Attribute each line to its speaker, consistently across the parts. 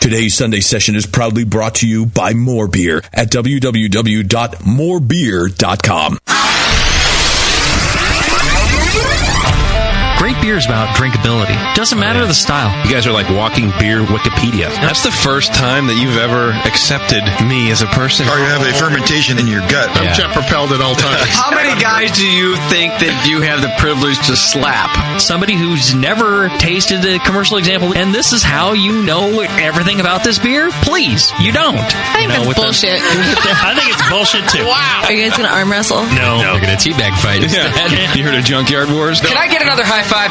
Speaker 1: Today's Sunday session is proudly brought to you by More Beer at www.morebeer.com.
Speaker 2: Great beer is about drinkability. Doesn't matter the style.
Speaker 3: Oh, You guys are like walking beer Wikipedia. That's the first time that you've ever accepted me as a person.
Speaker 4: Or you have a fermentation in your gut.
Speaker 3: Yeah.
Speaker 5: I'm jet propelled at all times.
Speaker 6: How many guys do you think that you have the privilege to slap?
Speaker 2: Somebody who's never tasted a commercial example, and this is how you know everything about this beer? Please, you don't.
Speaker 7: I think that's bullshit.
Speaker 8: I think it's bullshit too.
Speaker 7: Are you guys gonna arm wrestle?
Speaker 8: No.
Speaker 2: We're going to teabag fight.
Speaker 3: Yeah. you heard of Junkyard Wars?
Speaker 6: Can I get another high five,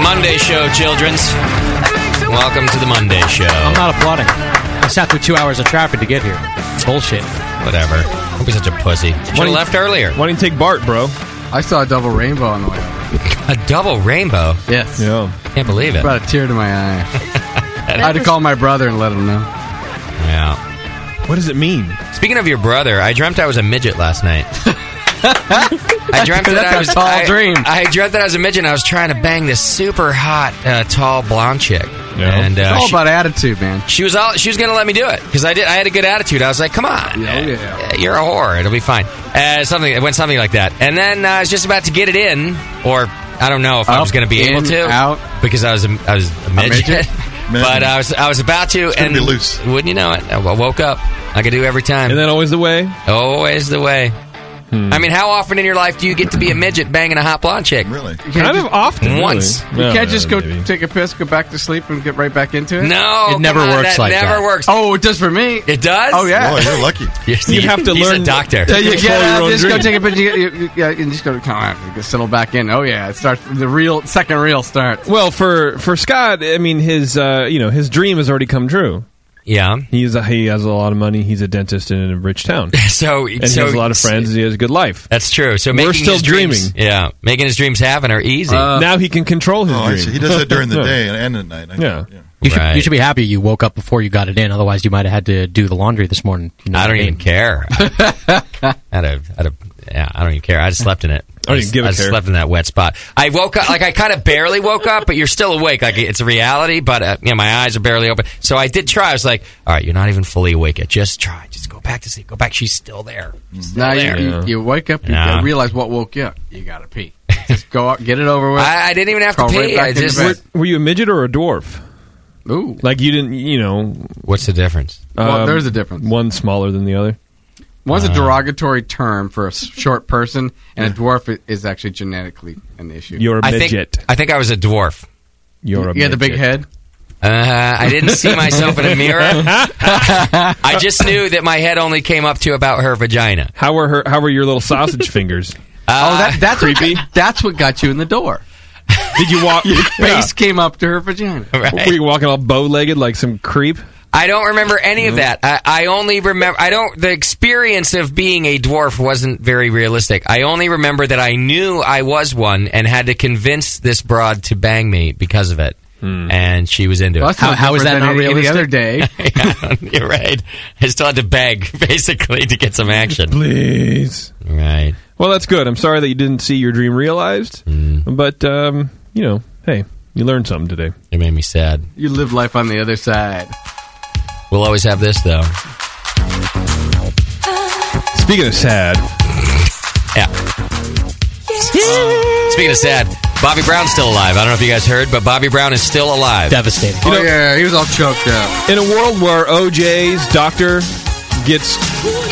Speaker 9: Monday show, childrens. Welcome to the Monday show.
Speaker 10: I'm not applauding. I sat through two hours of traffic to get here. It's bullshit.
Speaker 9: Whatever. Don't be such a pussy. Should have left earlier.
Speaker 11: Why didn't you take Bart, bro?
Speaker 12: I saw a double rainbow on the way. over.
Speaker 9: A double rainbow.
Speaker 12: Yes.
Speaker 11: Yeah.
Speaker 9: Can't believe it.
Speaker 12: Brought a tear to my eye. I had to call my brother and let him know.
Speaker 9: Yeah.
Speaker 11: What does it mean?
Speaker 9: Speaking of your brother, I dreamt I was a midget last night. I dreamt that
Speaker 12: That's
Speaker 9: I
Speaker 12: a
Speaker 9: was
Speaker 12: tall
Speaker 9: I,
Speaker 12: dream.
Speaker 9: I dreamt that I was a midget. and I was trying to bang this super hot, uh, tall blonde chick, and
Speaker 12: It's
Speaker 9: uh,
Speaker 12: all
Speaker 9: she,
Speaker 12: about attitude, man.
Speaker 9: she was all she was going to let me do it because I did. I had a good attitude. I was like, "Come on,
Speaker 12: Yeah, oh, yeah.
Speaker 9: Uh, you're a whore. It'll be fine. Uh, something it went something like that, and then uh, I was just about to get it in, or I don't know if I
Speaker 12: Up,
Speaker 9: was going to be able
Speaker 12: in,
Speaker 9: to
Speaker 12: out.
Speaker 9: because I was a, I was a midget.
Speaker 12: midget?
Speaker 9: but I was I was about to,
Speaker 5: gonna
Speaker 9: and
Speaker 5: be loose.
Speaker 9: wouldn't you know it? I woke up. I could do every time.
Speaker 11: And then always the way?
Speaker 9: Always the way. I mean, how often in your life do you get to be a midget banging a hot blonde chick?
Speaker 5: Really?
Speaker 12: You can't,
Speaker 11: Kind of
Speaker 12: just,
Speaker 11: often.
Speaker 9: Once.
Speaker 11: really.
Speaker 12: you can't
Speaker 11: No,
Speaker 12: just go
Speaker 11: maybe.
Speaker 12: take a piss, go back to sleep, and get right back into it.
Speaker 9: No,
Speaker 10: It never
Speaker 9: come on,
Speaker 10: works
Speaker 9: that
Speaker 10: like
Speaker 9: never
Speaker 10: that.
Speaker 9: works.
Speaker 12: Oh, it does for me.
Speaker 9: It does.
Speaker 12: Oh
Speaker 4: Oh,
Speaker 12: yeah.
Speaker 4: you're lucky.
Speaker 11: You have to
Speaker 9: He's
Speaker 11: learn.
Speaker 9: a doctor.
Speaker 11: Yeah, you
Speaker 12: You
Speaker 11: control
Speaker 12: get
Speaker 11: your
Speaker 12: up,
Speaker 11: own
Speaker 12: just go
Speaker 11: dreams.
Speaker 12: take a piss, you, get- you, you, yeah, and just go come on, just settle back in. Oh yeah, it starts the real second reel starts.
Speaker 11: Well, for for Scott, I mean his uh, you know his dream has already come true.
Speaker 9: Yeah.
Speaker 11: He's a, he has a lot of money. He's a dentist in a rich town,
Speaker 9: So,
Speaker 11: and
Speaker 9: so
Speaker 11: he has a lot of friends. and He has a good life.
Speaker 9: That's true. So
Speaker 11: We're
Speaker 9: making
Speaker 11: still
Speaker 9: his dreams-
Speaker 11: dreaming. Uh,
Speaker 9: yeah, making his dreams happen are easy.
Speaker 11: now he can control his
Speaker 4: Oh, I
Speaker 11: dream.
Speaker 4: see. He does that during the
Speaker 11: Yeah.
Speaker 4: day and at night. I
Speaker 11: Yeah.
Speaker 10: You should,
Speaker 9: Right.
Speaker 10: you should be happy you woke up before you got it in. Otherwise, you might have had to do the laundry this morning. You know
Speaker 9: I
Speaker 10: what
Speaker 9: don't even
Speaker 10: mean?
Speaker 9: care. I, I'd have, I'd have, yeah, I don't even care. I just slept in it.
Speaker 11: I don't even Oh, give a
Speaker 9: just
Speaker 11: care.
Speaker 9: slept in that wet spot. I woke up like I kind of barely woke up, but you're still awake. Like it's a reality, but uh, you know my eyes are barely open. So I did try. I was like, all right, you're not even fully awake yet. Just try. Just go back to sleep. Go back. She's still there. She's still
Speaker 12: Now you,
Speaker 9: there.
Speaker 12: you, you wake up, you
Speaker 9: Yeah.
Speaker 12: realize what woke you up. You gotta pee. Just go out, get it over with.
Speaker 9: I, I didn't even have to
Speaker 12: Crawl right
Speaker 9: pee.
Speaker 12: back
Speaker 9: I
Speaker 12: into
Speaker 9: just.
Speaker 12: bed.
Speaker 11: Were you a midget or a dwarf?
Speaker 12: Ooh,
Speaker 11: Like you didn't, you know,
Speaker 9: What's the difference?
Speaker 12: Well,
Speaker 11: um,
Speaker 12: there's a difference.
Speaker 11: One smaller than the other.
Speaker 12: One's
Speaker 11: Uh.
Speaker 9: Uh.
Speaker 12: a derogatory term for a s- short person, and a dwarf i- is actually genetically an issue.
Speaker 11: You're a
Speaker 9: I
Speaker 11: midget.
Speaker 9: think I think I was a dwarf.
Speaker 11: You're a
Speaker 12: you had the
Speaker 11: midget.
Speaker 12: big head.
Speaker 9: Uh, I didn't see myself in a mirror. I just knew that my head only came up to about her vagina. Uh,
Speaker 11: How were her? How were your little sausage fingers?
Speaker 12: oh, that, that's creepy. What, that's what got you in the door.
Speaker 11: Did you walk?
Speaker 12: Face came up to her vagina.
Speaker 9: Right?
Speaker 11: Were you walking all bow legged like some creep?
Speaker 9: I don't remember any of that. I, I only remember I don't the experience of being a dwarf wasn't very realistic. I only remember that I knew I was one and had to convince this broad to bang me because of it. And she was into
Speaker 12: Hmm. Well,
Speaker 9: it.
Speaker 12: that's not
Speaker 9: is
Speaker 12: different than any- any other day?
Speaker 9: Yeah, you're right. I still had to beg basically to get some action.
Speaker 4: Please.
Speaker 9: Right.
Speaker 4: Well, that's good. I'm sorry that you didn't see your dream realized, but um, you know, hey, you learned something today.
Speaker 9: It made me sad.
Speaker 12: You live life on the other side.
Speaker 9: We'll always have this though.
Speaker 4: Speaking of sad.
Speaker 9: Yeah. Speaking of sad, Bobby Brown's still alive. I don't know if you guys heard, but Bobby Brown is still alive.
Speaker 10: Devastating.
Speaker 4: You know-
Speaker 12: yeah, he was all choked up.
Speaker 4: In a world where OJ's doctor gets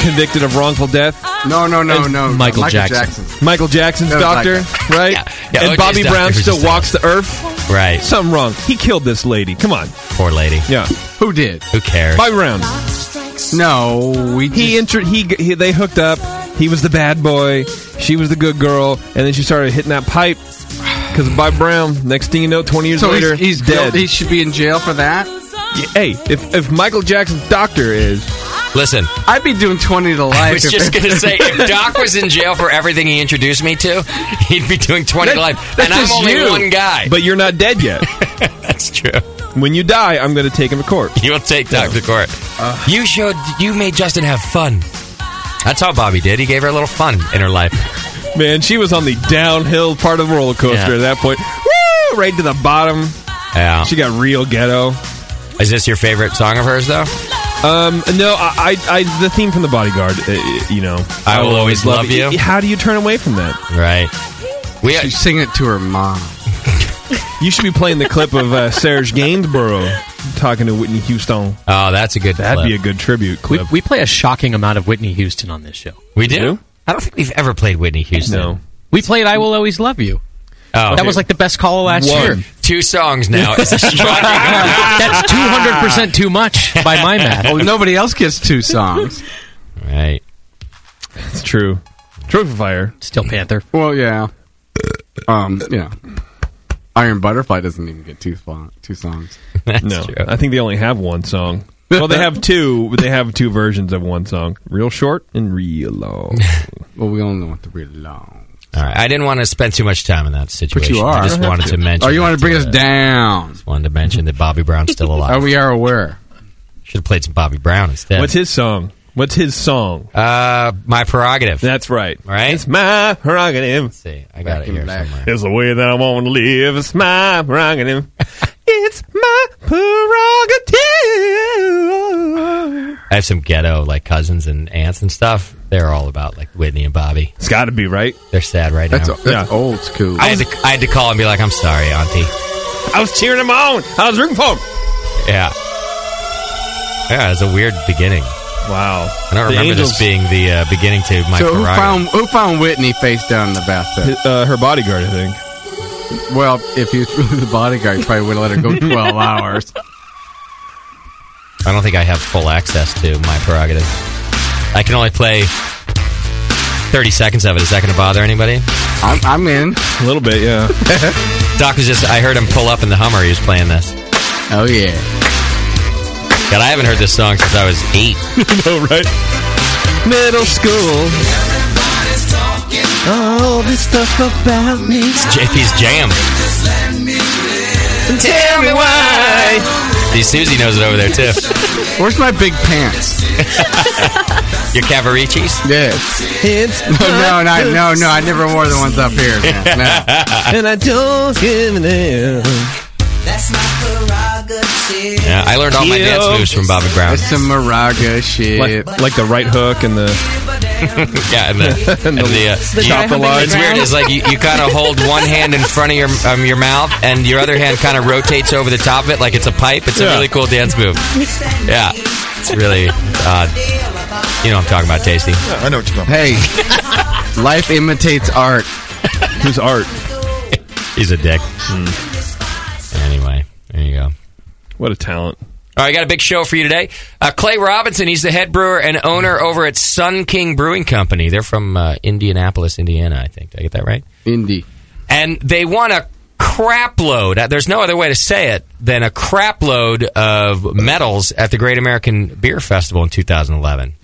Speaker 4: convicted of wrongful death,
Speaker 12: no, no, no, no, no.
Speaker 4: Michael,
Speaker 12: Michael
Speaker 4: Jackson.
Speaker 12: Jackson. Jackson.
Speaker 4: Michael Jackson's
Speaker 12: That was
Speaker 4: doctor,
Speaker 12: Michael.
Speaker 4: right?
Speaker 12: Yeah,
Speaker 4: and
Speaker 12: OJ's
Speaker 4: Bobby
Speaker 12: doctor
Speaker 4: Brown
Speaker 12: was
Speaker 4: still
Speaker 12: just
Speaker 4: walks the earth,
Speaker 9: right?
Speaker 4: Something wrong. He killed this lady. Come on,
Speaker 9: poor lady.
Speaker 4: Yeah,
Speaker 12: who did?
Speaker 9: Who cares?
Speaker 4: Bobby Brown.
Speaker 12: No, we.
Speaker 4: He, inter- he g- he they hooked up. He was the bad boy. She was the good girl, and then she started hitting that pipe. Because Bobby Brown. Next thing you know, twenty years
Speaker 12: So he's-
Speaker 4: later,
Speaker 12: he's
Speaker 4: dead.
Speaker 12: guilty. He should be in jail for that.
Speaker 4: Hey, if if Michael Jackson's doctor is,
Speaker 9: listen,
Speaker 12: I'd be doing twenty to life.
Speaker 9: I was
Speaker 12: if-
Speaker 9: just going to say, if Doc was in jail for everything he introduced me to, he'd be doing 20 to life.
Speaker 4: that's
Speaker 9: And I'm
Speaker 4: just
Speaker 9: only
Speaker 4: you.
Speaker 9: one guy.
Speaker 4: But you're not dead yet.
Speaker 9: that's true.
Speaker 4: When you die, I'm going to take him to court.
Speaker 9: You'll take Doc to court.
Speaker 12: Uh.
Speaker 9: you showed, you made Justin have fun. That's how Bobby did. He gave her a little fun in her life.
Speaker 4: Man, she was on the downhill part of the roller coaster
Speaker 9: Yeah.
Speaker 4: at that point. Woo! Right to the bottom.
Speaker 9: Yeah.
Speaker 4: She got real ghetto.
Speaker 9: Is this your favorite song of hers, though?
Speaker 4: Um, no, I, I, I, the theme from The Bodyguard, uh, uh, you know.
Speaker 9: I Will Always Love
Speaker 4: it.
Speaker 9: You.
Speaker 4: How do you turn away from that?
Speaker 9: Right. We
Speaker 12: She's singing it to her mom.
Speaker 4: You should be playing the clip of uh, Serge Gainsborough talking to Whitney Houston.
Speaker 9: Oh, that's a good.
Speaker 4: That'd
Speaker 10: clip.
Speaker 4: be a good tribute
Speaker 10: We,
Speaker 4: clip.
Speaker 10: we play a shocking amount of Whitney Houston on this show.
Speaker 9: We do? I don't think we've ever played Whitney Houston.
Speaker 4: No.
Speaker 10: We played "I Will Always Love You."
Speaker 9: Oh.
Speaker 10: That was like the best call last
Speaker 9: One.
Speaker 10: year.
Speaker 9: Two songs now. It's a shocking-
Speaker 10: That's two hundred percent too much by my math.
Speaker 12: Oh, nobody else gets two songs.
Speaker 9: right.
Speaker 4: It's true. Trophy Fire.
Speaker 10: Still Panther.
Speaker 12: Well, yeah. Um, yeah. Iron Butterfly doesn't even get two fo- two songs.
Speaker 9: That's
Speaker 4: no,
Speaker 9: true.
Speaker 4: I think they only have one song. Well, they have two, but they have two versions of one song. Real short and real long.
Speaker 12: Well, we only want the real long.
Speaker 9: All right. I didn't want to spend too much time in that
Speaker 12: But
Speaker 9: situation.
Speaker 12: you are.
Speaker 9: I just wanted to mention.
Speaker 12: Oh, you want to bring us
Speaker 9: uh,
Speaker 12: down?
Speaker 9: Wanted to mention that Bobby Brown's still
Speaker 12: Oh,
Speaker 9: alive.
Speaker 12: we are aware.
Speaker 9: Should have played some Bobby Brown instead.
Speaker 4: What's his song? What's his song?
Speaker 9: uh, my prerogative.
Speaker 4: That's right.
Speaker 9: Right?
Speaker 4: It's my prerogative.
Speaker 9: Let's see, I got it
Speaker 12: in
Speaker 9: here
Speaker 12: black.
Speaker 9: somewhere.
Speaker 4: It's the way that I want to live. It's my prerogative. it's my prerogative.
Speaker 9: I have some ghetto like cousins and aunts and stuff. They're all about like Whitney and Bobby.
Speaker 4: It's got to be right.
Speaker 9: They're sad right
Speaker 12: That's
Speaker 9: now.
Speaker 12: that's
Speaker 4: Yeah.
Speaker 12: old school.
Speaker 9: I had, to, I had to call and be like, I'm sorry, Auntie.
Speaker 4: I was cheering him on. I was rooting for him.
Speaker 9: Yeah. Yeah, it's a weird beginning.
Speaker 4: Wow.
Speaker 9: I don't remember this being the uh, beginning to my
Speaker 12: so who
Speaker 9: prerogative.
Speaker 12: found who found Whitney face down in the bathtub?
Speaker 4: uh, her bodyguard, I think.
Speaker 12: Well, if he was really the bodyguard, he probably would have let her go twelve hours.
Speaker 9: I don't think I have full access to my prerogative. I can only play 30 seconds of it. Is that going to bother anybody?
Speaker 12: I'm, I'm in.
Speaker 4: A little bit, yeah.
Speaker 9: Doc was just, I heard him pull up in the Hummer. He was playing this.
Speaker 12: Oh yeah.
Speaker 9: God, I haven't heard this song since I was eight.
Speaker 4: no, right? Middle school. All this stuff about me.
Speaker 9: It's JP's Jam.
Speaker 4: Tell me why.
Speaker 9: See, Susie knows it over there, too.
Speaker 12: Where's my big pants?
Speaker 9: Your Cavaricis?
Speaker 12: Yeah.
Speaker 4: It's
Speaker 12: No, no, no, no, no. I never wore the ones up here. Man. No.
Speaker 4: and I don't give a damn.
Speaker 9: Yeah, I learned all my
Speaker 4: Yo.
Speaker 9: dance moves from Bobby Brown.
Speaker 12: It's some Moraga shit.
Speaker 4: Like, like the right hook and the
Speaker 9: Yeah, and the, and the, uh, you-
Speaker 4: Stop the line.
Speaker 9: It's weird. It's like you, you kind of hold one hand in front of your um, your mouth, and your other hand kind of rotates over the top of it like it's a pipe. It's
Speaker 4: Yeah.
Speaker 9: a really cool dance move. Yeah, it's really odd. You know what I'm talking about, Tasty.
Speaker 2: I know what you're talking about.
Speaker 12: hey, life imitates art.
Speaker 4: who's art. Hmm.
Speaker 9: He's a dick. Anyway, there you go.
Speaker 4: What a talent.
Speaker 9: All right, I got a big show for you today. Uh, Clay Robinson, he's the head brewer and owner over at Sun King Brewing Company. They're from uh, Indianapolis, Indiana, I think. Did I get that right?
Speaker 12: Indie.
Speaker 9: and they won a crapload. uh, There's no other way to say it than a crapload of medals at the Great American Beer Festival in 2011.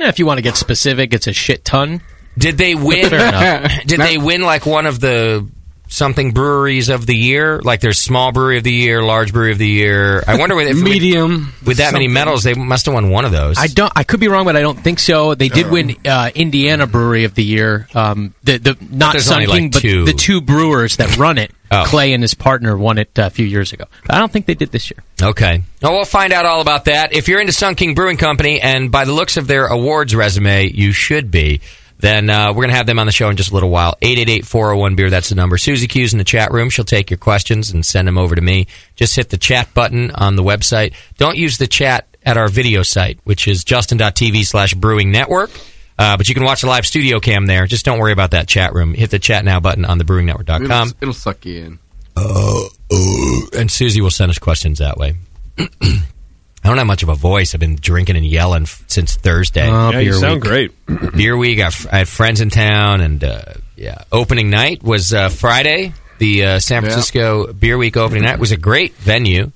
Speaker 10: Yeah, if you want to get specific, it's a shit ton.
Speaker 9: Did they win?
Speaker 10: Fair enough.
Speaker 9: Did they win like one of the something breweries of the year? Like there's small brewery of the year, large brewery of the year. I wonder with if we-
Speaker 12: Medium,
Speaker 9: with that many
Speaker 10: something.
Speaker 9: medals, they must have won one of those.
Speaker 10: I don't. I could be wrong, but I don't think so. They
Speaker 9: Uh-huh.
Speaker 10: did win uh, Indiana Brewery of the Year. Um, the the not
Speaker 9: there's
Speaker 10: Sun
Speaker 9: only, like,
Speaker 10: King, but
Speaker 9: two.
Speaker 10: the two brewers that run it,
Speaker 9: Oh.
Speaker 10: Clay and his partner, won it uh, a few years ago. But I don't think they did this year.
Speaker 9: Okay. No, we'll find out all about that. If you're into Sun King Brewing Company, and by the looks of their awards resume, you should be, then uh, we're going to have them on the show in just a little while. 888 401 Beer, that's the number. Susie Q's in the chat room. She'll take your questions and send them over to me. Just hit the chat button on the website. Don't use the chat at our video site, which is justin.tv slash brewing network. Uh, but you can watch the live studio cam there. Just don't worry about that chat room. Hit the chat now button on the
Speaker 12: It'll,
Speaker 9: brewingnetwork.com.
Speaker 12: it'll suck you in.
Speaker 9: Uh, and Susie will send us questions that way. I don't have much of a voice. I've been drinking and yelling f- since Thursday.
Speaker 13: Oh, Yeah, you beer sound week.
Speaker 9: great. beer week. I, f- I had friends in town, and uh, yeah, opening night was uh, Friday. The uh, San
Speaker 10: Yeah.
Speaker 9: Francisco Beer Week opening night It was a great venue.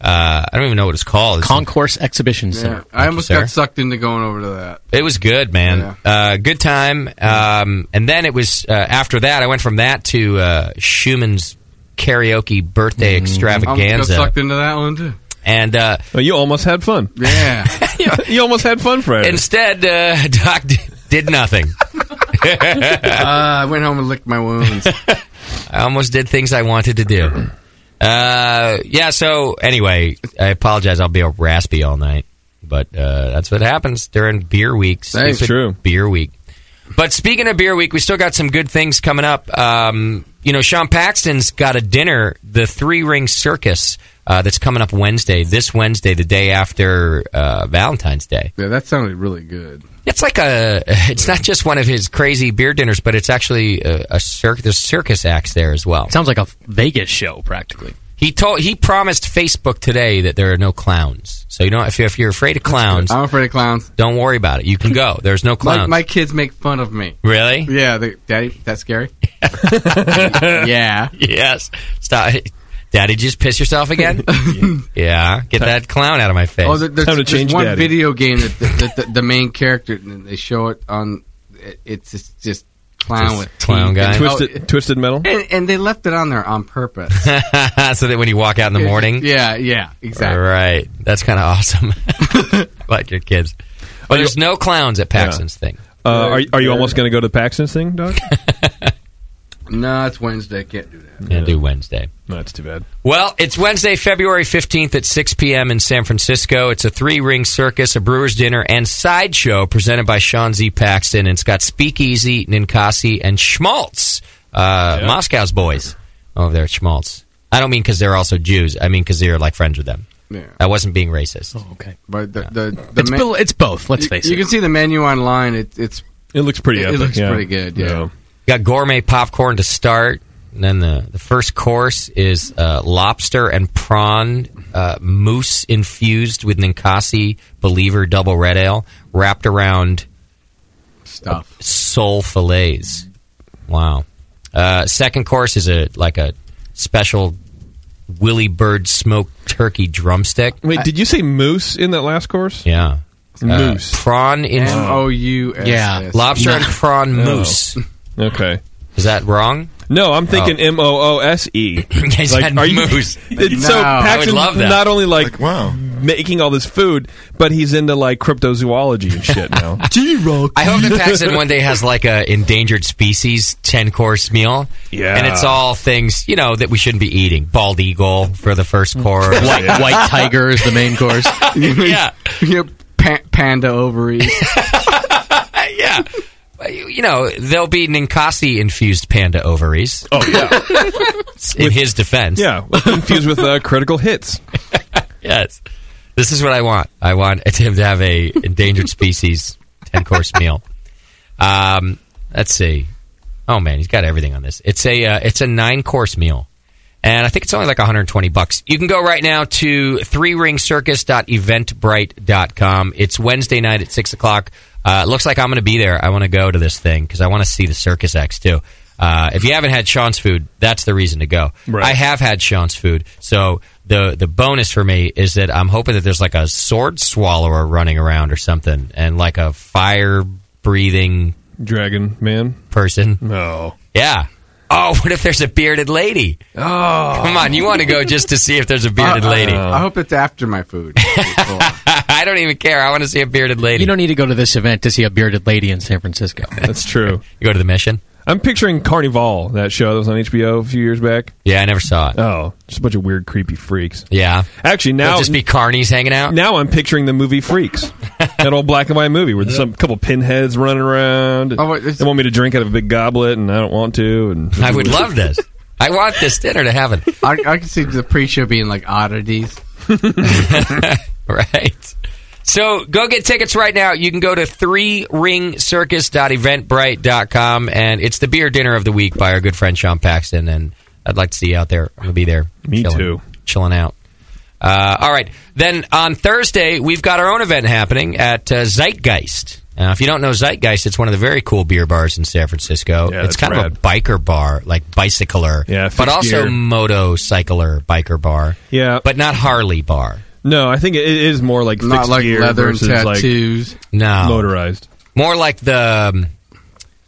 Speaker 9: Uh, I don't even know what it's called. It's-
Speaker 10: Concourse Exhibition
Speaker 12: Yeah.
Speaker 10: Center.
Speaker 12: I almost
Speaker 9: sir.
Speaker 12: got sucked into going over to that.
Speaker 9: It was good, man. Uh, good time. Um, and then it was uh, after that. I went from that to uh, Schumann's karaoke
Speaker 12: I
Speaker 9: birthday
Speaker 12: almost
Speaker 9: extravaganza.
Speaker 12: got sucked into that one too.
Speaker 9: And uh,
Speaker 13: Oh, you almost had fun.
Speaker 12: Yeah,
Speaker 13: you almost had fun, Fred.
Speaker 9: Instead, uh, Doc d- did nothing.
Speaker 12: Uh, I went home and licked my wounds.
Speaker 9: I almost did things I wanted to do. Uh, yeah. So anyway, I apologize. I'll be a raspy all night, but uh, that's what happens during beer weeks.
Speaker 13: That's true.
Speaker 9: Beer week. But speaking of beer week, we still got some good things coming up. Um, you know, Sean Paxton's got a dinner, the Three Ring Circus, uh, that's coming up Wednesday. This Wednesday, the day after uh, Valentine's Day.
Speaker 12: yeah, that sounded really good.
Speaker 9: It's like a. It's not just one of his crazy beer dinners, but it's actually a, a circus. There's circus acts there as well.
Speaker 10: Sounds like a Vegas show practically.
Speaker 9: He told he promised Facebook today that there are no clowns. So you don't if you're, if you're afraid of clowns,
Speaker 12: I'm afraid of clowns.
Speaker 9: don't worry about it. You can go. There's no
Speaker 12: My,
Speaker 9: clowns.
Speaker 12: my kids make fun of me.
Speaker 9: really?
Speaker 12: Yeah, they, Daddy, that's scary. yeah.
Speaker 9: Yes. Stop. Daddy, did you just piss yourself again? yeah. Get that clown out of my face.
Speaker 12: Oh, there, there's,
Speaker 13: Time to
Speaker 12: there's
Speaker 13: change
Speaker 12: one
Speaker 13: daddy.
Speaker 12: video game that the, that the, the main character and they show it on. It, it's just, just clown
Speaker 9: Just
Speaker 12: with
Speaker 9: clown
Speaker 12: teeth.
Speaker 9: guy.
Speaker 12: And-
Speaker 13: Twisted, twisted metal.
Speaker 12: oh, and, and they left it on there on purpose.
Speaker 9: so that when you walk out in the morning,
Speaker 12: Yeah, yeah, exactly.
Speaker 9: Right. That's kind of awesome. like your kids.
Speaker 12: Oh,
Speaker 9: But there's no clowns at Paxton's thing.
Speaker 13: Uh, are, are you almost going to go to the Paxton's thing, Doc?
Speaker 12: No, it's Wednesday. Can't do that.
Speaker 9: Gonna do Wednesday.
Speaker 13: no, that's too bad.
Speaker 9: Well, it's Wednesday, February 15th at 6 p.m. in San Francisco. It's a three ring circus, a brewer's dinner, and sideshow presented by Sean Z. Paxton. And it's got Speakeasy, Ninkasi, and Schmaltz, uh, Moscow's boys over there at Schmaltz. I don't mean because they're also Jews. I mean because they're like friends with them.
Speaker 12: Yeah.
Speaker 9: I wasn't being racist.
Speaker 10: Okay,
Speaker 12: But the, the, the,
Speaker 10: it's
Speaker 12: men-
Speaker 10: bo- it's both. Let's
Speaker 12: you,
Speaker 10: face
Speaker 12: you
Speaker 10: it.
Speaker 12: can see the menu online. It, it's
Speaker 13: It looks pretty.
Speaker 12: It- it
Speaker 13: epic,
Speaker 12: looks
Speaker 13: yeah.
Speaker 12: pretty good, yeah.
Speaker 9: Got gourmet popcorn to start. And then the, the first course is uh, lobster and prawn uh, mousse infused with Ninkasi Believer Double Red Ale wrapped around
Speaker 12: stuff.
Speaker 9: sole fillets. Wow. Uh, second course is a like a special Willy Bird smoked turkey drumstick.
Speaker 13: Wait, did you say moose in that last course?
Speaker 9: Yeah. Uh,
Speaker 13: Moose.
Speaker 9: prawn in
Speaker 12: M O U S. E.
Speaker 10: Yeah.
Speaker 9: lobster and prawn
Speaker 13: No.
Speaker 9: mousse.
Speaker 13: Okay.
Speaker 9: Is that wrong?
Speaker 13: No, I'm thinking
Speaker 9: Oh.
Speaker 13: M O O S E.
Speaker 9: Is that moose?
Speaker 13: So
Speaker 12: No. I would
Speaker 13: Paxton's
Speaker 9: love that.
Speaker 13: not only like,
Speaker 14: wow.
Speaker 13: making all this food, but he's into like cryptozoology and shit now. G Rock.
Speaker 9: I hope that Oh. Paxton one day has like a endangered species ten course meal.
Speaker 13: Yeah.
Speaker 9: and it's all things you know that we shouldn't be eating. Bald eagle for the first course.
Speaker 10: White, white tiger is the main course.
Speaker 9: yeah,
Speaker 12: Your pa- panda ovaries.
Speaker 9: yeah. You know, there'll be Ninkasi infused panda ovaries. Oh yeah. In his defense.
Speaker 13: Yeah, confused with uh, critical hits.
Speaker 9: Yes. This is what I want. I want him to have a endangered species ten course meal. Um, let's see. Oh man, he's got everything on this. It's a uh, it's a nine course meal, and I think it's only like 120 bucks. You can go right now to three ringcircus.eventbrite.com. It's Wednesday night at six o'clock. Uh, it looks like I'm going to be there. I want to go to this thing because I want to see the circus acts too. Uh, if you haven't had Sean's food, that's the reason to go. I have had Sean's food, so the the bonus for me is that I'm hoping that there's like a sword swallower running around or something, and like a fire breathing
Speaker 13: dragon man
Speaker 9: person.
Speaker 13: No,
Speaker 9: yeah. Oh, what if there's a bearded lady? Oh, come on! You want to go just to see if there's a bearded
Speaker 12: I- I-
Speaker 9: lady?
Speaker 12: I hope it's after my food.
Speaker 9: I don't even care. I want to see a bearded lady.
Speaker 10: You don't need to go to this event to see a bearded lady in San Francisco.
Speaker 13: That's true.
Speaker 9: you go to the mission.
Speaker 13: I'm picturing Carnival, that show that was on HBO a few years back.
Speaker 9: Yeah, I never saw it.
Speaker 13: Oh, just a bunch of weird, creepy freaks.
Speaker 9: Yeah.
Speaker 13: Actually, now
Speaker 9: They'll just be carnies hanging out.
Speaker 13: Now I'm picturing the movie Freaks, that old black and white movie where there's some couple pinheads running around.
Speaker 12: Oh,
Speaker 13: And they want me to drink out of a big goblet, and I don't want to. And
Speaker 9: I would love this. I want this dinner to happen.
Speaker 12: I, I can see the pre-show being like oddities.
Speaker 9: right. So go get tickets right now. You can go to 3ringcircus.eventbrite.com and it's the beer dinner of the week by our good friend Sean Paxton and I'd like to see you out there. I'm going to be there. Me
Speaker 13: too.
Speaker 9: Chilling out. Uh, all right. Then on Thursday, we've got our own event happening at uh, Zeitgeist. Now, if you don't know Zeitgeist, it's one of the very cool beer bars in San Francisco. it's
Speaker 13: that's
Speaker 9: kind of a biker bar, like bicycler, yeah, but
Speaker 13: fixed
Speaker 9: also
Speaker 13: gear.
Speaker 9: motocycler biker bar.
Speaker 13: Yeah,
Speaker 9: but not Harley bar.
Speaker 13: No, I think it it is more like
Speaker 9: Not
Speaker 13: fixed
Speaker 9: like
Speaker 13: gear
Speaker 9: leather and
Speaker 13: versus like
Speaker 9: tattoos. No.
Speaker 13: motorized.
Speaker 9: More like the um,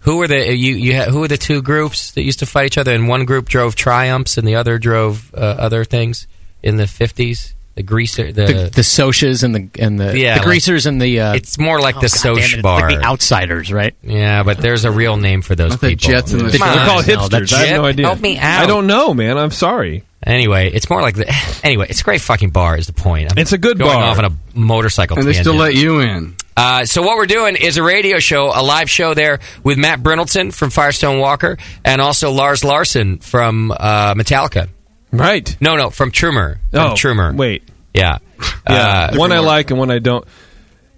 Speaker 9: who were the you you ha- who were the two groups that used to fight each other? And one group drove Triumphs, and the other drove uh, other things in the fifties. The greaser, the,
Speaker 10: The, the socias and the and the,
Speaker 9: Yeah,
Speaker 10: the
Speaker 9: like-
Speaker 10: greasers and the uh,
Speaker 9: it's more like
Speaker 10: oh,
Speaker 9: the
Speaker 10: God damn it, it's
Speaker 9: Soch bar,
Speaker 10: like the outsiders, right?
Speaker 9: Yeah, but there's a real name for those
Speaker 10: the
Speaker 9: people.
Speaker 10: Jets and the
Speaker 13: They're
Speaker 9: Come on.
Speaker 13: called
Speaker 9: No, the
Speaker 13: hipsters. I have
Speaker 9: Jets-
Speaker 13: no idea.
Speaker 9: Help me out.
Speaker 13: I don't know, man. I'm sorry.
Speaker 9: Anyway, it's more like the. Anyway, it's a great fucking bar. Is the point? I'm
Speaker 13: It's a good
Speaker 9: going
Speaker 13: bar.
Speaker 9: off on a motorcycle,
Speaker 12: And they still let
Speaker 9: tangent.
Speaker 12: you in.
Speaker 9: Uh, so what we're doing is a radio show, a live show there with Matt Brindleton from Firestone Walker, and also Lars Larson from uh, Metallica.
Speaker 13: Right?
Speaker 9: No, no, from Trumer. From
Speaker 13: Oh,
Speaker 9: Trumer.
Speaker 13: Wait.
Speaker 9: Yeah.
Speaker 13: Yeah.
Speaker 9: Uh,
Speaker 13: one I like and one I don't.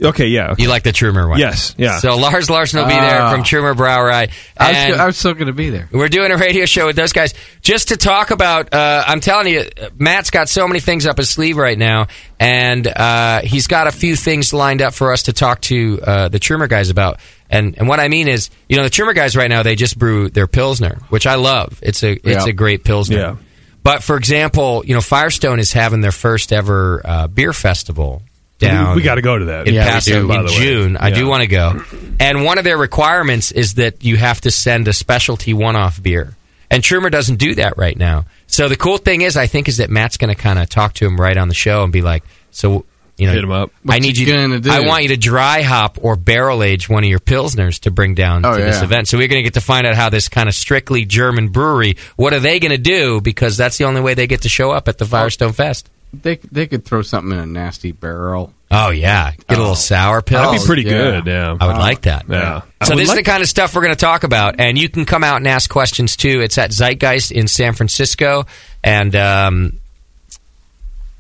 Speaker 13: Okay. Yeah. okay.
Speaker 9: You like the Trumer one?
Speaker 13: Yes, yeah.
Speaker 9: So Lars Larson will be there
Speaker 13: Ah.
Speaker 9: from Trumer Browreye.
Speaker 12: I was,
Speaker 9: And-
Speaker 12: I was still going to be there.
Speaker 9: we're doing a radio show with those guys just to talk about. Uh, I'm telling you, Matt's got so many things up his sleeve right now, and uh, he's got a few things lined up for us to talk to uh, the Trumer guys about. And and what I mean is, you know, the Trumer guys right now they just brew their pilsner, which I love. It's a it's
Speaker 13: Yeah.
Speaker 9: a great pilsner.
Speaker 13: Yeah.
Speaker 9: But for example, you know, Firestone is having their first ever uh, beer festival. Down
Speaker 13: We- we gotta go to that.
Speaker 9: in
Speaker 13: Yeah, we
Speaker 9: Paso
Speaker 13: do, by
Speaker 9: in
Speaker 13: the way.
Speaker 9: June. I do
Speaker 13: Yeah.
Speaker 9: want to go. And one of their requirements is that you have to send a specialty one-off beer. And Trumer doesn't do that right now. So the cool thing is, I think, is that Matt's going to kind of talk to him right on the show and be like, "So you know,
Speaker 13: Hit him up.
Speaker 9: I
Speaker 13: What's
Speaker 9: need
Speaker 13: he
Speaker 9: you. to-
Speaker 13: gonna do?"
Speaker 9: I want you to dry hop or barrel age one of your pilsners to bring down
Speaker 13: Oh,
Speaker 9: to this
Speaker 13: yeah.
Speaker 9: event. So we're going to get to find out how this kind of strictly German brewery. What are they going to do? Because that's the only way they get to show up at the Firestone Fest.
Speaker 12: They they could throw something in a nasty barrel.
Speaker 9: Oh yeah, get a little sour pill.
Speaker 12: That'd be pretty Oh, yeah. good, yeah.
Speaker 9: I would
Speaker 12: Oh,
Speaker 9: like that.
Speaker 12: yeah.
Speaker 9: So
Speaker 12: I would
Speaker 9: this is
Speaker 12: like-
Speaker 9: the kind of stuff we're going to talk about, and you can come out and ask questions too. It's at Zeitgeist in San Francisco, and um,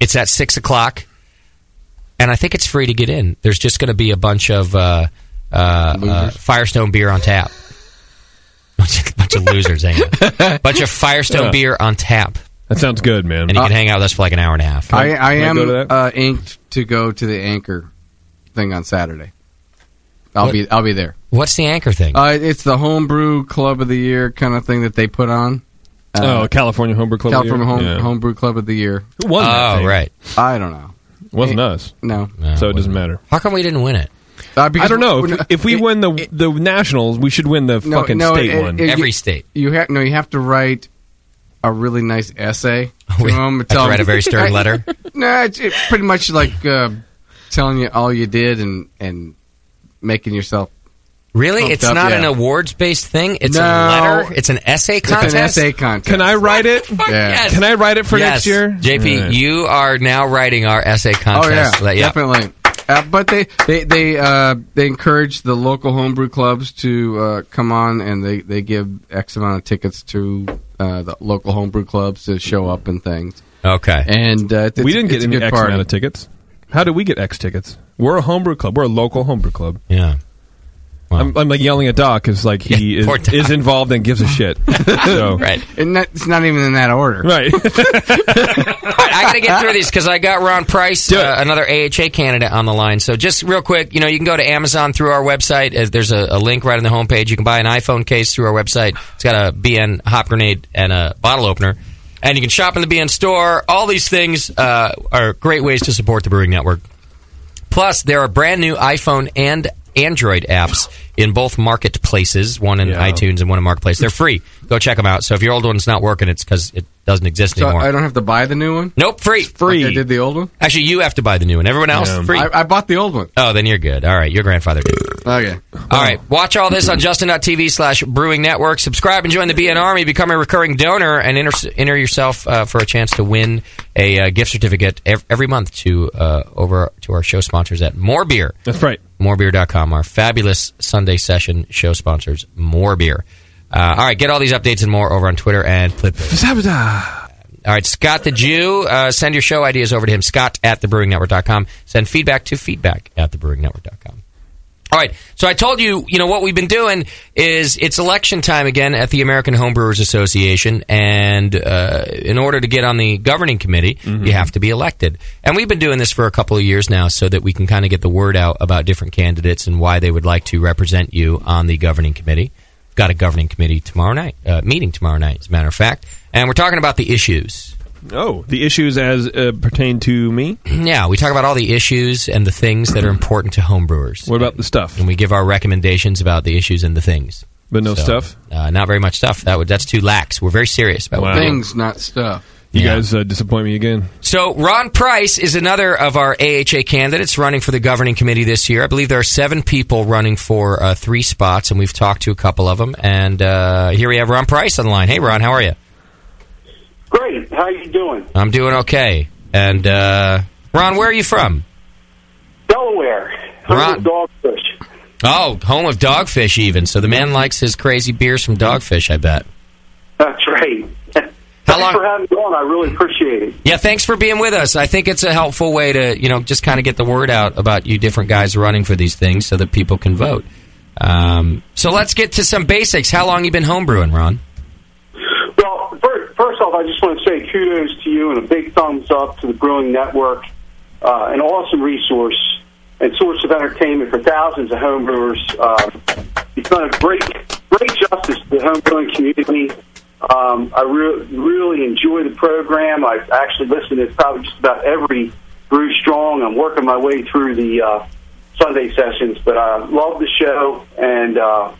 Speaker 9: it's at six o'clock, and I think it's free to get in. There's just going to be a bunch of uh, uh, uh, Firestone beer on tap. bunch of losers, hang on. bunch of Firestone
Speaker 13: Yeah.
Speaker 9: beer on tap.
Speaker 13: That sounds good, man.
Speaker 9: And you can hang out with us for like an hour and a half.
Speaker 12: I, I
Speaker 13: Can I
Speaker 12: am
Speaker 13: go to
Speaker 12: uh, inked to go to the anchor thing on Saturday. I'll
Speaker 9: What-
Speaker 12: be I'll be there.
Speaker 9: What's the anchor thing?
Speaker 12: Uh, it's the homebrew club of the year kind of thing that they put on. Uh,
Speaker 13: oh, California Homebrew Club. of the
Speaker 12: California
Speaker 13: Year?
Speaker 12: home,
Speaker 13: Yeah.
Speaker 12: homebrew club of the year.
Speaker 13: Who won that Oh, thing? right.
Speaker 12: I don't know.
Speaker 13: Wasn't
Speaker 12: It-
Speaker 13: us.
Speaker 12: No.
Speaker 13: so it doesn't matter.
Speaker 9: How come we didn't win it?
Speaker 12: Uh, because
Speaker 13: I don't know.
Speaker 12: we-
Speaker 13: If, if we win the the nationals, we should win the
Speaker 12: No,
Speaker 13: fucking
Speaker 12: no,
Speaker 13: state
Speaker 12: it-
Speaker 13: one.
Speaker 12: it-
Speaker 9: Every state.
Speaker 12: You have no. You have to write a really nice essay. To
Speaker 9: We
Speaker 12: them,
Speaker 9: have to write a very stern letter.
Speaker 12: no, it's it pretty much like uh, telling you all you did and and making yourself.
Speaker 9: Really,
Speaker 12: pumped
Speaker 9: it's
Speaker 12: up,
Speaker 9: not
Speaker 12: yeah.
Speaker 9: an awards based thing. It's a
Speaker 12: No.
Speaker 9: letter. It's an essay
Speaker 12: It's an
Speaker 9: contest.
Speaker 12: essay contest.
Speaker 13: Can I write it?
Speaker 9: Yes.
Speaker 13: Can I write it for next
Speaker 9: Yes.
Speaker 13: year?
Speaker 9: JP,
Speaker 13: Alright.
Speaker 9: you are now writing our essay contest.
Speaker 12: Oh yeah,
Speaker 9: Let- yeah.
Speaker 12: definitely. Uh, but they they they uh, they encourage the local homebrew clubs to uh, come on, and they, they give X amount of tickets to uh, the local homebrew clubs to show up and things.
Speaker 9: Okay.
Speaker 12: And uh, it's-
Speaker 13: we didn't get
Speaker 12: it's a
Speaker 13: any
Speaker 12: good
Speaker 13: X
Speaker 12: party.
Speaker 13: amount of tickets. How did we get X tickets? We're a homebrew club. We're a local homebrew club.
Speaker 9: Yeah.
Speaker 4: I'm, I'm like yelling at Doc because like he
Speaker 12: poor
Speaker 4: is, is involved and gives a shit. So.
Speaker 9: right.
Speaker 12: And that, it's not even in that order.
Speaker 4: Right.
Speaker 9: I got to get through these because I got Ron Price, uh, another AHA candidate, on the line. So just real quick, you know, you can go to Amazon through our website. Uh, There's a, a link right on the homepage. You can buy an iPhone case through our website. It's got a BN hop grenade and a bottle opener. And you can shop in the BN store. All these things uh, are great ways to support the Brewing Network. Plus, there are brand new iPhone and Android apps in both marketplaces, one in iTunes and one in Marketplace. They're free. Go check them out. So if your old one's not working, it's because it doesn't exist
Speaker 12: So uh,
Speaker 9: anymore.
Speaker 12: I don't have to buy the new one.
Speaker 9: Nope, free.
Speaker 12: free. I did the old one.
Speaker 9: Actually, you have to buy the new one. Everyone else,
Speaker 12: Yeah.
Speaker 9: free.
Speaker 12: I, I bought the old one.
Speaker 9: oh, then you're good. All right, your grandfather did.
Speaker 12: Okay.
Speaker 9: All right, watch all this on justin.tv slash brewing network. Subscribe and join the BN Army. Become a recurring donor and enter, enter yourself uh, for a chance to win a uh, gift certificate ev- every month to uh, over to our show sponsors at More Beer.
Speaker 4: That's right.
Speaker 9: Morebeer.com, our fabulous Sunday session show sponsors, More Beer. Uh, all right, get all these updates and more over on Twitter and Flipboard. All right, Scott the Jew, uh, send your show ideas over to him, scott at thebrewingnetwork.com. Send feedback to feedback at thebrewingnetwork.com. All right, so I told you, you know, what we've been doing is it's election time again at the American Homebrewers Association, and uh, in order to get on the governing committee, you have to be elected. And we've been doing this for a couple of years now so that we can kind of get the word out about different candidates and why they would like to represent you on the governing committee got a governing committee tomorrow night, uh, meeting tomorrow night, as a matter of fact. And we're talking about the issues.
Speaker 4: Oh, the issues as uh, pertain to me?
Speaker 9: Yeah, we talk about all the issues and the things that are important to homebrewers. What
Speaker 4: about the stuff?
Speaker 9: And we give our recommendations about the issues and the things.
Speaker 4: But no stuff?
Speaker 9: Uh, not very much stuff. That would, that's too lax. We're very serious about what we do.
Speaker 12: Things, not stuff.
Speaker 4: You guys uh, disappoint me again.
Speaker 9: So Ron Price is another of our AHA candidates running for the governing committee this year. I believe there are seven people running for uh, three spots, and we've talked to a couple of them. And uh, here we have Ron Price on the line. Hey, Ron, how are you?
Speaker 15: Great. How you doing?
Speaker 9: I'm doing okay. And uh, Ron, where are you from?
Speaker 15: Delaware.
Speaker 9: Ron.
Speaker 15: Dogfish.
Speaker 9: Oh, home of Dogfish, even. So the man likes his crazy beers from Dogfish, I bet.
Speaker 15: That's right. Thanks for having me on. I really appreciate it.
Speaker 9: Yeah, thanks for being with us. I think it's a helpful way to, you know, just kind of get the word out about you different guys running for these things so that people can vote. Um, so let's get to some basics. How long you been homebrewing, Ron?
Speaker 15: Well, first, first off, I just want to say kudos to you and a big thumbs up to the Brewing Network, uh, an awesome resource and source of entertainment for thousands of homebrewers. Uh, you've done a great, great justice to the homebrewing community. Um, I re- really enjoy the program. I actually listen to probably just about every Brew Strong. I'm working my way through the uh, Sunday sessions, but I love the show and uh,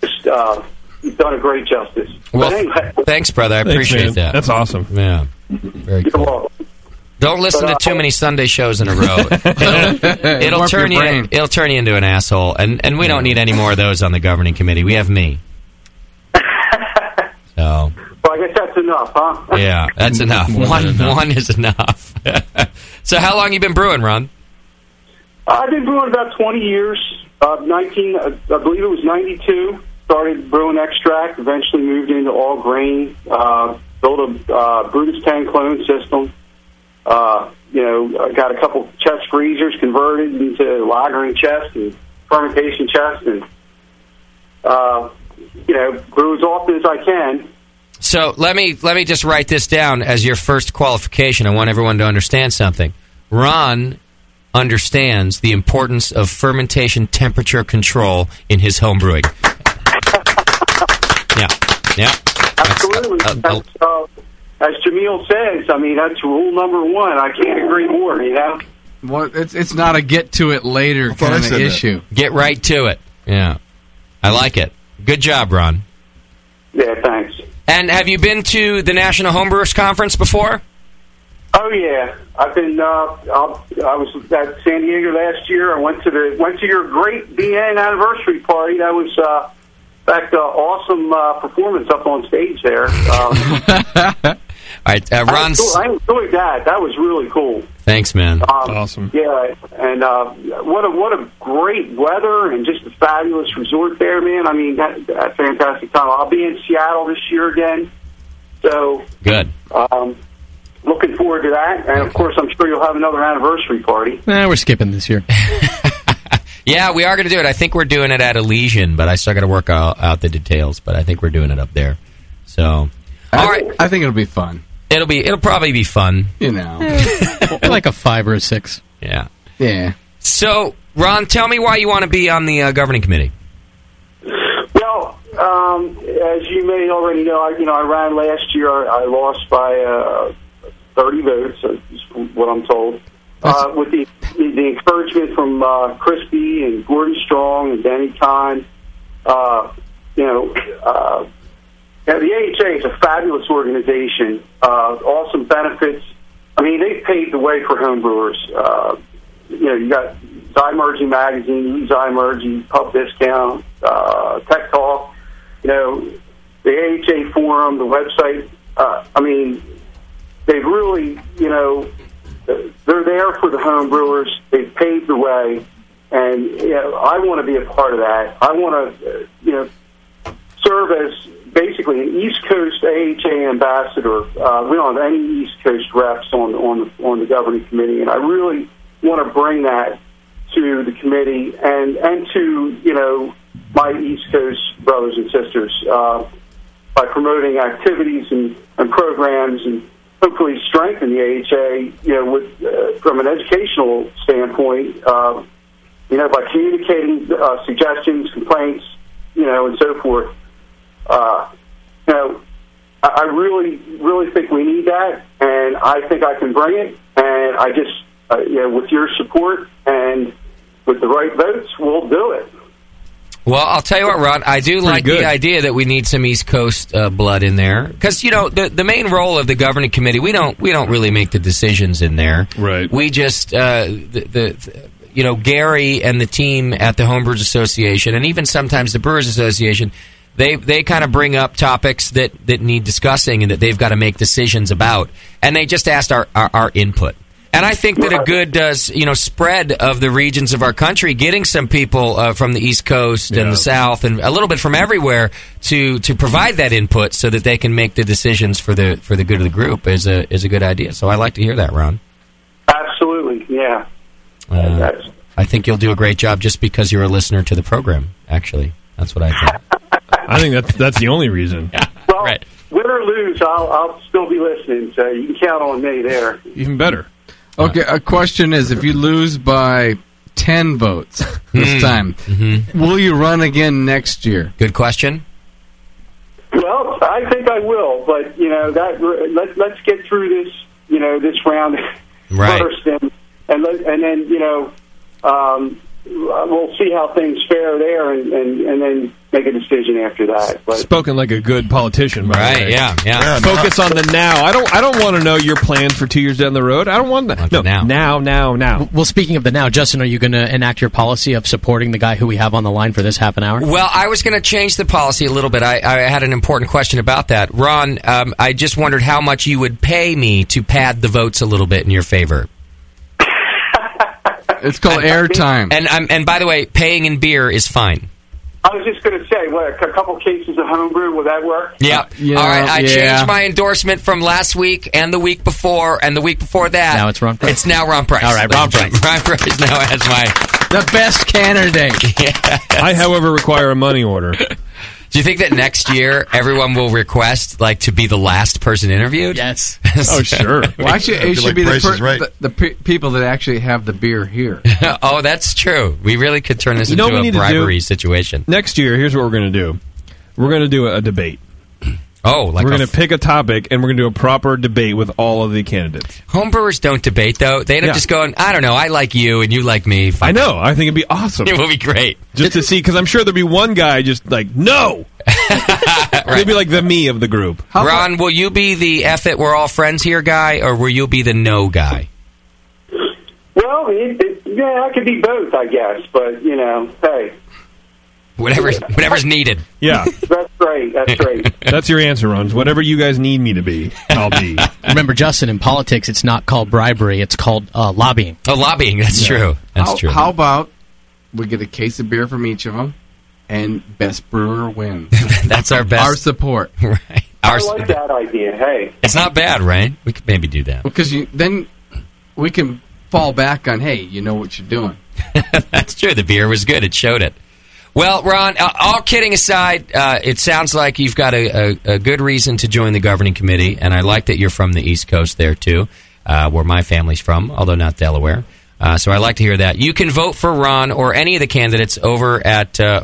Speaker 15: just uh, you've done a great justice.
Speaker 9: Well,
Speaker 15: But anyway,
Speaker 9: Thanks, brother. I
Speaker 4: Thanks,
Speaker 9: appreciate
Speaker 4: man.
Speaker 9: that.
Speaker 4: That's awesome.
Speaker 9: Yeah. Very cool. Don't listen to too many Sunday shows in a row.
Speaker 12: It'll,
Speaker 9: it'll turn you.
Speaker 12: brain.
Speaker 9: It'll turn you into an asshole, and and we don't need any more of those on the governing committee. We have me. So
Speaker 15: well, I guess that's enough, huh?
Speaker 9: yeah, that's enough.
Speaker 15: More than
Speaker 9: One
Speaker 15: enough.
Speaker 9: one is enough. so how long you been brewing, Ron?
Speaker 15: I've been brewing about 20 years. Uh, 19, uh, I believe it was 92. Started brewing extract. Eventually moved into all grain. Uh, built a uh, Brutus tank clone system. Uh, you know, I got a couple chest freezers converted into lagering chest and fermentation chest, and uh, you know, brew as often as I can.
Speaker 9: So let me let me just write this down as your first qualification. I want everyone to understand something. Ron understands the importance of fermentation temperature control in his home brewing. yeah, yeah.
Speaker 15: Absolutely. That's, uh, as Jamil says, I mean, that's rule number one. I can't agree more. You know.
Speaker 12: Well, it's it's not a get to it later
Speaker 15: thought I
Speaker 12: kind of
Speaker 15: said that.
Speaker 12: issue.
Speaker 9: Get right to it. Yeah, I like it. Good job, Ron.
Speaker 15: Yeah. Thanks.
Speaker 9: And have you been to the National Homebrewers Conference before?
Speaker 15: Oh yeah, I've been. Uh, I'll- I was at San Diego last year. I went to the went to your great BN anniversary party. That was, uh, in fact, uh, awesome uh, performance up on stage there. Um,
Speaker 9: All right, uh,
Speaker 15: I,
Speaker 9: Ron's.
Speaker 15: enjoyed, I enjoyed that. That was really cool.
Speaker 9: Thanks, man.
Speaker 15: Um, Yeah, and uh, what a what a great weather and just a fabulous resort there, man. I mean, that, that fantastic time. I'll be in Seattle this year again, so
Speaker 9: Good.
Speaker 15: um, looking forward to that. And of course, I'm sure you'll have another anniversary party.
Speaker 10: Nah, we're skipping this year.
Speaker 9: Yeah, we are going to do it. I think we're doing it at Elysian, but I still got to work out, out the details. But I think we're doing it up there. So
Speaker 12: All right. I think it'll be fun.
Speaker 9: it'll be it'll probably be fun.
Speaker 12: You know,
Speaker 10: like a five or a six.
Speaker 9: Yeah.
Speaker 12: Yeah.
Speaker 9: So Ron, tell me why you want to be on the uh, governing committee.
Speaker 15: Well, um, as you may already know, I, you know I ran last year. I, I lost by uh, 30 votes, uh, is what I'm told. Uh, with the the encouragement from uh, Crispy and Gordon Strong and Danny Kine, uh, you know, uh, yeah, the AHA is a fabulous organization. Uh, awesome benefits. I mean, they paved the way for homebrewers. Uh, you know, you got Zymergy magazine, Zymergy, Pub Discount, uh, Tech Talk, you know, the AHA forum, the website. Uh, I mean, they really, you know, they're there for the home brewers. They've paved the way, and you know, I want to be a part of that. I want to, uh, you know, serve as basically an East Coast AHA ambassador. Uh, we don't have any East Coast reps on on the, on the governing committee, and I really want to bring that to the committee and and to you know my East Coast brothers and sisters uh, by promoting activities and, and programs and hopefully strengthen the AHA. You know, with uh, from an educational standpoint. Uh, you know, by communicating uh, suggestions, complaints, you know, and so forth. Uh, you know, I, I really, really think we need that, and I think I can bring it. And I just, uh, you know, with your support and with the right votes, we'll do it.
Speaker 9: Well, I'll tell you what, Ron. I do like the idea that we need some East Coast uh, blood in there because you know the the main role of the governing committee. We don't we don't really make the decisions in there. Right. We just uh, the, the, the you know Gary and the team at the Homebrewers Association and even sometimes the Brewers Association. They they kind of bring up topics that that need discussing and that they've got to make decisions about, and they just asked our our, our input. And I think that a good, uh, s- you know, spread of the regions of our country, getting some people uh, from the East Coast and the South, and a little bit from everywhere, to to provide that input so that they can make the decisions for the for the good of the group is a is a good idea. So I like to hear that, Ron.
Speaker 15: Absolutely, yeah.
Speaker 9: Uh, I think you'll do a great job just because you're a listener to the program. Actually, that's what I think.
Speaker 4: I think that's that's the only reason.
Speaker 15: Well, win or lose, I'll, I'll still be listening. So you can count on me there.
Speaker 4: Even better.
Speaker 12: Okay, a question is if you lose by 10 votes
Speaker 15: Hmm.
Speaker 12: this time, will you run again next year?
Speaker 9: Mm-hmm. Good question.
Speaker 15: Well, I think I will, but you know that let let's get through this you know this round
Speaker 9: Right.
Speaker 15: first, and and, let, and then you know um, we'll see how things fare there, and, and and then make a decision after that. But
Speaker 4: Spoken like a good politician, by the
Speaker 9: Right,
Speaker 4: way.
Speaker 9: yeah, yeah. Yeah, no.
Speaker 4: Focus on the now. I don't. I don't want to know your plans for two years down the road. I don't want that. No, now, now, now, now.
Speaker 10: Well, speaking of the now, Justin, are you going to enact your policy of supporting the guy who we have on the line for this half an hour?
Speaker 9: Well, I was going to change the policy a little bit. I, I had an important question about that, Ron. Um, I just wondered how much you would pay me to pad the votes a little bit in your favor.
Speaker 12: It's called airtime.
Speaker 9: And um, and by the way, paying in beer is fine.
Speaker 15: I was just going to say, what a couple cases of homebrew would that work?
Speaker 9: Yeah.
Speaker 15: Uh, Yeah,
Speaker 9: All right. I
Speaker 15: yeah.
Speaker 9: changed my endorsement from last week and the week before and the week before that.
Speaker 10: Now it's Ron Price.
Speaker 9: It's now Ron Price.
Speaker 10: All right, Ron
Speaker 9: Price. Ron Price now has my.
Speaker 10: The best candidate.
Speaker 4: I, however, require a money order.
Speaker 9: Do you think that next year everyone will request like to be the last person interviewed?
Speaker 10: Yes.
Speaker 4: Oh, sure.
Speaker 12: Well, actually, it should be the, per- the, the pe- people that actually have the beer here.
Speaker 9: oh, that's true. We really could turn this
Speaker 4: You know what
Speaker 9: into
Speaker 4: we
Speaker 9: a
Speaker 4: need to
Speaker 9: bribery
Speaker 4: do?
Speaker 9: situation.
Speaker 4: Next year, here's what we're going to do. We're going to do a debate.
Speaker 9: Oh, like
Speaker 4: we're
Speaker 9: a
Speaker 4: going to pick a topic and we're going to do a proper debate with all of the candidates.
Speaker 9: Homebrewers don't debate though. They don't
Speaker 4: Yeah.
Speaker 9: just go. and, I don't know. I like you and you like me.
Speaker 4: I know. I think it'd be awesome.
Speaker 9: It would be great.
Speaker 4: just to see because I'm sure there'll be one guy just like no. He'll be like the me of the group.
Speaker 9: Ron, will you be the F it we're all friends here guy, or will you be the no guy?
Speaker 15: Well, it, it, yeah, I could be both, I guess. But you know, hey,
Speaker 9: Whatever's whatever's needed.
Speaker 4: Yeah,
Speaker 15: that's great. That's great.
Speaker 4: that's your answer, Runs. Whatever you guys need me to be, I'll be.
Speaker 10: Remember, Justin, in politics, it's not called bribery; it's called uh, lobbying.
Speaker 9: Oh, lobbying. That's true. That's
Speaker 12: how,
Speaker 9: true.
Speaker 12: How about we get a case of beer from each of them, and best brewer wins.
Speaker 9: That's our best.
Speaker 12: Our support.
Speaker 9: right.
Speaker 15: I like that idea. Hey,
Speaker 9: It's not bad, right? We could maybe do that.
Speaker 12: Because you, then we can fall back on, hey, you know what you're doing.
Speaker 9: That's true. The beer was good. It showed it. Well, Ron, uh, all kidding aside, uh, it sounds like you've got a, a, a good reason to join the governing committee, and I like that you're from the East Coast there, too, uh, where my family's from, although not Delaware. Uh, so I like to hear that. You can vote for Ron or any of the candidates over at uh,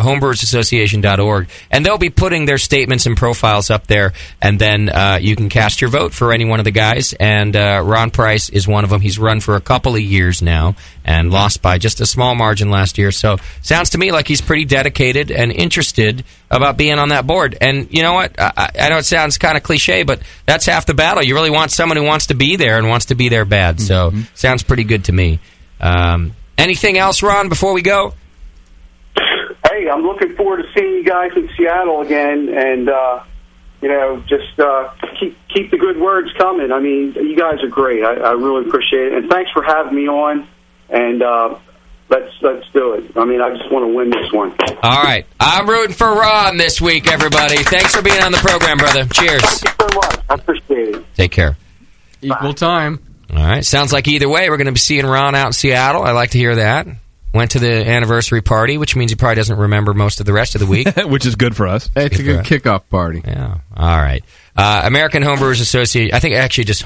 Speaker 9: homebrewersassociation.org, and they'll be putting their statements and profiles up there, and then uh, you can cast your vote for any one of the guys. And uh, Ron Price is one of them. He's run for a couple of years now and lost by just a small margin last year. So sounds to me like he's pretty dedicated and interested about being on that board. And you know what? I, I I know it sounds kind of cliche, but that's half the battle. You really want someone who wants to be there and wants to be there bad. So sounds pretty good to me. Um, anything else, Ron, before we go?
Speaker 15: Hey, I'm looking forward to seeing you guys in Seattle again, and uh, you know, just uh, keep keep the good words coming. I mean, you guys are great. I, I really appreciate it, and thanks for having me on. And uh, let's let's do it. I mean, I just want to win this one.
Speaker 9: All right. I'm rooting for Ron this week, everybody. Thanks for being on the program, brother. Cheers.
Speaker 15: I appreciate it.
Speaker 9: Take care.
Speaker 12: Equal time.
Speaker 9: All right. Sounds like either way, we're going to be seeing Ron out in Seattle. I like to hear that. Went to the anniversary party, which means he probably doesn't remember most of the rest of the week.
Speaker 4: which is good for us.
Speaker 12: It's a good kickoff party.
Speaker 9: Yeah. All right. Uh, American Homebrewers Association. I think actually just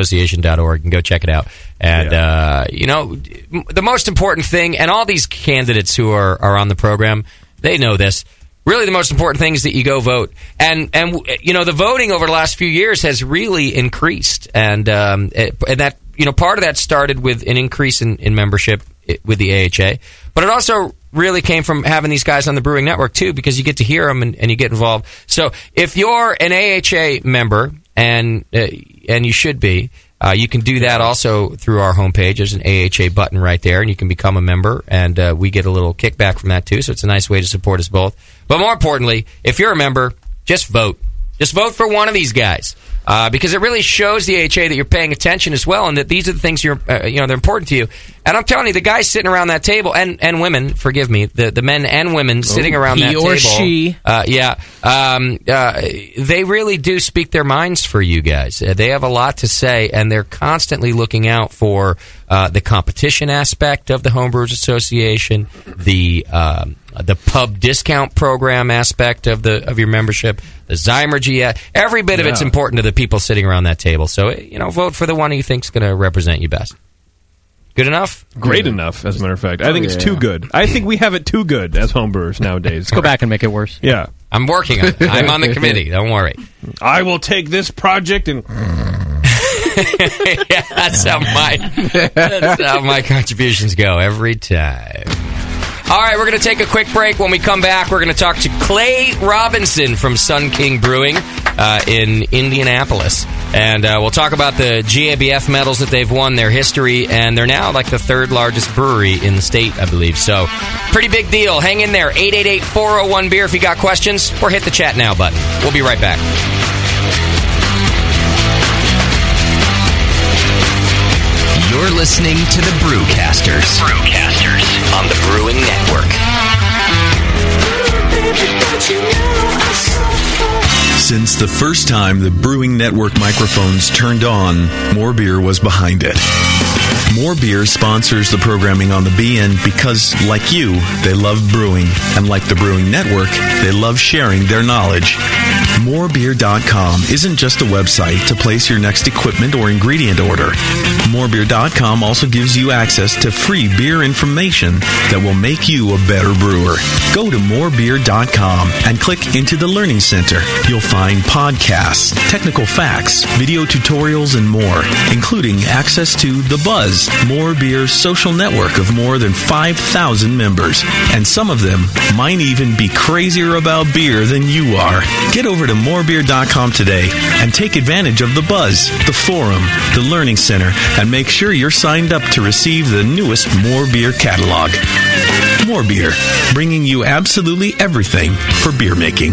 Speaker 9: homebrewersassociation.org and go check it out. And, uh, you know, m- the most important thing, and all these candidates who are, are on the program, they know this. Really, the most important thing is that you go vote. And, and w- you know, the voting over the last few years has really increased. And, um, it- and that, you know, part of that started with an increase in, in membership i- with the AHA. But it also really came from having these guys on the Brewing Network too, because you get to hear them and, and you get involved. So if you're an AHA member, and uh, and you should be, uh, you can do that also through our homepage. There's an AHA button right there, and you can become a member, and uh, we get a little kickback from that too. So it's a nice way to support us both. But more importantly, if you're a member, just vote. Just vote for one of these guys uh, because it really shows the AHA that you're paying attention as well, and that these are the things you're, uh, you know, they're important to you. And I'm telling you, the guys sitting around that table and and women, forgive me, the the men and women sitting around
Speaker 16: Oh, he
Speaker 9: that
Speaker 16: or
Speaker 9: table,
Speaker 16: she.
Speaker 9: uh, yeah, um, uh, they really do speak their minds for you guys. Uh, they have a lot to say, and they're constantly looking out for uh, the competition aspect of the Homebrewers Association, the um, the pub discount program aspect of the of your membership, the Zymergy. uh, Every bit of it's
Speaker 17: Yeah.
Speaker 9: important to the people sitting around that table. So uh, you know, vote for the one you think's going to represent you best. Good enough?
Speaker 4: Great enough, as a matter of fact. I
Speaker 9: Oh,
Speaker 4: think it's
Speaker 9: yeah.
Speaker 4: too good. I think we have it too good as homebrewers nowadays. Let's
Speaker 16: go back and make it worse.
Speaker 4: Yeah.
Speaker 9: I'm working on it. I'm on the committee. Don't worry.
Speaker 4: I will take this project and.
Speaker 9: yeah, that's how my that's how my contributions go every time. All right, we're going to take a quick break. When we come back, we're going to talk to Clay Robinson from Sun King Brewing uh, in Indianapolis, and uh, we'll talk about the GABF medals that they've won, their history, and they're now like the third largest brewery in the state, I believe. So, pretty big deal. Hang in there. 888-401 beer if you got questions, or hit the chat now button. We'll be right back.
Speaker 17: You're listening to the Brewcasters. Brewcasters on the Brewing Network.
Speaker 1: Since the first time the Brewing Network microphones turned on, More Beer was behind it. More Beer sponsors the programming on the BN because, like you, they love brewing, and like the Brewing Network, they love sharing their knowledge. Morebeer.com isn't just a website to place your next equipment or ingredient order. Morebeer.com also gives you access to free beer information that will make you a better brewer. Go to morebeer.com and click into the Learning Center. You'll find podcasts, technical facts, video tutorials, and more, including access to The Buzz, More Beer's social network of more than 5,000 members. And some of them might even be crazier about beer than you are. Get over to morebeer.com today and take advantage of The Buzz, the forum, the Learning Center, and make sure you're signed up to receive the newest More Beer catalog. More Beer, bringing you absolutely everything for beer making.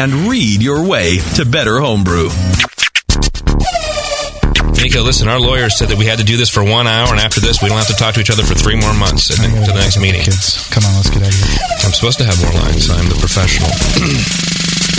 Speaker 1: and read your way to better homebrew.
Speaker 3: Nico, listen, our lawyers said that we had to do this for one hour, and after this, we don't have to talk to each other for three more months and then to the next meeting.
Speaker 18: Come on, let's get out of here.
Speaker 3: I'm supposed to have more lines. I'm the professional.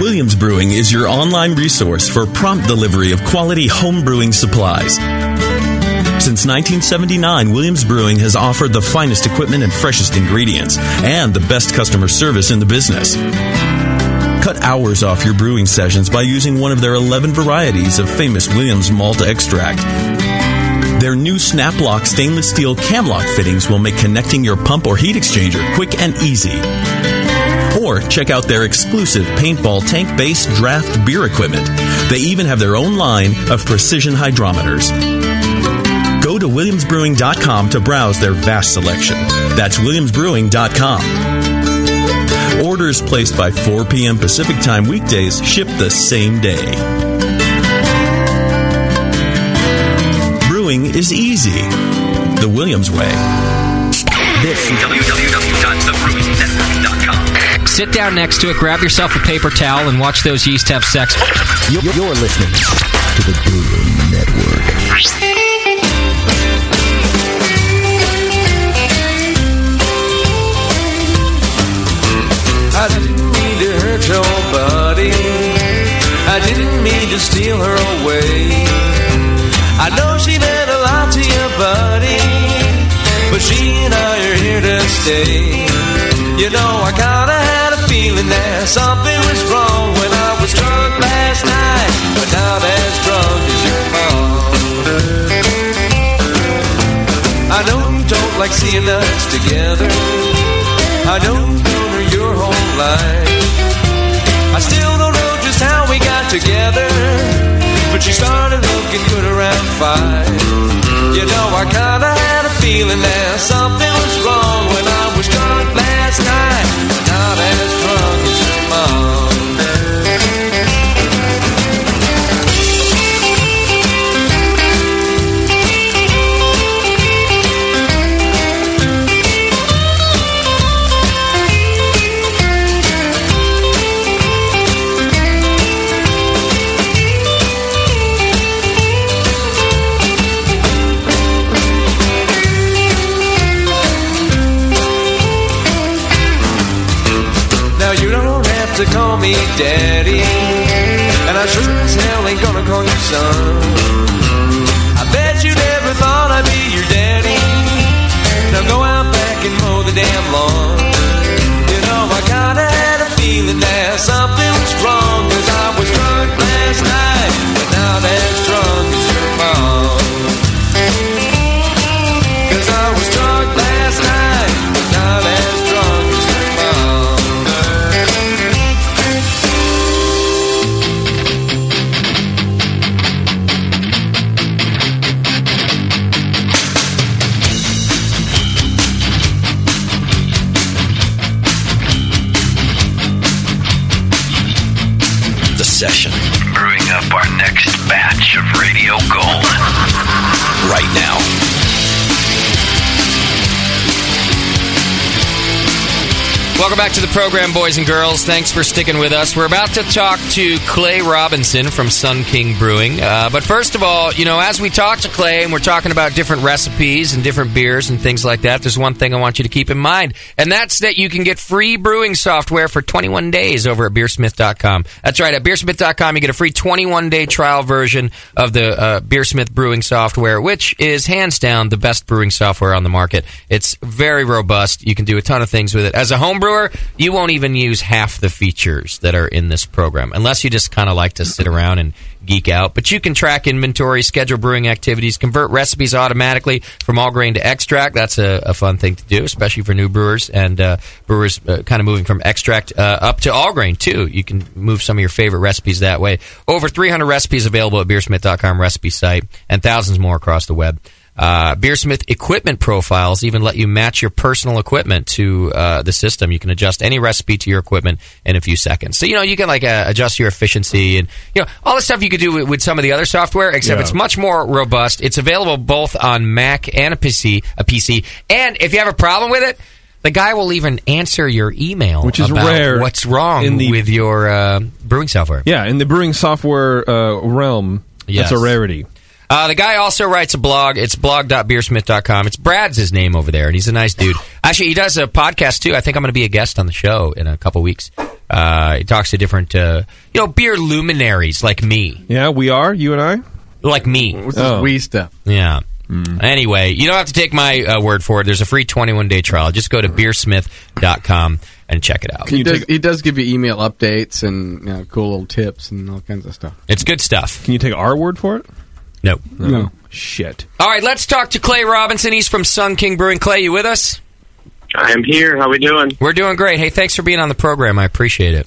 Speaker 1: Williams Brewing is your online resource for prompt delivery of quality home brewing supplies. Since 1979, Williams Brewing has offered the finest equipment and freshest ingredients, and the best customer service in the business. Cut hours off your brewing sessions by using one of their 11 varieties of famous Williams malt extract. Their new Snaplock stainless steel cam lock fittings will make connecting your pump or heat exchanger quick and easy. Or check out their exclusive paintball tank based draft beer equipment. They even have their own line of precision hydrometers. Go to WilliamsBrewing.com to browse their vast selection. That's WilliamsBrewing.com. Orders placed by 4 p.m. Pacific Time weekdays ship the same day. Brewing is easy. The Williams way. This
Speaker 19: Sit down next to it, grab yourself a paper towel, and watch those yeast have sex. You're, listening to the Brewing Network.
Speaker 2: I didn't mean to hurt your body. I didn't mean to steal her away. I know she meant a lot to your buddy, but she and I are here to stay. You know, I kinda had a feeling that something was wrong when I was drunk last night, but not as drunk as your mom. I know you don't like seeing us together. I know you've known her your whole life. I still don't know just how we got together. But she started looking good around five. You know, I kinda had a feeling that something was wrong when I was drunk last night. Not as drunk as your mom. Now you don't have to call me daddy, and I sure as hell ain't gonna call you son. I bet you never thought I'd be your daddy. Now go out back and mow the damn lawn. You know I kinda had a feeling that something was wrong, 'cause I was drunk last night, but not as drunk as your mom. 'Cause I was drunk last night, but not as drunk as your mom.
Speaker 20: session. Brewing up our next batch of radio gold. Right now.
Speaker 9: Welcome back to the program, boys and girls. Thanks for sticking with us. We're about to talk to Clay Robinson from Sun King Brewing. Uh, but first of all, you know, as we talk to Clay and we're talking about different recipes and different beers and things like that, there's one thing I want you to keep in mind, and that's that you can get free brewing software for 21 days over at beersmith.com. That's right, at beersmith.com, you get a free 21 day trial version of the uh, Beersmith brewing software, which is hands down the best brewing software on the market. It's very robust. You can do a ton of things with it. As a home brewer, you won't even use half the features that are in this program, unless you just kind of like to sit around and geek out. But you can track inventory, schedule brewing activities, convert recipes automatically from all grain to extract. That's a, a fun thing to do, especially for new brewers and uh, brewers uh, kind of moving from extract uh, up to all grain, too. You can move some of your favorite recipes that way. Over 300 recipes available at beersmith.com recipe site and thousands more across the web. Uh, Beersmith equipment profiles even let you match your personal equipment to uh, the system. You can adjust any recipe to your equipment in a few seconds. So you know you can like uh, adjust your efficiency and you know all the stuff you could do with, with some of the other software. Except
Speaker 21: Yeah.
Speaker 9: it's much more robust. It's available both on Mac and a PC. A PC, and if you have a problem with it, the guy will even answer your email,
Speaker 13: Which is
Speaker 9: about
Speaker 13: rare
Speaker 9: What's wrong
Speaker 13: in the-
Speaker 9: with your uh, brewing software?
Speaker 13: Yeah, in the brewing software uh, realm,
Speaker 9: Yes.
Speaker 13: that's a rarity.
Speaker 9: Uh, the guy also writes a blog. It's blog.beersmith.com. It's Brad's his name over there, and he's a nice dude. Actually, he does a podcast too. I think I'm going to be a guest on the show in a couple weeks. Uh, he talks to different, uh, you know, beer luminaries like me.
Speaker 13: Yeah, we are you and I.
Speaker 9: Like me.
Speaker 13: What's this Oh. we stuff?
Speaker 9: Yeah. Anyway, you don't have to take my uh, word for it. There's a free 21 day trial. Just go to beersmith.com and check it out.
Speaker 12: He does, he does give you email updates and you know, cool little tips and all kinds of stuff.
Speaker 9: It's good stuff.
Speaker 13: Can you take our word for it?
Speaker 9: No.
Speaker 12: No.
Speaker 13: Shit.
Speaker 9: All right, let's talk to Clay Robinson. He's from Sun King Brewing. Clay, you with us?
Speaker 22: I am here. How we doing?
Speaker 9: We're doing great. Hey, thanks for being on the program. I appreciate it.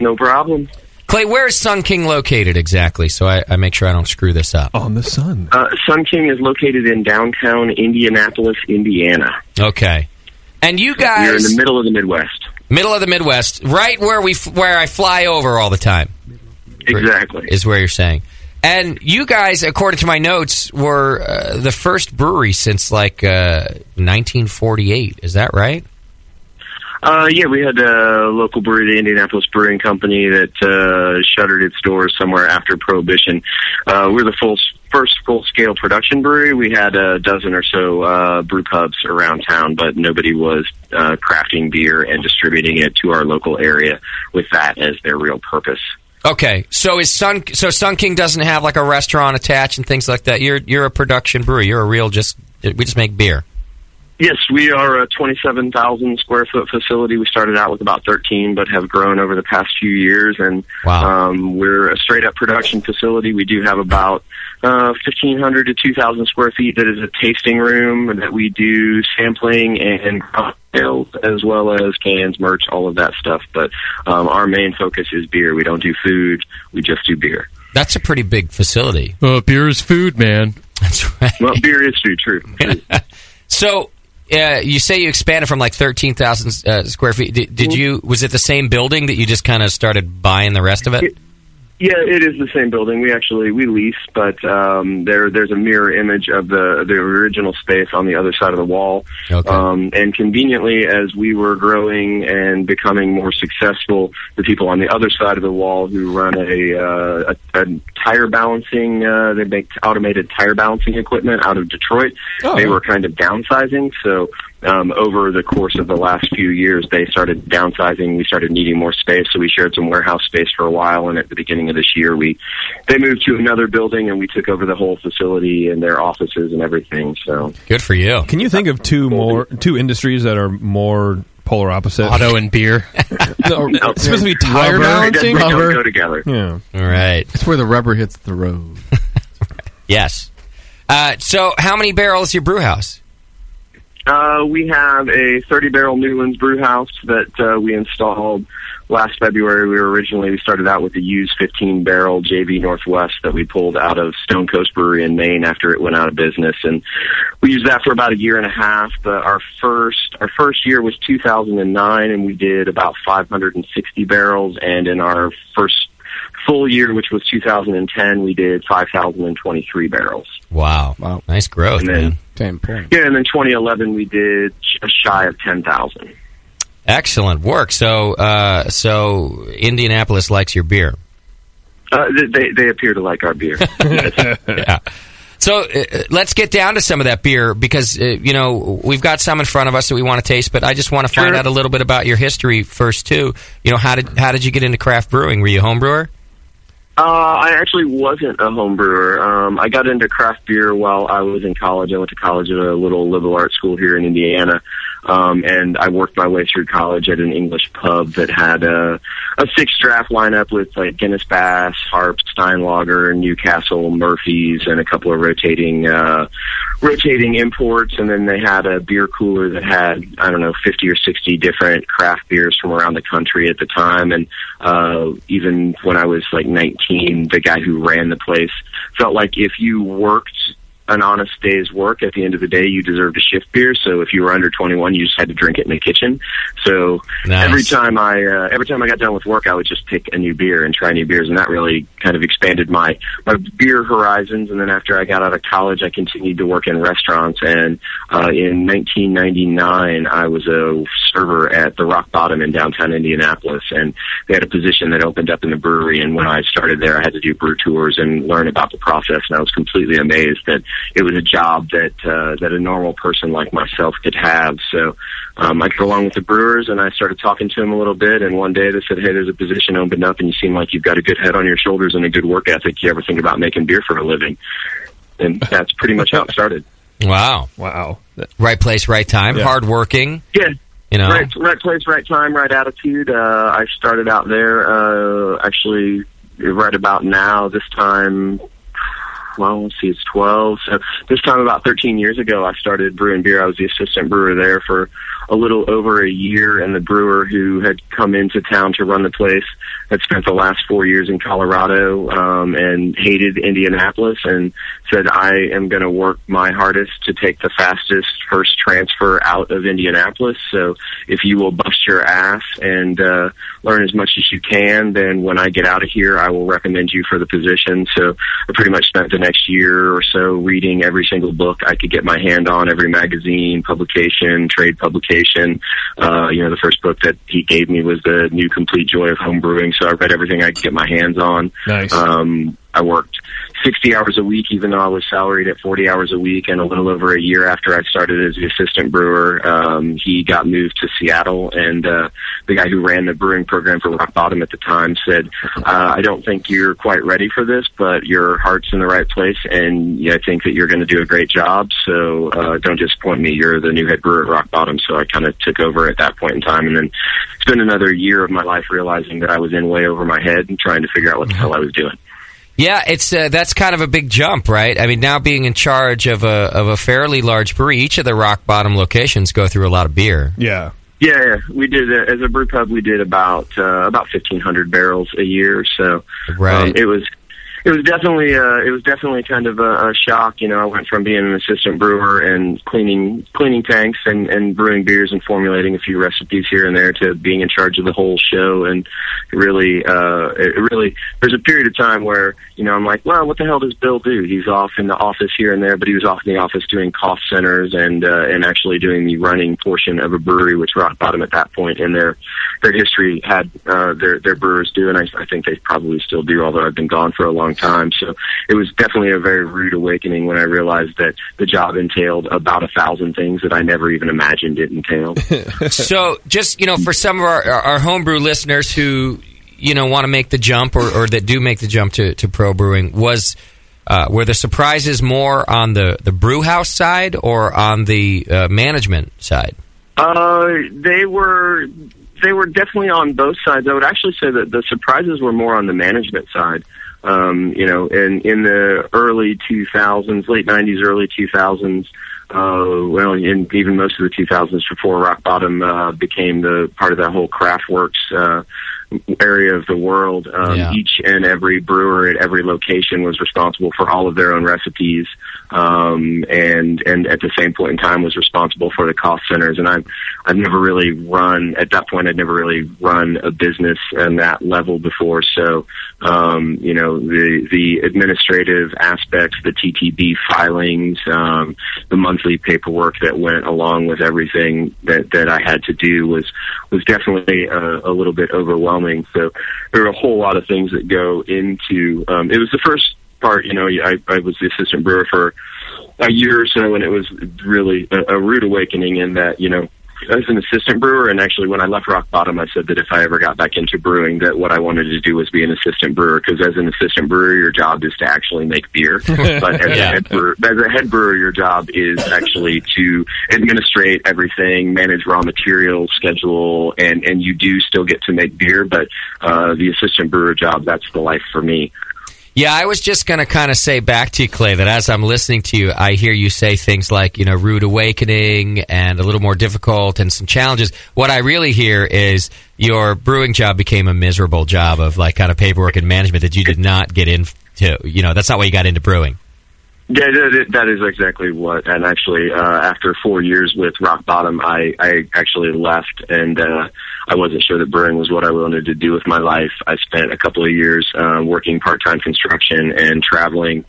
Speaker 22: No problem.
Speaker 9: Clay, where is Sun King located exactly? So I, I make sure I don't screw this up.
Speaker 13: On the sun.
Speaker 22: Uh, Sun King is located in downtown Indianapolis, Indiana.
Speaker 9: Okay. And you guys
Speaker 22: We're in the middle of the Midwest.
Speaker 9: middle of the Midwest, right where we f- where I fly over all the time.
Speaker 22: Exactly
Speaker 9: is where you're saying. And you guys, according to my notes, were uh, the first brewery since like uh, 1948. Is that right?
Speaker 22: Uh, yeah, we had a local brewery, the Indianapolis Brewing Company, that uh, shuttered its doors somewhere after Prohibition. Uh, we were the full, first full-scale production brewery. We had a dozen or so uh, brew pubs around town, but nobody was uh, crafting beer and distributing it to our local area with that as their real purpose.
Speaker 9: Okay. So is Sun so Sun King doesn't have like a restaurant attached and things like that. You're you're a production brewery. You're a real just we just make beer.
Speaker 22: Yes, we are a 27,000 square foot facility. We started out with about 13, but have grown over the past few years. And um, we're a straight up production facility. We do have about uh, 1,500 to 2,000 square feet that is a tasting room that we do sampling and cocktails as well as cans, merch, all of that stuff. But um, our main focus is beer. We don't do food, we just do beer.
Speaker 9: That's a pretty big facility.
Speaker 10: Uh, beer is food, man.
Speaker 22: Well, beer is true, true.
Speaker 9: So uh, you say you expanded from like thirteen thousand uh, square feet. Did, did you? Was it the same building that you just kind of started buying the rest of it?
Speaker 22: Yeah, it is the same building. We actually we lease, but um, there there's a mirror image of the the original space on the other side of the wall. Um, and conveniently, as we were growing and becoming more successful, the people on the other side of the wall who run a uh, a, a tire balancing uh, they make automated tire balancing equipment out of Detroit.
Speaker 23: Oh.
Speaker 22: They were kind of downsizing, so um, over the course of the last few years, they started downsizing. We started needing more space, so we shared some warehouse space for a while. And at the beginning of this year, we they moved to another building, and we took over the whole facility and their offices and everything. So
Speaker 9: Good for you.
Speaker 13: Can you think of two more two industries that are more polar opposite?
Speaker 10: Auto and beer.
Speaker 13: no, specifically tire
Speaker 12: Rubber.
Speaker 13: balancing.
Speaker 12: They don't go
Speaker 13: Rubber.
Speaker 22: together.
Speaker 13: Yeah.
Speaker 9: All right.
Speaker 12: That's where the rubber hits the road.
Speaker 9: Yes. Uh, so how many barrels is your brew house?
Speaker 22: Uh, we have a 30 barrel Newlands brew house that uh, we installed last February. We were originally we started out with a used 15 barrel JV Northwest that we pulled out of Stone Coast Brewery in Maine after it went out of business, and we used that for about a year and a half. But our first our first year was 2009, and we did about 560 barrels, and in our first full year, which was 2010, we did 5,023 barrels.
Speaker 9: Wow. Wow. Nice growth,
Speaker 22: And then-
Speaker 9: man.
Speaker 22: Yeah, and then 2011 we did just shy of 10,000.
Speaker 9: Excellent work. So, uh, so Indianapolis likes your beer.
Speaker 22: Uh, th- they they appear to like our beer.
Speaker 9: yeah. So uh, uh, let's get down to some of that beer because uh, you know we've got some in front of us that we want to taste, but I just want to find out a little bit about your history first too. You know how did how did you get into craft brewing? Were you a home brewer?
Speaker 22: Uh, I actually wasn't a home brewer. Um, I got into craft beer while I was in college. I went to college at a little liberal arts school here in Indiana, um, and I worked my way through college at an English pub that had a, a six draft lineup with like Guinness Bass, Harp, Steinlager, Newcastle, Murphy's, and a couple of rotating uh, rotating imports. And then they had a beer cooler that had I don't know fifty or sixty different craft beers from around the country at the time, and uh, even when I was like 19, the guy who ran the place felt like if you worked an honest day's work at the end of the day, you deserved a shift beer. So if you were under 21, you just had to drink it in the kitchen. So
Speaker 9: Nice.
Speaker 22: every time I, uh, every time I got done with work, I would just pick a new beer and try new beers. And that really kind of expanded my, my beer horizons. And then after I got out of college, I continued to work in restaurants. And, uh, in 1999, I was a server at the Rock Bottom in downtown Indianapolis. And they had a position that opened up in the brewery and when I started there I had to do brew tours and learn about the process and I was completely amazed that it was a job that uh, that a normal person like myself could have so um, I got along with the brewers and I started talking to them a little bit and one day they said hey there's a position opened up and you seem like you've got a good head on your shoulders and a good work ethic you ever think about making beer for a living and that's pretty much how it started
Speaker 9: Wow. Wow. Right place, right time.
Speaker 22: Yeah.
Speaker 9: Hard working.
Speaker 22: Yeah.
Speaker 9: You know.
Speaker 22: right, right place, right time, right attitude. Uh, I started out there uh, actually right about now. This time, well, let's see, it's twelve. So this time about thirteen years ago, I started brewing beer. I was the assistant brewer there for a little over a year, and the brewer who had come into town to run the place had spent the last four years in Colorado um, and hated Indianapolis and said, I am going to work my hardest to take the fastest first transfer out of Indianapolis. So if you will bust your ass and uh, learn as much as you can, then when I get out of here, I will recommend you for the position. So I pretty much spent the next year or so reading every single book I could get my hand on, every magazine, publication, trade publication. Uh, you know, the first book that he gave me was The New Complete Joy of Home Brewing. So I read everything I could get my hands on.
Speaker 24: Nice.
Speaker 22: Um, I worked 60 hours a week, even though I was salaried at 40 hours a week. And a little over a year after I started as the assistant brewer, um, he got moved to Seattle. And uh, the guy who ran the brewing program for Rock Bottom at the time said, uh, I don't think you're quite ready for this, but your heart's in the right place. And yeah, I think that you're going to do a great job. So uh, don't disappoint me. You're the new head brewer at Rock Bottom. So I kind of took over at that point in time. And then it's been another year of my life realizing that I was in way over my head and trying to figure out what the hell I was doing.
Speaker 9: Yeah, it's uh, that's kind of a big jump, right? I mean, now being in charge of a of a fairly large brewery, each of the rock bottom locations go through a lot of beer.
Speaker 22: Yeah. Yeah, yeah. we did uh, as a brew pub. We did about uh, about fifteen hundred barrels a year. So um,
Speaker 9: Right.
Speaker 22: it was it was definitely uh, it was definitely kind of a, a shock. You know, I went from being an assistant brewer and cleaning cleaning tanks and, and brewing beers and formulating a few recipes here and there to being in charge of the whole show. And really, uh, it it really there's a period of time where you know I'm like, well, what the hell does Bill do? He's off in the office here and there, but he was off in the office doing cost centers and uh, and actually doing the running portion of a brewery, which Rock Bottom at that point in their their history had uh, their their brewers do, and I, I think they probably still do, although I've been gone for a long time. So it was definitely a very rude awakening when I realized that the job entailed about a thousand things that I never even imagined it entailed.
Speaker 9: so just you know for some of our, our our homebrew listeners who you know want to make the jump or, or that do make the jump to, to pro brewing was uh, were the surprises more on the the brew house side or on the uh, management side
Speaker 22: Uh, they were they were definitely on both sides. I would actually say that the surprises were more on the management side. Um, you know, in in the early 2000s, late 90s, early 2000s. Uh, well, and even most of the 2000s before Rock Bottom uh, became the part of that whole Craftworks uh, area of the world. Um, Each and every brewer at every location was responsible for all of their own recipes, um, and and at the same point in time was responsible for the cost centers. And I'm I've never really run at that point. I'd never really run a business on that level before. So um, you know the the administrative aspects, the TTB filings, um, the monthly paperwork that went along with everything that that I had to do was was definitely a, a little bit overwhelming. So there were a whole lot of things that go into. Um, it was the first part. You know, I, I was the assistant brewer for a year or so, and it was really a, a rude awakening in that you know as an assistant brewer, and actually when I left Rock Bottom, I said that if I ever got back into brewing, that what I wanted to do was be an assistant brewer because as an assistant brewer, your job is to actually make beer, but as, a
Speaker 24: Yeah.
Speaker 22: head brewer, as a head brewer, your job is actually to administrate everything, manage raw material, schedule, and and you do still get to make beer, but uh, the assistant brewer job that's the life for me.
Speaker 9: Yeah, I was just going to kind of say back to you, Clay, that as I'm listening to you, I hear you say things like, you know, rude awakening and a little more difficult and some challenges. What I really hear is your brewing job became a miserable job of like kind of paperwork and management that you did not get into. You know, that's not why you got into brewing.
Speaker 22: Yeah, that is- that is exactly what. And actually, uh, after four years with Rock Bottom, I, I actually left, and uh, I wasn't sure that brewing was what I wanted to do with my life. I spent a couple of years uh, working part time construction and traveling,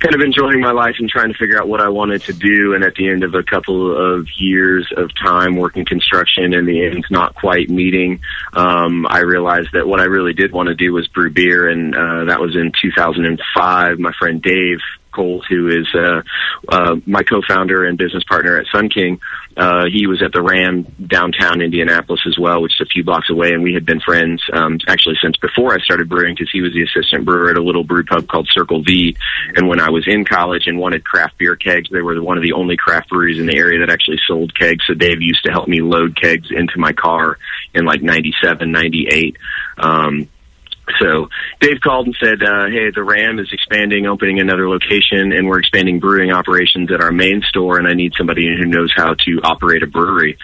Speaker 22: kind of enjoying my life and trying to figure out what I wanted to do. And at the end of a couple of years of time working construction and the ends not quite meeting, um, I realized that what I really did want to do was brew beer, and uh, that was in 2005. My friend Dave. Colt, who is uh, uh, my co-founder and business partner at Sun King, uh, he was at the Ram downtown Indianapolis as well, which is a few blocks away, and we had been friends um, actually since before I started brewing because he was the assistant brewer at a little brew pub called Circle V. And when I was in college and wanted craft beer kegs, they were one of the only craft breweries in the area that actually sold kegs. So Dave used to help me load kegs into my car in like '97, '98. Um, so Dave called and said, uh, "Hey, the Ram is expanding, opening another location, and we're expanding brewing operations at our main store, and I need somebody who knows how to operate a brewery."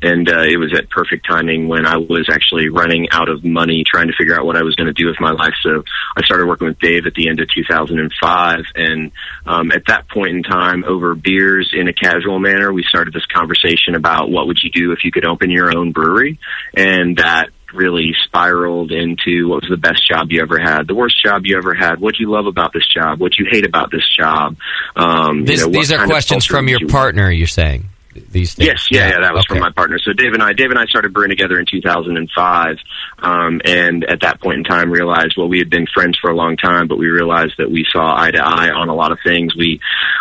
Speaker 22: And uh, it was at perfect timing when I was actually running out of money, trying to figure out what I was going to do with my life. So I started working with Dave at the end of 2005, and um, at that point in time, over beers in a casual manner, we started this conversation about what would you do if you could open your own brewery, and that really spiraled into what was the best job you ever had, the worst job you ever had, what you love about this job, what you hate about this job. Um, you
Speaker 9: This,
Speaker 22: know, what
Speaker 9: these are
Speaker 22: kind of
Speaker 9: questions
Speaker 22: culture
Speaker 9: from
Speaker 22: did
Speaker 9: your
Speaker 22: you-
Speaker 9: partner, you're saying. These things.
Speaker 22: Yes, yeah, yeah, that was from my partner. So Dave and I, Dave and I started brewing together in 2005, um, and at that point in time realized, well, we had been friends for a long time, but we realized that we saw eye to eye on a lot of things. We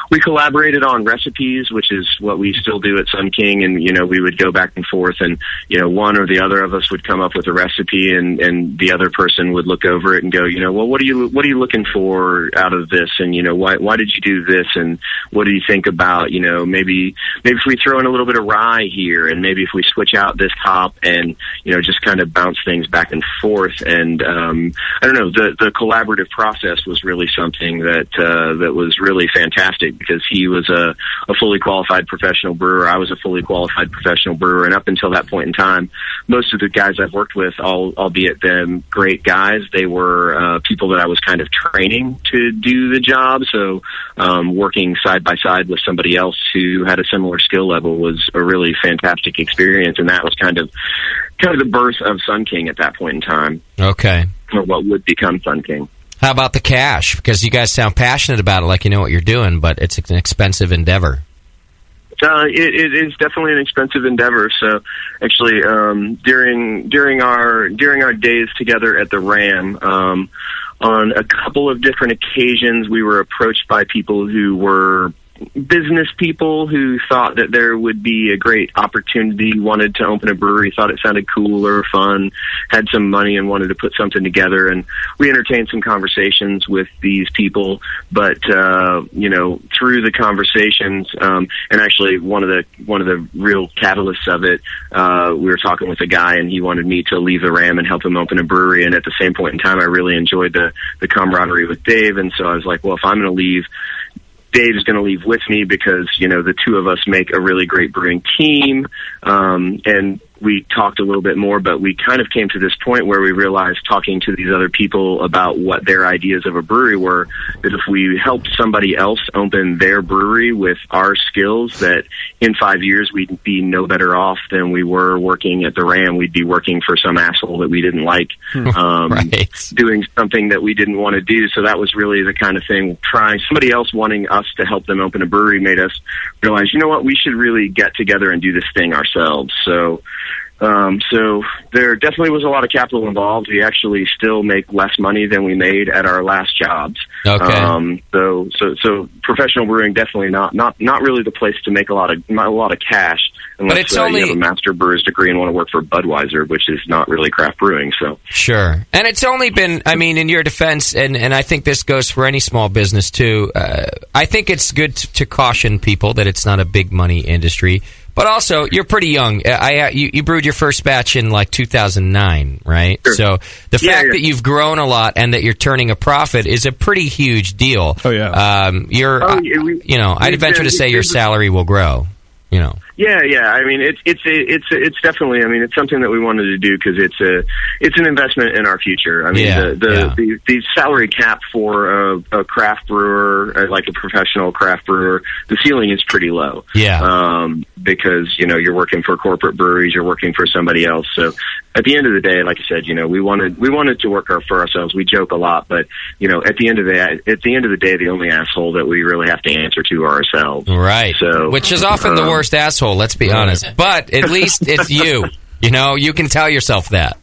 Speaker 22: we collaborated on recipes, which is what we still do at Sun King, and you know we would go back and forth, and you know one or the other of us would come up with a recipe, and and the other person would look over it and go, you know, well, what are you what are you looking for out of this, and you know why why did you do this, and what do you think about you know maybe maybe if we throw in a little bit of rye here and maybe if we switch out this hop and you know just kind of bounce things back and forth and um, I don't know the the collaborative process was really something that uh, that was really fantastic because he was a, a fully qualified professional brewer I was a fully qualified professional brewer and up until that point in time most of the guys I've worked with all albeit them great guys they were uh, people that I was kind of training to do the job so um, working side by side with somebody else who had a similar skill level was a really fantastic experience, and that was kind of kind of the birth of Sun King at that point in time,
Speaker 9: Okay.
Speaker 22: or what would become Sun King.
Speaker 9: How about the cash? Because you guys sound passionate about it, like you know what you're doing, but it's an expensive endeavor.
Speaker 22: Uh, it, it is definitely an expensive endeavor. So, actually, um, during during our during our days together at the Ram, um, on a couple of different occasions, we were approached by people who were business people who thought that there would be a great opportunity, wanted to open a brewery, thought it sounded cool or fun, had some money and wanted to put something together. And we entertained some conversations with these people, but, uh, you know, through the conversations, um, and actually one of the, one of the real catalysts of it, uh, we were talking with a guy and he wanted me to leave the Ram and help him open a brewery. And at the same point in time, I really enjoyed the, the camaraderie with Dave. And so I was like, well, if I'm going to leave, Dave's going to leave with me because you know the two of us make a really great brewing team, um, and we talked a little bit more, but we kind of came to this point where we realized talking to these other people about what their ideas of a brewery were that if we helped somebody else open their brewery with our skills, that in five years we'd be no better off than we were working at the Ram. We'd be working for some asshole that we didn't like, um, doing something that we didn't want to do. So that was really the kind of thing trying somebody else wanting us to help them open a brewery made us realize, you know what, we should really get together and do this thing ourselves. So, um, so there definitely was a lot of capital involved. We actually still make less money than we made at our last jobs.
Speaker 9: Okay.
Speaker 22: Um, so, so, so professional brewing definitely not, not, not really the place to make a lot of, not a lot of cash. Unless
Speaker 9: it's
Speaker 22: uh,
Speaker 9: only-
Speaker 22: you have a master brewer's degree and want to work for Budweiser, which is not really craft brewing. So
Speaker 9: Sure. And it's only been, I mean, in your defense, and, and I think this goes for any small business too, uh, I think it's good t- to caution people that it's not a big money industry. But also, you're pretty young. Uh, I, uh, you, you brewed your first batch in like 2009, right? So the fact that you've grown a lot and that you're turning a profit is a pretty huge deal. Oh, yeah. Um, you're,
Speaker 22: Oh,
Speaker 9: uh,
Speaker 22: yeah, we-
Speaker 9: you know, I'd
Speaker 22: we've
Speaker 9: venture to
Speaker 22: been-
Speaker 9: say your
Speaker 22: we've been-
Speaker 9: salary will grow, you know.
Speaker 22: Yeah, yeah. I mean, it's it's it's it's definitely. I mean, it's something that we wanted to do because it's a it's an investment in our future. I mean,
Speaker 9: Yeah,
Speaker 22: the the,
Speaker 9: yeah.
Speaker 22: the the salary cap for a, a craft brewer, uh, like a professional craft brewer, the ceiling is pretty low.
Speaker 9: Yeah.
Speaker 22: Um, because you know you're working for corporate breweries, you're working for somebody else. So at the end of the day, like I said, you know, we wanted we wanted to work our, for ourselves. We joke a lot, but you know, at the end of the at the end of the day, the only asshole that we really have to answer to are ourselves.
Speaker 9: Right.
Speaker 22: So
Speaker 9: Which is often the
Speaker 22: um,
Speaker 9: worst asshole, let's be honest. But at least it's you. You know, you can tell yourself that.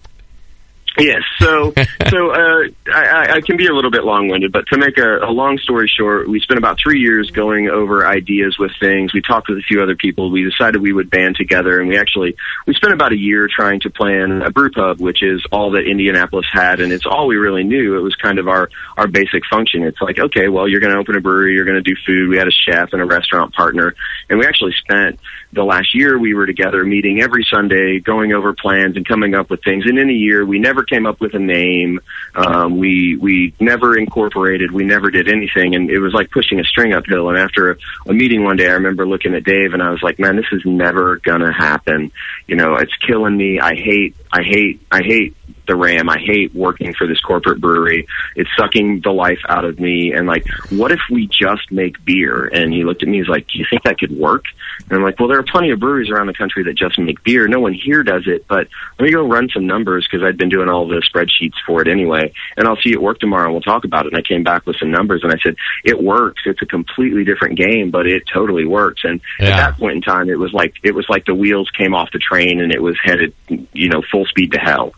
Speaker 22: Yes, so so uh, I, I- I can be a little bit long-winded, but to make a, a long story short, we spent about three years going over ideas with things. We talked with a few other people. We decided we would band together, and we actually we spent about a year trying to plan a brew pub, which is all that Indianapolis had, and it's all we really knew. It was kind of our our basic function. It's like, okay, well, you're going to open a brewery, you're going to do food. We had a chef and a restaurant partner, and we actually spent the last year we were together meeting every Sunday, going over plans and coming up with things. And in a year, we never came up with a name. Um, we we never incorporated. We never did anything, and it was like pushing a string uphill. And after a, a meeting one day, I remember looking at Dave, and I was like, "Man, this is never gonna happen. You know, it's killing me. I hate. I hate. I hate." The Ram. I hate working for this corporate brewery. It's sucking the life out of me. And like, what if we just make beer? And he looked at me. He's like, "Do you think that could work?" And I'm like, well, there are plenty of breweries around the country that just make beer. No one here does it, but let me go run some numbers because I'd been doing all the spreadsheets for it anyway. And I'll see you at work tomorrow and we'll talk about it. And I came back with some numbers and I said, it works. It's a completely different game, but it totally works. And at that point in time, it was like, it was like the wheels came off the train and it was headed, you know, full speed to hell.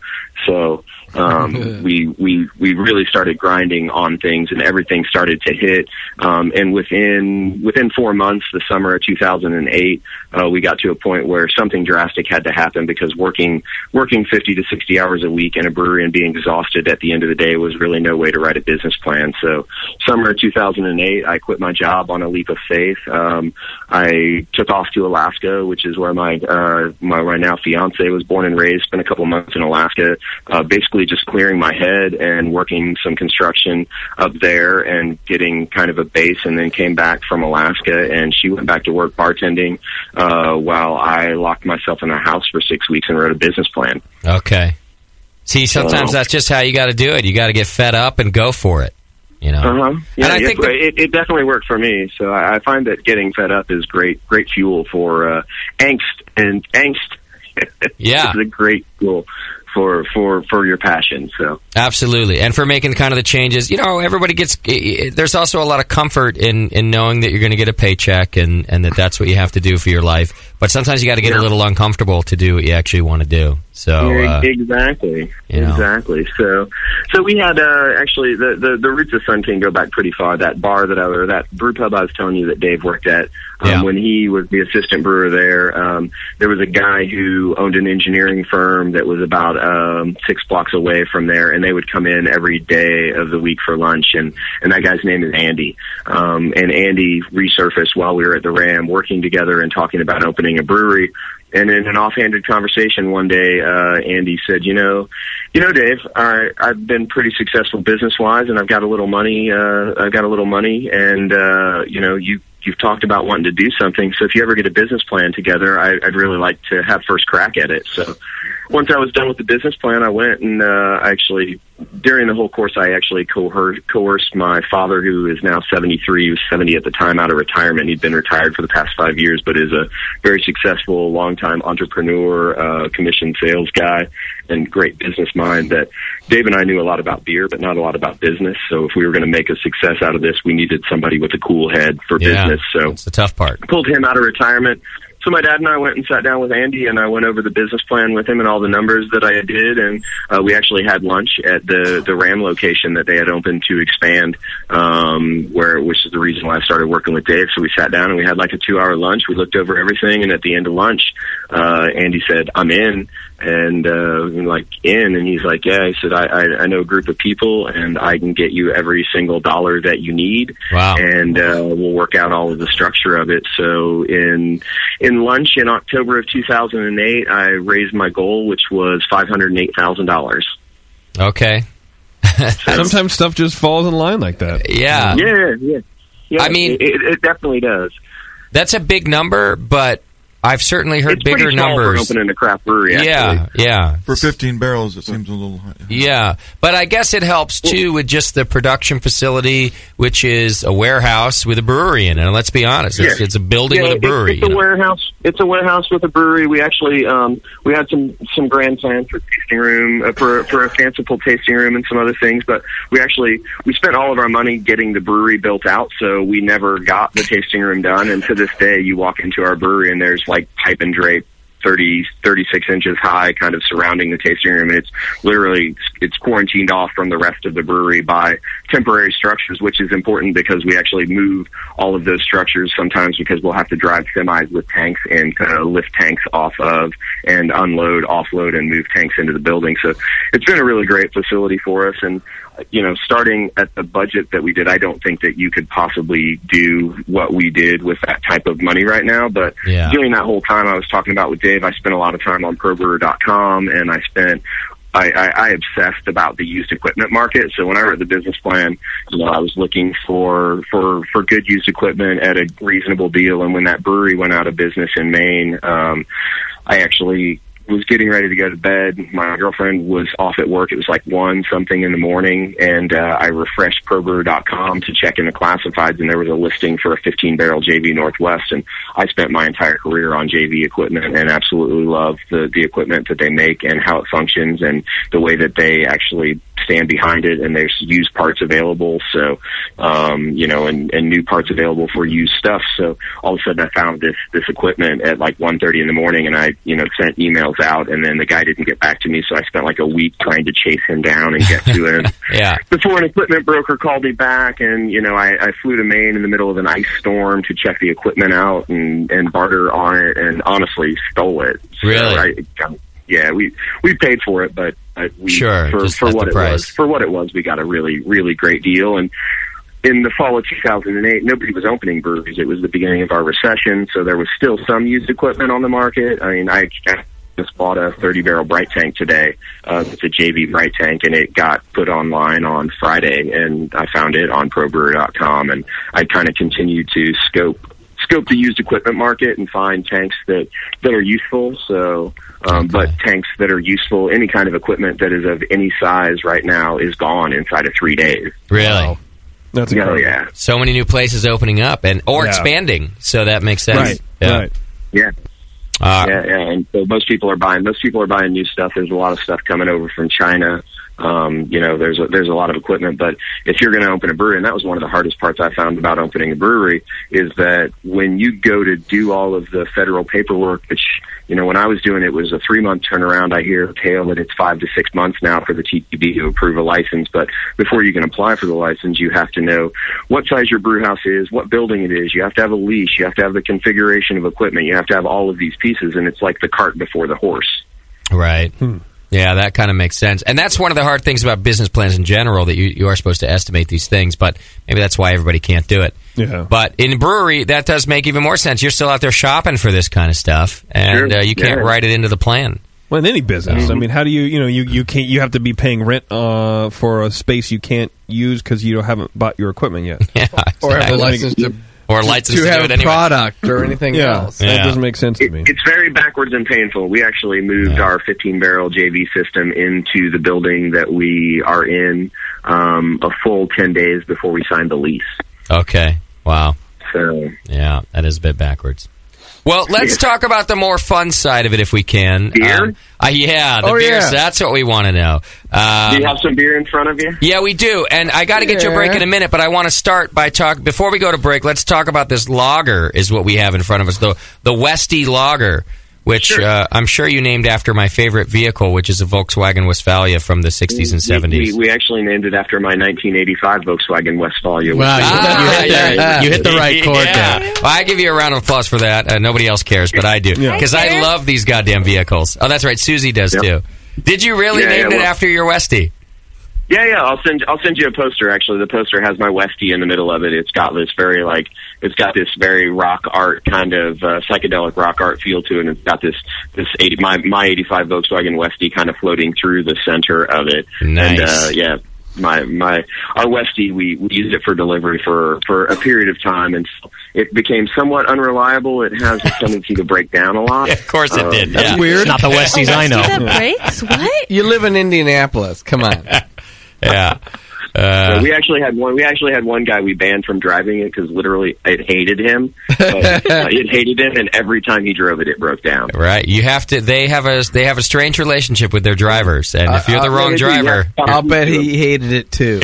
Speaker 22: So, um, we, we, we really started grinding on things and everything started to hit. Um, and within, within four months, the summer of 2008, uh, we got to a point where something drastic had to happen because working, working 50 to 60 hours a week in a brewery and being exhausted at the end of the day was really no way to write a business plan. So summer of 2008, I quit my job on a leap of faith. Um, I took off to Alaska, which is where my, uh, my right now fiance was born and raised, spent a couple months in Alaska, uh, basically just clearing my head and working some construction up there and getting kind of a base and then came back from Alaska and she went back to work bartending, uh, while I locked myself in a house for six weeks and wrote a business plan.
Speaker 9: Okay. See, sometimes
Speaker 22: So-
Speaker 9: that's just how you got to do it. You got to get fed up and go for it. You know.
Speaker 22: Uh-huh. Yeah,
Speaker 9: And I
Speaker 22: it-
Speaker 9: think
Speaker 22: it, it definitely worked for me. So I, I find that getting fed up is great, great fuel for uh, angst and angst.
Speaker 9: Yeah.
Speaker 22: is a great fuel for for for your passion. So
Speaker 9: Absolutely. And for making kind of the changes, you know, everybody gets eh, eh, there's also a lot of comfort in in knowing that you're going to get a paycheck and and that that's what you have to do for your life. But sometimes you got to get a little uncomfortable to do what you actually want to do. So
Speaker 22: Yeah,
Speaker 9: uh,
Speaker 22: E- exactly,
Speaker 9: you know.
Speaker 22: exactly. So, so we had uh, actually the, the the roots of Sun King go back pretty far. That bar that I or that brew pub I was telling you that Dave worked at um, when he was the assistant brewer there. Um, there was a guy who owned an engineering firm that was about um, six blocks away from there, and they would come in every day of the week for lunch. and And that guy's name is Andy. Um, and Andy resurfaced while we were at the Ram working together and talking about opening a brewery. And in an offhanded conversation one day, uh, Andy said, "You know, you know, Dave, I, I've been pretty successful business wise, and I've got a little money. Uh, I've got a little money, and uh, you know, you you've talked about wanting to do something. So if you ever get a business plan together, I, I'd really like to have first crack at it. So once I was done with the business plan, I went and uh, actually during the whole course, I actually coer- coerced my father, who is now 73. He was 70 at the time, out of retirement. He'd been retired for the past five years, but is a very successful, longtime entrepreneur, uh, commission sales guy, and great business mind. That Dave and I knew a lot about beer, but not a lot about business. So if we were going to make a success out of this, we needed somebody with a cool head for
Speaker 9: Yeah.
Speaker 22: business. So
Speaker 9: It's the tough part.
Speaker 22: pulled him out of retirement. So my dad and I went and sat down with Andy, and I went over the business plan with him and all the numbers that I did, and uh, we actually had lunch at the the Ram location that they had opened to expand, um, where which is the reason why I started working with Dave. So we sat down and we had like a two hour lunch. We looked over everything, and at the end of lunch, uh, Andy said, "I'm in." and uh I'm like in and he's like yeah he said I, I i know a group of people and i can get you every single dollar that you need
Speaker 9: wow
Speaker 22: and uh we'll work out all of the structure of it so in in lunch in october of 2008 i raised my goal which was five hundred and eight thousand dollars
Speaker 9: Okay.
Speaker 13: Sometimes stuff just falls in line like that.
Speaker 9: Yeah.
Speaker 22: yeah yeah yeah
Speaker 9: I mean,
Speaker 22: it, it, it definitely does
Speaker 9: That's a big number, but I've certainly heard
Speaker 22: It's pretty
Speaker 9: bigger
Speaker 22: small for
Speaker 9: numbers.
Speaker 22: opening a craft brewery
Speaker 9: yeah,
Speaker 22: actually.
Speaker 9: yeah,
Speaker 14: For 15 barrels, it seems a little high.
Speaker 9: yeah. But I guess it helps too with just the production facility, which is a warehouse with a brewery in it. And let's be honest, it's,
Speaker 22: Yeah.
Speaker 9: it's a building
Speaker 22: Yeah,
Speaker 9: with a
Speaker 22: it's-
Speaker 9: brewery.
Speaker 22: It's, a warehouse. It's a warehouse with a brewery. We actually um, we had some some grand plans for tasting room uh, for for a fanciful tasting room and some other things, but we actually we spent all of our money getting the brewery built out, so we never got the tasting room done. And to this day, you walk into our brewery and there's like pipe and drape. 30, 36 inches high, kind of surrounding the tasting room, and it's literally it's quarantined off from the rest of the brewery by temporary structures, which is important because we actually move all of those structures sometimes because we'll have to drive semis with tanks and kind of lift tanks off of and unload, offload, and move tanks into the building. So it's been a really great facility for us, and you know, starting at the budget that we did, I don't think that you could possibly do what we did with that type of money right now. But
Speaker 24: Yeah.
Speaker 22: during that whole time I was talking about with Dave, I spent a lot of time on ProBrewer.com and I spent I, I, I obsessed about the used equipment market. So when I wrote the business plan, you know, I was looking for for for good used equipment at a reasonable deal. And when that brewery went out of business in Maine, um, I actually was getting ready to go to bed. My girlfriend was off at work. It was like one something in the morning, and uh, I refreshed ProBrewer.com to check in the classifieds, and there was a listing for a 15 barrel JV Northwest, and I spent my entire career on JV equipment and absolutely love the the equipment that they make and how it functions and the way that they actually stand behind it and there's used parts available so um you know and, and new parts available for used stuff so all of a sudden i found this this equipment at like one thirty in the morning and i you know sent emails out and then the guy didn't get back to me so i spent like a week trying to chase him down and get to him
Speaker 9: yeah
Speaker 22: before an equipment broker called me back and you know I, I flew to Maine in the middle of an ice storm to check the equipment out and and barter on it and honestly stole it So
Speaker 9: Really?
Speaker 22: I- um, yeah we we paid for it but uh, we,
Speaker 9: Sure,
Speaker 22: for,
Speaker 9: just
Speaker 22: for
Speaker 9: at
Speaker 22: what
Speaker 9: the
Speaker 22: it
Speaker 9: price.
Speaker 22: was for what it was we got a really really great deal and in the fall of 2008, nobody was opening breweries. It was the beginning of our recession, so there was still some used equipment on the market. I mean, I just bought a 30 barrel bright tank today. Uh, it's a JV bright tank, and it got put online on Friday, and I found it on ProBrewer.com, and I kind of continued to scope scope the used equipment market and find tanks that that are useful. So, um, but tanks that are useful, any kind of equipment that is of any size right now is gone inside of three days.
Speaker 9: Really?
Speaker 13: That's
Speaker 22: Yeah, Oh, incredible. yeah.
Speaker 9: So many new places opening up and or
Speaker 22: Yeah.
Speaker 9: expanding, so that makes sense.
Speaker 22: Right,
Speaker 9: Yeah.
Speaker 22: right. Yeah. yeah, yeah, and so most people are buying. Most people are buying new stuff. There's a lot of stuff coming over from China. Um, you know, there's a, there's a lot of equipment, but if you're going to open a brewery, and that was one of the hardest parts I found about opening a brewery, is that when you go to do all of the federal paperwork, which you know, when I was doing it, it was a three month turnaround. I hear a tale that it's five to six months now for the TTB to approve a license, but before you can apply for the license, you have to know what size your brew house is, what building it is. You have to have a leash. You have to have the configuration of equipment. You have to have all of these pieces, and it's like the cart before the horse.
Speaker 9: Right.
Speaker 22: Hmm.
Speaker 9: Yeah, that kind of makes sense. And that's one of the hard things about business plans in general that you, you are supposed to estimate these things, but maybe that's why everybody can't do it.
Speaker 13: Yeah.
Speaker 9: But in a brewery, that does make even more sense. You're still out there shopping for this kind of stuff, and
Speaker 13: Sure.
Speaker 9: uh, you can't
Speaker 13: Yeah.
Speaker 9: write it into the plan.
Speaker 13: Well, in any business, I
Speaker 9: Mhm.
Speaker 13: mean, how do you you know you you can't you have to be paying rent uh, for a space you can't use because you haven't bought your equipment yet,
Speaker 9: yeah,
Speaker 12: Or have a license to
Speaker 9: or license to,
Speaker 12: have
Speaker 9: do it anyway.
Speaker 12: product or anything
Speaker 9: Yeah,
Speaker 12: else.
Speaker 9: that Yeah. doesn't
Speaker 13: make sense
Speaker 12: to me.
Speaker 22: It's very backwards and painful. We actually moved our 15 barrel JV system into the building that we are in um, a full 10 days before we signed the lease.
Speaker 9: Okay. Wow.
Speaker 22: So
Speaker 9: yeah, that is a bit backwards. Well, let's talk about the more fun side of it if we can. Beer? yeah, the
Speaker 22: Oh,
Speaker 9: beers.
Speaker 22: yeah.
Speaker 9: That's what we want to know. Um,
Speaker 22: do you have some beer in front of you?
Speaker 9: yeah, we do. And I got to get you a break in a minute, but I want to start by talk before we go to break. Let's talk about this lager is what we have in front of us the the Westy Lager, which uh, I'm sure you named after my favorite vehicle, which is a Volkswagen Westphalia from the 60s and
Speaker 22: We,
Speaker 9: 70s.
Speaker 22: we actually named it after my 1985 Volkswagen Westphalia. which
Speaker 9: Wow,
Speaker 22: is-
Speaker 9: you, hit the, you hit the right chord there. Well, I give you a round of applause for that. Uh, nobody else cares, but I do
Speaker 22: Yeah.
Speaker 9: because I love these goddamn vehicles. Oh, that's right, Susie does too. Did you really
Speaker 22: Yeah,
Speaker 9: name
Speaker 22: yeah,
Speaker 9: it
Speaker 22: well-
Speaker 9: after your Westie?
Speaker 22: Yeah, yeah. I'll send I'll send you a poster. Actually, the poster has my Westie in the middle of it. It's got this very like it's got this very rock art kind of uh, psychedelic rock art feel to it. and It's got this this eighty my my eighty five Volkswagen Westie kind of floating through the center of it.
Speaker 9: Nice.
Speaker 22: And, uh, yeah. My my our Westie we, we used it for delivery for for a period of time and it became somewhat unreliable. It has a tendency to break down a lot. Uh,
Speaker 9: of course it did.
Speaker 22: yeah.
Speaker 12: breaks? What? you live in Indianapolis. Come on.
Speaker 9: yeah. Uh,
Speaker 22: So we actually had one. We actually had one guy we banned from driving it because literally it hated him. But, uh, it hated him, and every time he drove it, it broke down.
Speaker 9: Right, you have to. They have a they have a strange relationship with their drivers, and if you're the wrong driver,
Speaker 12: I'll bet he hated it too.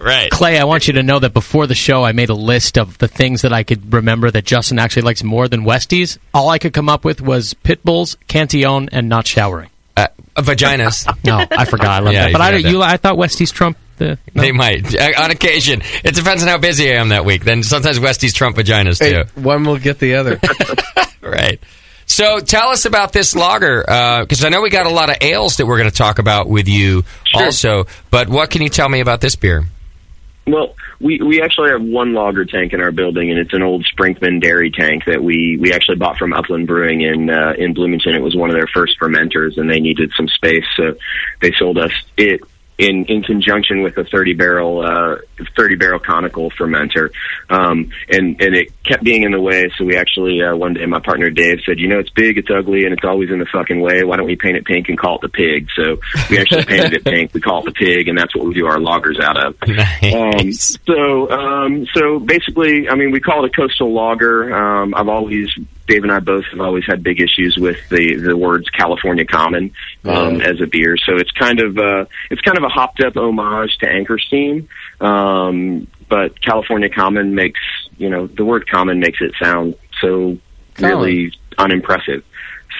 Speaker 9: right.
Speaker 10: Clay, I want you to know that before the show, I made a list of the things that I could remember that Justin actually likes more than Westies. All I could come up with was pit bulls, Cantillon, and not showering.
Speaker 9: Uh, vaginas.
Speaker 10: no, I forgot. I love
Speaker 9: Yeah,
Speaker 10: that.
Speaker 9: you
Speaker 10: But I,
Speaker 9: forgot that.
Speaker 10: you, I thought Westies trump the. no?
Speaker 9: They might Uh, on occasion. It depends on how busy I am that week. Then sometimes Westie's Trump vaginas
Speaker 12: Hey,
Speaker 9: too.
Speaker 12: one will get the other.
Speaker 9: right. So tell us about this lager because I know we got a lot of ales that we're going to talk about with you also. But what can you tell me about this beer?
Speaker 22: Well, we we actually have one lager tank in our building, and it's an old Sprinkman dairy tank that we we actually bought from Upland Brewing in uh, in Bloomington. It was one of their first fermenters, and they needed some space, so they sold us it. In, in conjunction with a 30 barrel uh, 30 barrel conical fermenter, um, and and it kept being in the way. So we actually uh, one day my partner Dave said, you know, it's big, it's ugly, and it's always in the fucking way. Why don't we paint it pink and call it the pig? So we actually painted it pink. We call it the pig, and that's what we do our loggers out of. Um, so, um, so basically, I mean, we call it a coastal logger. Um, I've always, Dave and I both have always had big issues with the the words California Common um, as a beer. So it's kind of uh, it's kind of a hopped up homage to Anchor Steam. Um, but California Common makes you know the word common makes it sound so really unimpressive.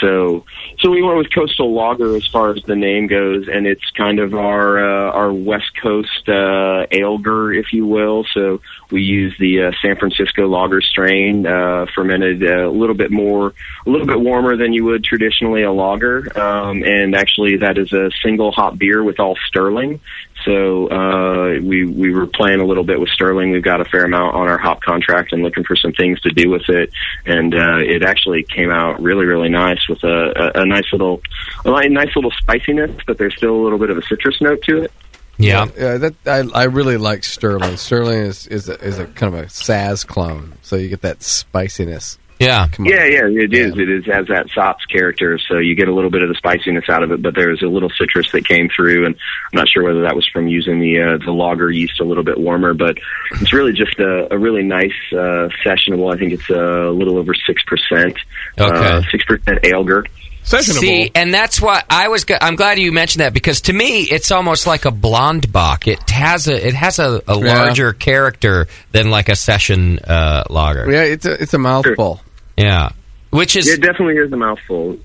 Speaker 22: So, so we went with Coastal Lager as far as the name goes, and it's kind of our uh, our West Coast uh, ailger, if you will. So we use the uh, San Francisco lager strain, uh, fermented uh, a little bit more, a little bit warmer than you would traditionally a lager, um, and actually that is a single hop beer with all Sterling. So uh, we we were playing a little bit with Sterling. We've got a fair amount on our hop contract and looking for some things to do with it. And uh, it actually came out really really nice with a, a, a nice little a li- nice little spiciness, but there's still a little bit of a citrus note to it.
Speaker 9: Yeah,
Speaker 12: yeah. That I, I really like Sterling. Sterling is is a, is a kind of a Saz clone, so you get that spiciness.
Speaker 9: Yeah.
Speaker 22: Yeah, yeah, it is. It is has that Sops character, so you get a little bit of the spiciness out of it, but there's a little citrus that came through, and I'm not sure whether that was from using the uh, the lager yeast a little bit warmer, but it's really just a, a really nice uh, sessionable. I think it's uh, a little over six percent, uh, six percent Alger.
Speaker 9: See, and that's why I was. Go- I'm glad you mentioned that because to me, it's almost like a blonde bock. It has a it has a, a
Speaker 12: Yeah.
Speaker 9: larger character than like a session uh, lager.
Speaker 12: Yeah, it's a it's a mouthful.
Speaker 9: Yeah. Which is
Speaker 22: it definitely is a mouthful.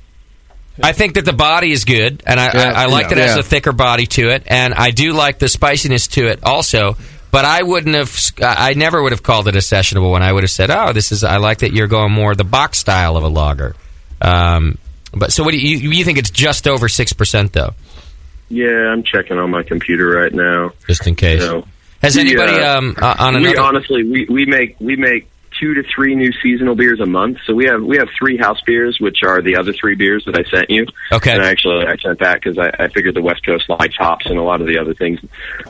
Speaker 9: I think that the body is good, and I,
Speaker 22: Yeah,
Speaker 9: I, I like
Speaker 22: yeah.
Speaker 9: that it has
Speaker 22: Yeah.
Speaker 9: a thicker body to it, and I do like the spiciness to it also. But I wouldn't have, I I never would have called it a sessionable one. I would have said, "Oh, this is." I like that you're going more the box style of a lager. Um, but so, what do you you think it's just over six percent though?
Speaker 22: Yeah, I'm checking on my computer right now,
Speaker 9: just in case. Has anybody, um, uh, on
Speaker 22: We
Speaker 9: another-
Speaker 22: honestly, we, we make we make two to three new seasonal beers a month. So we have we have three house beers, which are the other three beers that I sent you.
Speaker 9: Okay.
Speaker 22: And I actually I sent that because I, I figured the West Coast likes hops and a lot of the other things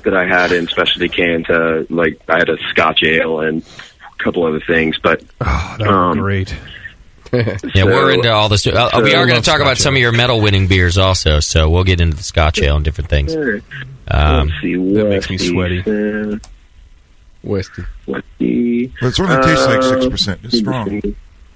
Speaker 22: that I had in specialty cans. Uh, like I had a Scotch ale and a couple other things, but um,
Speaker 13: great.
Speaker 9: yeah, we're into all this. Uh,
Speaker 22: so-
Speaker 9: we are going
Speaker 22: Love
Speaker 9: to talk about
Speaker 22: Scotch
Speaker 9: some of your medal winning beers also, so we'll get into the Scotch ale and different things.
Speaker 22: Sure.
Speaker 9: Um,
Speaker 22: Let's see, that makes me sweaty.
Speaker 12: Westy.
Speaker 22: Westy.
Speaker 12: But it's only tastes like 6%. It's strong.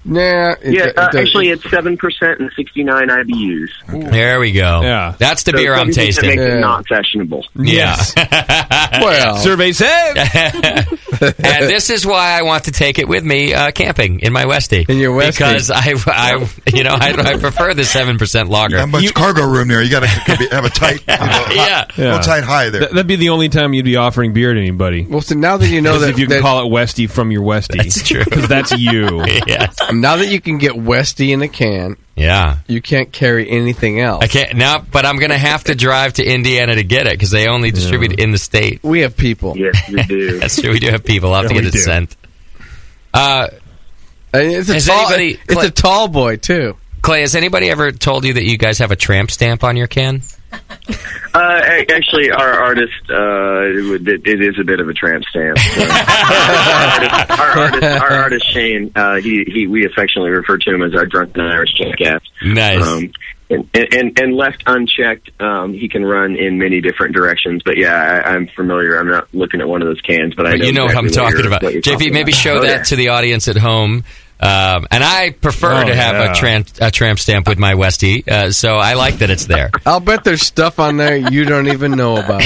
Speaker 12: Nah. it-
Speaker 22: yeah,
Speaker 12: it
Speaker 22: uh,
Speaker 12: does-
Speaker 22: actually, it's seven percent and sixty nine IBUs.
Speaker 9: There we go. Yeah, that's the
Speaker 22: So
Speaker 9: beer I'm
Speaker 22: 7%
Speaker 9: tasting.
Speaker 22: Makes it not sessionable.
Speaker 9: Yeah. Uh,
Speaker 22: Well.
Speaker 13: survey said.
Speaker 9: and this is why I want to take it with me uh, camping in my Westie. In your
Speaker 12: Westie.
Speaker 9: because I, I, you know, I, I prefer the seven percent lager.
Speaker 14: Not much cargo room there. You got to have a tight, you know, yeah. little tight high there.
Speaker 13: Th- that'd be the only time you'd be offering beer to anybody.
Speaker 12: Well, so now that you know that-
Speaker 13: if you can
Speaker 12: that-
Speaker 13: call it Westie from your Westie, that's
Speaker 9: true.
Speaker 13: Because that's you.
Speaker 12: Now that you can get Westy in a can,
Speaker 9: yeah,
Speaker 12: you can't carry anything else.
Speaker 9: I can't now, but I'm going to have to drive to Indiana to get it because they only distribute it in the state.
Speaker 12: We have people.
Speaker 22: Yes, we do.
Speaker 9: That's true. We do have people. I'll have
Speaker 12: Yeah,
Speaker 9: to
Speaker 12: we
Speaker 9: get
Speaker 12: do.
Speaker 9: it sent. Uh,
Speaker 12: it's a
Speaker 9: has
Speaker 12: tall-
Speaker 9: anybody?
Speaker 12: it's a tall boy too.
Speaker 9: Clay, has anybody ever told you that you guys have a tramp stamp on your can?
Speaker 22: Uh, a- actually, our artist, uh, it, would- it- it is a bit of a tramp stamp. so. our, artist, our, artist, our artist, Shane, uh, he, he, we affectionately refer to him as our drunken Irish jackass.
Speaker 9: Nice.
Speaker 22: Um, and, and, and left unchecked, um, he can run in many different directions. But yeah, I, I'm familiar. I'm not looking at one of those cans, but I
Speaker 9: But
Speaker 22: know
Speaker 9: you know
Speaker 22: exactly
Speaker 9: what I'm talking
Speaker 22: you're-
Speaker 9: about.
Speaker 22: what you're
Speaker 9: JP,
Speaker 22: talking
Speaker 9: maybe
Speaker 22: about.
Speaker 9: show
Speaker 22: Oh,
Speaker 9: that
Speaker 22: yeah.
Speaker 9: to the audience at home. Um, and I prefer
Speaker 12: Oh,
Speaker 9: to have
Speaker 12: yeah.
Speaker 9: a tramp a tramp stamp with my Westie, uh, so I like that it's there.
Speaker 12: I'll bet there's stuff on there you don't even know about.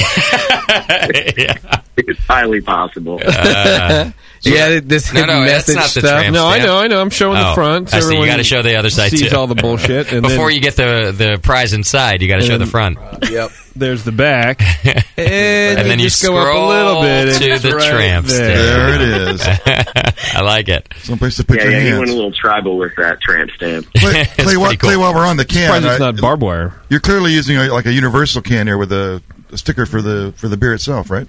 Speaker 22: It's highly possible.
Speaker 9: Uh,
Speaker 12: yeah, th- this
Speaker 9: no,
Speaker 12: hidden
Speaker 9: no, that's
Speaker 12: message
Speaker 9: not the
Speaker 12: stuff.
Speaker 9: tramp stamp. Oh, I see. You
Speaker 13: everyone
Speaker 9: got to show the other side
Speaker 13: sees
Speaker 9: too.
Speaker 13: all the bullshit, and
Speaker 9: Before
Speaker 13: then-
Speaker 9: you get the the prize inside, you got to
Speaker 13: And
Speaker 9: show the
Speaker 13: then-
Speaker 9: front.
Speaker 12: Yep.
Speaker 13: There's the back, and,
Speaker 9: And then you
Speaker 13: just go up a
Speaker 9: scroll
Speaker 13: little bit and
Speaker 9: to
Speaker 13: it's
Speaker 9: the
Speaker 13: right
Speaker 9: tramp
Speaker 13: there.
Speaker 9: stamp.
Speaker 14: There it is.
Speaker 9: I like it.
Speaker 14: Someplace to put
Speaker 22: Yeah,
Speaker 14: your
Speaker 22: yeah, he
Speaker 14: hands.
Speaker 22: went a little tribal with that tramp stamp.
Speaker 14: Clay, while, Clay, while we're on the can,
Speaker 22: Surprised it's
Speaker 14: I-
Speaker 22: not barbed
Speaker 13: wire.
Speaker 14: You're clearly using a, like a universal can here with a, a sticker for the for the beer itself, right?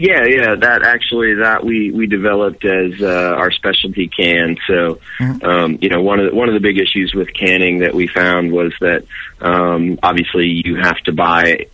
Speaker 22: Yeah, yeah, that actually that we we developed as uh, our specialty can. So,
Speaker 14: Mm-hmm.
Speaker 22: um, you know, one of the, one of the big issues with canning that we found was that um, obviously you have to buy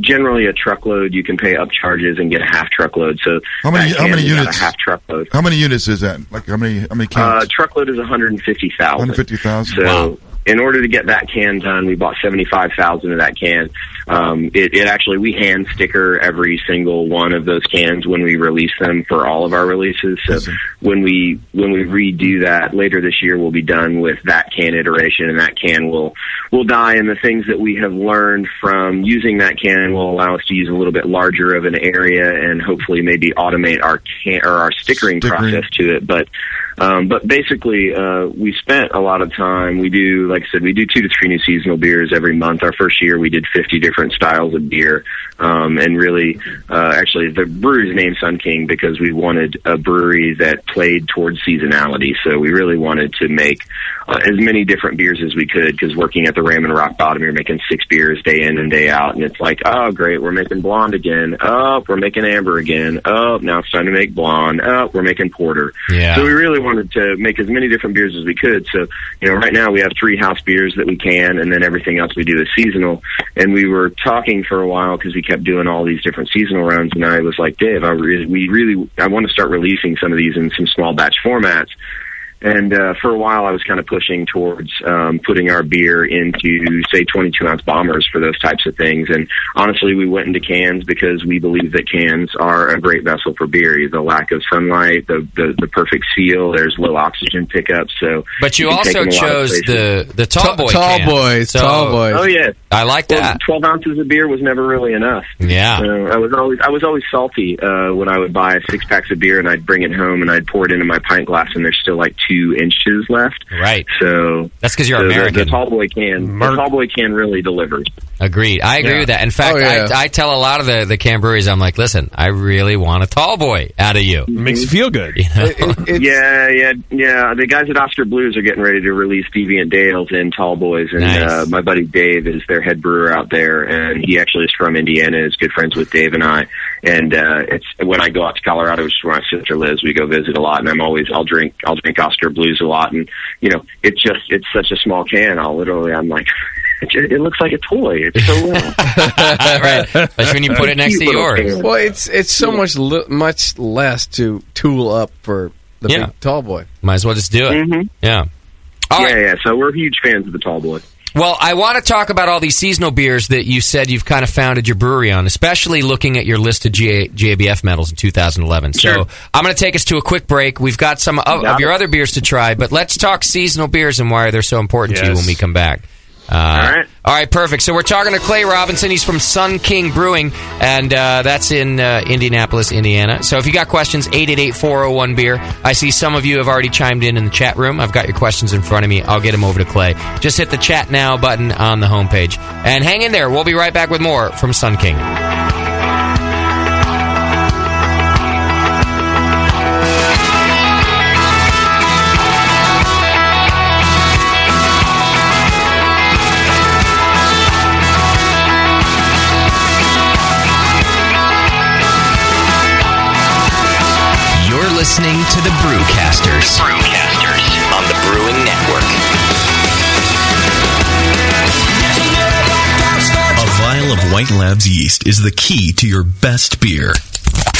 Speaker 22: generally a truckload. You can pay up charges and get a half truckload. So
Speaker 14: How many-
Speaker 22: that
Speaker 14: how
Speaker 22: can,
Speaker 14: many
Speaker 22: we got
Speaker 14: units?
Speaker 22: A half truckload.
Speaker 14: How many units is that? Like how many how many cans?
Speaker 22: Uh, truckload is one hundred and fifty
Speaker 14: One
Speaker 22: thousand.
Speaker 14: hundred fifty thousand.
Speaker 22: So in order to get that can done, we bought 75,000 of that can. Um, it, it actually, we hand sticker every single one of those cans when we release them for all of our releases. So when we, when we redo that later this year, we'll be done with that can iteration and that can will, will die. And the things that we have learned from using that can will allow us to use a little bit larger of an area and hopefully maybe automate our can or our stickering,
Speaker 14: Stickering.
Speaker 22: process to it. But um, but basically, uh, we spent a lot of time. We do, like I said, we do two to three new seasonal beers every month. Our first year, we did 50 different styles of beer. Um, and really, uh, actually, the brewery's named Sun King because we wanted a brewery that played towards seasonality. So we really wanted to make uh, as many different beers as we could because working at the Ram and Rock Bottom, you're making six beers day in and day out. And it's like, oh, great, we're making blonde again. Oh, we're making amber again. Oh, now it's time to make blonde. Oh, we're making porter.
Speaker 9: Yeah.
Speaker 22: So we really wanted to make as many different beers as we could. So, you know, right now we have three house beers that we can, and then everything else we do is seasonal. And we were talking for a while because we kept doing all these different seasonal rounds. And I was like, Dave, I re- we really, I want to start releasing some of these in some small batch formats. And uh, for a while, I was kind of pushing towards um, putting our beer into, say, 22 ounce bombers for those types of things. And honestly, we went into cans because we believe that cans are a great vessel for beer. The lack of sunlight, the the, the perfect seal. There's low oxygen pickup. So,
Speaker 9: But you,
Speaker 22: can take
Speaker 9: also
Speaker 22: them a lot of
Speaker 9: chose
Speaker 22: places.
Speaker 9: the the tall boy. can. So-
Speaker 22: Oh yeah,
Speaker 9: I like
Speaker 22: Well,
Speaker 9: that.
Speaker 22: Twelve ounces of beer was never really enough.
Speaker 9: Yeah.
Speaker 22: So I was always I was always salty uh, when I would buy six packs of beer and I'd bring it home and I'd pour it into my pint glass and there's still like two inches left.
Speaker 9: Right.
Speaker 22: So
Speaker 9: That's 'cause you're
Speaker 22: so the- The,
Speaker 9: American.
Speaker 22: tall boy can the tall boy can really delivers.
Speaker 9: Agreed. I agree
Speaker 22: Yeah.
Speaker 9: with that. In fact,
Speaker 22: Oh, yeah.
Speaker 9: I, I tell a lot of the the can breweries, I'm like, listen, I really want a tall boy out of you.
Speaker 13: makes you feel good.
Speaker 22: yeah, yeah, yeah. The guys at Oscar Blues are getting ready to release Deviant Dales and Tall Boys, and uh, my buddy Dave is their head brewer out there, and he actually is from Indiana. is good friends with Dave and I, and uh, it's when I go out to Colorado, which is where my sister lives, we go visit a lot, and I'm always I'll drink I'll drink Oscar Blues a lot, and you know it's just it's such a small can. I'll literally I'm like. It, ju- it looks like a toy. It's so little.
Speaker 9: right. That's when you put it next to yours.
Speaker 12: Well, it's it's so much li- much less to tool up for the
Speaker 9: Yeah.
Speaker 12: big tall boy.
Speaker 9: Might as well just do it.
Speaker 12: Mhm.
Speaker 9: Yeah.
Speaker 22: Mm-hmm. yeah, yeah. So we're huge fans of the Tall Boy.
Speaker 9: Well, I want to talk about all these seasonal beers that you said you've kind of founded your brewery on, especially looking at your list of GA- JBF medals in 2011. So I'm going to take us to a quick break. We've got some of, of your other beers to try, but let's talk seasonal beers and why they're so important to you
Speaker 24: Yes.
Speaker 9: when we come back. Uh, all right. All right, perfect. So we're talking to Clay Robinson. He's from Sun King Brewing, and uh, that's in uh, Indianapolis, Indiana. So if you got questions, 888 401 beer. I see some of you have already chimed in in the chat room. I've got your questions in front of me. I'll get them over to Clay. Just hit the chat now button on the homepage. And hang in there. We'll be right back with more from Sun King.
Speaker 2: You're listening to the Brewcasters. Brewcasters on the Brewing Network.
Speaker 1: A vial of White Labs yeast is the key to your best beer.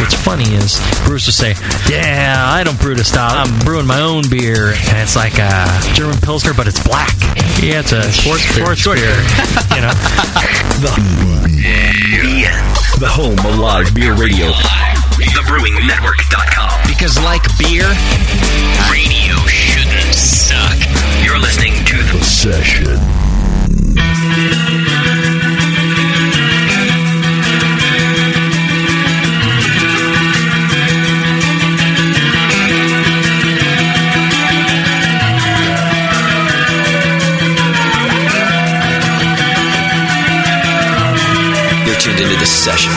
Speaker 11: What's funny is Bruce will say, "Yeah, I don't brew to style. I'm brewing my own beer, and it's like a German Pilsner, but it's black. Yeah, it's a sports beer. Sports beer. you know,
Speaker 25: The home of live beer radio.
Speaker 2: TheBrewingNetwork.com. Because, like beer, radio shouldn't suck. You're listening to The Session.
Speaker 24: You're tuned into the session.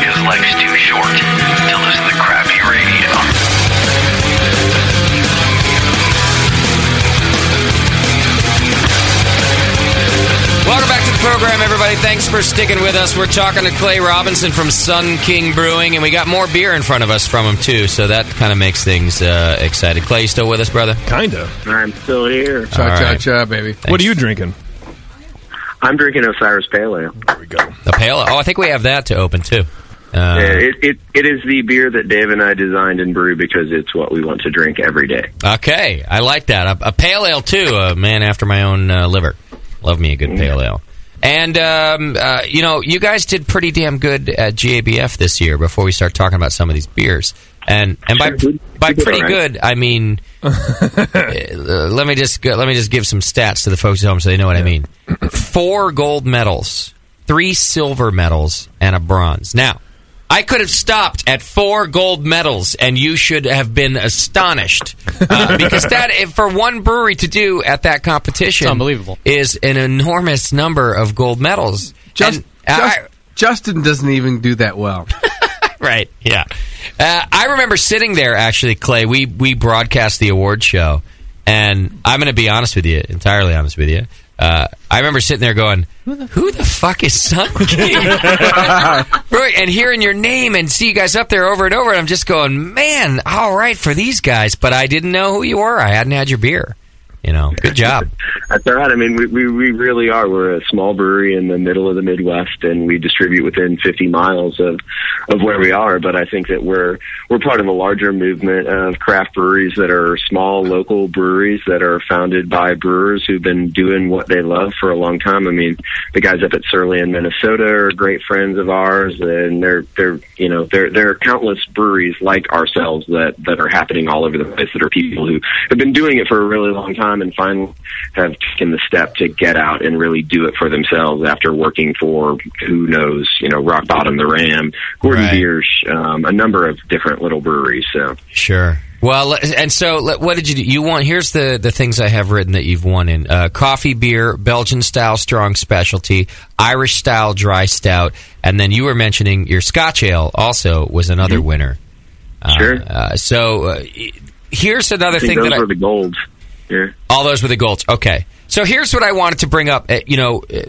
Speaker 20: Because life's too short to listen to crappy radio.
Speaker 9: Welcome back to the program, everybody. Thanks for sticking with us. We're talking to Clay Robinson from Sun King Brewing, and we got more beer in front of us from him, too, so that kind of makes things uh, excited. Clay, you still with us, brother?
Speaker 13: Kind of.
Speaker 22: I'm still here.
Speaker 13: Cha, cha, cha,
Speaker 22: baby.
Speaker 13: What are you drinking?
Speaker 22: I'm drinking Osiris Pale Ale.
Speaker 9: The Pale Oh, I think we have that to open, too.
Speaker 22: Yeah,
Speaker 9: Uh,
Speaker 22: it, it, it is the beer that Dave and I designed and brew because it's what we want to drink every day.
Speaker 9: okay, I like that. A, a Pale Ale, too. A man after my own uh, liver. Love me a good Pale Ale. And, um, uh, you know, you guys did pretty damn good at GABF this year before we start talking about some of these beers. And, and by, by
Speaker 22: did all
Speaker 9: pretty
Speaker 22: right.
Speaker 9: good, I mean, Uh, let me just go, let me just give some stats to the folks at home so they know what I mean. Four gold medals, three silver medals, and a bronze. Now, I could have stopped at four gold medals, and you should have been astonished uh, because that if for one brewery to do at that competition,
Speaker 10: It's unbelievable.
Speaker 9: is an enormous number of gold medals. Just,
Speaker 12: Just- Justin doesn't even do that well.
Speaker 9: right. Yeah. Uh, I remember sitting there actually, Clay. We we broadcast the award show, and I'm going to be honest with you, entirely honest with you. Uh, I remember sitting there going, "Who the fuck is Sun King?" right, and hearing your name and see you guys up there over and over, and I'm just going, "Man, all right for these guys," but I didn't know who you were. I hadn't had your beer. You know, good job.
Speaker 22: That's all right. I mean, we, we, we really are. We're a small brewery in the middle of the Midwest, and we distribute within 50 miles of, of where we are. But I think that we're we're part of a larger movement of craft breweries that are small local breweries that are founded by brewers who've been doing what they love for a long time. I mean, the guys up at Surly in Minnesota are great friends of ours, and they're they're you know there there are countless breweries like ourselves that that are happening all over the place that are people who have been doing it for a really long time and finally have taken the step to get out and really do it for themselves after working for who knows, you know, Rock Bottom, the Ram, Gordon Biersch, um, a number of different little breweries. So
Speaker 9: Sure. Well, le- and so le- what did you do? You want here's the the things I have written that you've won in uh, coffee, beer, Belgian style strong specialty, Irish style dry stout, and then you were mentioning your Scotch ale also was another
Speaker 22: Mm-hmm.
Speaker 9: winner. Sure. Uh, so uh, y- here's another
Speaker 22: I think
Speaker 9: thing
Speaker 22: those
Speaker 9: that I
Speaker 22: were the golds. Yeah.
Speaker 9: all those were the golds. Okay. So here's what I wanted to bring up. Uh, you know, uh,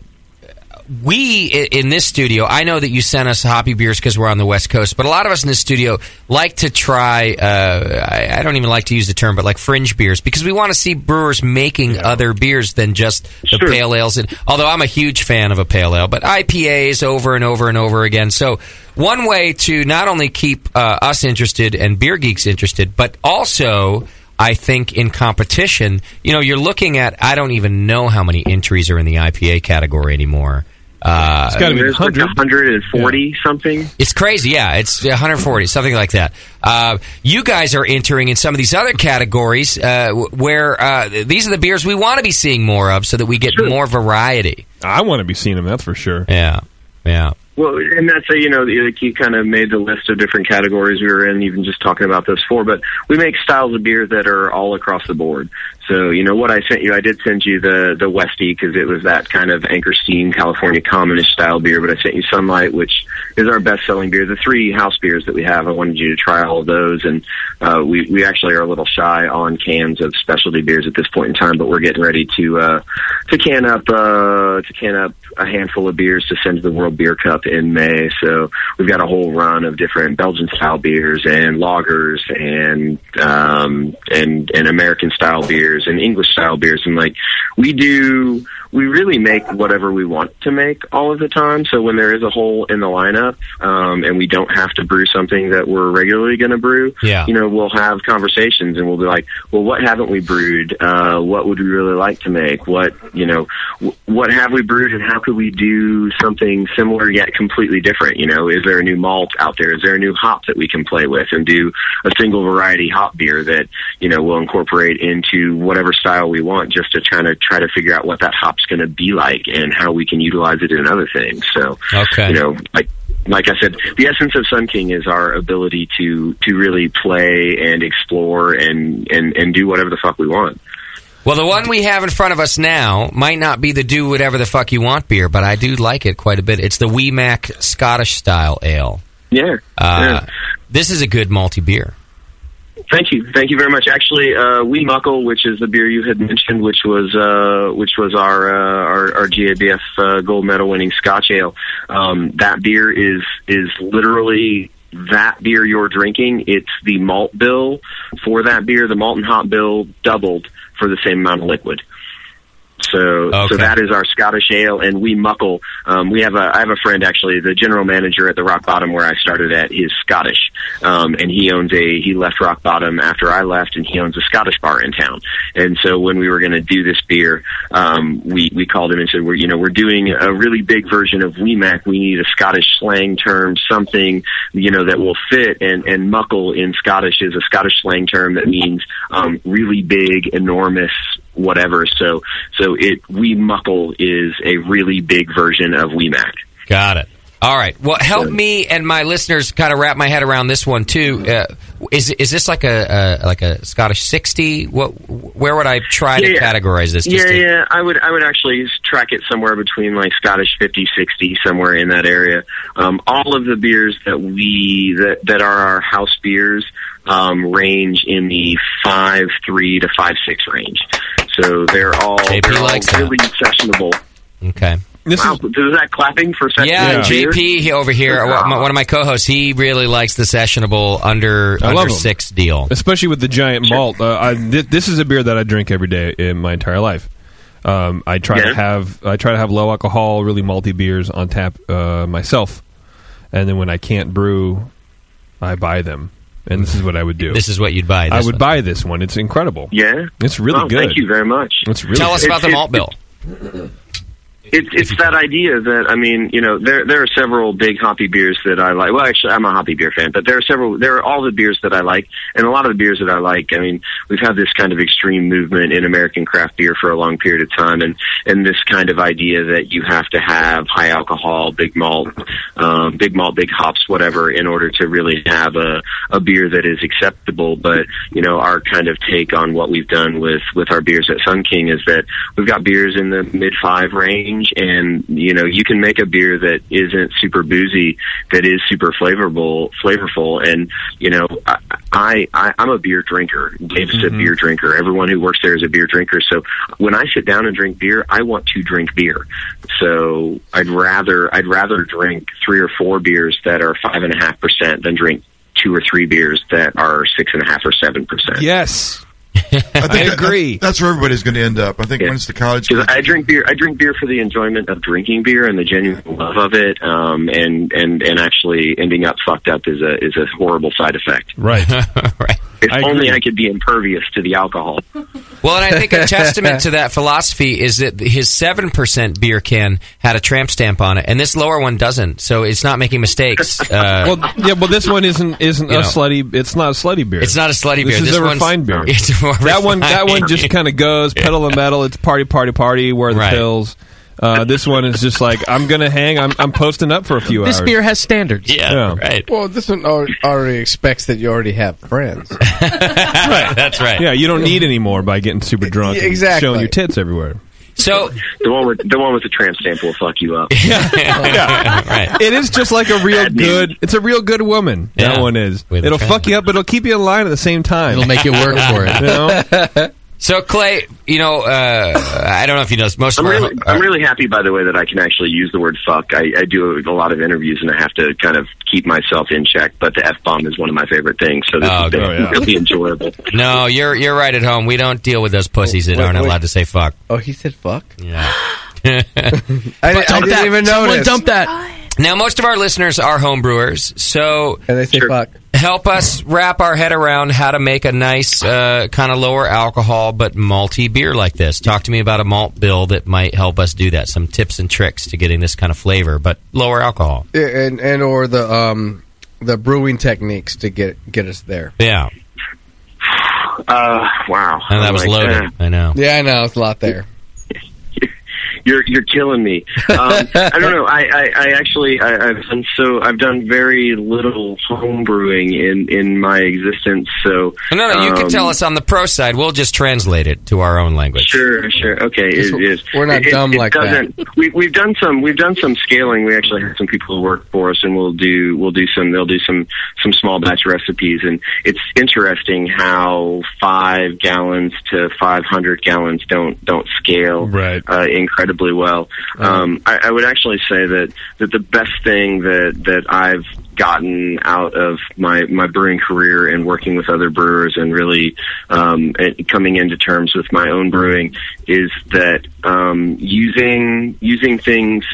Speaker 9: we i- in this studio, I know that you sent us hoppy beers because we're on the West Coast, but a lot of us in the studio like to try, uh, I, I don't even like to use the term, but like fringe beers because we want to see brewers making other beers than just the pale ales. And, although I'm a huge fan of a pale ale, but IPAs over and over and over again. So one way to not only keep uh, us interested and beer geeks interested, but also I think in competition, you know, you're looking at I don't even know how many entries are in the IPA category anymore. Uh,
Speaker 22: There's like 140 something.
Speaker 9: it's crazy, yeah. It's 140, something like that. Uh, you guys are entering in some of these other categories uh, w- where uh, these are the beers we want to be seeing more of, so that we get more variety.
Speaker 13: I want to be seeing them. That's for sure.
Speaker 9: Yeah, yeah.
Speaker 22: Well, and that's a, you know, like you kind of made the list of different categories we were in, even just talking about those four. But we make styles of beer that are all across the board. So, you know, what I sent you, I did send you the, the Westy because it was that kind of Anchor Steam California commonish style beer, but I sent you Sunlight, which is our best selling beer. The three house beers that we have, I wanted you to try all of those. And, uh, we, we actually are a little shy on cans of specialty beers at this point in time, but we're getting ready to, uh, to can up, uh, to can up a handful of beers to send to the World Beer Cup in May. So we've got a whole run of different Belgian style beers and lagers and, um, and, and American style beers and English style beers. And like, we do, we really make whatever we want to make all of the time. So when there is a hole in the lineup, um, and we don't have to brew something that we're regularly going to brew,
Speaker 9: Yeah.
Speaker 22: you know, we'll have conversations and we'll be like, well, what haven't we brewed? Uh, what would we really like to make? What, you know, w- what have we brewed and how could we do something similar yet completely different? You know, is there a new malt out there? Is there a new hop that we can play with and do a single variety hop beer that, you know, we'll incorporate into whatever style we want just to try to try to figure out what that hop's going to be like and how we can utilize it in other things. So,
Speaker 9: Okay.
Speaker 22: you know, like like I said, the essence of Sun King is our ability to to really play and explore and and and do whatever the fuck we want.
Speaker 9: Well, the one we have in front of us now might not be the do whatever the fuck you want beer, but I do like it quite a bit. It's the Weemac Scottish style ale.
Speaker 22: Yeah.
Speaker 9: Uh,
Speaker 22: Yeah.
Speaker 9: This is a good malty beer.
Speaker 22: Thank you, thank you very much. Actually, uh, Wee Muckle, which is the beer you had mentioned, which was uh, which was our uh, our, our GABF uh, gold medal winning Scotch ale. Um, that beer is is literally that beer you're drinking. It's the malt bill for that beer, the malt and hop bill doubled for the same amount of liquid. So, so that is our Scottish ale, and we muckle. Um, we have a, I have a friend actually, the general manager at the Rock Bottom where I started at is Scottish, um, and he owns a. He left Rock Bottom after I left, and he owns a Scottish bar in town. And so when we were going to do this beer, um, we we called him and said, we're you know we're doing a really big version of Weemac. We need a Scottish slang term, something you know that will fit. And and muckle in Scottish is a Scottish slang term that means um, really big, enormous whatever. So so it we muckle is a really big version of WeMac.
Speaker 9: Got it. All right. Well, help me and my listeners kind of wrap my head around this one too. Uh, is is this like a, a like a Scottish sixty? What where would I try to categorize this?
Speaker 22: Yeah,
Speaker 9: Just to-
Speaker 22: yeah. I would I would actually track it somewhere between like Scottish 50, 60, somewhere in that area. Um, all of the beers that we that that are our house beers um, range in the five three to five six range. So they're all, they're all really sessionable.
Speaker 9: Okay.
Speaker 22: wow, is that clapping for sessionable?
Speaker 9: Yeah,
Speaker 22: beer?
Speaker 9: JP he- over here,
Speaker 22: Wow.
Speaker 9: one one of my co-hosts, he really likes the sessionable under
Speaker 13: I love
Speaker 9: under
Speaker 13: 'em.
Speaker 9: six deal.
Speaker 13: especially with the giant malt. Uh, I, thi- this is a beer that I drink every day in my entire life. Um, I try
Speaker 9: Yeah.
Speaker 13: to have I try to have low alcohol, really malty beers on tap uh, myself, and then when I can't brew, I buy them. And this is what I would do.
Speaker 9: This is what you'd buy.
Speaker 13: I
Speaker 9: this
Speaker 13: would
Speaker 9: one.
Speaker 13: buy this one. It's incredible.
Speaker 22: Yeah,
Speaker 13: it's really
Speaker 22: Oh,
Speaker 13: good.
Speaker 22: Thank you very much.
Speaker 13: It's really
Speaker 9: Tell us
Speaker 22: good.
Speaker 9: about the
Speaker 22: It's-
Speaker 9: malt bill.
Speaker 22: It's it's that idea that I mean, you know, there there are several big hoppy beers that I like. Well, actually, I'm a hoppy beer fan, but there are several. There are all the beers that I like, and a lot of the beers that I like. I mean, we've had this kind of extreme movement in American craft beer for a long period of time, and and this kind of idea that you have to have high alcohol, big malt, um, big malt, big hops, whatever, in order to really have a a beer that is acceptable. But you know, our kind of take on what we've done with with our beers at Sun King is that we've got beers in the mid five range, and you know, you can make a beer that isn't super boozy, that is super flavorful, flavorful. And you know, I, I, I I'm a beer drinker. Dave's a beer drinker. Everyone who works there is a beer drinker. So when I sit down and drink beer, I want to drink beer. So I'd rather I'd rather drink three or four beers that are five and a half percent than drink two or three beers that are six and a half or seven percent.
Speaker 13: Yes.
Speaker 14: I, think agree. that's where everybody's going to end up. I think once the college
Speaker 22: Because I drink beer. I drink beer for the enjoyment of drinking beer and the genuine love of it. Um, and and and actually ending up fucked up is a is a horrible side effect.
Speaker 13: Right.
Speaker 9: right.
Speaker 22: If
Speaker 9: I
Speaker 22: only
Speaker 9: agree.
Speaker 22: I could be impervious to the alcohol.
Speaker 9: Well, and I think a testament to that philosophy is that his seven percent beer can had a tramp stamp on it, and this lower one doesn't. So it's not making mistakes. Uh,
Speaker 13: well, yeah. Well, this one isn't isn't
Speaker 9: You
Speaker 13: a
Speaker 9: know.
Speaker 13: slutty. It's not a slutty beer.
Speaker 9: It's not a slutty
Speaker 13: This
Speaker 9: beer.
Speaker 13: is
Speaker 9: This
Speaker 13: a
Speaker 9: one's-
Speaker 13: refined beer.
Speaker 9: It's a more
Speaker 13: that one. That one
Speaker 9: refined
Speaker 13: just kind of goes pedal to metal. It's party, party, party. Where are the pills? Uh, this one is just like I'm gonna hang. I'm, I'm posting up for a few
Speaker 10: This
Speaker 13: hours.
Speaker 10: beer has standards.
Speaker 12: Well, this one al- already expects that you already have friends.
Speaker 13: right.
Speaker 9: That's right.
Speaker 13: Yeah, you don't need any more by getting super drunk. and
Speaker 12: Exactly.
Speaker 13: showing your tits everywhere.
Speaker 9: So
Speaker 22: the one with the one with the tramp stamp will fuck you up.
Speaker 13: It is just like a real good. It's a real good woman. That one is. it'll
Speaker 9: tramp.
Speaker 13: fuck you up, but it'll keep you in line at the same time.
Speaker 9: It'll make you work for it.
Speaker 13: You know?
Speaker 9: So Clay, you know, uh, I don't know if you know this. Most
Speaker 22: I'm
Speaker 9: of our,
Speaker 22: really, I'm really happy, by the way, that I can actually use the word fuck. I, I do a lot of interviews and I have to kind of keep myself in check, but the F bomb is one of my favorite things, so this
Speaker 9: Oh,
Speaker 22: has been
Speaker 9: oh, yeah.
Speaker 22: really enjoyable.
Speaker 9: no, you're you're right at home. We don't deal with those pussies that
Speaker 22: Wait,
Speaker 9: aren't
Speaker 22: wait.
Speaker 9: allowed to say fuck.
Speaker 12: Oh, he said fuck.
Speaker 9: Yeah. I,
Speaker 12: didn't even notice.
Speaker 9: Dump that. Now, most of our listeners are homebrewers, so
Speaker 12: and they say fuck.
Speaker 9: Help us wrap our head around how to make a nice uh, kind of lower alcohol but malty beer like this. Talk to me about a malt bill that might help us do that. Some tips and tricks to getting this kind of flavor but lower alcohol.
Speaker 12: Yeah, and and or the um the brewing techniques to get get us there.
Speaker 9: Yeah.
Speaker 22: Uh, wow.
Speaker 9: And that
Speaker 22: I'm
Speaker 9: was
Speaker 22: like,
Speaker 9: loaded.
Speaker 22: eh.
Speaker 9: I know.
Speaker 12: Yeah, I know it's a lot there.
Speaker 22: you're you're killing me. Um, I don't know. I, I, I actually I, I've done so I've done very little home brewing in in my existence. So
Speaker 9: No, no, you can
Speaker 22: um,
Speaker 9: tell us on the pro side. We'll just translate it to our own language.
Speaker 22: Sure, sure. Okay, it is.
Speaker 9: we're not
Speaker 22: It-
Speaker 9: dumb
Speaker 22: it
Speaker 9: like that.
Speaker 22: doesn't- We, we've done some. We've done some scaling. We actually have some people who work for us, and we'll do. We'll do some. They'll do some some small batch recipes, and it's interesting how five gallons to five hundred gallons don't don't scale
Speaker 13: right.
Speaker 22: uh, incredibly well. Um, I, I would actually say that that the best thing that that I've gotten out of my my brewing career and working with other brewers and really um, and coming into terms with my own brewing is that um, using using things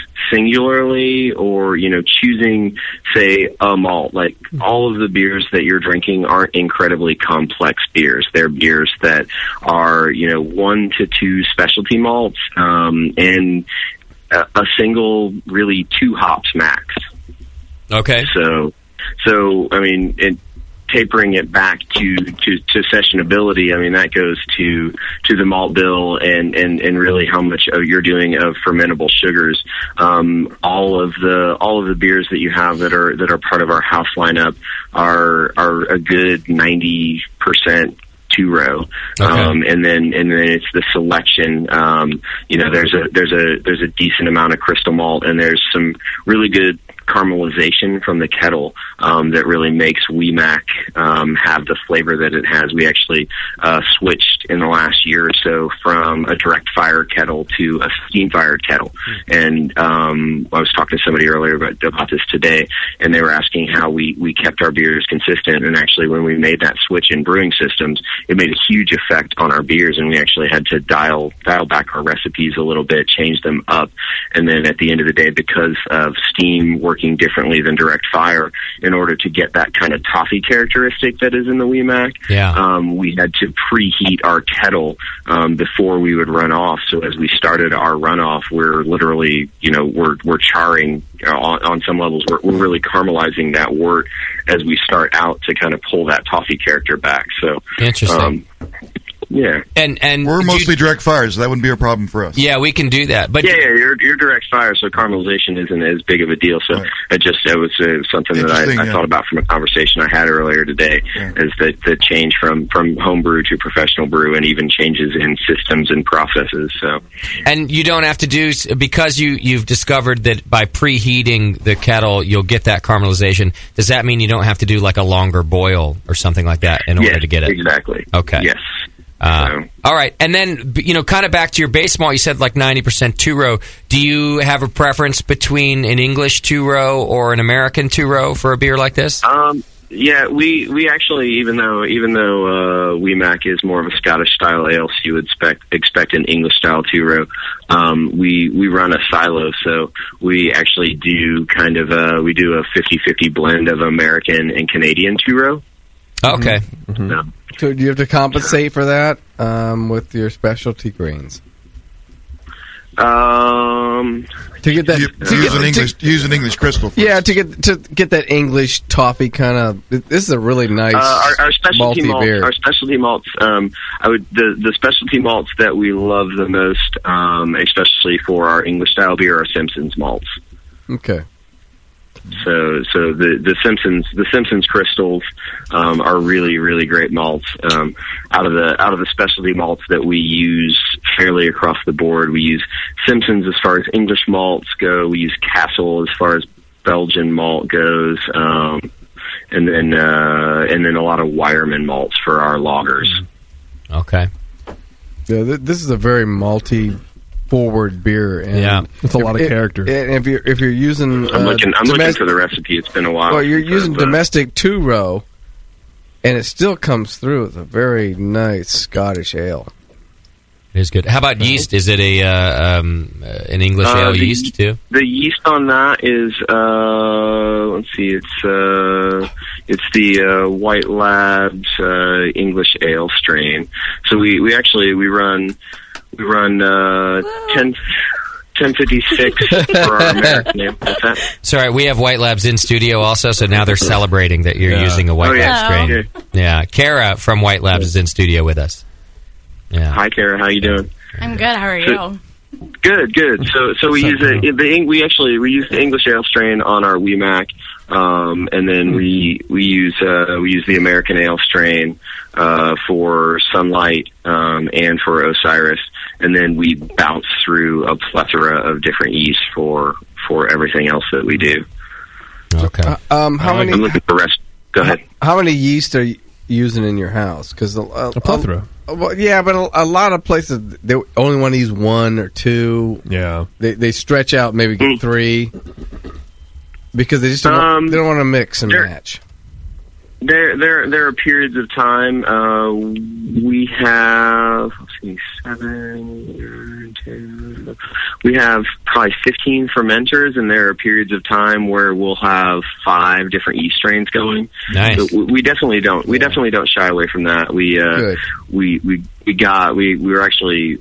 Speaker 22: singularly or you know choosing say a malt like all of the beers that you're drinking aren't incredibly complex beers they're beers that are you know one to two specialty malts um, and a, a single really two hops max
Speaker 9: Okay.
Speaker 22: so, so I mean, it, tapering it back to, to to sessionability. I mean, that goes to to the malt bill and and and really how much of you're doing of fermentable sugars. Um, all of the all of the beers that you have that are that are part of our house lineup are are a good ninety percent two row um, and then and then it's the selection um, you know there's a there's a there's a decent amount of crystal malt and there's some really good caramelization from the kettle um, that really makes Wemac um, have the flavor that it has we actually uh, switched in the last year or so from a direct fire kettle to a steam fired kettle and um, I was talking to somebody earlier about, about this today and they were asking how we we kept our beers consistent and actually when we made that switch in brewing systems it made a huge effect on our beers and we actually had to dial dial back our recipes a little bit change them up and then at the end of the day because of steam working differently than direct fire in order to get that kind of toffee characteristic that is in the Wemac
Speaker 9: Yeah.
Speaker 22: um, we had to preheat our kettle um, before we would run off so as we started our runoff we're literally you know we're we're charring uh, on, on some levels we're, we're really caramelizing that wort as we start out to kind of pull that toffee character back so
Speaker 9: Interesting.
Speaker 22: um, yeah
Speaker 9: and and
Speaker 22: we're
Speaker 14: Mostly direct fires. That wouldn't be a problem for us.
Speaker 9: Yeah, we can do that. But
Speaker 22: yeah, yeah, you're, you're direct fire, so caramelization isn't as big of a deal. So it just it was uh, something that I,
Speaker 14: Interesting,
Speaker 22: I
Speaker 14: yeah.
Speaker 22: thought about from a conversation I had earlier today. Is that the change from from homebrew to professional brew, and even changes in systems and processes. So
Speaker 9: And you don't have to do because you you've discovered that by preheating the kettle you'll get that caramelization. Does that mean you don't have to do like a longer boil or something like that in order
Speaker 22: Yes,
Speaker 9: to get it?
Speaker 22: exactly.
Speaker 9: Okay.
Speaker 22: Yes.
Speaker 9: Uh, All right, and then b- you know, kind of back to your base malt. You said like ninety percent two row. Do you have a preference between an English two row or an American two row for a beer like this?
Speaker 22: Um, yeah, we we actually even though even though uh, Wemac is more of a Scottish style ale, so you would expect expect an English style two row. Um, we we run a silo, so we actually do kind of a we do a 50-50 blend of American and Canadian two row.
Speaker 9: Oh, Okay.
Speaker 12: Mm-hmm. So do you have to compensate for that um, with your specialty grains?
Speaker 22: eh. Um,
Speaker 12: to get that, to
Speaker 14: use
Speaker 12: get-
Speaker 14: an
Speaker 12: to-
Speaker 14: English use an English crystal.
Speaker 12: Yeah, to get to get that English toffee kind of. This is a really nice
Speaker 22: Uh, our, our specialty
Speaker 12: malty
Speaker 22: malts.
Speaker 12: beer.
Speaker 22: Our specialty malts. Um, I would the the specialty malts that we love the most, um, especially for our English style beer, are Simpsons malts.
Speaker 12: okay.
Speaker 22: So so the the Simpsons the Simpsons crystals um, are really really great malts. Um, out of the out of the specialty malts that we use fairly across the board, we use Simpsons as far as English malts go. We use Castle as far as Belgian malt goes. Um, and then, uh, and then a lot of Wireman malts for our loggers.
Speaker 9: Okay.
Speaker 12: Yeah, th- this is a very malty forward beer. And
Speaker 22: Yeah.
Speaker 13: With a lot of
Speaker 12: it-
Speaker 13: character.
Speaker 12: and if you're if you're using,
Speaker 22: I'm
Speaker 12: uh,
Speaker 22: looking. I'm looking
Speaker 12: domestic-
Speaker 22: for the recipe. It's been a while.
Speaker 12: Well, you're
Speaker 22: since
Speaker 12: using
Speaker 22: I've, uh,
Speaker 12: domestic two row, and it still comes through with a very nice Scottish ale.
Speaker 9: It is good. How about yeast? Is it a uh, um, uh, an English
Speaker 22: Uh,
Speaker 9: ale
Speaker 22: the-
Speaker 9: yeast too?
Speaker 22: The yeast on that is, uh, let's see, it's uh, it's the uh, White Labs uh, English Ale strain. So we, we actually we run we run uh, 10, 1056 for our American ale. What's that?
Speaker 9: Sorry, we have White Labs in studio also, so now they're celebrating that you're
Speaker 22: Yeah.
Speaker 9: using a White
Speaker 22: Oh, yeah.
Speaker 9: Lab strain. Yeah, Kara from White Labs is in studio with us. Yeah.
Speaker 22: Hi, Kara. How you doing?
Speaker 4: I'm good. How are you?
Speaker 22: Good, good. So, so we use a, the Eng- we actually we use the English ale strain on our WEMAC, um, and then we we use uh, we use the American ale strain uh, for Sunlight um, and for Osiris, and then we bounce through a plethora of different yeasts for for everything else that we do.
Speaker 9: Okay.
Speaker 12: um, how
Speaker 22: I'm
Speaker 12: many
Speaker 22: looking for rest. Go ahead.
Speaker 12: how many yeast are you using in your house? Because a, a,
Speaker 22: plethora.
Speaker 12: a- well, yeah, but a, a lot of places they only want to use one or two.
Speaker 13: Yeah,
Speaker 12: they they stretch out maybe get three because they just don't, want, they don't want to mix and match.
Speaker 22: There, there, there are periods of time. Uh, we have, let's see, seven, two, we have probably 15 fermenters, and there are periods of time where we'll have five different yeast strains going.
Speaker 9: Nice.
Speaker 22: So we, we definitely don't. We definitely don't shy away from that. We, uh, we, we, we got. We, we were actually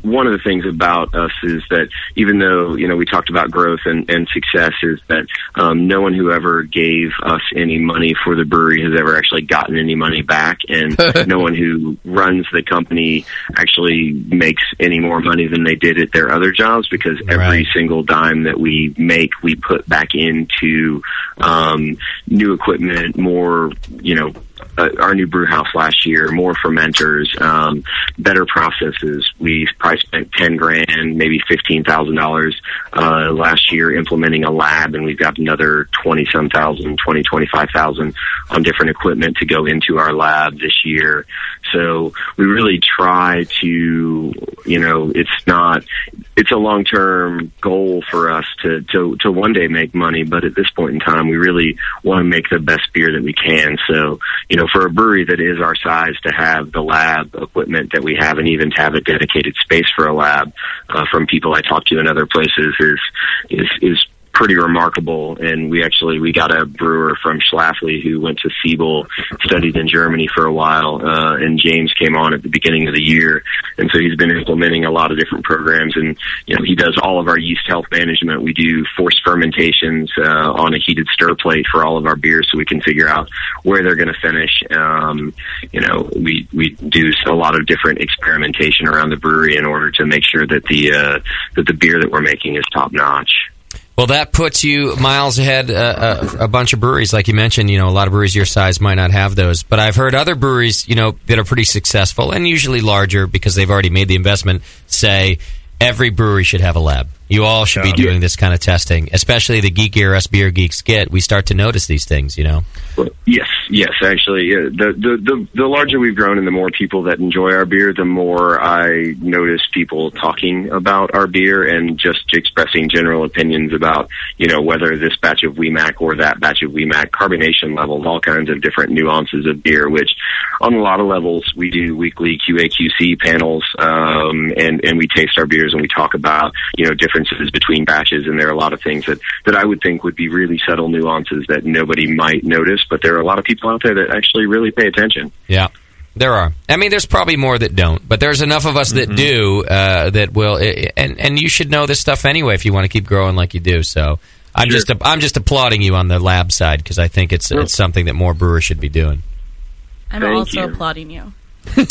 Speaker 22: one of the things about us is that even though you know we talked about growth and, and success is that um, no one who ever gave us any money for the brewery has ever actually gotten any money back and no one who runs the company actually makes any more money than they did at their other jobs because every single dime that we make we put back into um, new equipment more you know uh, our new brew house last year, more fermenters, um, better processes. We probably spent ten grand, maybe fifteen thousand dollars uh, last year implementing a lab, and we've got another twenty some thousand, twenty twenty five thousand on different equipment to go into our lab this year. So we really try to, you know, it's not, it's a long term goal for us to, to to one day make money, but at this point in time, we really want to make the best beer that we can. So, you know, for a brewery that is our size to have the lab equipment that we have and even to have a dedicated space for a lab uh, from people I talk to in other places is is is pretty remarkable. And we actually we got a brewer from Schlafly who went to Siebel, studied in Germany for a while, uh, and James came on at the beginning of the year, and so he's been implementing a lot of different programs. And you know he does all of our yeast health management. We do forced fermentations uh, on a heated stir plate for all of our beers, so we can figure out where they're going to finish. Um, you know we we do a lot of different experimentation around the brewery in order to make sure that the uh, that the beer that we're making is top notch.
Speaker 9: Well, that puts you miles ahead uh, uh, a bunch of breweries, like you mentioned. You know, a lot of breweries your size might not have those, but I've heard other breweries, you know, that are pretty successful and usually larger because they've already made the investment. Say every brewery should have a lab. You all should be doing this kind of testing, especially the geeky or us beer geeks get. We start to notice these things, you know.
Speaker 22: Yes, yes, actually, yeah. the, the the the larger we've grown and the more people that enjoy our beer, the more I notice people talking about our beer and just expressing general opinions about you know whether this batch of WEMAC or that batch of WEMAC, carbonation levels, all kinds of different nuances of beer. Which, on a lot of levels, we do weekly QAQC panels, um, and and we taste our beers and we talk about you know differences between batches, and there are a lot of things that that I would think would be really subtle nuances that nobody might notice, but there are a lot of people out there that actually really pay attention.
Speaker 9: Yeah. There are. I mean, there's probably more that don't, but there's enough of us that do uh, that will. i- And and you should know this stuff anyway if you want to keep growing like you do. So I'm just I'm just applauding you on the lab side because I think it's it's something that more brewers should be doing.
Speaker 4: I'm
Speaker 9: Thank
Speaker 4: also
Speaker 9: you.
Speaker 4: applauding you.
Speaker 9: Of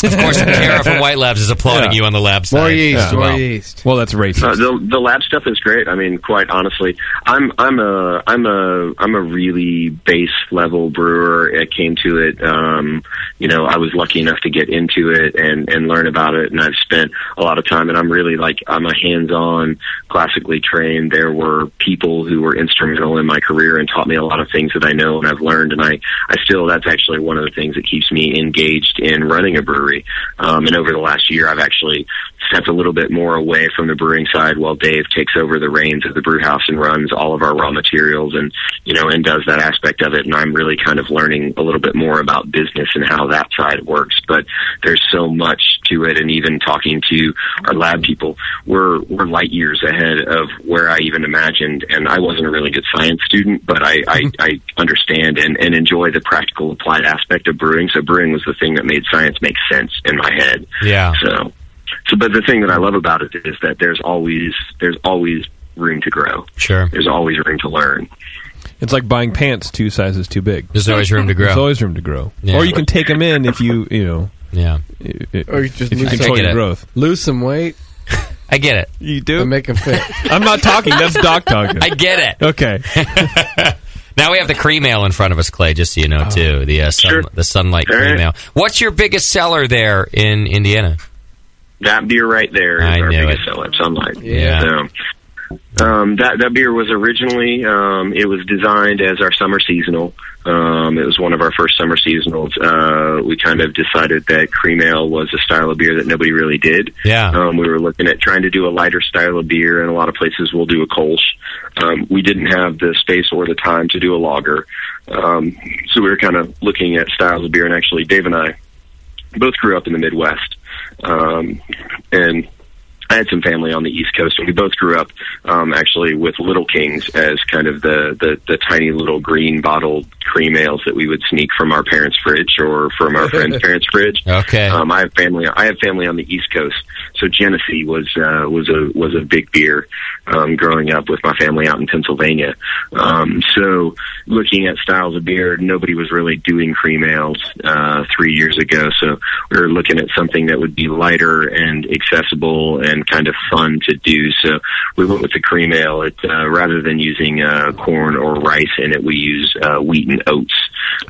Speaker 9: course, Kara from White Labs is applauding
Speaker 13: Yeah.
Speaker 9: you on the lab side.
Speaker 13: More yeast,
Speaker 9: as
Speaker 13: more
Speaker 9: well.
Speaker 13: yeast. Well, that's racist.
Speaker 22: Uh, the the lab stuff is great. I mean, quite honestly, I'm I'm a I'm a I'm a really base level brewer. I came to it, um, you know, I was lucky enough to get into it and and learn about it, and I've spent a lot of time. And I'm really like I'm a hands on, classically trained. There were people who were instrumental in my career and taught me a lot of things that I know and I've learned, and I I still that's actually one of the things that keeps me engaged in running a brewery. Um, and over the last year, I've actually stepped a little bit more away from the brewing side while Dave takes over the reins of the brew house and runs all of our raw materials and, you know, and does that aspect of it. And I'm really kind of learning a little bit more about business and how that side works. But there's so much to it. And even talking to our lab people, we're, we're light years ahead of where I even imagined. And I wasn't a really good science student, but I, I, I understand and, and enjoy the practical applied aspect of brewing. So brewing was the thing that made science make sense in my head.
Speaker 9: Yeah.
Speaker 22: So, so, but the thing that I love about it is that there's always there's always room to grow.
Speaker 9: Sure.
Speaker 22: There's always room to learn.
Speaker 13: It's like buying pants two sizes too big.
Speaker 9: There's always room to grow.
Speaker 13: There's always room to grow.
Speaker 9: Yeah.
Speaker 13: Or you can take them in if you, you know.
Speaker 9: Yeah.
Speaker 12: Or you just
Speaker 13: if you
Speaker 12: lose
Speaker 13: control
Speaker 12: some-
Speaker 13: your growth.
Speaker 12: Lose some weight.
Speaker 9: I get it.
Speaker 13: You do?
Speaker 12: And make them fit.
Speaker 13: I'm not talking. That's Doc talking.
Speaker 9: I get it.
Speaker 13: Okay.
Speaker 9: Now we have the cream ale in front of us, Clay. Just so you know, too the uh, sun, the sunlight cream ale. What's your biggest seller there in Indiana?
Speaker 22: That beer right there is
Speaker 9: I
Speaker 22: our
Speaker 9: knew
Speaker 22: biggest
Speaker 9: it.
Speaker 22: sellout. Sunlight.
Speaker 9: Yeah.
Speaker 22: So, um, that that beer was originally um, it was designed as our summer seasonal. Um, it was one of our first summer seasonals. Uh, we kind of decided that cream ale was a style of beer that nobody really did.
Speaker 9: Yeah.
Speaker 22: Um, we were looking at trying to do a lighter style of beer, and a lot of places will do a Kolsch. Um, we didn't have the space or the time to do a lager. Um, so we were kind of looking at styles of beer, and actually, Dave and I both grew up in the Midwest. Um, and I had some family on the East Coast, and we both grew up um, actually with Little Kings as kind of the, the the tiny little green bottled cream ales that we would sneak from our parents' fridge or from our friend's parents' fridge.
Speaker 9: Okay.
Speaker 22: Um, I have family. I have family on the East Coast, so Genesee was uh, was a was a big beer um, growing up with my family out in Pennsylvania. Um, so looking at styles of beer, nobody was really doing cream ales uh, three years ago. So we were looking at something that would be lighter and accessible and kind of fun to do. So we went with the cream ale. It, uh, rather than using uh, corn or rice in it, we use uh, wheat and oats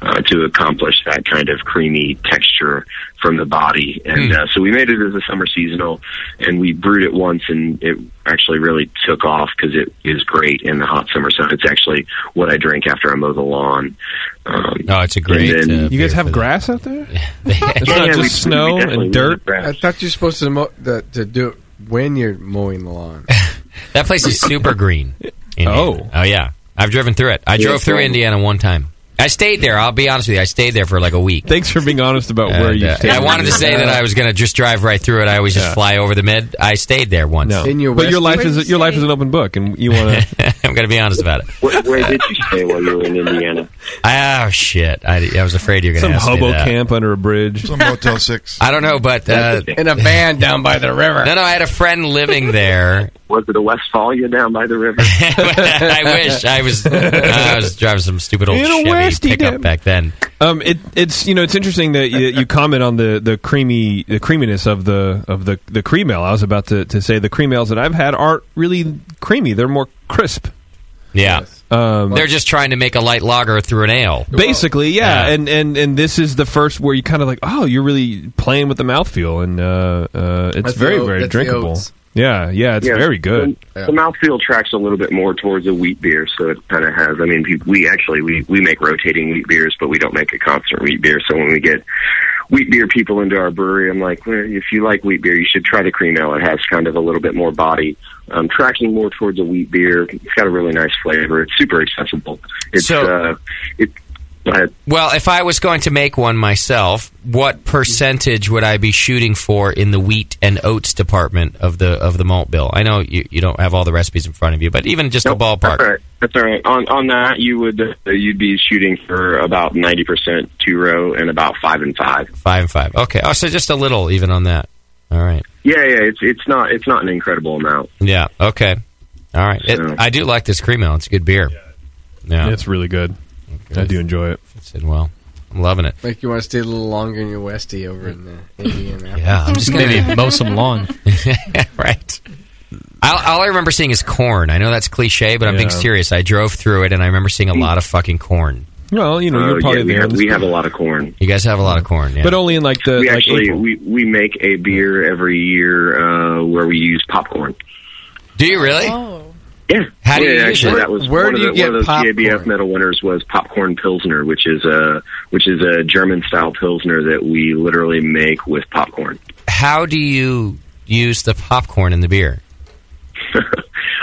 Speaker 22: uh, to accomplish that kind of creamy texture from the body. And
Speaker 9: Hmm.
Speaker 22: uh, so we made it as a summer seasonal, and we brewed it once, and it actually really took off because it is great in the hot summer sun. It's actually what I drink after I mow the lawn. Um,
Speaker 9: oh, it's a great.
Speaker 13: you guys have grass out there? It's
Speaker 12: Yeah,
Speaker 13: not
Speaker 12: we- we
Speaker 13: just snow
Speaker 12: definitely
Speaker 13: and dirt.
Speaker 12: I thought you were supposed to mo- the, to do it when you're mowing the lawn.
Speaker 9: That place is super green. Oh, oh yeah. I've driven through it. I
Speaker 12: Yeah,
Speaker 9: drove through
Speaker 12: so-
Speaker 9: Indiana one time. I stayed there. I'll be honest with you. I stayed there for like a week.
Speaker 13: Thanks for being honest about where
Speaker 9: And,
Speaker 13: you
Speaker 9: uh,
Speaker 13: stayed.
Speaker 9: I wanted to say that I was going to just drive right through it. I always just
Speaker 13: Yeah.
Speaker 9: fly over the mid. I stayed there once.
Speaker 13: No. but your life is your life is an open book, and you want to.
Speaker 9: I'm going to be honest about it.
Speaker 22: Where, where did you stay while you were in Indiana?
Speaker 9: Oh shit! I, I was afraid you were going to
Speaker 13: Some
Speaker 9: ask me
Speaker 13: hobo
Speaker 9: that.
Speaker 13: camp under a bridge.
Speaker 9: Some
Speaker 22: Motel Six.
Speaker 9: I don't know, but uh,
Speaker 12: in a van down by the river.
Speaker 9: No, no, I had a friend living there.
Speaker 22: Was it a Westphalia down by the river?
Speaker 9: I wish I was. I was driving some stupid old
Speaker 13: In a
Speaker 9: Chevy
Speaker 13: Westie
Speaker 9: pickup
Speaker 13: dip.
Speaker 9: back then.
Speaker 13: Um, it, it's you know it's interesting that you, you comment on the, the creamy the creaminess of the of the the cream ale. I was about to, to say the cream ales that I've had aren't really creamy; they're more crisp.
Speaker 9: Yeah,
Speaker 13: Um,
Speaker 9: they're just trying to make a light lager through an ale.
Speaker 13: basically, yeah. And, and and this is the first where you kind of like, oh, you're really playing with the mouthfeel, and uh, uh, it's
Speaker 22: That's the
Speaker 13: very
Speaker 22: oat-
Speaker 13: very
Speaker 22: that's the
Speaker 13: drinkable.
Speaker 22: oats.
Speaker 13: Yeah, yeah, it's very good.
Speaker 22: The, the mouthfeel tracks a little bit more towards a wheat beer, so it kind of has. I mean, pe- we actually we we make rotating wheat beers, but we don't make a constant wheat beer. So when we get wheat beer people into our brewery, I'm like, well, if you like wheat beer, you should try the cream ale. It has kind of a little bit more body, um, tracking more towards a wheat beer. It's got a really nice flavor. It's super accessible. It's uh, it, Go ahead.
Speaker 9: Well, if I was going to make one myself, what percentage would I be shooting for in the wheat and oats department of the of the malt bill? I know you, you don't have all the recipes in front of you, but even just a ballpark.
Speaker 22: That's all right. That's all right. On on that, you would uh, you'd be shooting for about ninety percent two row and about five and five.
Speaker 9: Five and five. Okay. Oh, so just a little even on that. All right.
Speaker 22: Yeah, yeah. It's it's not it's not an incredible amount.
Speaker 9: Yeah. Okay. All right. It- I do like this cream ale. It's a good beer. Yeah.
Speaker 13: It's really good. I do enjoy it.
Speaker 9: Fits in well. I'm loving it.
Speaker 12: Make you want to stay a little longer in your Westie over in uh, Indianapolis.
Speaker 9: Yeah, I'm just gonna right. All, all I remember seeing is corn. I know that's cliche, but I'm being
Speaker 22: Yeah.
Speaker 9: serious. I drove through it, and I remember seeing a lot of fucking corn.
Speaker 13: Well, you know, you're probably
Speaker 22: Uh, yeah, we
Speaker 13: there.
Speaker 22: Have, we have a lot of corn.
Speaker 9: You guys have a lot of corn, yeah.
Speaker 13: But uh, only in like the
Speaker 22: we
Speaker 13: like
Speaker 22: actually
Speaker 13: April.
Speaker 22: we, we make a beer every year uh, where we use popcorn.
Speaker 9: Do you really?
Speaker 2: Oh.
Speaker 22: Yeah.
Speaker 9: How do
Speaker 22: Yeah,
Speaker 9: you use
Speaker 22: actually
Speaker 9: it?
Speaker 22: that was
Speaker 9: Oh. Where
Speaker 22: one
Speaker 9: do
Speaker 22: of
Speaker 9: you
Speaker 22: the,
Speaker 9: get
Speaker 22: one of those
Speaker 9: popcorn?
Speaker 22: GABF medal winners was popcorn pilsner, which is a which is a German style pilsner that we literally make with popcorn.
Speaker 9: How do you use the popcorn in the beer?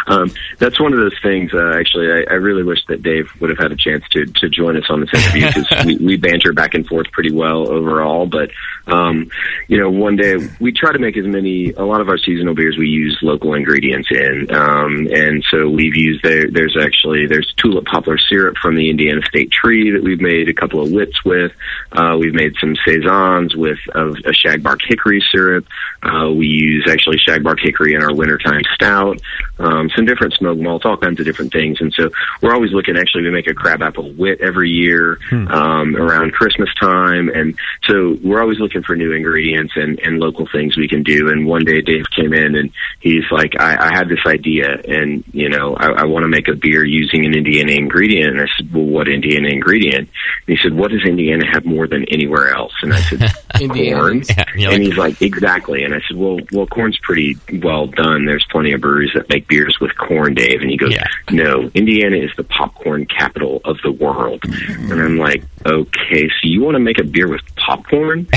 Speaker 22: Um, that's one of those things. Uh, actually, I, I really wish that Dave would have had a chance to to join us on this interview because we, we banter back and forth pretty well overall. But um, you know, one day we try to make as many. A lot of our seasonal beers we use local ingredients in, um, and so we've used there. There's actually there's tulip poplar syrup from the Indiana state tree that we've made a couple of wits with. Uh, we've made some saisons with of a shagbark hickory syrup. Uh, we use actually shagbark hickory in our wintertime stout. Um, some different smoke malts, all kinds of different things. And so we're always looking. Actually, we make a crabapple wit every year
Speaker 4: Hmm.
Speaker 22: um, around Christmas time, and so we're always looking for new ingredients and, and local things we can do. And one day Dave came in and he's like, I, I had this idea, and you know, I, I want to make a beer using an Indiana ingredient. And I said, Well, what Indiana ingredient? And he said, What does Indiana have more than anywhere else? And I said, corn. and he's like, exactly. And I said, well, well, corn's pretty well done. There's plenty of breweries that make beers with corn, Dave. And he goes, no, Indiana is the popcorn capital of the world. And I'm like, okay, so you want to make a beer with popcorn?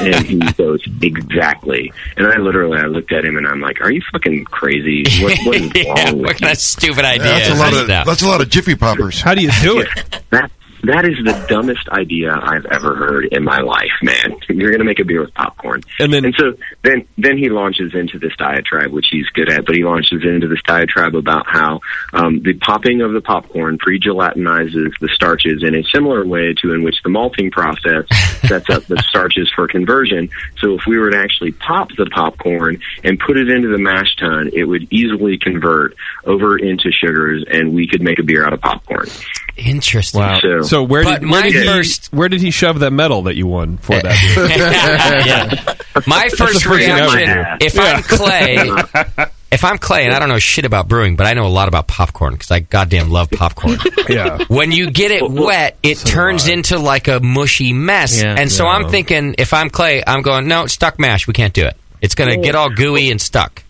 Speaker 22: and he goes, exactly. And I literally, I looked at him and I'm like, are you fucking crazy? What, what is wrong with
Speaker 9: what kind of stupid idea
Speaker 22: that's a
Speaker 9: is
Speaker 22: lot
Speaker 9: this
Speaker 22: of-
Speaker 9: now?
Speaker 22: that's a lot of
Speaker 14: Jiffy poppers.
Speaker 13: How do you do it?
Speaker 22: that that is the dumbest idea I've ever heard in my life, man. You're gonna make a beer with popcorn,
Speaker 13: and then
Speaker 22: and so then then he launches into this diatribe, which he's good at. But he launches into this diatribe about how um, the popping of the popcorn pre-gelatinizes the starches in a similar way to in which the malting process sets up the starches for conversion. So if we were to actually pop the popcorn and put it into the mash tun, it would easily convert over into sugars, and we could make a beer out of popcorn.
Speaker 9: Interesting.
Speaker 13: Wow.
Speaker 22: So-
Speaker 13: So, where
Speaker 22: But
Speaker 13: did, where
Speaker 22: my
Speaker 13: did he
Speaker 22: first-
Speaker 13: where did he shove that medal that you won for that? beer?
Speaker 9: Yeah. My
Speaker 13: That's the
Speaker 9: first
Speaker 13: first thing I would
Speaker 9: reaction,
Speaker 13: do.
Speaker 9: if
Speaker 13: Yeah.
Speaker 9: I'm Clay, if I'm Clay, and I don't know shit about brewing, but I know a lot about popcorn because I goddamn love popcorn.
Speaker 13: yeah.
Speaker 9: When you get it wet, it turns into like a mushy mess,
Speaker 13: Yeah.
Speaker 9: and so
Speaker 13: Yeah.
Speaker 9: I'm thinking, if I'm Clay, I'm going, no, it's stuck mash. We can't do it. It's going to get all gooey and stuck.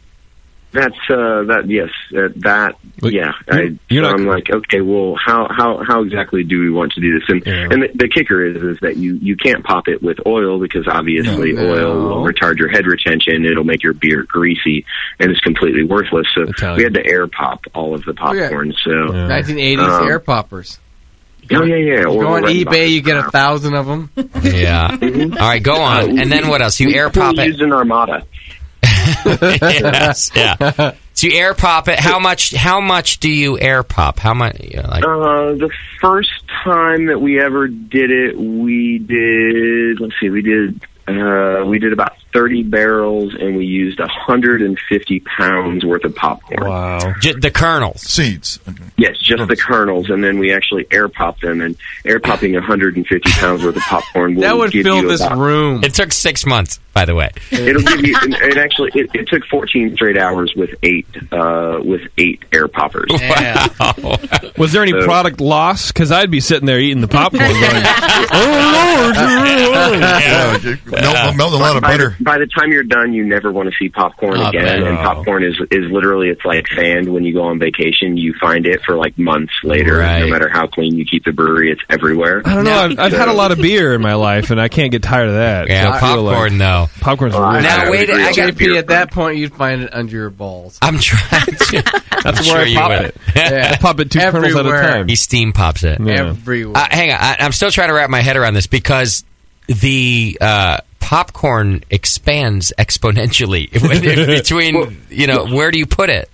Speaker 22: That's uh, that. Yes, uh, that. yeah, I, so I'm like, okay, well, how how how exactly do we want to do this? And and the, the kicker is is that you you can't pop it with oil because obviously
Speaker 4: No.
Speaker 22: oil will retard your head retention. It'll make your beer greasy, and it's completely worthless. So we had to air pop all of the
Speaker 12: Oh, yeah.
Speaker 22: popcorn. So
Speaker 12: 1980s
Speaker 22: um,
Speaker 12: air poppers.
Speaker 22: Oh yeah, yeah.
Speaker 12: You
Speaker 22: or
Speaker 12: go on
Speaker 22: red
Speaker 12: eBay,
Speaker 22: box.
Speaker 12: you get a thousand of them.
Speaker 9: Yeah. All right, go on, and then what else? You air pop it.
Speaker 22: Used an armada.
Speaker 9: yes, yeah. So you air pop it. How much? How much do you air pop? How much? You know, like,
Speaker 22: Uh, the first time that we ever did it, we did. Let's see, we did. Uh, we did about 30 barrels and we used 150 pounds worth of popcorn.
Speaker 13: Wow.
Speaker 9: the kernels.
Speaker 22: Seeds. Yes, just the kernels. And then we actually air popped them and air popping 150 pounds worth of popcorn will give you about-
Speaker 12: room.
Speaker 9: It took six months, by the way.
Speaker 22: It'll give you, and, and actually, it, it took 14 straight hours with eight, uh, with eight air poppers.
Speaker 9: Wow.
Speaker 13: Was there any
Speaker 22: So-
Speaker 13: product loss? Because I'd be sitting there eating the popcorn. Going, oh
Speaker 14: Yeah, you melt- melt a lot of
Speaker 22: By- by
Speaker 14: butter.
Speaker 22: the- By the time you're done, you never want to see popcorn
Speaker 14: Oh,
Speaker 22: again.
Speaker 14: man.
Speaker 22: And popcorn is is literally it's like sand. When you go on vacation, you find it for like months later. No matter how clean you keep the brewery, it's everywhere.
Speaker 13: I don't know. I've, I've had a lot of beer in my life, and I can't get tired of that.
Speaker 22: Yeah,
Speaker 13: I feel
Speaker 9: popcorn, though.
Speaker 13: Popcorn's really
Speaker 9: Now, wait, I got
Speaker 12: JP, at that point, you'd find it under your balls.
Speaker 9: I'm trying to.
Speaker 13: That's where I pop it. I pop it two kernels at a time.
Speaker 9: He steam pops it.
Speaker 13: Yeah.
Speaker 12: Everywhere.
Speaker 9: Uh, hang on, I, I'm still trying to wrap my head around this because the uh, popcorn expands exponentially when- between you know where do you put it?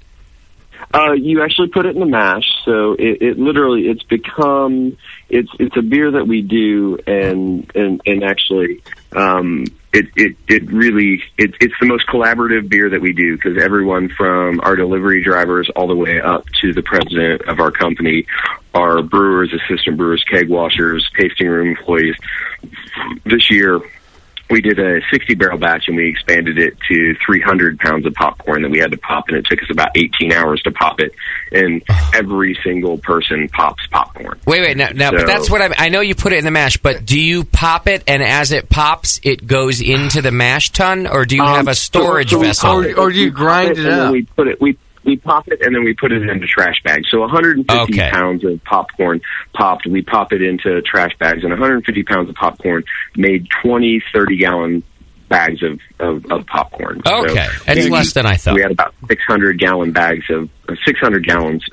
Speaker 22: Uh, you actually put it in the mash, so it, it literally it's become it's it's a beer that we do, and and and actually, um, it it it really it, it's the most collaborative beer that we do because everyone from our delivery drivers all the way up to the president of our company are brewers, assistant brewers, keg washers, tasting room employees. This year, we did a 60 barrel batch and we expanded it to 300 pounds of popcorn that we had to pop and it took us about 18 hours to pop it and every single person pops popcorn
Speaker 9: Wait, wait, no, no but
Speaker 22: So-
Speaker 9: that's what I'm, I know. You put it in the mash, but do you pop it and as it pops, it goes into the mash tun, or do you
Speaker 22: Um,
Speaker 9: have a
Speaker 22: so-
Speaker 9: storage
Speaker 22: so we
Speaker 9: vessel?
Speaker 22: pop it, we pop and then we put it we we pop it and then we put it into trash bags so 150 pounds of popcorn popped we pop it into trash bags and 150 pounds of popcorn made 20 30 gallon bags of, of, of popcorn
Speaker 9: Okay. That's
Speaker 22: we-
Speaker 9: less than I thought.
Speaker 22: we had about 600 gallon bags of 600 gallons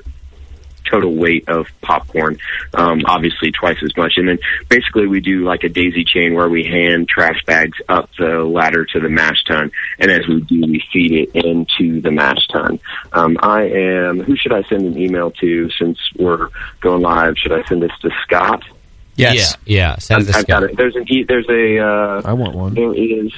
Speaker 22: total weight of popcorn, um, obviously twice as much. And then basically we do like a daisy chain where we hand trash bags up the ladder to the mash tun, and as we do, we feed it into the mash tun. Um, I am. Who should I send an email to since we're going live? Should I send this to Scott?
Speaker 9: Yes. Yeah. yeah. Send this
Speaker 22: I've got
Speaker 9: guy.
Speaker 22: it. There's an e- there's a uh, I want one. There is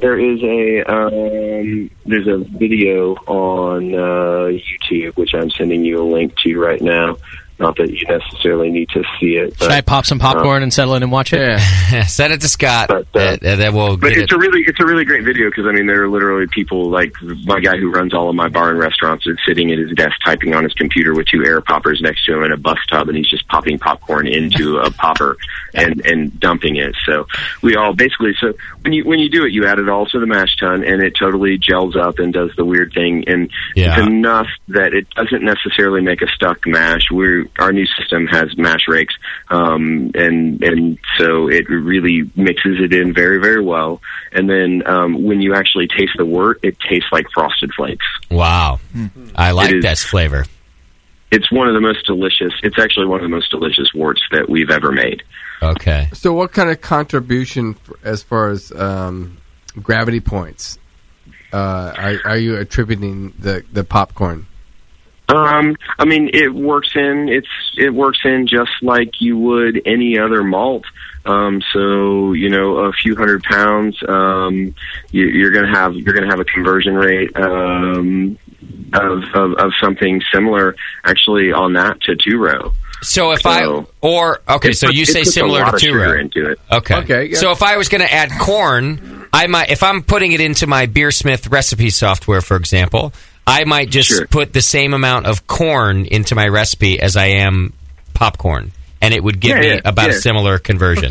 Speaker 22: there is a um, there's a video on uh, YouTube which I'm sending you a link to right now. Not that you necessarily need to see it.
Speaker 10: Should I pop some popcorn and settle in and watch it?
Speaker 9: Send it to Scott,
Speaker 22: uh,
Speaker 9: and, and then we'll
Speaker 22: But
Speaker 9: get it.
Speaker 22: it's a really it's a really great video because I mean there are literally people like my guy who runs all of my bar and restaurants is sitting at his desk typing on his computer with two air poppers next to him and a bus tub and he's just popping popcorn into a popper and and dumping it. So we all basically so when you when you do it you add it all to the mash tun and it totally gels up and does the weird thing and
Speaker 9: Yeah.
Speaker 22: it's enough that it doesn't necessarily make a stuck mash. We our new system has mash rakes, um, and and so it really mixes it in very very well. And then um, when you actually taste the wort, it tastes like frosted flakes.
Speaker 9: Wow. I like
Speaker 22: It is-
Speaker 9: this flavor.
Speaker 22: It's one of the most delicious. It's actually one of the most delicious worts that we've ever made.
Speaker 9: Okay.
Speaker 12: So, what kind of contribution f- as far as um, gravity points uh, are, are you attributing the, the popcorn?
Speaker 22: Um, I mean, it works in it's it works in just like you would any other malt. Um, so you know, a few hundred pounds, um, you, you're gonna have you're gonna have a conversion rate um, of, of of something similar, actually, on that to two row.
Speaker 9: So if I or okay,
Speaker 22: It
Speaker 9: so
Speaker 22: puts-
Speaker 9: you
Speaker 22: it
Speaker 9: say
Speaker 22: puts a
Speaker 9: similar
Speaker 22: lot
Speaker 9: to
Speaker 22: of
Speaker 9: two
Speaker 22: sugar
Speaker 9: row.
Speaker 22: into it.
Speaker 9: Okay.
Speaker 22: Okay, yeah.
Speaker 9: So if I was going to add corn, I might if I'm putting it into my Beersmith recipe software, for example, I might just put the same amount of corn into my recipe as I am popcorn, and it would give
Speaker 22: Yeah,
Speaker 9: me
Speaker 22: yeah,
Speaker 9: about a
Speaker 22: yeah.
Speaker 9: similar conversion.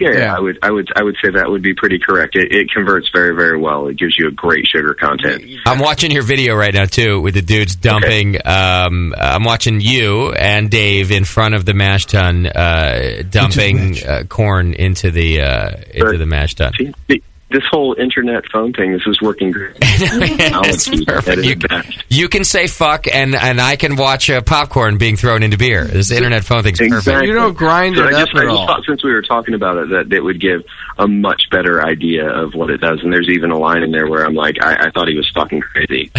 Speaker 22: Yeah, yeah, I would, I would, I would say that would be pretty correct. It, it converts very, very well. It gives you a great sugar content.
Speaker 9: I'm watching your video right now too, with the dudes dumping. Um, I'm watching you and Dave in front of the mash tun uh, dumping uh, corn into the uh, into the mash tun.
Speaker 22: The- This whole internet phone thing, this is working great.
Speaker 9: it's perfect. You, you can say fuck, and and I can watch uh, popcorn being thrown into beer. This internet phone thing's perfect.
Speaker 22: So I just, I just thought since we were talking about it that it would give a much better idea of what it does. And there's even a line in there where I'm like, I, I thought he was fucking crazy.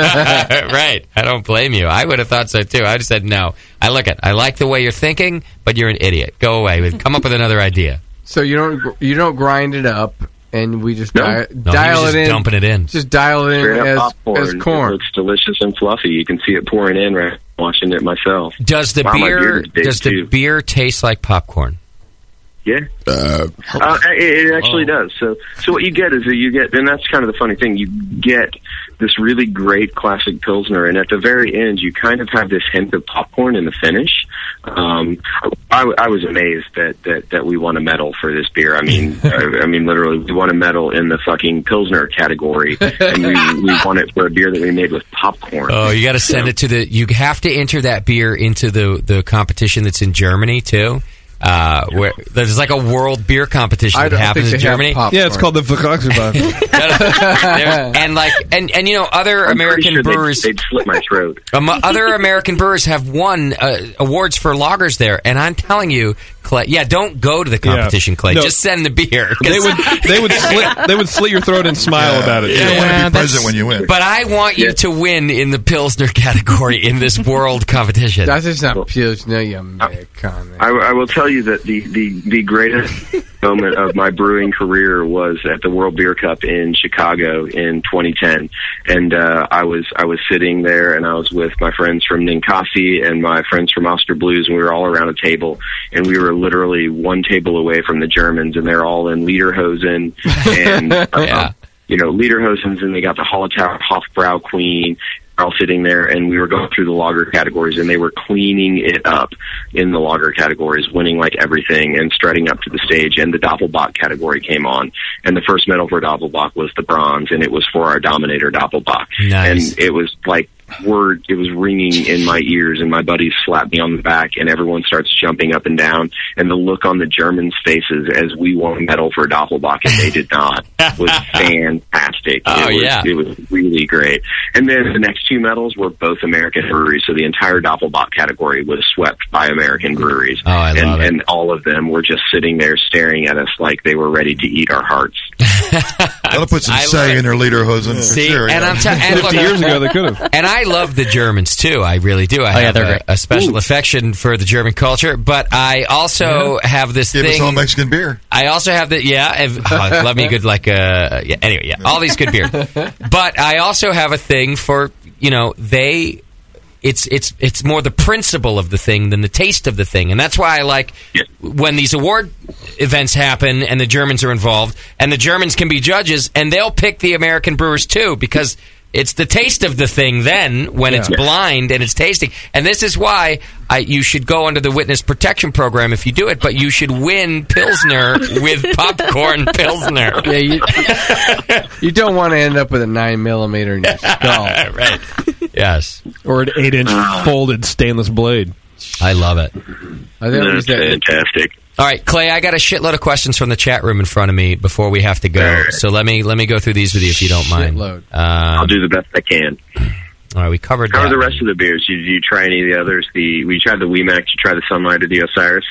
Speaker 9: right. I don't blame you. I would have thought so too. I just said no. I look at. I like the way you're thinking, but you're an idiot. Go away. We've Come up with another idea.
Speaker 12: So you don't gr- you don't grind it up, and we just dia-
Speaker 9: No, he
Speaker 12: dial
Speaker 9: was
Speaker 12: it
Speaker 9: just
Speaker 12: in,
Speaker 9: dumping it in.
Speaker 12: just dial it
Speaker 22: Straight up
Speaker 12: in as,
Speaker 22: popcorn.
Speaker 12: as
Speaker 22: It
Speaker 12: corn.
Speaker 22: looks delicious and fluffy. You can see it pouring in right watching it myself.
Speaker 9: Does the
Speaker 22: Wow, my
Speaker 9: beer
Speaker 22: beard is big,
Speaker 9: does the beer taste like popcorn?
Speaker 22: Yeah.
Speaker 4: Uh,
Speaker 9: Oh.
Speaker 22: Uh, it, it actually does. So, so what you get is that you get, and that's kind of the funny thing. You get this really great classic pilsner, and at the very end, you kind of have this hint of popcorn in the finish. Um, I, I was amazed that, that that we won a medal for this beer. I mean, I, I mean, literally, we won a medal in the fucking pilsner category, and we, we won it for a beer that we made with popcorn.
Speaker 9: Oh, you got to
Speaker 22: know?
Speaker 9: send it to the. You have to enter that beer into the the competition that's in Germany too. Uh, where there's like a world beer competition that happens in Germany.
Speaker 13: Yeah, it's called the Verkaufsbach.
Speaker 9: There- and like and and you know other American
Speaker 22: sure they'd-
Speaker 9: brewers
Speaker 22: they'd slit my throat.
Speaker 9: Um, other American brewers have won uh, awards for lagers there, and I'm telling you, Clay. Yeah, don't go to the competition, Clay.
Speaker 13: No.
Speaker 9: Just send the beer. 'cause-
Speaker 13: they would they would slit they would slit your throat and smile about it.
Speaker 9: But I want you to win in the Pilsner category in this world competition.
Speaker 12: That's just not Pilsner, you American.
Speaker 22: I, I will tell you that the, the, the greatest moment of my brewing career was at the World Beer Cup in Chicago in 2010, and uh, I was I was sitting there and I was with my friends from Ninkasi and my friends from Oster Blues, and we were all around a table, and we were literally one table away from the Germans, and they're all in lederhosen and. uh, You know, Lederhosen's, and they got the Hollertau Hofbrau Queen, all sitting there and we were going through the logger categories and they were cleaning it up in the logger categories, winning like everything and strutting up to the stage and the Doppelbach category came on and the first medal for Doppelbach was the bronze and it was for our Dominator Doppelbach.
Speaker 9: Nice.
Speaker 22: And it was like word it was ringing in my ears and my buddies slapped me on the back and everyone starts jumping up and down and the look on the Germans' faces as we won a medal for Doppelbach and they did not was fantastic.
Speaker 9: Oh,
Speaker 22: it was,
Speaker 9: yeah.
Speaker 22: it was really great. And then the next two medals were both American breweries, so the entire Doppelbock category was swept by American breweries. Oh, I and,
Speaker 9: love it.
Speaker 22: and all of them were just sitting there staring at us like they were ready to eat our hearts.
Speaker 14: That'll put some say in their leader hosen.
Speaker 9: See, and I'm telling have. And I love the Germans too. I really do. I
Speaker 14: Oh, yeah,
Speaker 9: have
Speaker 14: they're
Speaker 9: a,
Speaker 14: great.
Speaker 9: a special affection for the German culture, but I also have this
Speaker 14: Give us
Speaker 9: thing.
Speaker 14: all Mexican beer.
Speaker 9: I also have the yeah. I've, oh, love me a good like uh yeah. Anyway, yeah, all these good beer. But I also have a thing for you know they. It's it's it's more the principle of the thing than the taste of the thing, and that's why I like when these award events happen and the Germans are involved, and the Germans can be judges, and they'll pick the American brewers too because. It's the taste of the thing then when it's
Speaker 22: Yeah.
Speaker 9: blind and it's tasting. And this is why I, you should go under the witness protection program if you do it, but you should win Pilsner with popcorn Pilsner.
Speaker 12: Yeah, you, you don't want to end up with a nine millimeter in your skull,
Speaker 9: right? Yes,
Speaker 13: or an eight inch
Speaker 22: Ah.
Speaker 13: folded stainless blade.
Speaker 9: I love it.
Speaker 12: I think it was that-
Speaker 22: fantastic.
Speaker 9: All right, Clay, I got a shitload of questions from the chat room in front of me before we have to go. So let me let me go through these with you if you don't mind.
Speaker 22: Shitload.
Speaker 9: I'll
Speaker 22: do the best I can.
Speaker 9: All right, we covered
Speaker 22: How are
Speaker 9: that.
Speaker 22: the rest of the beers? Did you try any of the others? The we tried the Wemac, you tried the Sunlight or the Osiris.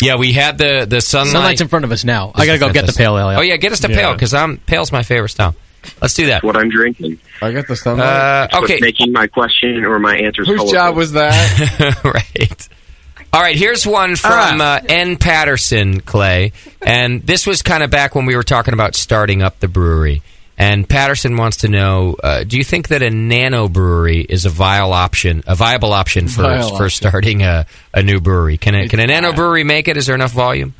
Speaker 9: Yeah, we had the the sunlight.
Speaker 10: Sunlight's in front of us now. I gotta go get the pale ale.
Speaker 9: Oh yeah, get us the pale because I'm pale's my favorite style. Let's do that.
Speaker 22: What I'm drinking.
Speaker 12: I got the Sunlight.
Speaker 9: Uh,
Speaker 22: What's
Speaker 9: okay.
Speaker 22: making my question or my answers.
Speaker 12: Whose
Speaker 22: colorful?
Speaker 12: job was that?
Speaker 9: right. All right, here's one from uh, N. Patterson, Clay. And this was kind of back when we were talking about starting up the brewery. And Patterson wants to know uh, Do you think that a nano brewery is a viable option, a viable option for,
Speaker 22: Viable
Speaker 9: for
Speaker 22: option.
Speaker 9: starting a, a new brewery? Can a, can a nano brewery make it? Is there enough volume?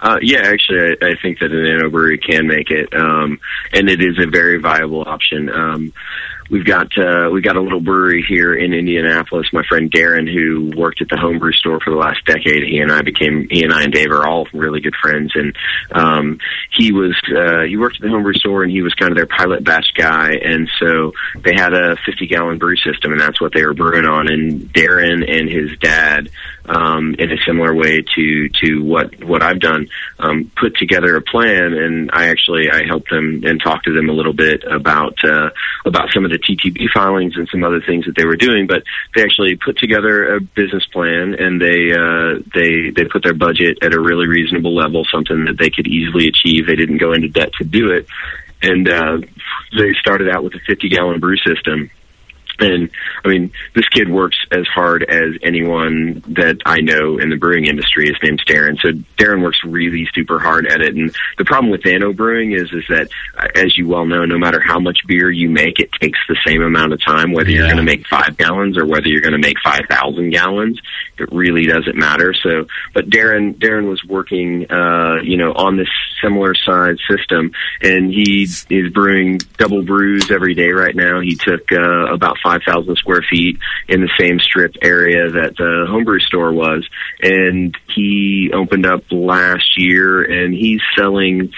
Speaker 22: Uh, yeah, actually, I, I think that a nano brewery can make it, um, and it is a very viable option. Um, we've got uh, we got a little brewery here in Indianapolis. My friend Darren, who worked at the homebrew store for the last decade, he and I became he and I and Dave are all really good friends, and um, he was uh, he worked at the homebrew store and he was kind of their pilot batch guy, and so they had a 50 gallon brew system, and that's what they were brewing on. And Darren and his dad, um, in a similar way to to what what I've done, um, put together a plan, and I actually I helped them and talked to them a little bit about uh, about some of the TTB filings and some other things that they were doing. But they actually put together a business plan, and they uh, they they put their budget at a really reasonable level, something that they could easily achieve. They didn't go into debt to do it, and uh, they started out with a 50 gallon brew system been, I mean, this kid works as hard as anyone that I know in the brewing industry. His name's Darren. So Darren works really super hard at it. And the problem with nano brewing is, is that, uh, as you well know, no matter how much beer you make, it takes the same amount of time, whether you're going to make five gallons or whether you're going to make 5,000 gallons. It really doesn't matter. So, but Darren, Darren was working, uh, you know, on this similar size system and he is brewing double brews every day right now. He took, uh, about 5,000 square feet in the same strip area that the homebrew store was. And he opened up last year and he's selling,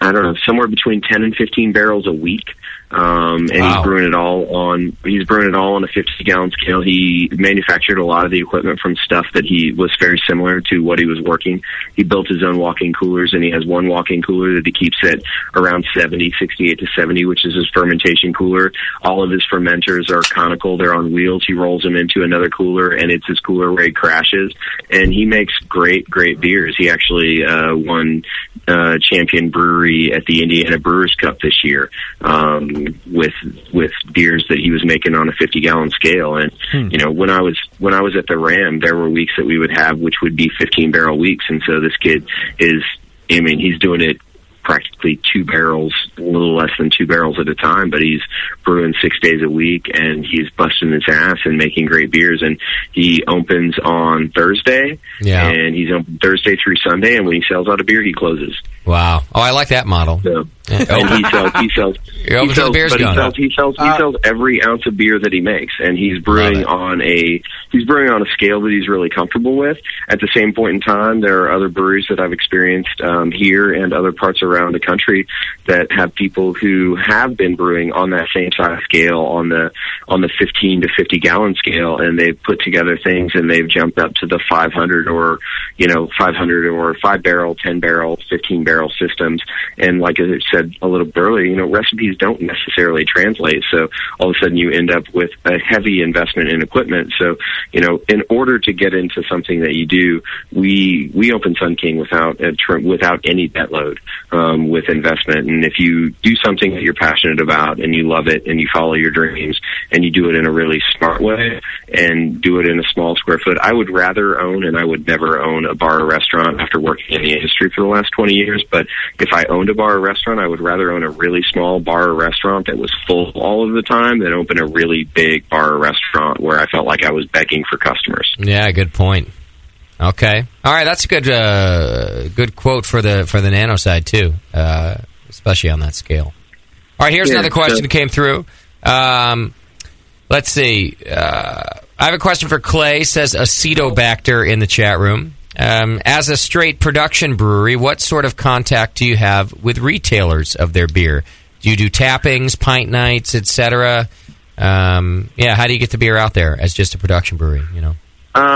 Speaker 22: I don't know, somewhere between 10 and 15 barrels a week. Um, and he's brewing it all on, he's brewing it all on a 50 gallon scale. He manufactured a lot of the equipment from stuff that he was very similar to what he was working. He built his own walking coolers and he has one walking cooler that he keeps at around 70, 68 to 70, which is his fermentation cooler. All of his fermenters are conical. They're on wheels. He rolls them into another cooler and it's his cooler where he crashes and he makes great, great beers. He actually, uh, won, uh, champion brewery at the Indiana Brewers Cup this year. Um, with with beers that he was making on a 50 gallon scale and
Speaker 4: Hmm.
Speaker 22: you know when i was when i was at the ram there were weeks that we would have which would be 15 barrel weeks and so this kid is i mean he's doing it practically two barrels a little less than two barrels at a time but he's brewing six days a week and he's busting his ass and making great beers and he opens on thursday
Speaker 9: Yeah.
Speaker 22: and he's open thursday through sunday and when he sells out a beer he closes
Speaker 9: Wow. Oh, I like that model. Yeah.
Speaker 22: and Oh, he sells. He sells.
Speaker 9: You're
Speaker 22: he
Speaker 9: open till the
Speaker 22: sells,
Speaker 9: beer's
Speaker 22: but he
Speaker 9: gone.
Speaker 22: sells. He sells. He sells every ounce of beer that he makes, and he's brewing on a he's brewing on a scale that he's really comfortable with. At the same point in time, there are other breweries that I've experienced um, here and other parts around the country that have people who have been brewing on that same size scale on the on the 15 to 50 gallon scale, and they've put together things and they've jumped up to the 500 or you know 500 or five barrel, 10 barrel, 15 barrel systems. And like I said a little earlier, you know, recipes don't necessarily translate. So all of a sudden you end up with a heavy investment in equipment. So, you know, in order to get into something that you do, we, we open Sun King without, a tr- without any debt load, um, with investment. And if you do something that you're passionate about and you love it and you follow your dreams and you do it in a really smart way and do it in a small square foot, I would rather own and I would never own a bar or restaurant after working in the industry for the last 20 years. But if I owned a bar or restaurant, I would rather own a really small bar or restaurant that was full all of the time than open a really big bar or restaurant where I felt like I was begging for customers.
Speaker 9: Yeah, good point. Okay. All right, that's a good uh, good quote for the for the nano side too, uh, especially on that scale. All right, here's
Speaker 2: Yeah,
Speaker 9: another question
Speaker 2: so-
Speaker 9: that came through. Um, let's see. Uh, I have a question for Clay. Says acetobacter in the chat room. Um, as a straight production brewery, what sort of contact do you have with retailers of their beer? Do you do tappings, pint nights, etc.? Um, yeah, how do you get the beer out there as just a production brewery? You know.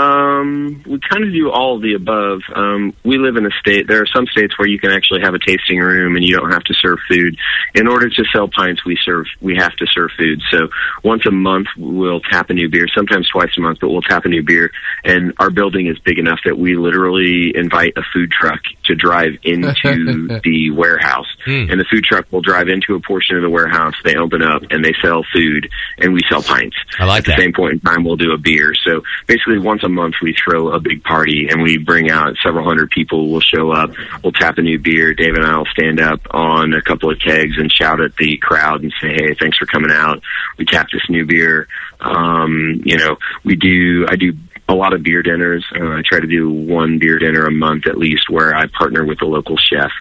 Speaker 22: Um, we kind of do all of the above. Um, we live in a state. There are some states where you can actually have a tasting room and you don't have to serve food. In order to sell pints, we serve. We have to serve food. So once a month, we'll tap a new beer. Sometimes twice a month, but we'll tap a new beer. And our building is big enough that we literally invite a food truck to drive into the warehouse.
Speaker 2: Hmm.
Speaker 22: And the food truck will drive into a portion of the warehouse. They open up and they sell food, and we sell pints.
Speaker 9: I like
Speaker 22: At the
Speaker 9: that.
Speaker 22: same point in time, we'll do a beer. So basically, once a month, we throw a big party and we bring out several hundred people. We'll show up, we'll tap a new beer. Dave and I will stand up on a couple of kegs and shout at the crowd and say, "Hey, thanks for coming out. We tapped this new beer." Um, you know, we do. I do a lot of beer dinners. Uh, I try to do one beer dinner a month at least, where I partner with a local chef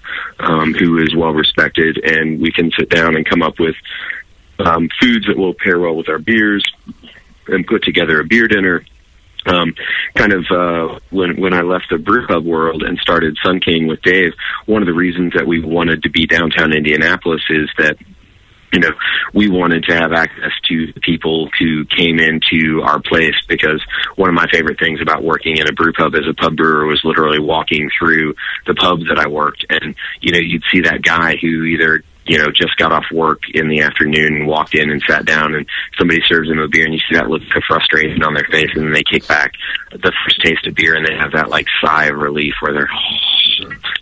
Speaker 22: um, who is well respected, and we can sit down and come up with um, foods that will pair well with our beers and put together a beer dinner. Um, kind of uh, when when I left the brew pub world and started Sun King with Dave, one of the reasons that we wanted to be downtown Indianapolis is that you know, we wanted to have access to the people who came into our place because one of my favorite things about working in a brew pub as a pub brewer was literally walking through the pub that I worked and, you know, you'd see that guy who either you know, just got off work in the afternoon and walked in and sat down and somebody serves them a beer and you see that look of frustration on their face and then they kick back the first taste of beer and they have that like sigh of relief where they're,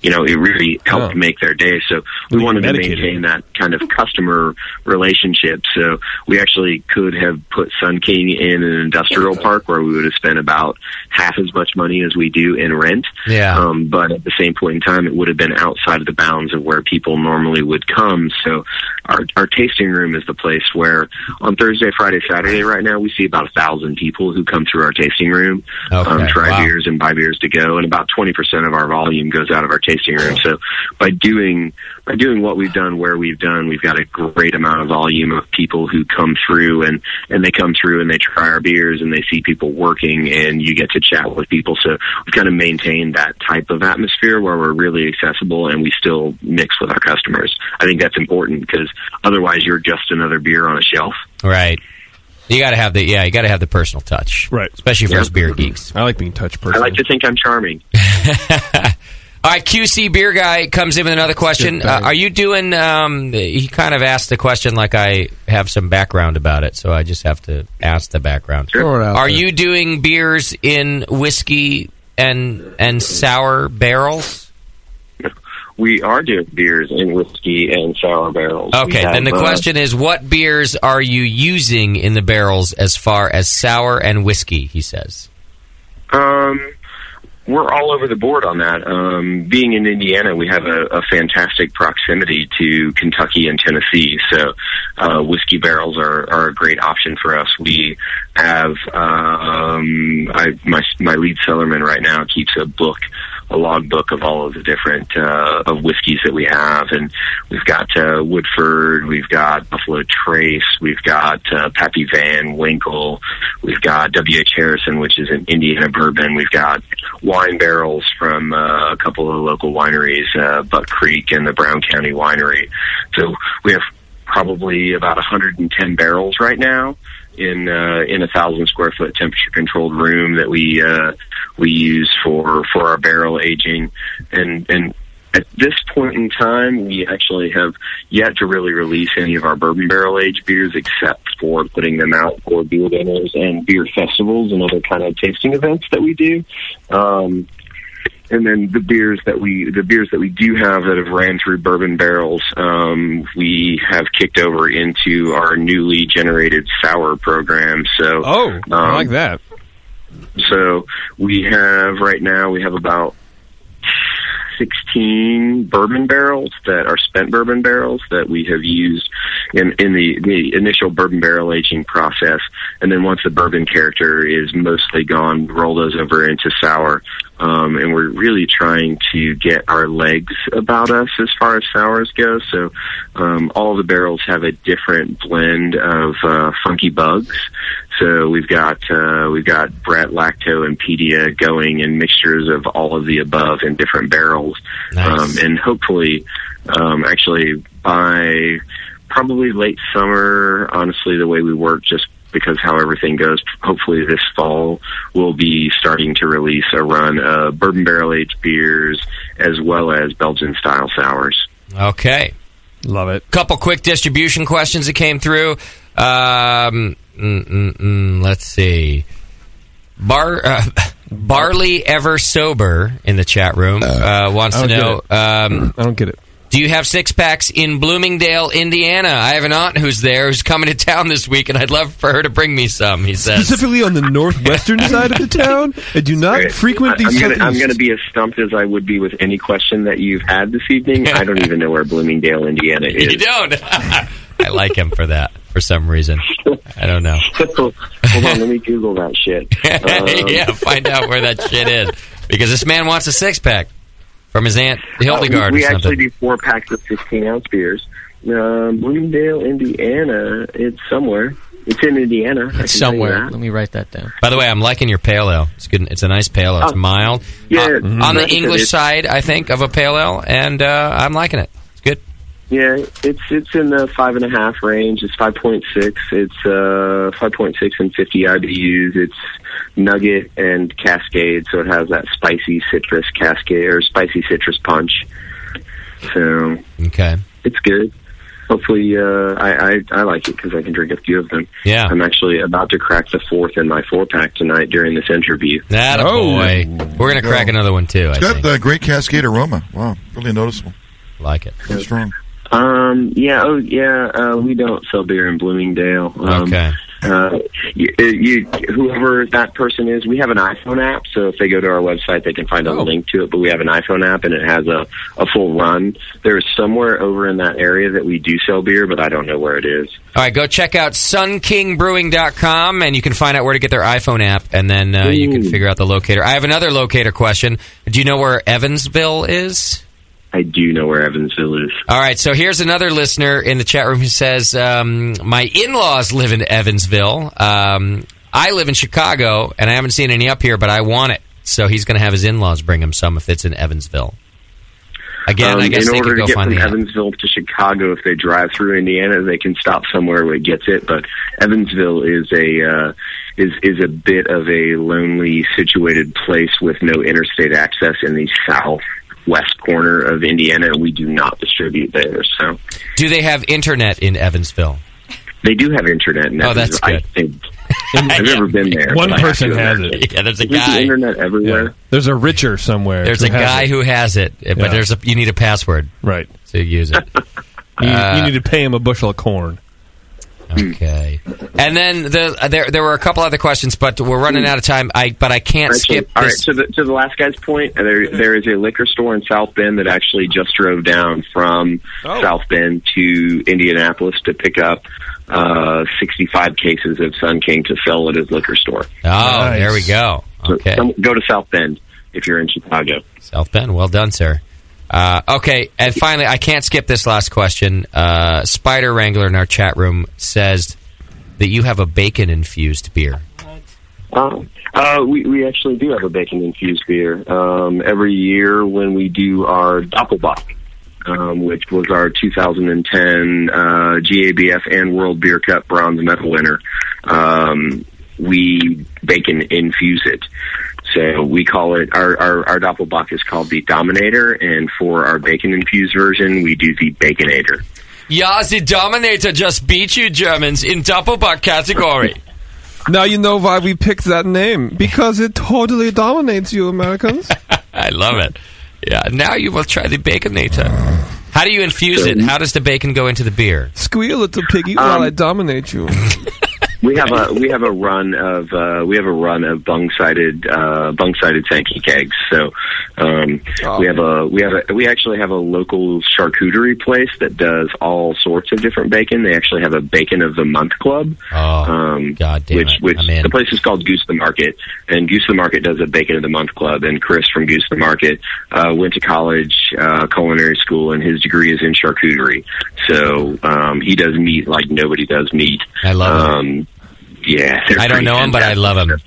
Speaker 22: you know, it really helped make their day. So we wanted to
Speaker 13: medicated.
Speaker 22: maintain that kind of customer relationship. So we actually could have put Sun King in an industrial park where we would have spent about half as much money as we do in rent.
Speaker 9: Yeah.
Speaker 22: Um, but at the same point in time, it would have been outside of the bounds of where people normally would come. So our, our tasting room is the place where on Thursday, Friday, Saturday right now, we see about a thousand people who come through our tasting room, um,
Speaker 4: Okay,
Speaker 22: try
Speaker 4: wow.
Speaker 22: beers and buy beers to go. And about 20% of our volume goes out of our tasting room. So by doing, by doing what we've done, where we've done, we've got a great amount of volume of people who come through and, and they come through and they try our beers and they see people working and you get to chat with people. So we've kind of maintained that type of atmosphere where we're really accessible and we still mix with our customers. I think that's important because otherwise you're just another beer on a shelf.
Speaker 9: Right. You got to have the yeah. You got to have the personal touch, right? Especially for
Speaker 22: Yeah.
Speaker 9: us beer geeks.
Speaker 13: I like being touched
Speaker 22: I like to think I'm charming.
Speaker 9: All right, QC beer guy comes in with another question. Uh, are you doing? Um, he kind of asked the question like I have some background about it, so I just have to ask the background.
Speaker 12: Throw it out
Speaker 9: Are
Speaker 12: there.
Speaker 9: you doing beers in whiskey and and sour barrels?
Speaker 22: We are doing beers in whiskey and sour barrels. We
Speaker 9: Okay,
Speaker 22: have,
Speaker 9: then the
Speaker 22: uh,
Speaker 9: question is, what beers are you using in the barrels as far as sour and whiskey? He says.
Speaker 22: Um, we're all over the board on that. Um, being in Indiana, we have a, a fantastic proximity to Kentucky and Tennessee, so uh, whiskey barrels are, are a great option for us. We have um, I, my my lead cellarman right now keeps a book. A log book of all of the different uh, of whiskeys that we have, and we've got uh, Woodford, we've got Buffalo Trace, we've got uh, Pappy Van Winkle, We've got W.H. Harrison, which is an Indiana bourbon. We've got wine barrels from uh, a couple of local wineries, uh, Buck Creek and the Brown County Winery. So we have probably about 110 barrels right now in uh, in a thousand square foot temperature controlled room that we uh, we use for for our barrel aging and and. At this point in time, we actually have yet to really release any of our bourbon barrel aged beers except for putting them out for beer dinners and beer festivals and other kind of tasting events that we do. Um, and then the beers that we the beers that we do have that have ran through bourbon barrels, um, we have kicked over into our newly generated sour program. So
Speaker 13: Oh, I
Speaker 22: um,
Speaker 13: like that.
Speaker 22: so we have right now we have about sixteen bourbon barrels that are spent bourbon barrels that we have used in, in the, the initial bourbon barrel aging process, and then once the bourbon character is mostly gone, roll those over into sour. Um, and we're really trying to get our legs about us as far as sours go. So um, all the barrels have a different blend of uh, funky bugs. So we've got uh, we've got Brett Lacto and Pedia going in mixtures of all of the above in different barrels, um, and hopefully, um, actually by probably late summer. Honestly, the way we work, just because how everything goes, hopefully this fall we'll be starting to release a run of bourbon barrel aged beers as well as Belgian style sours.
Speaker 9: Okay.
Speaker 13: Love it.
Speaker 9: Couple quick distribution questions that came through. Um, mm, mm, mm, let's see. Bar uh, Barley Ever Sober in the chat room uh, wants
Speaker 13: I
Speaker 9: to
Speaker 13: don't
Speaker 9: know. Um,
Speaker 13: I don't get it.
Speaker 9: Do you have six packs in Bloomingdale, Indiana? I have an aunt who's there who's coming to town this week, and I'd love for her to bring me some. He says.
Speaker 13: Specifically on the northwestern side of the town. I do not frequent
Speaker 22: I-
Speaker 13: these.
Speaker 22: I'm gonna- I'm
Speaker 13: southeast-
Speaker 22: going to be as stumped as I would be with any question that you've had this evening. I don't even know where Bloomingdale, Indiana is.
Speaker 9: You don't. I like him for that for some reason. I don't know.
Speaker 22: Hold on, let me Google that shit. Um,
Speaker 9: yeah, find out where that shit is because this man wants a six pack from his aunt
Speaker 22: Uh,
Speaker 9: Hildegard
Speaker 22: we we
Speaker 9: or something.
Speaker 22: actually do four packs of 16 ounce beers. Um, Bloomingdale, Indiana. It's somewhere. It's in Indiana. I can tell you
Speaker 10: It's somewhere.
Speaker 22: that.
Speaker 10: Let me write that down.
Speaker 9: By the way, I'm liking your pale ale. It's good. It's a nice pale ale. It's
Speaker 10: Oh.
Speaker 9: mild.
Speaker 22: Um, Yeah,
Speaker 9: Uh,
Speaker 22: Mm-hmm. it's
Speaker 9: on the
Speaker 22: nice.
Speaker 9: English
Speaker 22: It's-
Speaker 9: side, I think of a pale ale, and uh, I'm liking it. It's good.
Speaker 22: Yeah, it's it's in the five and a half range. It's five point six. It's uh five point six and fifty IBUs. It's Nugget and Cascade, so it has that spicy citrus cascade or spicy citrus punch. So
Speaker 9: Okay.
Speaker 22: it's good. hopefully, uh, I, I I like it because I can drink a few of them.
Speaker 9: Yeah.
Speaker 22: I'm actually about to crack the fourth in my four pack tonight during this interview.
Speaker 9: That
Speaker 14: Oh.
Speaker 9: boy. We're gonna crack another one too. I
Speaker 22: It's
Speaker 14: It's got
Speaker 9: think.
Speaker 14: the great cascade aroma. Wow, really noticeable.
Speaker 9: Like it.
Speaker 14: Really strong.
Speaker 22: Um. Yeah. Oh. Yeah. Uh, we don't sell beer in Bloomingdale. Um,
Speaker 9: Okay.
Speaker 22: Uh, you, you, whoever that person is, we have an iPhone app. So if they go to our website, they can find a link to it. But we have an iPhone app, and it has a a full run. There is somewhere over in that area that we do sell beer, but I don't know where it is.
Speaker 9: All right, go check out sunkingbrewing.com and you can find out where to get their iPhone app and then uh, you can figure out the locator. I have another locator question. Do you know where Evansville is?
Speaker 22: I do know where Evansville is.
Speaker 9: All right, so here's another listener in the chat room who says, um, My in laws live in Evansville. Um, I live in Chicago and I haven't seen any up here, but I want it. So he's going to have his in laws bring him some if it's in Evansville. Again,
Speaker 22: Um,
Speaker 9: I guess
Speaker 22: in
Speaker 9: they
Speaker 22: order
Speaker 9: could
Speaker 22: to
Speaker 9: go
Speaker 22: get
Speaker 9: find
Speaker 22: from
Speaker 9: the app.
Speaker 22: Evansville to Chicago, if they drive through Indiana, they can stop somewhere where it gets it. But Evansville is a uh, is is a bit of a lonely, situated place with no interstate access in the southwest corner of Indiana. We do not distribute there, so
Speaker 9: Do they have internet in Evansville?
Speaker 22: they do have internet. In
Speaker 9: Oh, that's
Speaker 22: Evansville, I think. I've never been there.
Speaker 13: One
Speaker 22: but I have
Speaker 13: person
Speaker 22: to
Speaker 13: has
Speaker 22: imagine.
Speaker 13: it.
Speaker 9: Yeah, there's a
Speaker 22: Isn't
Speaker 9: guy.
Speaker 22: internet everywhere.
Speaker 13: There's a richer somewhere.
Speaker 9: There's a
Speaker 13: has
Speaker 9: guy
Speaker 13: it.
Speaker 9: who has it, but
Speaker 13: Yeah.
Speaker 9: there's a you need a password,
Speaker 13: right,
Speaker 9: to use it.
Speaker 13: You, you
Speaker 9: Uh,
Speaker 13: need to pay him a bushel of corn.
Speaker 9: Okay. And then the, uh, there there were a couple other questions, but we're running out of time. I but I can't
Speaker 22: Hmm. Actually,
Speaker 9: skip
Speaker 22: All right,
Speaker 9: this.
Speaker 22: to the, to the last guy's point, there there is a liquor store in South Bend that actually just drove down from South Bend to Indianapolis to pick up uh, 65 cases of Sun King to sell at his liquor store.
Speaker 9: Oh, there we go.
Speaker 22: So
Speaker 9: Okay.
Speaker 22: some- go to South Bend if you're in Chicago.
Speaker 9: South Bend, well done, sir. Uh, okay, and finally, I can't skip this last question. Uh, Spider Wrangler in our chat room says that you have a bacon infused beer.
Speaker 22: Oh, uh, we, we actually do have a bacon infused beer. Um, every year when we do our Doppelbock, um, which was our 2010 uh, GABF and World Beer Cup bronze medal winner, um, we bacon infuse it. So we call it our our, our Doppelbock is called the Dominator, and for our bacon infused version, we do the Baconator.
Speaker 9: Yeah, the Dominator just beat you Germans in Doppelbock category.
Speaker 4: Now you know why we picked that name because it totally dominates you Americans.
Speaker 9: I love it. Yeah, now you will try the Baconator. How do you infuse it? How does the bacon go into the beer?
Speaker 4: Squeal, little piggy,
Speaker 9: Um,
Speaker 4: while I dominate you.
Speaker 22: We have a we have a run of uh, we have a run of bung sided uh, bung sided Sankey kegs. So um, we have a we have a we actually have a local charcuterie place that does all sorts of different bacon. They actually have a bacon of the month club.
Speaker 9: Oh,
Speaker 22: um,
Speaker 9: God
Speaker 22: which which the place is called Goose the Market, and Goose the Market does a bacon of the month club. And Chris from Goose the Market uh, went to college uh, culinary school, and his degree is in charcuterie. So um, he does meat like nobody does meat.
Speaker 9: I love
Speaker 22: um, Yeah, they're
Speaker 9: I don't
Speaker 22: pretty
Speaker 9: know him, but I love him.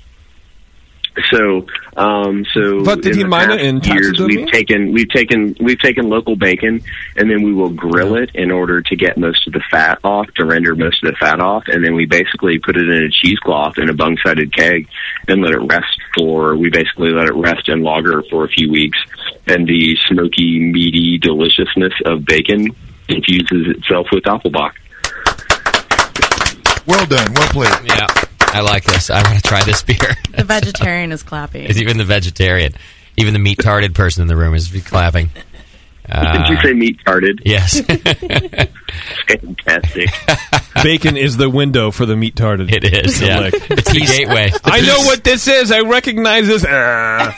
Speaker 22: So, um, so
Speaker 4: But did
Speaker 22: in
Speaker 4: he
Speaker 22: the
Speaker 4: minor
Speaker 22: past
Speaker 4: in
Speaker 22: years,
Speaker 4: taxidermy?
Speaker 22: we've taken we've taken we've taken local bacon, and then we will grill it in order to get most of the fat off, to render most of the fat off, and then we basically put it in a cheesecloth in a bung sided keg, and let it rest for we basically let it rest in lager for a few weeks, and the smoky, meaty deliciousness of bacon infuses itself with Doppelbock.
Speaker 14: Well done. Well played.
Speaker 9: Yeah, I like this. I want to try this beer.
Speaker 8: The vegetarian is clapping.
Speaker 9: Even the vegetarian, even the meat tarted person in the room is clapping. Uh,
Speaker 22: Did you say meat tarted?
Speaker 9: Ah. Yes.
Speaker 22: Fantastic.
Speaker 13: Bacon is the window for the meat tarted. It
Speaker 9: is. yeah. It's the gateway.
Speaker 4: I know what this is. I recognize this.
Speaker 9: Yeah,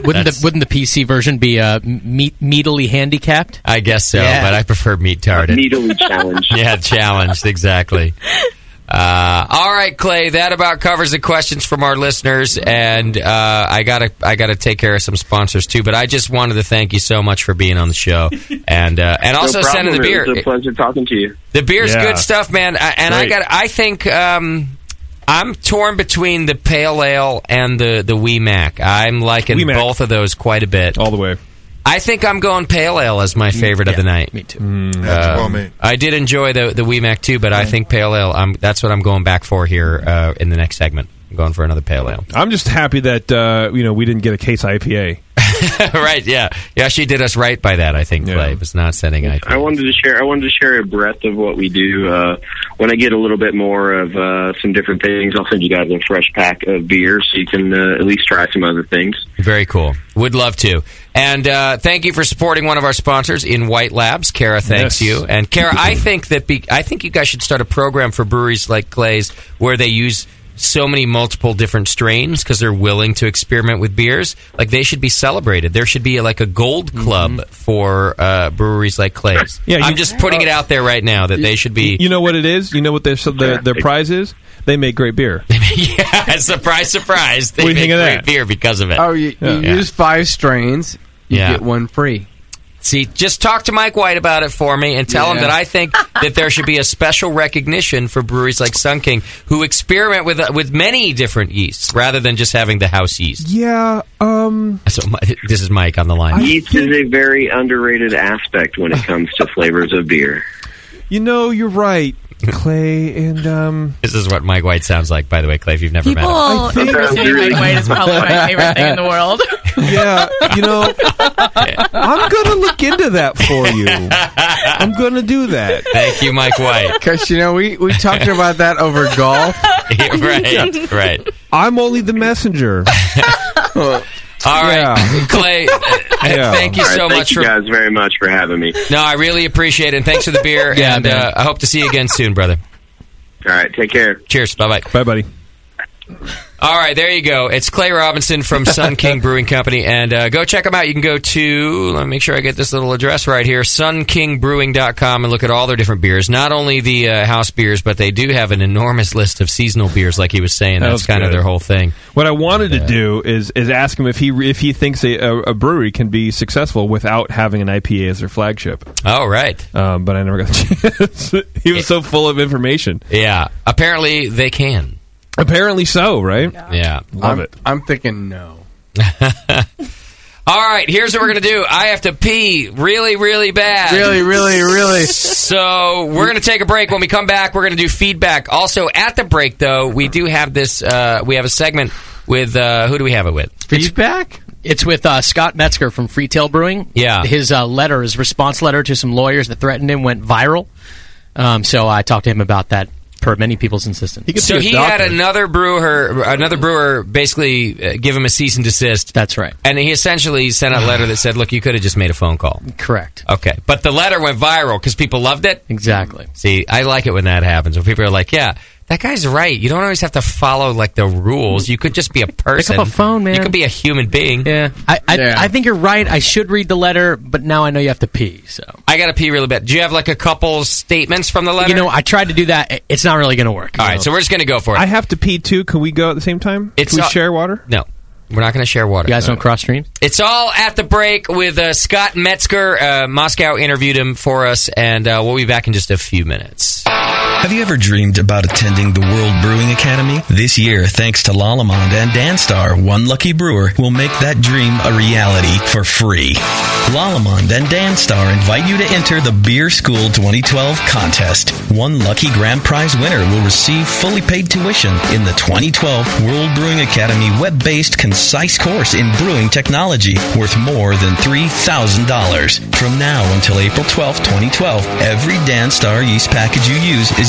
Speaker 10: Wouldn't the, wouldn't the PC version be uh, meat, meatily handicapped?
Speaker 9: I guess so,
Speaker 10: Yeah.
Speaker 9: but I prefer meat tarted.
Speaker 22: Needly challenged.
Speaker 9: yeah, challenged exactly. Uh, all right, Clay. That about covers the questions from our listeners, and uh, I gotta I gotta take care of some sponsors too. But I just wanted to thank you so much for being on the show, and uh, and
Speaker 22: No
Speaker 9: also
Speaker 22: problem.
Speaker 9: sending the beer.
Speaker 22: It was a pleasure talking to you.
Speaker 9: The beer's
Speaker 22: Yeah.
Speaker 9: good stuff, man. I, and I
Speaker 22: Great.
Speaker 9: got. I think um, I'm torn between the pale ale and the the Wee Mac. I'm liking both of those quite a bit. All
Speaker 13: the way.
Speaker 9: I think I'm going pale ale as my favorite of the night. Me too.
Speaker 14: That's well made.
Speaker 9: I did enjoy the the Wee Mac too, but I think pale ale. I'm, that's what I'm going back for here uh, in the next segment. I'm going for another pale ale.
Speaker 13: I'm just happy that uh, you know we didn't get a case IPA.
Speaker 9: right, yeah. Yeah, she did us right by that, I think, Clay. It was not sending IP.
Speaker 22: I wanted to share. I wanted to share a breadth of what we do. Uh, when I get a little bit more of uh, some different things, I'll send you guys a fresh pack of beer so you can uh, at least try some other things.
Speaker 9: Very cool. Would love to. And uh, thank you for supporting one of our sponsors in White Labs. Kara, thanks you. And Kara, I think that be, I think you guys should start a program for breweries like Clay's where they use so many multiple different strains because they're willing to experiment with beers. Like they should be celebrated. There should be like a gold club for uh, breweries like Clay's.
Speaker 4: Mm-hmm. Yeah, you-
Speaker 9: I'm just putting it out there right now that they should be.
Speaker 4: You know what it is? You know what their so their, their prize is? They make great beer.
Speaker 9: yeah, surprise, surprise. They
Speaker 4: What do you
Speaker 9: make
Speaker 4: think of
Speaker 9: great
Speaker 4: that?
Speaker 9: beer because of it.
Speaker 12: Oh, you, you
Speaker 9: Yeah.
Speaker 12: use five strains, you
Speaker 9: Yeah.
Speaker 12: get one free.
Speaker 9: See, just talk to Mike White about it for me and tell him
Speaker 12: Yeah.
Speaker 9: that I think that there should be a special recognition for breweries like Sun King who experiment with uh, with many different yeasts rather than just having the house yeast.
Speaker 4: Yeah. Um.
Speaker 9: So my, this is Mike on the line.
Speaker 22: Yeast is a very underrated aspect when it comes to flavors of beer.
Speaker 4: You know, you're right, Clay. And um.
Speaker 9: This is what Mike White sounds like, by the way, Clay. If you've never
Speaker 4: People-
Speaker 9: met him,
Speaker 2: Well, impersonating Mike White is probably my favorite thing in the world.
Speaker 4: Yeah. You know, I'm gonna look into that for you. I'm gonna do that.
Speaker 9: Thank you, Mike White.
Speaker 12: Because, you know, we, we talked about that over golf.
Speaker 9: right, right.
Speaker 4: I'm only the messenger.
Speaker 9: All right, Clay. uh, Thank you
Speaker 22: All right,
Speaker 9: so
Speaker 22: thank
Speaker 9: much
Speaker 22: you
Speaker 9: for.
Speaker 22: guys very much for having me.
Speaker 9: No, I really appreciate it. And thanks for the beer.
Speaker 22: Yeah,
Speaker 9: and
Speaker 22: man.
Speaker 9: uh, I hope to see you again soon, brother.
Speaker 22: All right, take care.
Speaker 9: Cheers. Bye bye.
Speaker 4: Bye, buddy.
Speaker 9: All right, there you go. It's Clay Robinson from Sun King Brewing Company, and uh, go check them out. You can go to, let me make sure I get this little address right here, sunkingbrewing.com, and look at all their different beers. Not only the uh, house beers, but they do have an enormous list of seasonal beers, like he was saying.
Speaker 4: That
Speaker 9: That's
Speaker 4: was
Speaker 9: kind of
Speaker 4: good.
Speaker 9: their whole thing.
Speaker 4: What I wanted to do is is ask him if he if he thinks a, a, a brewery can be successful without having an IPA as their flagship.
Speaker 9: Oh, right.
Speaker 4: Um, but I never got the chance. he was so full of information.
Speaker 9: Yeah. Apparently, they can.
Speaker 4: Apparently so, right? Yeah. Love
Speaker 12: I'm,
Speaker 4: it.
Speaker 12: I'm thinking no.
Speaker 9: All right, here's what we're going to do. I have to pee really, really bad.
Speaker 12: Really, really, really.
Speaker 9: So we're going to take a break. When we come back, we're going to do feedback. Also, at the break, though, we do have this, uh, we have a segment with, uh, who do we have it with?
Speaker 10: Feedback? It's with uh, Scott Metzger from Freetail Brewing.
Speaker 9: Yeah.
Speaker 10: His uh, letter, his response letter to some lawyers that threatened him went viral. Um, so I talked to him about that per many people's insistence.
Speaker 9: so he had another brewer, another brewer, basically uh, give him a cease and desist.
Speaker 10: That's right.
Speaker 9: And he essentially sent out a letter that said, "Look, you could have just made a phone call."
Speaker 10: Correct.
Speaker 9: Okay, but the letter went viral because people loved it.
Speaker 10: Exactly.
Speaker 9: See, I like it when that happens. When people are like, "Yeah, that guy's right. You don't always have to follow like the rules. You could just be a person.
Speaker 10: a phone, man.
Speaker 9: You could be a human being."
Speaker 10: Yeah. I, I,
Speaker 9: Yeah.
Speaker 10: I think you're right. I should read the letter, but now I know you have to pee. So
Speaker 9: I gotta pee really bad. Do you have like a couple statements from the letter?
Speaker 10: you know, I tried to do that. I- It's not really going to work.
Speaker 9: All right, so we're just gonna go for it.
Speaker 4: I have to pee too. Can we go at the same time?
Speaker 9: It's
Speaker 4: Can we
Speaker 9: not-
Speaker 4: share water?
Speaker 9: no, we're not gonna share water.
Speaker 10: You guys don't cross streams.
Speaker 9: It's all at the break with uh, Scott Metzger. Uh, Moscow interviewed him for us, and uh, we'll be back in just a few minutes.
Speaker 1: Have you ever dreamed about attending the World Brewing Academy? This year, thanks to Lalamond and Danstar, one lucky brewer will make that dream a reality for free. Lalamond and Danstar invite you to enter the Beer School 2012 contest. One lucky grand prize winner will receive fully paid tuition in the 2012 World Brewing Academy web-based concise course in brewing technology worth more than $3,000. From now until April 12, 2012, every Danstar yeast package you use is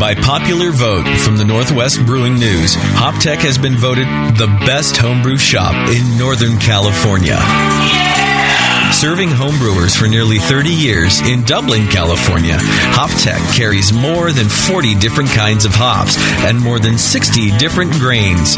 Speaker 26: By popular vote from the Northwest Brewing News, HopTech has been voted the best homebrew shop in Northern California.
Speaker 4: Serving homebrewers for nearly 30 years in Dublin, California, HopTech carries more than 40 different kinds of hops and more than 60 different grains,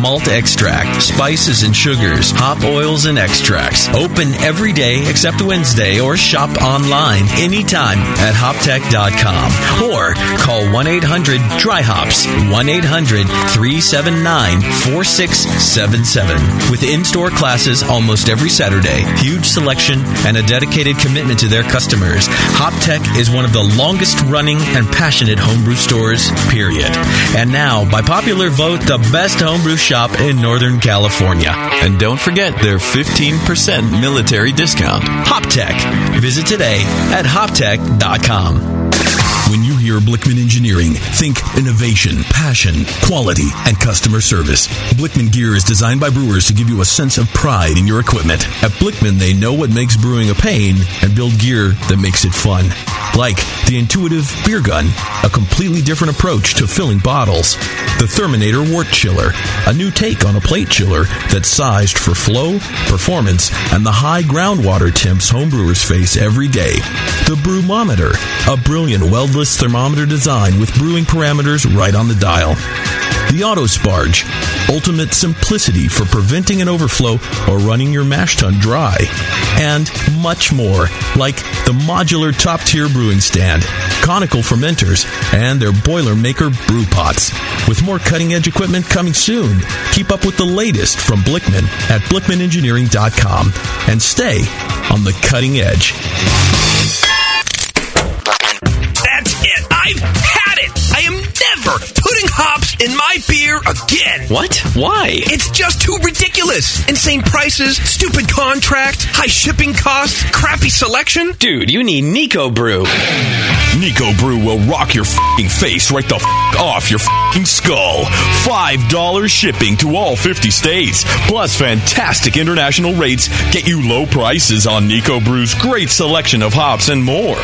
Speaker 4: malt extract, spices and sugars, hop oils and extracts. Open every day except Wednesday or shop online anytime at hoptech.com or call 1 800 Dry Hops 1 800 379 4677. With in store classes almost every Saturday, huge selection, and a dedicated commitment to their customers, HopTech is one of the longest running and passionate homebrew stores, period. And now, by popular vote, the best homebrew shop in Northern California. And don't forget their 15% military discount. HopTech. Visit today at hoptech.com.
Speaker 1: When you hear Blickman Engineering, think innovation, passion, quality, and customer service. Blickman gear is designed by brewers to give you a sense of pride in your equipment. At Blickman, they know what makes brewing a pain and build gear that makes it fun. Like the intuitive beer gun, a completely different approach to filling bottles. The Therminator wort chiller, a new take on a plate chiller that's sized for flow, performance, and the high groundwater temps homebrewers face every day. The Brewmometer, a brilliant weldless thermometer design with brewing parameters right on the dial. The Auto Sparge, ultimate simplicity for preventing an overflow or running your mash tun dry. And much more, like the modular top tier brewing stand, conical fermenters, and their Boilermaker brew pots. With more cutting edge equipment coming soon, keep up with the latest from Blickman at blickmanengineering.com and stay on the cutting edge.
Speaker 2: That's it. I've had it. I am never putting hops in my beer again.
Speaker 4: What? Why?
Speaker 2: It's just too ridiculous. Insane prices, stupid contract, high shipping costs, crappy selection.
Speaker 4: Dude, you need Nico Brew.
Speaker 1: Nico Brew will rock your fing face right the f- off your fing skull. $5 shipping to all 50 states, plus fantastic international rates get you low prices on Nico Brew's great selection of hops and more.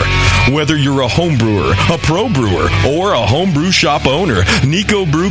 Speaker 1: Whether you're a home brewer, a pro brewer, or a homebrew shop owner, Nico Brew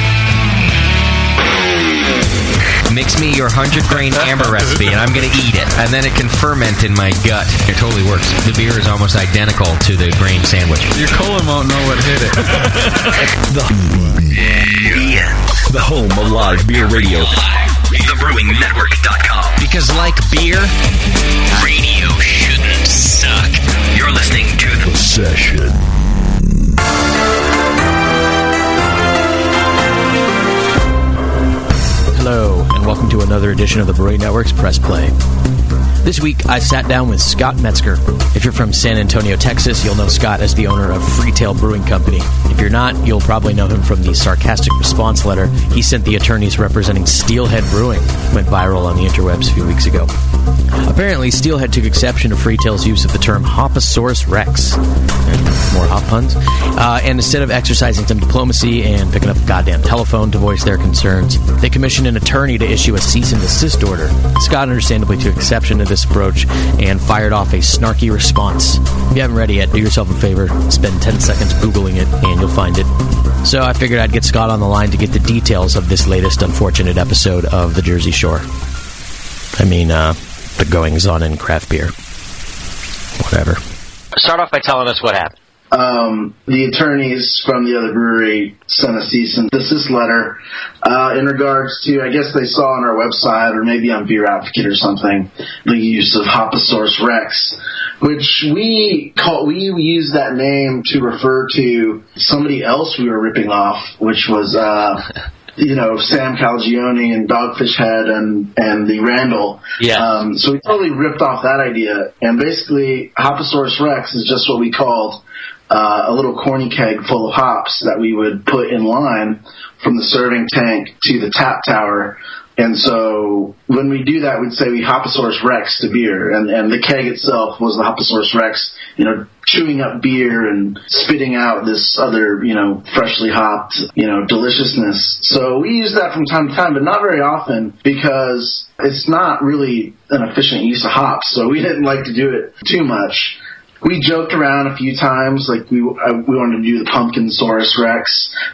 Speaker 9: Mix me your 100 grain amber recipe and I'm going to eat it. And then it can ferment in my gut. It totally works. The beer is almost identical to the grain sandwich.
Speaker 27: Your colon won't know what hit it.
Speaker 1: The home of live beer radio.
Speaker 2: TheBrewingNetwork.com.
Speaker 28: Because, like beer,
Speaker 2: radio shouldn't suck. You're listening to The Session.
Speaker 10: Hello, and welcome to another edition of the Brewing Network's Press Play. This week, I sat down with Scott Metzger. If you're from San Antonio, Texas, you'll know Scott as the owner of Freetail Brewing Company. If you're not, you'll probably know him from the sarcastic response letter he sent the attorneys representing Steelhead Brewing, went viral on the interwebs a few weeks ago. Apparently, Steelhead took exception to Freetail's use of the term Hoposaurus Rex. More hop puns. Uh, and instead of exercising some diplomacy and picking up a goddamn telephone to voice their concerns, they commissioned an attorney to issue a cease and desist order. Scott understandably took exception to this approach and fired off a snarky response. If you haven't read it yet, do yourself a favor. Spend 10 seconds Googling it, and you'll find it. So I figured I'd get Scott on the line to get the details of this latest unfortunate episode of The Jersey Shore. I mean, uh, the goings on in craft beer. Whatever.
Speaker 29: Start off by telling us what happened.
Speaker 30: Um, the attorneys from the other brewery sent a cease and desist letter uh, in regards to, I guess they saw on our website or maybe on Beer Advocate or something, the use of Hoposaurus Rex, which we call we use that name to refer to somebody else we were ripping off, which was. Uh, You know Sam Calgione and Dogfish Head and and the Randall.
Speaker 29: Yes.
Speaker 30: Um, so we totally ripped off that idea, and basically Hoposaurus Rex is just what we called uh, a little corny keg full of hops that we would put in line from the serving tank to the tap tower And so when we do that, we'd say we Hoposaurus Rex to beer, and, and the keg itself was the Hoposaurus Rex, you know, chewing up beer and spitting out this other, you know, freshly hopped, you know, deliciousness. So we use that from time to time, but not very often because it's not really an efficient use of hops. So we didn't like to do it too much we joked around a few times, like we uh, we wanted to do the pumpkin saurus rex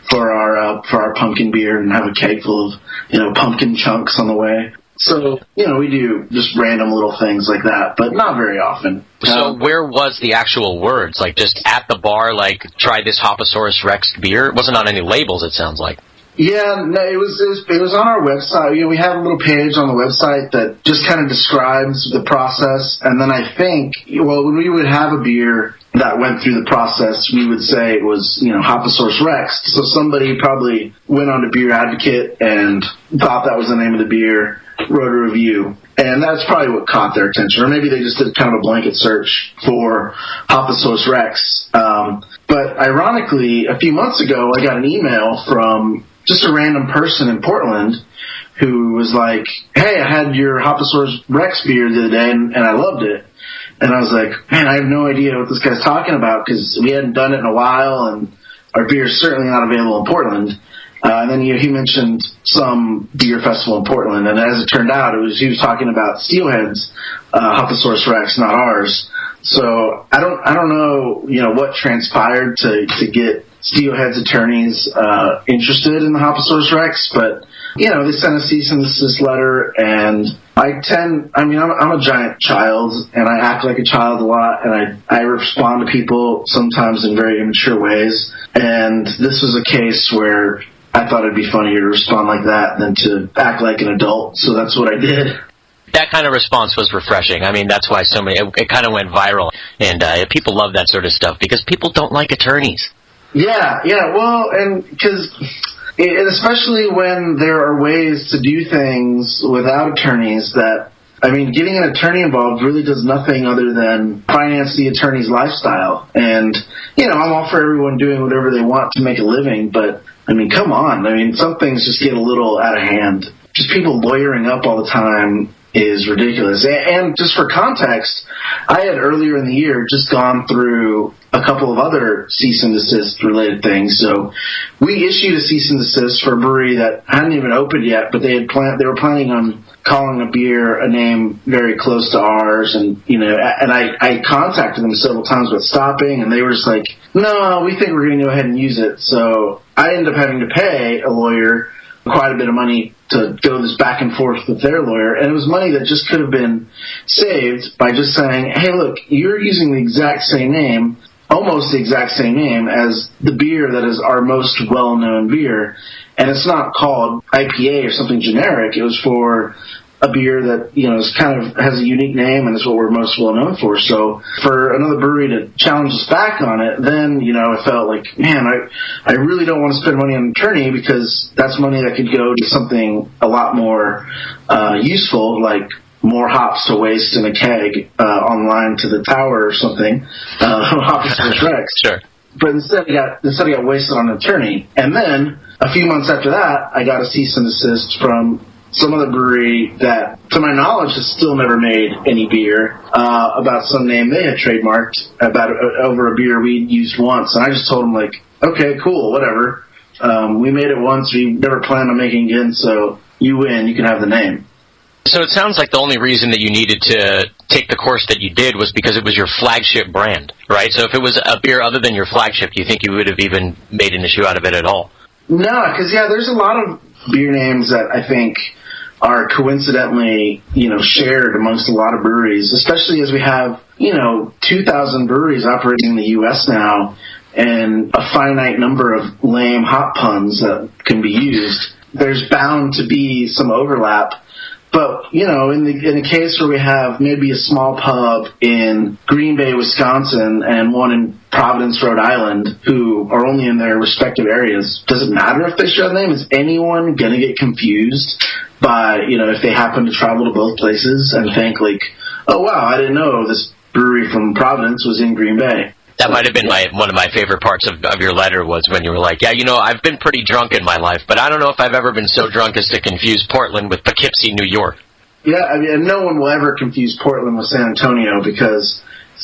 Speaker 30: for our uh, for our pumpkin beer and have a keg full of you know pumpkin chunks on the way. So you know we do just random little things like that, but not very often.
Speaker 31: So where was the actual words? Like just at the bar, like try this Hoposaurus Rex beer. It wasn't on any labels. It sounds like.
Speaker 30: Yeah, no, it was, it was it was on our website. You know, we have a little page on the website that just kind of describes the process, and then I think, well, when we would have a beer that went through the process, we would say it was you know Hoposaurus Rex. So somebody probably went on to Beer Advocate and thought that was the name of the beer, wrote a review, and that's probably what caught their attention. Or maybe they just did kind of a blanket search for Hoposaurus Rex. Um, but ironically, a few months ago, I got an email from just a random person in Portland who was like, "Hey, I had your Hoposaurus Rex beer the other day, and, and I loved it." And I was like, "Man, I have no idea what this guy's talking about because we hadn't done it in a while, and our beer's certainly not available in Portland." Uh, and then you know, he mentioned some beer festival in Portland, and as it turned out, it was he was talking about Steelhead's uh, Hoposaurus Rex, not ours. So I don't I don't know you know what transpired to to get Steelhead's attorneys uh, interested in the Hoposaurus Rex, but you know they sent a cease and desist letter, and I tend I mean I'm, I'm a giant child, and I act like a child a lot, and I I respond to people sometimes in very immature ways, and this was a case where. I thought it'd be funnier to respond like that than to act like an adult, so that's what I did.
Speaker 31: That kind of response was refreshing. I mean, that's why so many it, it kind of went viral, and uh, people love that sort of stuff because people don't like attorneys.
Speaker 30: Yeah, yeah. Well, and because, and especially when there are ways to do things without attorneys that, I mean, getting an attorney involved really does nothing other than finance the attorney's lifestyle. And, you know, I'm all for everyone doing whatever they want to make a living, but, I mean, come on. I mean, some things just get a little out of hand. Just people lawyering up all the time is ridiculous. A- And just for context, I had earlier in the year just gone through a couple of other cease and desist related things. So we issued a cease and desist for a brewery that hadn't even opened yet, but they had plan- they were planning on calling a beer a name very close to ours and you know a- and I, I contacted them several times about stopping and they were just like no we think we're going to go ahead and use it so i ended up having to pay a lawyer quite a bit of money to go this back and forth with their lawyer, and it was money that just could have been saved by just saying, "Hey, look, you're using the exact same name, almost the exact same name as the beer that is our most well-known beer, and it's not called IPA or something generic. It was for a beer that you know is kind of has a unique name and is what we're most well known for. So for another brewery to challenge us back on it, then you know I felt like man, I I really don't want to spend money on an attorney because that's money that could go to something a lot more uh, useful, like more hops to waste in a keg uh, online to the tower or something. Uh, hops to Rex.
Speaker 31: Sure.
Speaker 30: But instead, I got instead I got wasted on an attorney, and then a few months after that, I got a cease and desist from some other brewery that, to my knowledge, has still never made any beer uh, about some name they had trademarked about uh, over a beer we'd used once, and I just told them like, okay, cool, whatever. Um, we made it once. We never planned on making again, so you win. You can have the name.
Speaker 31: So it sounds like the only reason that you needed to take the course that you did was because it was your flagship brand, right? So if it was a beer other than your flagship, do you think you would have even made an issue out of it at all?
Speaker 30: No, because yeah, there's a lot of beer names that I think are coincidentally, you know, shared amongst a lot of breweries, especially as we have, you know, 2,000 breweries operating in the U.S. now and a finite number of lame hop puns that can be used. There's bound to be some overlap. But, you know, in the, in a case where we have maybe a small pub in Green Bay, Wisconsin and one in Providence, Rhode Island, who are only in their respective areas, does it matter if they share the name? Is anyone going to get confused by, you know, if they happen to travel to both places and think like, oh wow, I didn't know this brewery from Providence was in Green Bay.
Speaker 10: That might have been my one of my favorite parts of, of your letter was when you were like, "Yeah, you know, I've been pretty drunk in my life, but I don't know if I've ever been so drunk as to confuse Portland with Poughkeepsie, New York."
Speaker 30: Yeah, I mean, and no one will ever confuse Portland with San Antonio because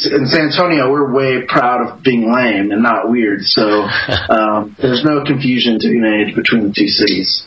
Speaker 30: in San Antonio we're way proud of being lame and not weird. So um, there's no confusion to be made between the two cities.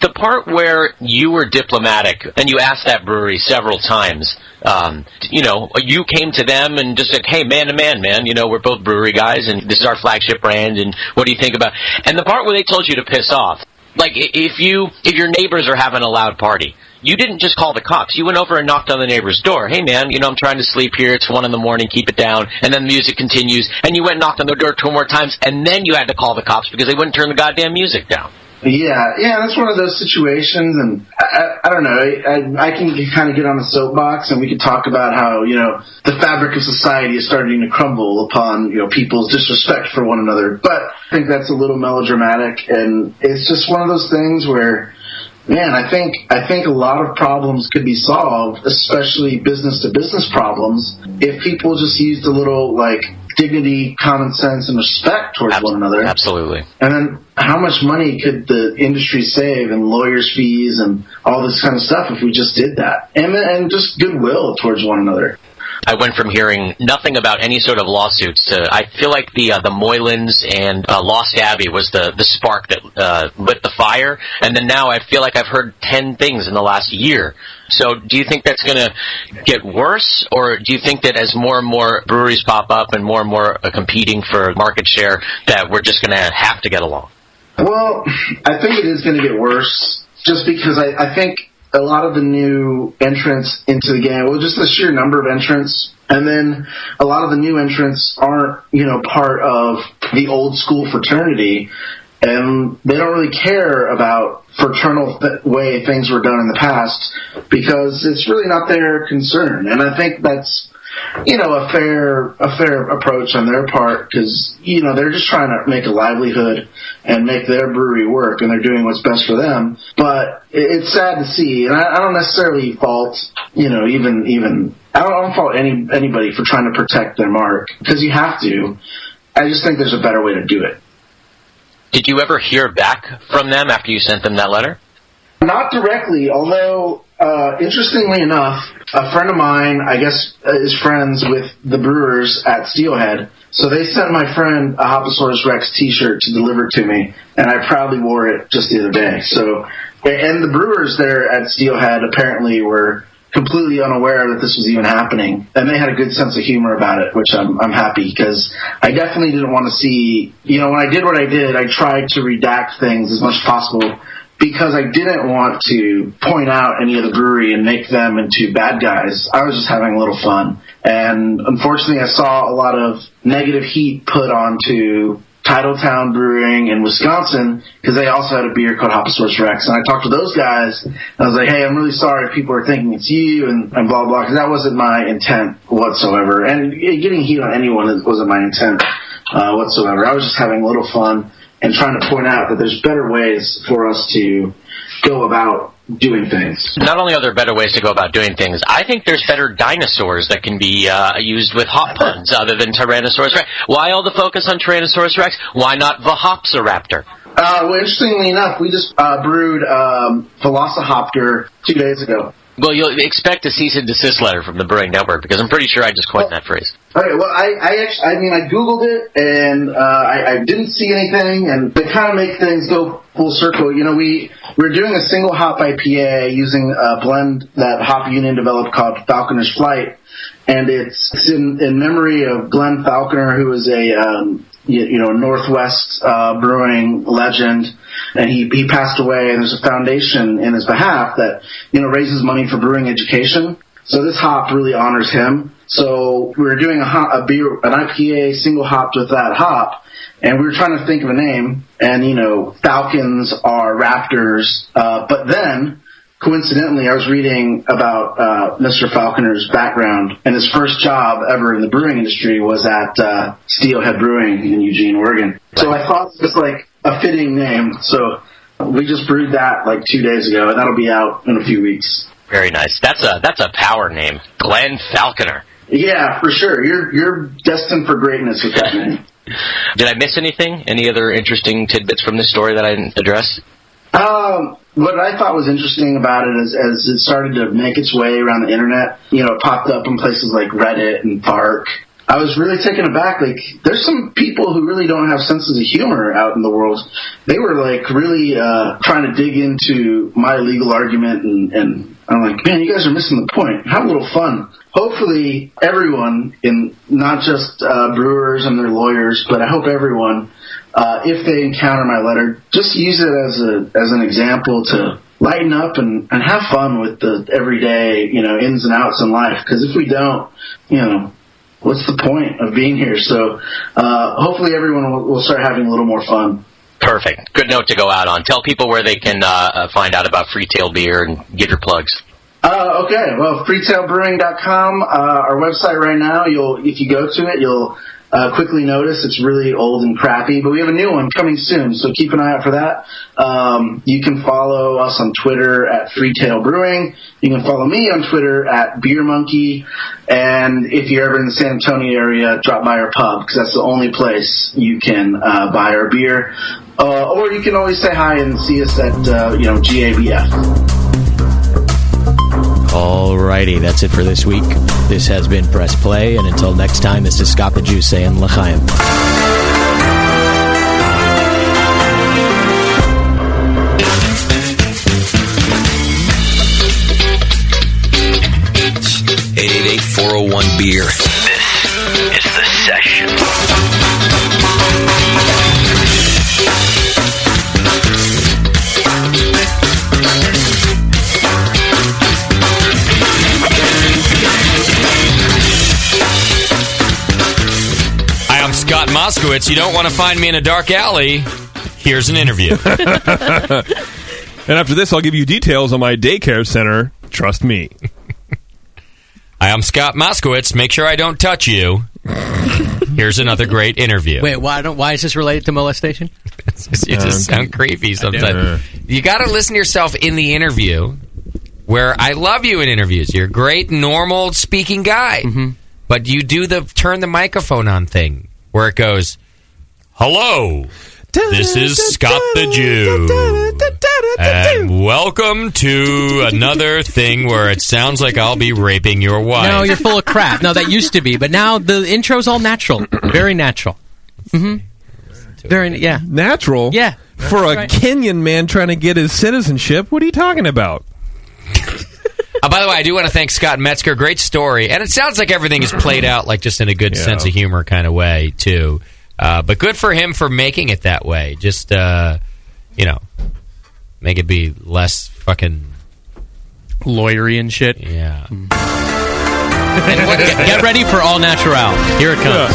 Speaker 10: The part where you were diplomatic and you asked that brewery several times, um, you know, you came to them and just said, "Hey, man to man, man, you know, we're both brewery guys, and this is our flagship brand, and what do you think about?" And the part where they told you to piss off, like i- if you if your neighbors are having a loud party, you didn't just call the cops. You went over and knocked on the neighbor's door. Hey, man, you know, I'm trying to sleep here. It's one in the morning. Keep it down. And then the music continues, and you went and knocked on their door two more times, and then you had to call the cops because they wouldn't turn the goddamn music down.
Speaker 30: Yeah, yeah, that's one of those situations, and I, I, I don't know. I, I, I can kind of get on a soapbox, and we could talk about how you know the fabric of society is starting to crumble upon you know people's disrespect for one another. But I think that's a little melodramatic, and it's just one of those things where, man, I think I think a lot of problems could be solved, especially business to business problems, if people just used a little like dignity, common sense, and respect towards one another.
Speaker 10: Absolutely.
Speaker 30: And then how much money could the industry save and lawyers' fees and all this kind of stuff if we just did that? And, and just goodwill towards one another.
Speaker 10: I went from hearing nothing about any sort of lawsuits to I feel like the uh, the Moylan's and uh, Lost Abbey was the the spark that uh, lit the fire, and then now I feel like I've heard ten things in the last year. So, do you think that's going to get worse, or do you think that as more and more breweries pop up and more and more are competing for market share, that we're just going to have to get along?
Speaker 30: Well, I think it is going to get worse just because I, I think a lot of the new entrants into the game, well, just the sheer number of entrants, and then a lot of the new entrants aren't, you know, part of the old school fraternity, and they don't really care about fraternal th- way things were done in the past because it's really not their concern, and I think that's you know a fair a fair approach on their part because you know they're just trying to make a livelihood and make their brewery work and they're doing what's best for them but it- it's sad to see and I, I don't necessarily fault you know even even I don't, I don't fault any anybody for trying to protect their mark because you have to I just think there's a better way to do it
Speaker 10: Did you ever hear back from them after you sent them that letter?
Speaker 30: Not directly, although uh, interestingly enough, a friend of mine, I guess, uh, is friends with the brewers at Steelhead. So they sent my friend a Hoposaurus Rex T-shirt to deliver to me, and I proudly wore it just the other day. So, and the brewers there at Steelhead apparently were completely unaware that this was even happening, and they had a good sense of humor about it, which I'm I'm happy because I definitely didn't want to see. You know, when I did what I did, I tried to redact things as much as possible because I didn't want to point out any other brewery and make them into bad guys. I was just having a little fun. And unfortunately, I saw a lot of negative heat put onto Titletown Brewing in Wisconsin because they also had a beer called Hoposaurus Rex. And I talked to those guys and I was like, hey, I'm really sorry if people are thinking it's you and, and blah, blah, because that wasn't my intent whatsoever. And getting heat on anyone wasn't my intent uh, whatsoever. I was just having a little fun and trying to point out that there's better ways for us to go about doing things.
Speaker 10: Not only are there better ways to go about doing things, I think there's better dinosaurs that can be uh, used with hop puns other than Tyrannosaurus Rex. Why all the focus on Tyrannosaurus Rex? Why not Vahopsoraptor?
Speaker 30: Uh, well, interestingly enough, we just uh, brewed um, Velocihopter two days ago.
Speaker 10: Well, you'll expect a cease and desist letter from the Brewing Network because I'm pretty sure I just coined that phrase.
Speaker 30: Okay, well, I, I actually, I mean, I googled it and uh, I, I didn't see anything, and they kind of make things go full circle. You know, we we're doing a single hop IPA using a blend that Hop Union developed called Falconer's Flight, and it's, it's in in memory of Glenn Falconer, who is a um, you, you know Northwest uh, brewing legend, and he he passed away. And there's a foundation in his behalf that you know raises money for brewing education. So this hop really honors him. So we were doing a, hop, a beer, an IPA single hopped with that hop, and we were trying to think of a name. And you know, falcons are raptors. Uh, but then, coincidentally, I was reading about uh, Mr. Falconer's background, and his first job ever in the brewing industry was at uh, Steelhead Brewing in Eugene, Oregon. So I thought it was like a fitting name. So we just brewed that like two days ago, and that'll be out in a few weeks.
Speaker 10: Very nice. That's a that's a power name, Glenn Falconer.
Speaker 30: Yeah, for sure. You're you're destined for greatness with that name.
Speaker 31: Did I miss anything? Any other interesting tidbits from this story that I didn't address?
Speaker 30: Um, what I thought was interesting about it is as it started to make its way around the internet, you know, it popped up in places like Reddit and Bark. I was really taken aback. Like, there's some people who really don't have senses of humor out in the world. They were like really uh, trying to dig into my legal argument, and, and I'm like, man, you guys are missing the point. Have a little fun. Hopefully, everyone, in not just uh, brewers and their lawyers, but I hope everyone uh, if they encounter my letter, just use it as a as an example to lighten up and, and have fun with the everyday, you know, ins and outs in life. Because if we don't, you know, what's the point of being here? So uh, hopefully everyone will, will start having a little more fun.
Speaker 31: Perfect. Good note to go out on. Tell people where they can uh, uh, find out about Freetail Beer and get your plugs.
Speaker 30: Uh, okay, well, freetailbrewing.com, uh, our website right now, you'll, if you go to it, you'll uh, quickly notice it's really old and crappy, but we have a new one coming soon, so keep an eye out for that. Um, you can follow us on Twitter at Freetail Brewing. You can follow me on Twitter at Beer Monkey. And if you're ever in the San Antonio area, drop by our pub because that's the only place you can uh, buy our beer. Uh, or you can always say hi and see us at uh, you know GABF.
Speaker 3: Alrighty, that's it for this week. This has been Press Play, and until next time, this is Scott the Jew saying L'chaim.
Speaker 9: oh
Speaker 25: beer.
Speaker 20: This is the session.
Speaker 9: I am Scott Moskowitz. You don't want to find me in a dark alley. Here's an interview.
Speaker 4: and after this, I'll give you details on my daycare center. Trust me.
Speaker 9: I am Scott Moskowitz. Make sure I don't touch you. Here's another great interview.
Speaker 10: Wait, why don't? Why is this related to molestation?
Speaker 9: you
Speaker 3: Um,
Speaker 9: just sound creepy sometimes. You got to listen to yourself in the interview. Where I love you in interviews. You're a great, normal speaking guy,
Speaker 10: Mm-hmm.
Speaker 9: but you do the turn the microphone on thing where it goes, "Hello, this is Scott the Jew, and welcome to another thing where it sounds like I'll be raping your wife."
Speaker 10: No, you're full of crap. No, that used to be, but now the intro's all natural, very natural. hmm Very yeah,
Speaker 4: natural.
Speaker 10: Yeah,
Speaker 4: For a
Speaker 10: Right.
Speaker 4: Kenyan man trying to get his citizenship, what are you talking about?
Speaker 9: Uh, by the way, I do want to thank Scott Metzger. Great story, and it sounds like everything is played out like just in a good sense of humor kind of way too. Uh, but good for him for making it that way. Just uh, you know, make it be less fucking
Speaker 10: lawyery and shit.
Speaker 9: Yeah.
Speaker 10: get, Mm. get ready for all natural. Here it comes.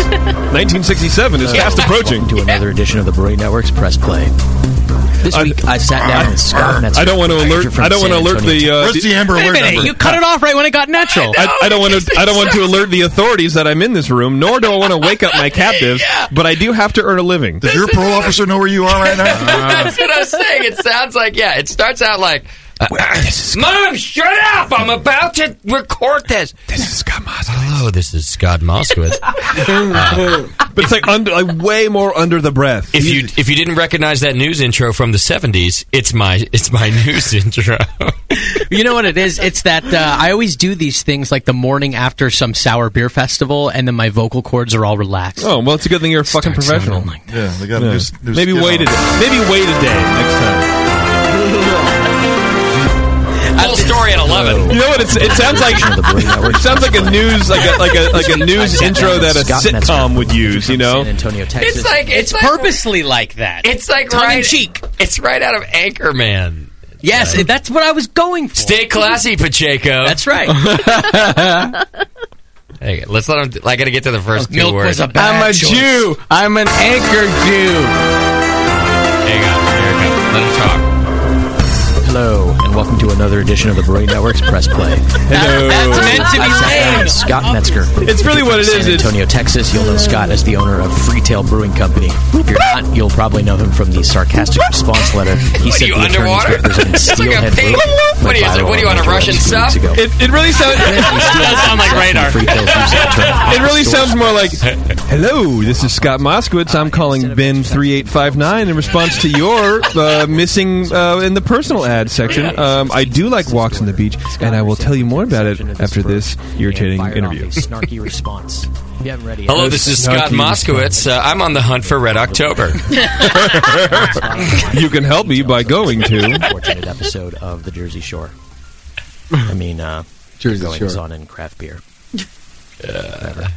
Speaker 4: 1967 is fast approaching.
Speaker 3: To another edition of the Bray Network's Press Play.
Speaker 4: Uh,
Speaker 3: This week I sat down with Scott Metzger.
Speaker 4: I don't want to alert. I don't want to alert the. Uh,
Speaker 10: Wait a minute, you cut it off right when it got natural.
Speaker 4: I, I don't want to. I don't want to alert the authorities that I'm in this room, nor do I want to wake up my captives. But I do have to earn a living. Does your parole officer know where you are right
Speaker 9: That's what I was saying. It sounds like yeah. It starts out like. uh, Mom, shut up! I'm about to record this. This is Scott Moskowitz. Hello, this is Scott Moskowitz.
Speaker 4: but it's like under, like way more under the breath.
Speaker 9: If you if you didn't recognize that news intro from the '70s, it's my it's my news intro.
Speaker 10: you know what it is? It's that uh, I always do these things like the morning after some sour beer festival, and then my vocal cords are all relaxed.
Speaker 4: Oh well, it's a good thing you're a fucking professional.
Speaker 14: yeah, they got
Speaker 4: Yeah.
Speaker 14: There's, there's
Speaker 4: maybe
Speaker 14: skin
Speaker 4: wait a
Speaker 14: on
Speaker 4: day. Maybe wait a day next time.
Speaker 9: Full story at eleven.
Speaker 4: Oh. You know what? It's, it sounds like it sounds like a news like a, like a like a news intro that a sitcom would use. You know,
Speaker 9: It's like it's,
Speaker 10: purposely like that.
Speaker 9: It's like
Speaker 10: Tongue in
Speaker 9: right
Speaker 10: cheek.
Speaker 9: It's right out of Anchorman.
Speaker 10: Yes, that's what I was going for.
Speaker 9: Stay classy, Pacheco.
Speaker 10: That's right.
Speaker 9: Hey, let's let him. I got to get to the first two
Speaker 12: Milk
Speaker 9: words.
Speaker 12: was a bad I'm a choice. Jew.
Speaker 9: I'm an anchor Jew. Hang on. Here it comes. Let him talk.
Speaker 3: Hello, and welcome to another another edition of the Brewing Network's Press Play.
Speaker 4: Hello. That's
Speaker 3: meant to be Scott Metzger.
Speaker 4: It's really what it
Speaker 3: San
Speaker 4: is.
Speaker 3: San
Speaker 4: It's-
Speaker 3: Antonio, Texas. You'll know Scott as the owner of Freetail Brewing Company. If you're not, you'll probably know him from the sarcastic response letter he
Speaker 9: What are
Speaker 3: sent
Speaker 9: you,
Speaker 3: the attorneys
Speaker 9: underwater?
Speaker 3: representing
Speaker 9: It's like a
Speaker 3: Steelhead
Speaker 9: pig.
Speaker 3: Brewing.
Speaker 9: What are you,
Speaker 3: went
Speaker 9: is it- what are you,
Speaker 3: viral
Speaker 9: on a
Speaker 3: on Twitter
Speaker 9: Russian
Speaker 3: a few weeks
Speaker 9: sub?
Speaker 3: ago.
Speaker 4: It, it really sounds.
Speaker 3: does sound like radar.
Speaker 4: It really sounds more like, "Hello, this is Scott Moskowitz. I'm calling Ben three eight five nine in response to your uh, missing uh, in the personal ad section. Um, I do like walks on the beach, and I will tell you more about it after this irritating interview."
Speaker 3: Snarky response. You haven't read it yet.
Speaker 9: Hello, this is Scott Moskowitz. Uh, I'm on the hunt for Red October.
Speaker 4: you can help me by going to.
Speaker 3: Unfortunate episode of the Jersey Shore. I mean, uh,
Speaker 12: Jersey
Speaker 3: goings
Speaker 12: Shore.
Speaker 3: on in craft beer. Whatever.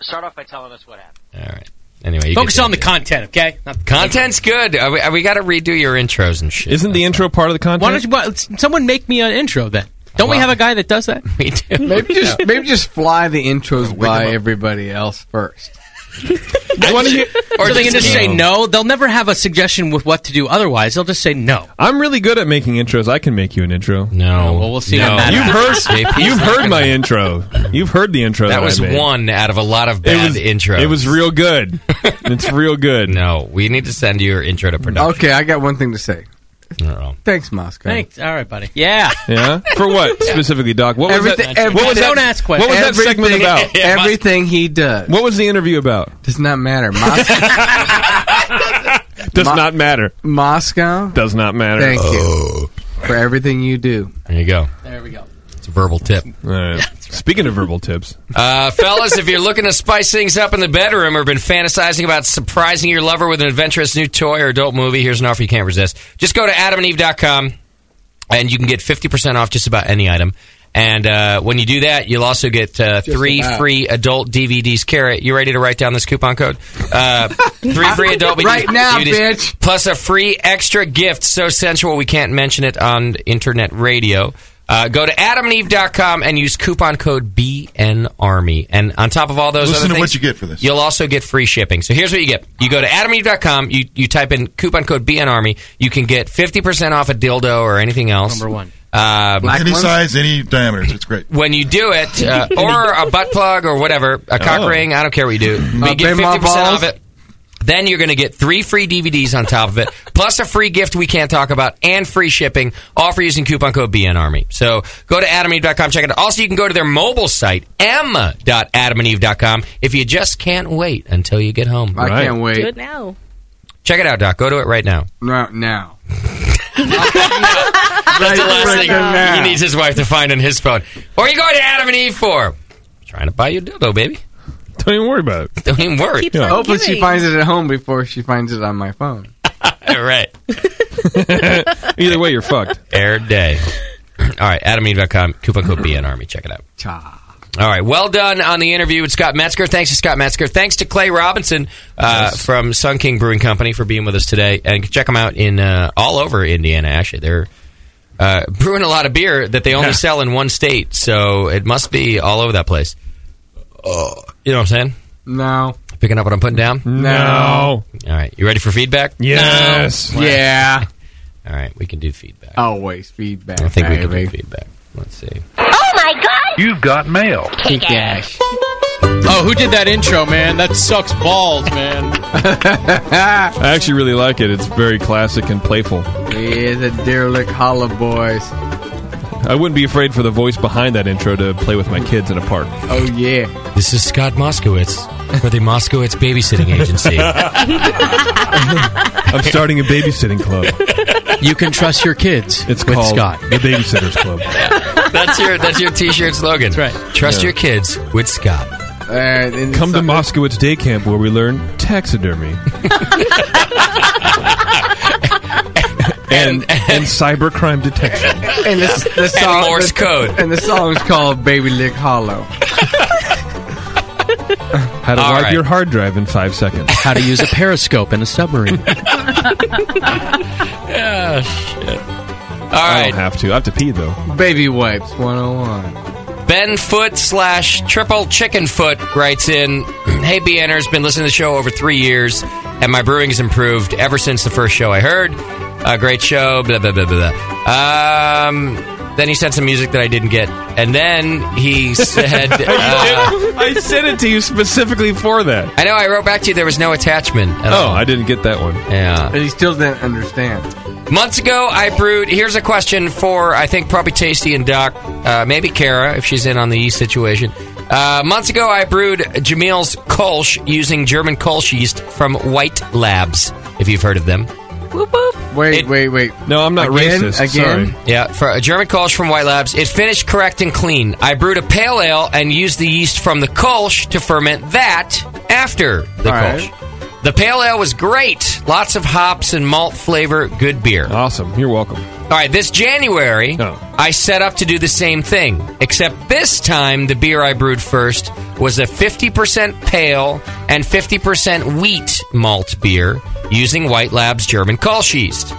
Speaker 31: Start off by telling us what happened.
Speaker 9: All right. Anyway, you
Speaker 31: Focus
Speaker 9: get
Speaker 31: on
Speaker 9: the
Speaker 10: content, okay? Not the
Speaker 9: content's good. Uh, we, got to redo your intros and shit.
Speaker 4: Isn't the intro part of the content?
Speaker 10: Why don't you? Why, someone make me an intro then. Don't we
Speaker 9: Wow.
Speaker 10: have a guy that does that?
Speaker 9: We do.
Speaker 12: Maybe just maybe just fly the intros by everybody else first.
Speaker 10: Or so they can
Speaker 12: just
Speaker 10: just
Speaker 12: no.
Speaker 10: say no. They'll never have a suggestion with what to do otherwise. They'll just say no.
Speaker 4: I'm really good at making intros. I can make you an intro.
Speaker 9: No.
Speaker 10: Well, we'll see
Speaker 4: You've
Speaker 10: on that.
Speaker 4: heard,
Speaker 9: JP 's
Speaker 4: you've
Speaker 9: not
Speaker 4: heard
Speaker 9: gonna-
Speaker 4: my intro. You've heard the intro. That,
Speaker 9: That
Speaker 4: I
Speaker 9: was
Speaker 4: made.
Speaker 9: one out of a lot of bad
Speaker 4: was-
Speaker 9: intros.
Speaker 4: it was real good. It's real good.
Speaker 9: No, we need to send you your intro to production.
Speaker 12: Okay, I got one thing to say.
Speaker 9: Uh-oh.
Speaker 12: Thanks, Moscow.
Speaker 10: Thanks. All right, buddy. Yeah.
Speaker 4: Yeah. For what specifically, Doc? What was
Speaker 12: Everything-
Speaker 4: that? what was that?
Speaker 10: Don't ask
Speaker 4: What was that
Speaker 12: Everything-
Speaker 4: segment about?
Speaker 12: Everything he does.
Speaker 4: What was the interview about?
Speaker 12: Does not matter. Moscow.
Speaker 4: Does not matter.
Speaker 12: Moscow.
Speaker 4: Does not matter.
Speaker 12: Thank you for everything you do.
Speaker 9: There you go.
Speaker 10: There we go.
Speaker 9: It's a verbal tip.
Speaker 4: Speaking of verbal tips,
Speaker 9: Uh, fellas, if you're looking to spice things up in the bedroom or been fantasizing about surprising your lover with an adventurous new toy or adult movie, here's an offer you can't resist. Just go to adamandeve.com and you can get 50% off just about any item. And uh, when you do that, you'll also get uh, three
Speaker 2: about.
Speaker 9: free adult DVDs. Carrot, you ready to write down this coupon code? Uh, three free adult DVDs.
Speaker 12: Right now,
Speaker 9: bitch. Plus a free extra gift so sensual we can't mention it on internet radio. Uh, go to adamandeve.com and use coupon code BNARMY. And on top of all those
Speaker 14: Listen
Speaker 9: other
Speaker 14: to what
Speaker 9: things,
Speaker 14: you get for this.
Speaker 9: You'll also get free shipping. So here's what you get. You go to adamandeve.com, you, you type in coupon code BNARMY. You can get 50% off a dildo or anything else.
Speaker 14: Number one.
Speaker 9: Um,
Speaker 14: any size, any diameters. It's great.
Speaker 9: When you do it, uh, or a butt plug or whatever, a cock
Speaker 14: Oh.
Speaker 9: ring, I don't care what you do.
Speaker 14: Uh,
Speaker 9: You get
Speaker 14: big mouth
Speaker 9: 50% off
Speaker 14: balls.
Speaker 9: it. Then you're going to get three free DVDs on top of it, plus a free gift we can't talk about, and free shipping, all for using coupon code BNARMY. So go to adamandeve.com, check it out. Also, you can go to their mobile site, m.adamandeve.com, if you just can't wait until you get home.
Speaker 12: I can't wait.
Speaker 8: it now.
Speaker 9: Check it out, Doc. Go to it right now.
Speaker 12: Right now.
Speaker 9: That's the last
Speaker 2: right
Speaker 9: thing
Speaker 2: now.
Speaker 9: he needs his wife to find on his phone. What are you going to Adam and Eve for? Trying to buy you a dildo, baby.
Speaker 4: Don't even worry about it.
Speaker 9: Don't even worry.
Speaker 12: Hopefully, she finds it at home before she finds it on my phone.
Speaker 9: All right.
Speaker 4: Either way, you're fucked.
Speaker 9: Air day. All right, adamandeve.com, coupon code BNARMY. Check it out. All right, well done on the interview with Scott Metzger. Thanks to Scott Metzger. Thanks to Clay Robinson uh, from Sun King Brewing Company for being with us today. And check them out in uh, all over Indiana, actually. They're uh, brewing a lot of beer that they only
Speaker 2: Yeah.
Speaker 9: sell in one state, so it must be all over that place. Oh, you know what I'm saying?
Speaker 12: No.
Speaker 9: Picking up what I'm putting down?
Speaker 12: No.
Speaker 9: All right, you ready for feedback?
Speaker 12: Yes.
Speaker 9: No.
Speaker 12: Yeah.
Speaker 9: All right, we can do feedback.
Speaker 12: Always feedback.
Speaker 9: I think we can
Speaker 12: baby.
Speaker 9: do feedback. Let's see.
Speaker 2: Oh my god!
Speaker 12: You've got mail.
Speaker 2: Kick
Speaker 10: Oh, who did that intro, man? That sucks balls, man.
Speaker 4: I actually really like it. It's very classic and playful.
Speaker 12: Yeah, the derelict hollow boys.
Speaker 4: I wouldn't be afraid for the voice behind that intro to play with my kids in a park.
Speaker 12: Oh yeah.
Speaker 9: This is Scott Moskowitz for the Moskowitz Babysitting Agency.
Speaker 4: I'm starting a babysitting club.
Speaker 10: You can trust your kids.
Speaker 4: It's
Speaker 10: with
Speaker 4: called
Speaker 10: Scott.
Speaker 4: the Babysitters Club.
Speaker 9: that's your that's your t-shirt slogan. That's right. Trust
Speaker 4: Yeah.
Speaker 9: your kids with Scott. Uh,
Speaker 4: Come to Moskowitz Day Camp where we learn taxidermy and and cybercrime detection.
Speaker 12: And this, the
Speaker 9: And
Speaker 12: song,
Speaker 9: Morse
Speaker 12: the-
Speaker 9: code.
Speaker 12: And the song's called "Baby Lick Hollow."
Speaker 4: How to
Speaker 12: All
Speaker 4: wipe
Speaker 12: right.
Speaker 4: your hard drive in five seconds.
Speaker 10: How to use a periscope in a submarine.
Speaker 9: Yeah, shit. All
Speaker 4: I
Speaker 9: right,
Speaker 4: don't have to. I have to pee though.
Speaker 12: Baby wipes 101.
Speaker 9: Ben Foot slash Triple Chicken Foot writes in, Hey, BNers, been listening to the show over three years, and my brewing has improved Uh, ever since the first show I heard. A great show, blah, blah, blah, blah, blah. Um, Then he sent some music that I didn't get, and then he said,
Speaker 4: You
Speaker 9: uh,
Speaker 4: I sent it to you specifically for that.
Speaker 9: "I know I wrote back to you. There was no attachment." At
Speaker 4: Oh,
Speaker 9: all.
Speaker 4: I didn't get that one.
Speaker 9: Yeah.
Speaker 12: And he still didn't understand.
Speaker 9: Months ago, I brewed. Here's a question for I think probably Tasty and Doc, uh, maybe Kara if she's in on the yeast situation. Uh, months ago, I brewed Jamil's Kolsch using German Kolsch yeast from White Labs. If you've heard of them,
Speaker 12: Wait, wait, wait.
Speaker 4: No, I'm not
Speaker 12: Again?
Speaker 4: racist.
Speaker 12: Again?
Speaker 4: Sorry.
Speaker 9: Yeah, for a German Kolsch from White Labs. It finished correct and clean. I brewed a pale ale and used the yeast from the Kolsch to ferment that after the
Speaker 2: All right.
Speaker 9: Kolsch. The pale ale was great. Lots of hops and malt flavor. Good beer.
Speaker 4: Awesome. You're welcome.
Speaker 9: All right, this January, I set up to do the same thing, except this time the beer I brewed first was a 50% pale and 50% wheat malt beer using White Lab's German Kolsch yeast.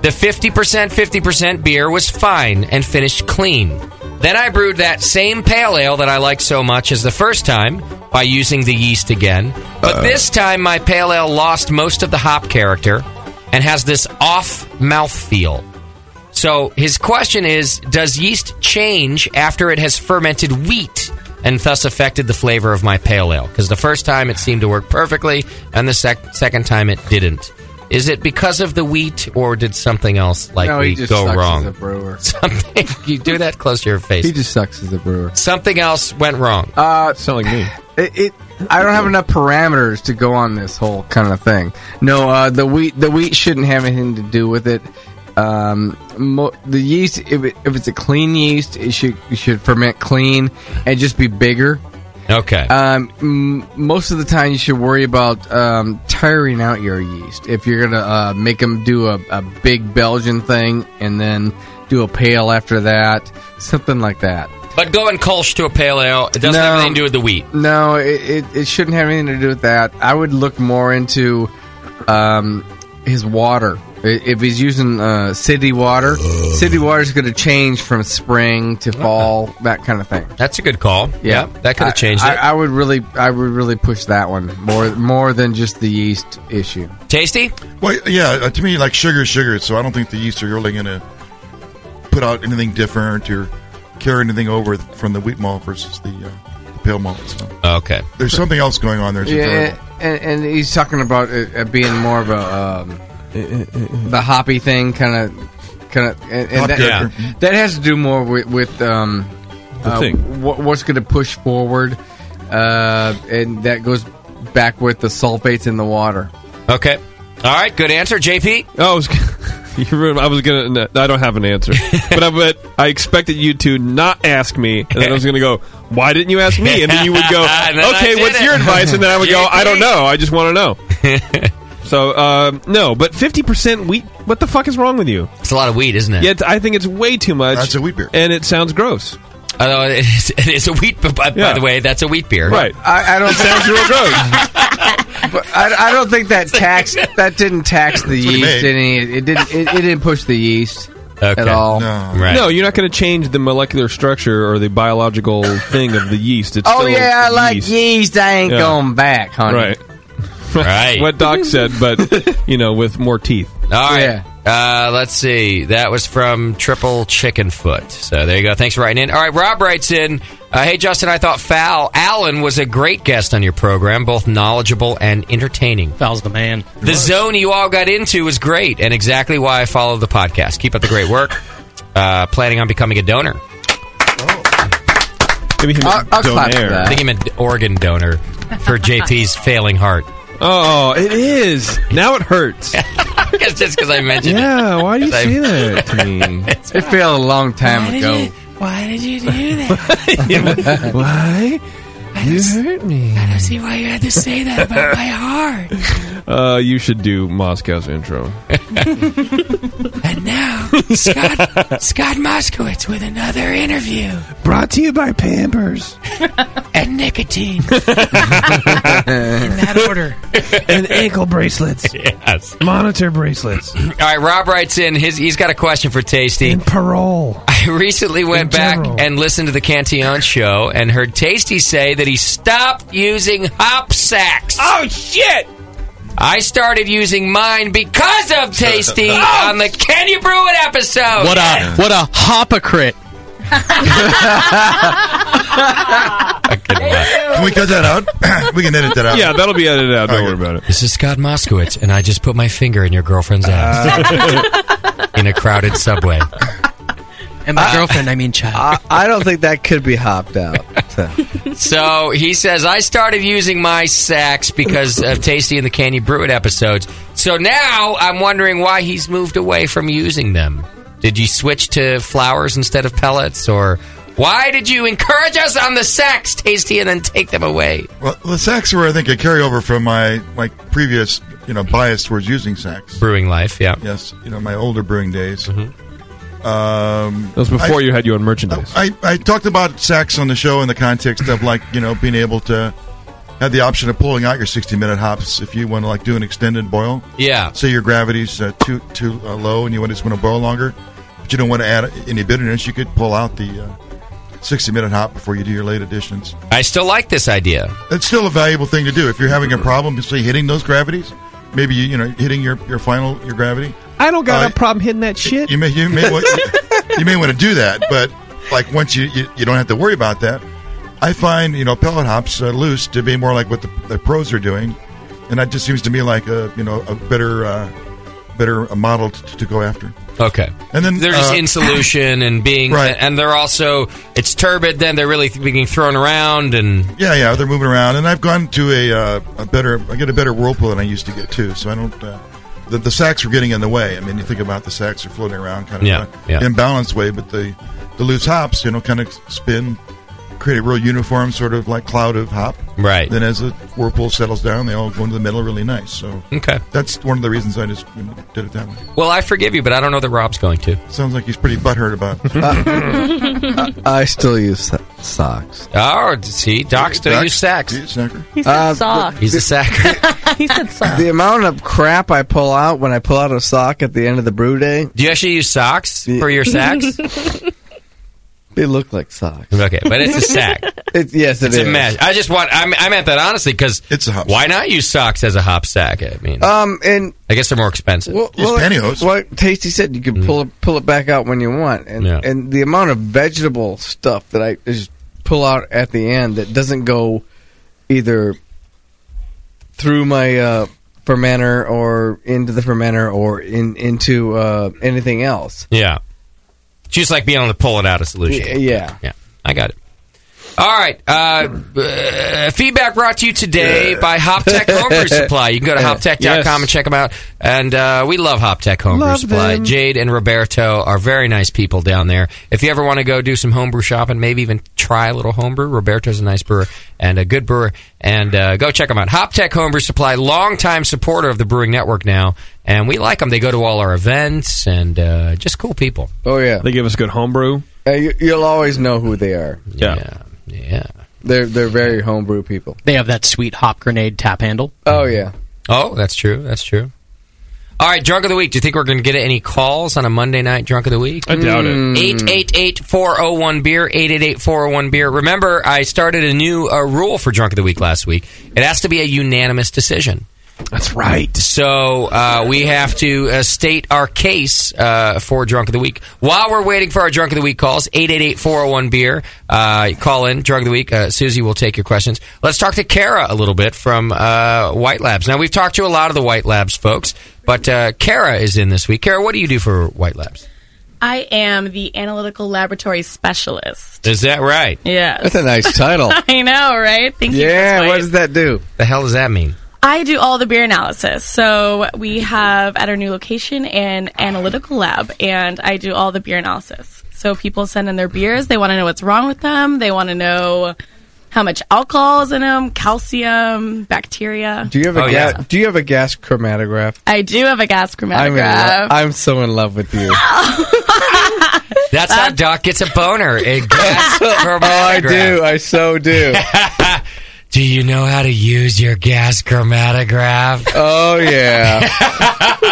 Speaker 9: The 50% 50% beer was fine and finished clean. Then I brewed that same pale ale that I liked so much as the first time by using the yeast again. But this time my pale ale lost most of the hop character and has this off mouth feel. So his question is Does yeast change after it has fermented wheat and thus affected the flavor of my pale ale? Because the first time it seemed to work perfectly, and the sec- second time it didn't. Is it because of the wheat, or did something else like
Speaker 12: no, he
Speaker 9: wheat
Speaker 12: just
Speaker 9: go
Speaker 12: sucks
Speaker 9: wrong?
Speaker 12: As a brewer.
Speaker 9: Something you do that close to your face.
Speaker 12: He just sucks as a brewer.
Speaker 9: Something else went wrong.
Speaker 12: Uh,
Speaker 4: Selling me.
Speaker 12: It, it, I don't have enough parameters to go on this whole kind of thing. No, uh, the wheat the wheat shouldn't have anything to do with it. Um, mo- the yeast, if, it, if it's a clean yeast, it should it should ferment clean and just be bigger.
Speaker 9: Okay.
Speaker 12: Um, m- most of the time, you should worry about um, tiring out your yeast. If you're gonna uh, make them do a, a big Belgian thing and then do a pale after that, something like that.
Speaker 9: But going Kolsch to a pale ale, it doesn't
Speaker 12: No.
Speaker 9: have anything to do with the wheat.
Speaker 12: No, it, it, it shouldn't have anything to do with that. I would look more into um, his water. I- If he's using uh, city water, city water is going to change from spring to fall, that kind of thing.
Speaker 9: That's a good call.
Speaker 12: Yeah,
Speaker 9: that could
Speaker 12: I-
Speaker 9: have changed
Speaker 12: I,
Speaker 9: it.
Speaker 12: I would really, I would really push that one more, more than just the yeast issue.
Speaker 9: Tasty?
Speaker 14: Well, yeah. uh, To me, like sugar, is sugar. So I don't think the yeast are really going to put out anything different or carry anything over from the wheat malt versus the, uh, the pale malt. So
Speaker 9: Okay.
Speaker 14: there's something else going on there. It's
Speaker 12: Yeah,
Speaker 14: enjoyable.
Speaker 12: and, and he's talking about it, it being more of a um, the hoppy thing, kind of, kind of, and, and
Speaker 14: Hop
Speaker 12: that,
Speaker 14: character.
Speaker 12: that has to do more with, with um,
Speaker 14: The
Speaker 12: uh,
Speaker 14: thing.
Speaker 12: wh- what's going to push forward, uh, and that goes back with the sulfates in the water.
Speaker 9: Okay. All right. Good answer, JP.
Speaker 4: Oh, I was, you ruined- I was gonna. No, I don't have an answer, but I, but I expected you to not ask me, and then I was gonna go. Why didn't you ask me? And then you would go,
Speaker 2: And then I
Speaker 4: okay,
Speaker 2: did
Speaker 4: what's
Speaker 2: it."
Speaker 4: your advice? And then I would go, I don't
Speaker 2: JP.
Speaker 4: know. I just want to know. so um, no, but fifty percent wheat. What the fuck is wrong with you?
Speaker 9: It's a lot of wheat, isn't it?
Speaker 4: Yeah, it's- I think it's way too much. That's a
Speaker 14: wheat beer,
Speaker 4: and it sounds gross.
Speaker 9: Although it is, Uh, it is a wheat, but by, by the way, that's a wheat beer.
Speaker 4: Right.
Speaker 12: I, I don't sounds
Speaker 4: real gross.
Speaker 12: But I, I don't think that taxed that didn't tax the
Speaker 4: what he
Speaker 12: yeast
Speaker 4: made.
Speaker 12: any. It didn't. It, it didn't push the yeast at all.
Speaker 4: No, you're not going to change the molecular structure or the biological thing of the yeast. It's
Speaker 12: oh
Speaker 4: still
Speaker 12: yeah, I like
Speaker 4: yeast.
Speaker 12: yeast. I ain't
Speaker 4: Yeah.
Speaker 12: going back, honey.
Speaker 4: Right.
Speaker 9: Right.
Speaker 4: what Doc said, but you know, with more teeth.
Speaker 9: All right. Uh, let's see. That was from Triple Chicken Foot. So there you go. Thanks for writing in. All right. Rob writes in uh, Hey, Justin, I thought Fal Allen was a great guest on your program, both knowledgeable and entertaining.
Speaker 10: Fal's the man.
Speaker 9: The zone you all got into was great and exactly why I follow the podcast. Keep up the great work. Uh, planning on becoming a donor.
Speaker 4: Maybe he
Speaker 12: meant I'll- I'll clap donaire. for that.
Speaker 9: I think he meant organ donor for JP's failing heart.
Speaker 4: Oh, it is. Now it hurts.
Speaker 9: it's just because I mentioned
Speaker 2: Oh,
Speaker 4: Yeah, why do you say that to me?
Speaker 12: It failed a long time ago.
Speaker 2: Why did you do that?
Speaker 4: why? You hurt me.
Speaker 2: I don't see why you had to say that about my heart.
Speaker 4: Uh, you should do Moscow's intro.
Speaker 2: And now, Scott, Scott Moskowitz with another interview
Speaker 4: Brought to you by Pampers.
Speaker 2: and nicotine. In that order.
Speaker 4: and ankle bracelets.
Speaker 9: Yes.
Speaker 4: Monitor bracelets.
Speaker 9: All right, Rob writes in. His, he's got a question for Tasty.
Speaker 4: Parole.
Speaker 9: I recently went back and listened to the Cantillon show and heard Tasty say that he stopped using hop sacks.
Speaker 2: Oh, shit!
Speaker 9: I started using mine because of Tasty on the Can You Brew It episode.
Speaker 10: What
Speaker 9: Yeah.
Speaker 10: a what a hypocrite!
Speaker 14: Can we cut that out? we can edit that out.
Speaker 9: Yeah,
Speaker 4: that'll be edited out.
Speaker 14: Don't
Speaker 9: worry
Speaker 4: about it.
Speaker 9: This is Scott Moskowitz, and I just put my finger in your girlfriend's
Speaker 4: Uh.
Speaker 9: ass in a crowded subway.
Speaker 10: And my girlfriend, I mean child.
Speaker 32: I, I don't think that could be hopped out. So.
Speaker 9: So he says, I started using my sax because of Tasty and the Can You Brew It episodes. So now I'm wondering why he's moved away from using them. Did you switch to flowers instead of pellets? Or why did you encourage us on the sax, Tasty, and then take them away?
Speaker 14: Well, the sacks were, I think, a carryover from my my previous, you know, bias towards using sacks.
Speaker 9: Brewing life, yeah. Mm-hmm.
Speaker 14: Yes, you know, my older brewing days. Um,
Speaker 4: That was before
Speaker 14: I-
Speaker 4: you had your own merchandise.
Speaker 14: I, I talked about sacks on the show in the context of like you know being able to have the option of pulling out your 60 minute hops if you want to like do an extended boil.
Speaker 9: Yeah.
Speaker 14: Say your gravity's uh, too too uh, low and you want just want to boil longer, but you don't want to add any bitterness. You could pull out the uh, 60 minute hop before you do your late additions.
Speaker 9: I still like this idea.
Speaker 14: It's still a valuable thing to do if you're having a problem, say hitting those gravities. Maybe you you know hitting your, your final your gravity.
Speaker 4: I don't got
Speaker 14: Uh,
Speaker 4: a problem hitting that shit.
Speaker 14: You may you may want, you may want to do that, but like once you, you you don't have to worry about that. I find you know pellet hops uh, loose to be more like what the, the pros are doing, and that just seems to me like a you know a better uh, better a model to, to go after.
Speaker 9: Okay.
Speaker 14: And then
Speaker 9: They're just
Speaker 14: uh,
Speaker 9: in solution and being,
Speaker 14: Right.
Speaker 9: and they're also, it's turbid, then they're really being thrown around and.
Speaker 14: Yeah, yeah, they're moving around, and I've gone to a uh, a better. I get a better whirlpool than I used to get too. So I don't. Uh, the, the sacks were getting in the way. I mean, you think about the sacks are floating around, kind of
Speaker 9: Yeah,
Speaker 14: uh,
Speaker 9: yeah.
Speaker 14: imbalanced way, but the the loose hops, you know, kind of spin, create a real uniform sort of like cloud of hop.
Speaker 9: Right.
Speaker 14: Then as the whirlpool settles down, they all go into the middle, really nice. So
Speaker 9: Okay.
Speaker 14: that's one of the reasons I just you know, did it that way.
Speaker 9: Well, I forgive you, but I don't know that Rob's going to.
Speaker 14: Sounds like he's pretty butthurt about.
Speaker 32: Uh, I still use so- socks.
Speaker 4: Ah.
Speaker 9: Oh, see, Doc still
Speaker 32: Doc,
Speaker 9: use sax.
Speaker 32: He said Uh, sock.
Speaker 9: He's a sack.
Speaker 33: he said sock.
Speaker 32: The amount of crap I pull out when I pull out a sock at the end of the brew day,
Speaker 9: Do you actually use socks for your sacks?
Speaker 32: they look like socks.
Speaker 9: Okay, but it's a sack.
Speaker 32: It, yes, it
Speaker 9: it's
Speaker 32: is.
Speaker 9: a mess. I just want. I, mean, I meant that honestly because
Speaker 14: it's a hop.
Speaker 9: Why not use socks as a hop sack? I mean,
Speaker 32: Um, and
Speaker 9: I guess they're more expensive.
Speaker 32: well, well, What Tasty said, you can pull it, pull it back out when you want, and
Speaker 9: Mm. Yeah.
Speaker 32: and the amount of vegetable stuff that I just pull out at the end that doesn't go either through my uh, fermenter or into the fermenter or in into uh, anything else.
Speaker 9: Yeah, It's just like being able to pull it out of
Speaker 32: Y-
Speaker 9: solution.
Speaker 32: yeah.
Speaker 9: yeah, I got it. All right. Uh, uh, feedback brought to you today by HopTech Homebrew Supply. You can go to
Speaker 11: Yeah.
Speaker 9: hoptech.com
Speaker 11: Yes.
Speaker 9: and check them out. And uh, we love HopTech Homebrew
Speaker 11: Love
Speaker 9: Supply.
Speaker 11: them.
Speaker 9: Jade and Roberto are very nice people down there. If you ever want to go do some homebrew shopping, maybe even try a little homebrew, Roberto's a nice brewer and a good brewer. And uh, go check them out. HopTech Homebrew Supply, longtime supporter of the Brewing Network now. And we like them. They go to all our events and uh, just cool people.
Speaker 32: Oh yeah,
Speaker 4: they give us good homebrew.
Speaker 32: Uh, you, you'll always know who they are.
Speaker 4: Yeah,
Speaker 9: yeah.
Speaker 32: They're they're very homebrew people.
Speaker 10: They have that sweet hop grenade tap handle.
Speaker 32: Oh yeah.
Speaker 9: Oh, that's true. That's true. All right, drunk of the week. Do you think we're going to get any calls on a Monday night drunk of the week?
Speaker 4: I doubt it. Mm.
Speaker 9: 888-401 beer 888-401 beer. Remember, I started a new uh, rule for drunk of the week last week. It has to be a unanimous decision.
Speaker 4: That's right.
Speaker 9: So uh, we have to uh, state our case uh, for Drunk of the Week. While we're waiting for our Drunk of the Week calls, 888-401-BEER. Uh, call in, Drunk of the Week. Uh, Susie will take your questions. Let's talk to Kara a little bit from uh, White Labs. Now, we've talked to a lot of the White Labs folks, but uh, Kara is in this week. Kara, what do you do for White Labs?
Speaker 33: I am the analytical laboratory specialist.
Speaker 9: Is that right?
Speaker 33: Yes.
Speaker 32: That's a nice title.
Speaker 33: I know, right? Thank you. Chris
Speaker 32: yeah,
Speaker 33: White.
Speaker 32: what does that do?
Speaker 9: The hell does that mean?
Speaker 33: I do all the beer analysis. So we have at our new location an analytical lab, and I do all the beer analysis. So people send in their beers. They want to know what's wrong with them. They want to know how much alcohol is in them, calcium, bacteria.
Speaker 32: Do you have a
Speaker 33: Oh,
Speaker 32: gas?
Speaker 33: yeah.
Speaker 32: Do you have a gas chromatograph?
Speaker 33: I do have a gas
Speaker 32: I'm in lo-
Speaker 33: chromatograph.
Speaker 32: I'm so in love with you.
Speaker 9: That's how Doc gets a boner. A gas
Speaker 32: oh, I
Speaker 9: chromatograph.
Speaker 32: do. I so do.
Speaker 9: Do you know how to use your gas chromatograph?
Speaker 32: Oh yeah.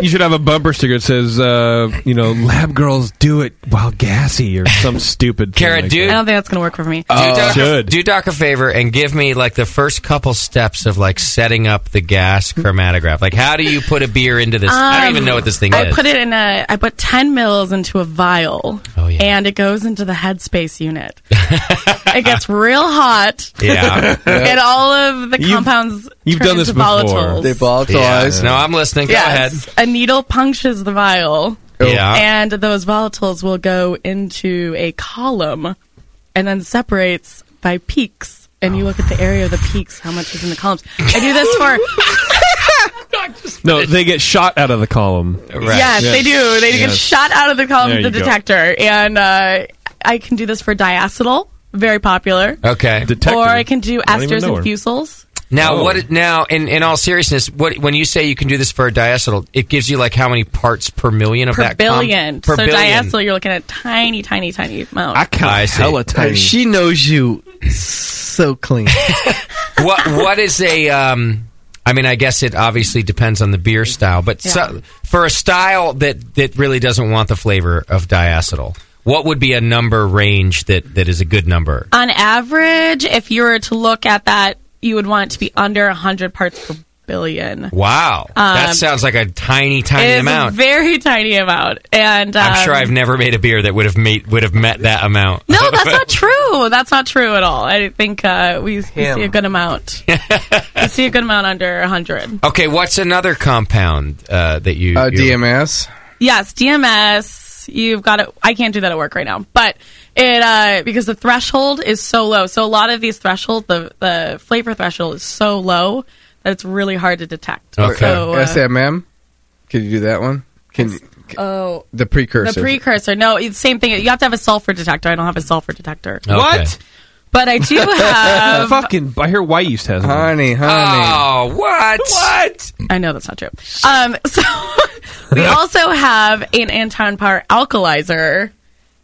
Speaker 4: You should have a bumper sticker that says, uh, you know, lab girls do it while gassy or some stupid. thing
Speaker 9: Kara,
Speaker 4: like
Speaker 9: do-
Speaker 33: I don't think that's going to work for me.
Speaker 9: do, Doc, do Doc a favor and give me like the first couple steps of like setting up the gas chromatograph. Like, how do you put a beer into this? I don't
Speaker 33: Um,
Speaker 9: even know what this thing
Speaker 33: I
Speaker 9: is.
Speaker 33: put it in a. I put ten mils into a vial.
Speaker 9: Oh,
Speaker 33: And it goes into the headspace unit. it gets real hot.
Speaker 9: Yeah.
Speaker 33: and all of the
Speaker 9: You've-
Speaker 33: compounds. turn into volatiles.
Speaker 9: Yeah. No, I'm listening. Go
Speaker 33: Yes.
Speaker 9: ahead.
Speaker 33: A needle punctures the vial.
Speaker 9: Yeah.
Speaker 33: And those volatiles will go into a column and then separates by peaks. And you look at the area of the peaks, how much is in the columns. I do this for.
Speaker 4: that. No, they get shot out of the column.
Speaker 33: Yes, they do. They get
Speaker 4: Yes.
Speaker 33: shot out of the column
Speaker 4: There
Speaker 33: of the
Speaker 4: you go.
Speaker 33: detector. And uh, I can do this for diacetyl, very popular.
Speaker 9: Okay.
Speaker 33: Or I can do
Speaker 9: I don't even
Speaker 33: esters
Speaker 9: know
Speaker 33: and
Speaker 9: her.
Speaker 33: fusels.
Speaker 9: Now,
Speaker 33: Oh.
Speaker 9: what? it- Now, in, in all seriousness, what when you say you can do this for a diacetyl, it gives you like how many parts per million of
Speaker 33: Per
Speaker 9: that com-
Speaker 33: billion.
Speaker 9: per
Speaker 33: so
Speaker 9: billion.
Speaker 33: diacetyl, you're looking at tiny, tiny, tiny amount.
Speaker 9: I see.
Speaker 32: She knows you so clean.
Speaker 9: what what is a um I mean I guess it obviously depends on the beer style but so, for a style that that really doesn't want the flavor of diacetyl what would be a number range that that is a good number
Speaker 33: On average, if you were to look at that, you would want it to be under 100 parts per billion.
Speaker 9: wow that
Speaker 33: Um,
Speaker 9: sounds like a tiny tiny
Speaker 33: It is
Speaker 9: amount
Speaker 33: A very tiny amount. And um,
Speaker 9: I'm sure I've never made a beer that would have made would have met that amount
Speaker 33: No, that's not true. That's not true at all. I think uh, we, we see
Speaker 9: Him.
Speaker 33: a good amount. we see a good amount under 100.
Speaker 9: okay what's another compound uh, that you,
Speaker 12: Uh,
Speaker 9: DMS
Speaker 33: Yes, DMS. You've got it. I can't do that at work right now, but it uh, because the threshold is so low. So a lot of these thresholds, the the flavor threshold is so low that it's really hard to detect. So, uh,
Speaker 12: SMM. Can you do that one? Can you,
Speaker 33: oh,
Speaker 12: the precursor?
Speaker 33: The precursor. No, it's same thing. You have to have a sulfur detector. I don't have a sulfur detector.
Speaker 4: What?
Speaker 33: But I do have.
Speaker 4: Fucking! I hear white yeast has honey,
Speaker 9: honey. Oh, what? What?
Speaker 33: I know that's not true. Um, so we also have an Anton Par alkalizer,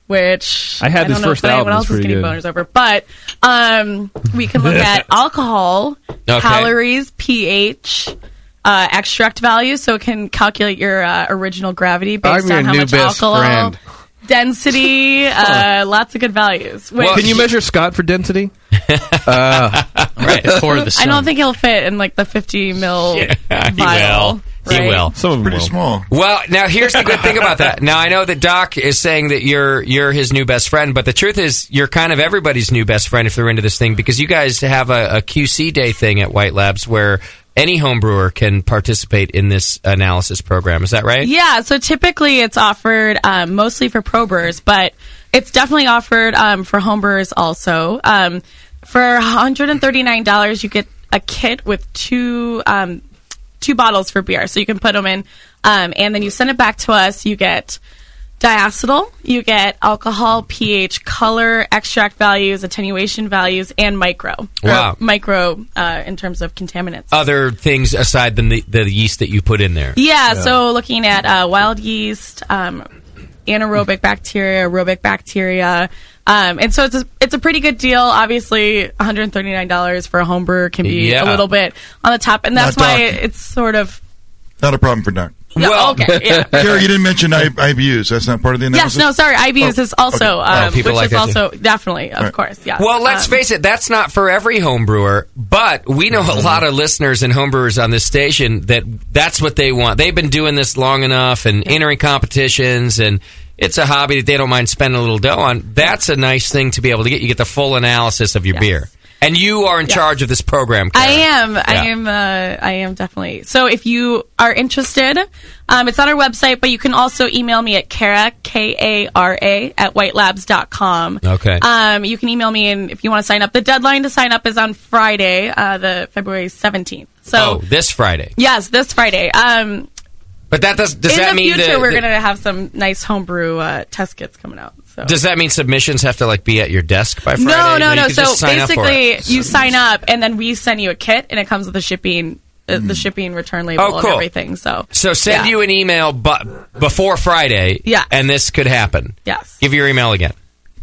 Speaker 33: which
Speaker 4: I had this
Speaker 33: don't know
Speaker 4: first
Speaker 33: if anyone
Speaker 4: album, it's
Speaker 33: else is
Speaker 4: pretty
Speaker 33: getting
Speaker 4: good.
Speaker 33: boners over, but um, we can look at alcohol,
Speaker 4: Okay.
Speaker 33: calories, pH. Uh, extract value, so it can calculate your uh, original gravity based
Speaker 4: I'm your
Speaker 33: on how
Speaker 4: new
Speaker 33: much
Speaker 4: best
Speaker 33: alcohol,
Speaker 4: friend.
Speaker 33: density, uh, lots of good values.
Speaker 4: Can
Speaker 33: Which-
Speaker 4: you measure Scott for density? uh, right.
Speaker 33: I don't think he'll fit in like the 50 mil
Speaker 9: he will
Speaker 33: vial.
Speaker 9: he
Speaker 33: right?
Speaker 9: will
Speaker 4: Some of them
Speaker 14: Pretty small.
Speaker 9: Well, now here's the good thing about that. Now I know that Doc is saying that you're you're his new best friend, but the truth is you're kind of everybody's new best friend if they're into this thing because you guys have a, a QC day thing at White Labs where any home brewer can participate in this analysis program. Is that right?
Speaker 33: Yeah, so typically it's offered um, mostly for pro brewers, but it's definitely offered um, for homebrewers also. Um, for $139, you get a kit with two um, two bottles for beer, so you can put them in, um, and then you send it back to us. You get diacetyl, you get alcohol, pH, color, extract values, attenuation values, and micro. Or
Speaker 9: Wow. Oh,
Speaker 33: micro uh, in terms of contaminants.
Speaker 9: Other things aside than the, the yeast that you put in there.
Speaker 33: Yeah, so looking at uh, wild yeast, um, anaerobic bacteria, aerobic bacteria, um, and so it's a, it's a pretty good deal. Obviously, one hundred thirty nine dollars for a home brewer can be
Speaker 14: Yeah.
Speaker 33: a little bit on the top, and that's
Speaker 14: Not
Speaker 33: why
Speaker 14: talking.
Speaker 33: it's sort of
Speaker 14: Not a problem for Doc.
Speaker 33: Yeah, Well- okay, yeah.
Speaker 14: Gary, you didn't mention I, IBUs. That's not part of the analysis.
Speaker 33: yes, no, sorry, IBUs
Speaker 14: Oh,
Speaker 33: is also
Speaker 14: okay.
Speaker 33: um, which is
Speaker 9: that too.
Speaker 33: also definitely of course, yeah.
Speaker 9: Well, let's
Speaker 33: Um,
Speaker 9: face it, that's not for every home brewer, but we know a lot of listeners and homebrewers on this station that that's what they want. They've been doing this long enough and entering competitions and it's a hobby that they don't mind spending a little dough on. That's a nice thing to be able to get. You get the full analysis of your beer. And you are in charge of this program.
Speaker 33: I am. I
Speaker 9: Yeah.
Speaker 33: am. Uh, I am definitely. So if you are interested, um, it's on our website, but you can also email me at Kara K A R A at whitelabs.com.
Speaker 9: Okay.
Speaker 33: Um, you can email me, and if you want to sign up, the deadline to sign up is on Friday, uh, the February seventeenth. So
Speaker 9: oh, this Friday.
Speaker 33: yes, this Friday. Um,
Speaker 9: But that does does
Speaker 33: in
Speaker 9: that
Speaker 33: the
Speaker 9: mean
Speaker 33: future
Speaker 9: that-
Speaker 33: we're
Speaker 9: that-
Speaker 33: gonna have some nice homebrew uh, test kits coming out. So.
Speaker 9: Does that mean submissions have to like be at your desk by Friday?
Speaker 33: No, no,
Speaker 9: You
Speaker 33: no.
Speaker 9: can just
Speaker 33: So
Speaker 9: sign up for it.
Speaker 33: basically, you sign up, and then we send you a kit, and it comes with the shipping, uh, the shipping return label,
Speaker 9: Mm. Oh,
Speaker 33: and
Speaker 9: cool.
Speaker 33: everything. So,
Speaker 9: So send you an email, but before Friday,
Speaker 33: Yeah.
Speaker 9: and this could happen.
Speaker 33: Yes.
Speaker 9: Give your email again.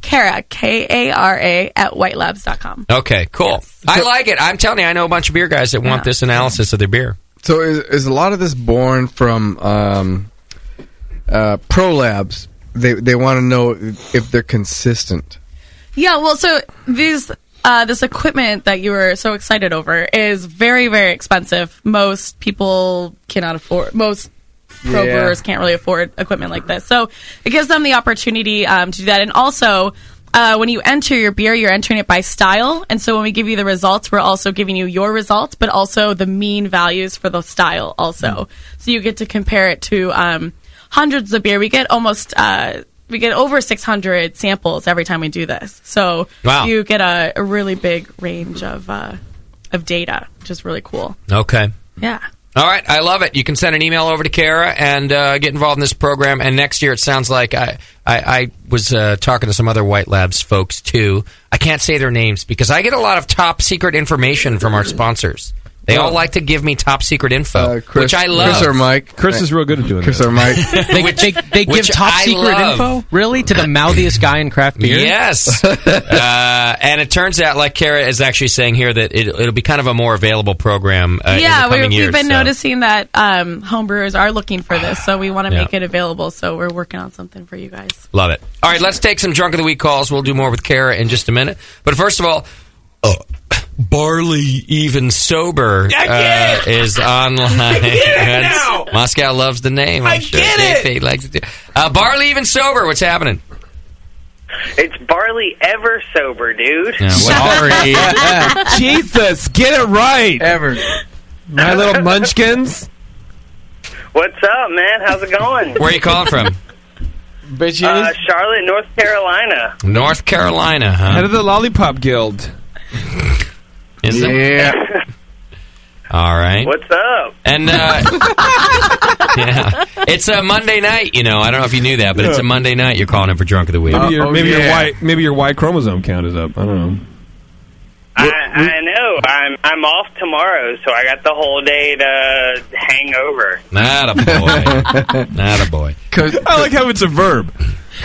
Speaker 33: Kara, K A R A, at whitelabs.com.
Speaker 9: Okay, cool. I like it. I'm telling you, I know a bunch of beer guys that want this analysis of their beer.
Speaker 12: So is, is a lot of this born from um, uh, pro labs? They they want to know if they're consistent.
Speaker 33: Yeah, well, so these uh, this equipment that you were so excited over is very very expensive. Most people cannot afford. Most pro
Speaker 8: Yeah.
Speaker 33: brewers can't really afford equipment like this, so it gives them the opportunity um, to do that. And also, uh, when you enter your beer, you're entering it by style, and so when we give you the results, we're also giving you your results, but also the mean values for the style, also. So you get to compare it to um, hundreds of beer. We get almost. Uh, we get over 600 samples every time we do this. So
Speaker 9: Wow.
Speaker 33: you get a, a really big range of uh, of data, which is really cool.
Speaker 9: Okay.
Speaker 33: Yeah.
Speaker 9: All right, I love it. You can send an email over to Kara and uh, get involved in this program. And next year, it sounds like I I, I was uh, talking to some other White Labs folks too. I can't say their names because I get a lot of top secret information from our sponsors. They all like to give me top secret info,
Speaker 12: Oh. Uh, Chris-
Speaker 9: which I love.
Speaker 12: Chris or Mike.
Speaker 4: Chris is real good at doing
Speaker 12: Chris or Mike.
Speaker 10: They, they, they give
Speaker 9: which
Speaker 10: top
Speaker 9: I
Speaker 10: secret
Speaker 9: love.
Speaker 10: info really to the mouthiest guy in craft beer.
Speaker 9: Yes. uh, and it turns out, like Kara is actually saying here, that it, it'll be kind of a more available program. Uh, in the
Speaker 33: yeah, we,
Speaker 9: coming
Speaker 33: we've
Speaker 9: years,
Speaker 33: been
Speaker 9: so.
Speaker 33: noticing that um, homebrewers are looking for this, so we want to
Speaker 9: Yeah.
Speaker 33: make it available. So we're working on something for you guys.
Speaker 9: Love it. All right, let's take some drunk of the week calls. We'll do more with Kara in just a minute. But first of all, uh, barley even sober uh, is online. That's- Moscow loves the name. i get it. likes it. too. Uh, barley even sober. What's happening?
Speaker 34: It's barley ever sober, dude.
Speaker 4: Jesus, get it right.
Speaker 12: Ever.
Speaker 4: My little munchkins.
Speaker 34: What's up, man? How's it going?
Speaker 9: Where are you calling from?
Speaker 34: Uh, Charlotte, North Carolina.
Speaker 9: North Carolina, huh?
Speaker 4: Head of the Lollipop Guild.
Speaker 9: Is it?
Speaker 4: Yeah.
Speaker 9: All right.
Speaker 34: What's up?
Speaker 9: And uh, yeah, it's a Monday night. You know, I don't know if you knew that, but it's a Monday night. You're calling in for drunk of the week.
Speaker 12: Uh,
Speaker 4: Maybe,
Speaker 12: oh,
Speaker 4: your, maybe your Y maybe your Y chromosome count is up. I don't know.
Speaker 34: I, I know. I'm I'm off tomorrow, so I got the whole day to hang over.
Speaker 9: Not a boy. Not a boy.
Speaker 4: I like how it's a verb.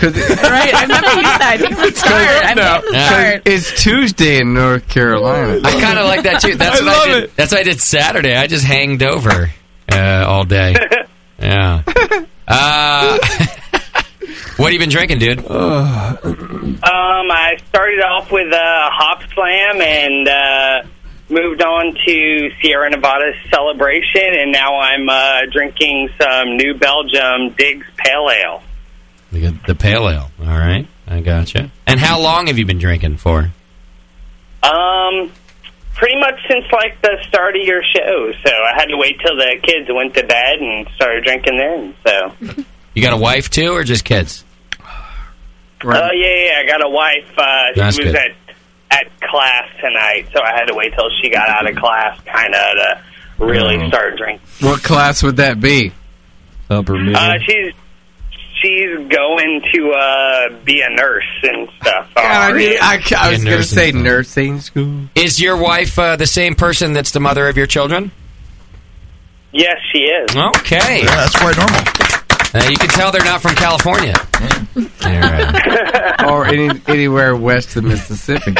Speaker 33: right, I remember you said you can start. I mean,
Speaker 12: It's Tuesday in North Carolina.
Speaker 9: I kind of like that too. That's
Speaker 12: I
Speaker 9: what
Speaker 12: love
Speaker 9: I did.
Speaker 12: it.
Speaker 9: That's what I did Saturday. I just hanged over uh, all day. Yeah. Uh, what have you been drinking, dude?
Speaker 34: Um, I started off with uh, Hop Slam and uh, moved on to Sierra Nevada Celebration, and now I'm uh, drinking some New Belgium Diggs Pale Ale.
Speaker 9: the pale ale. All right, I gotcha. And how long have you been drinking for?
Speaker 34: Um, pretty much since like the start of your show, so I had to wait till the kids went to bed and started drinking then. So,
Speaker 9: You got a wife too, or just kids?
Speaker 34: oh yeah, yeah, I got a wife. Uh,
Speaker 9: That's
Speaker 34: she was
Speaker 9: good.
Speaker 34: at at class tonight, so I had to wait till she got out of class, kind of to really
Speaker 9: Oh.
Speaker 34: start drinking.
Speaker 12: What class would that be?
Speaker 4: Upper mid.
Speaker 34: Uh, she's she's going to uh, be a nurse and stuff.
Speaker 12: I, knew- I, ca- I
Speaker 9: Yeah,
Speaker 12: was going to
Speaker 9: nursing
Speaker 12: say nursing school.
Speaker 9: Is your wife uh, the same person that's the mother of your children?
Speaker 34: Yes, she is.
Speaker 9: Okay. Yeah,
Speaker 14: that's quite normal.
Speaker 9: Uh, you can tell they're not from California.
Speaker 12: or any, anywhere west of Mississippi.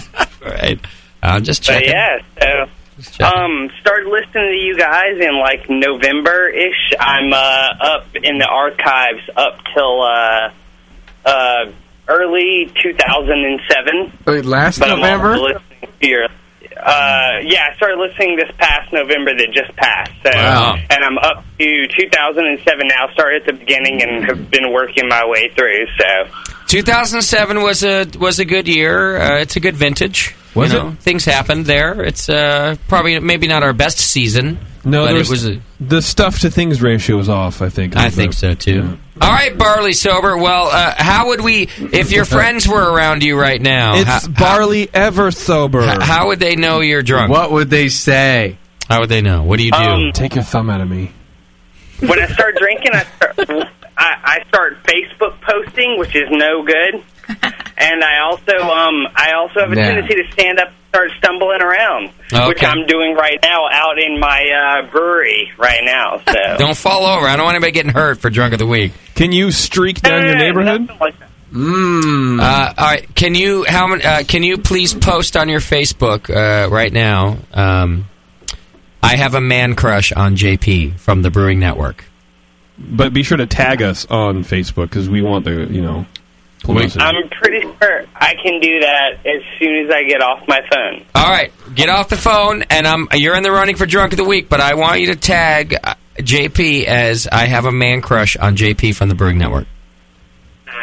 Speaker 9: right. I'm just
Speaker 34: But
Speaker 9: checking.
Speaker 34: yeah, so um, started listening to you guys in like November ish. I'm uh, up in the archives up till uh, uh, early 2007.
Speaker 12: Wait, last
Speaker 34: but I'm
Speaker 12: November?
Speaker 34: also listening to your. Uh, yeah, I started listening this past November that just passed. So,
Speaker 9: Wow.
Speaker 34: And I'm up to 2007 now. Started at the beginning and have been working my way through. So
Speaker 9: 2007 was a was a good year. Uh, it's a good vintage.
Speaker 4: Was
Speaker 9: you know, Things happened there. It's uh, probably maybe not our best season.
Speaker 4: No,
Speaker 9: but
Speaker 4: there
Speaker 9: it was. a-
Speaker 4: the stuff to things ratio was off. I think.
Speaker 9: I think so too. all right, barley sober. Well, uh, how would we if your friends were around you right now?
Speaker 4: It's
Speaker 9: ho-
Speaker 4: barley ever sober.
Speaker 9: how, how would they know you're drunk?
Speaker 4: What
Speaker 12: would they say?
Speaker 9: How would they know? What do you do?
Speaker 34: Um,
Speaker 4: Take your thumb out of me.
Speaker 34: when I start drinking, I start, I, I start Facebook posting, which is no good. And I also um I also have a
Speaker 9: Nah.
Speaker 34: tendency to stand up and start stumbling around, which
Speaker 9: Okay.
Speaker 34: I'm doing right now out in my uh, brewery right now. So
Speaker 9: Don't fall over. I don't want anybody getting hurt for drunk of the week.
Speaker 4: Can you streak down your neighborhood? Hmm.
Speaker 9: Uh, all right. Can you how many? Uh, can you please post on your Facebook uh, right now? Um, I have a man crush on JP from the Brewing Network.
Speaker 4: But be sure to tag us on Facebook because we want the you know. publicity.
Speaker 34: I'm pretty sure I can do that as soon as I get off my phone.
Speaker 9: All right, get off the phone, and I'm you're in the running for drunk of the week. But I want you to tag uh, JP as I have a man crush on JP from the Brewing Network.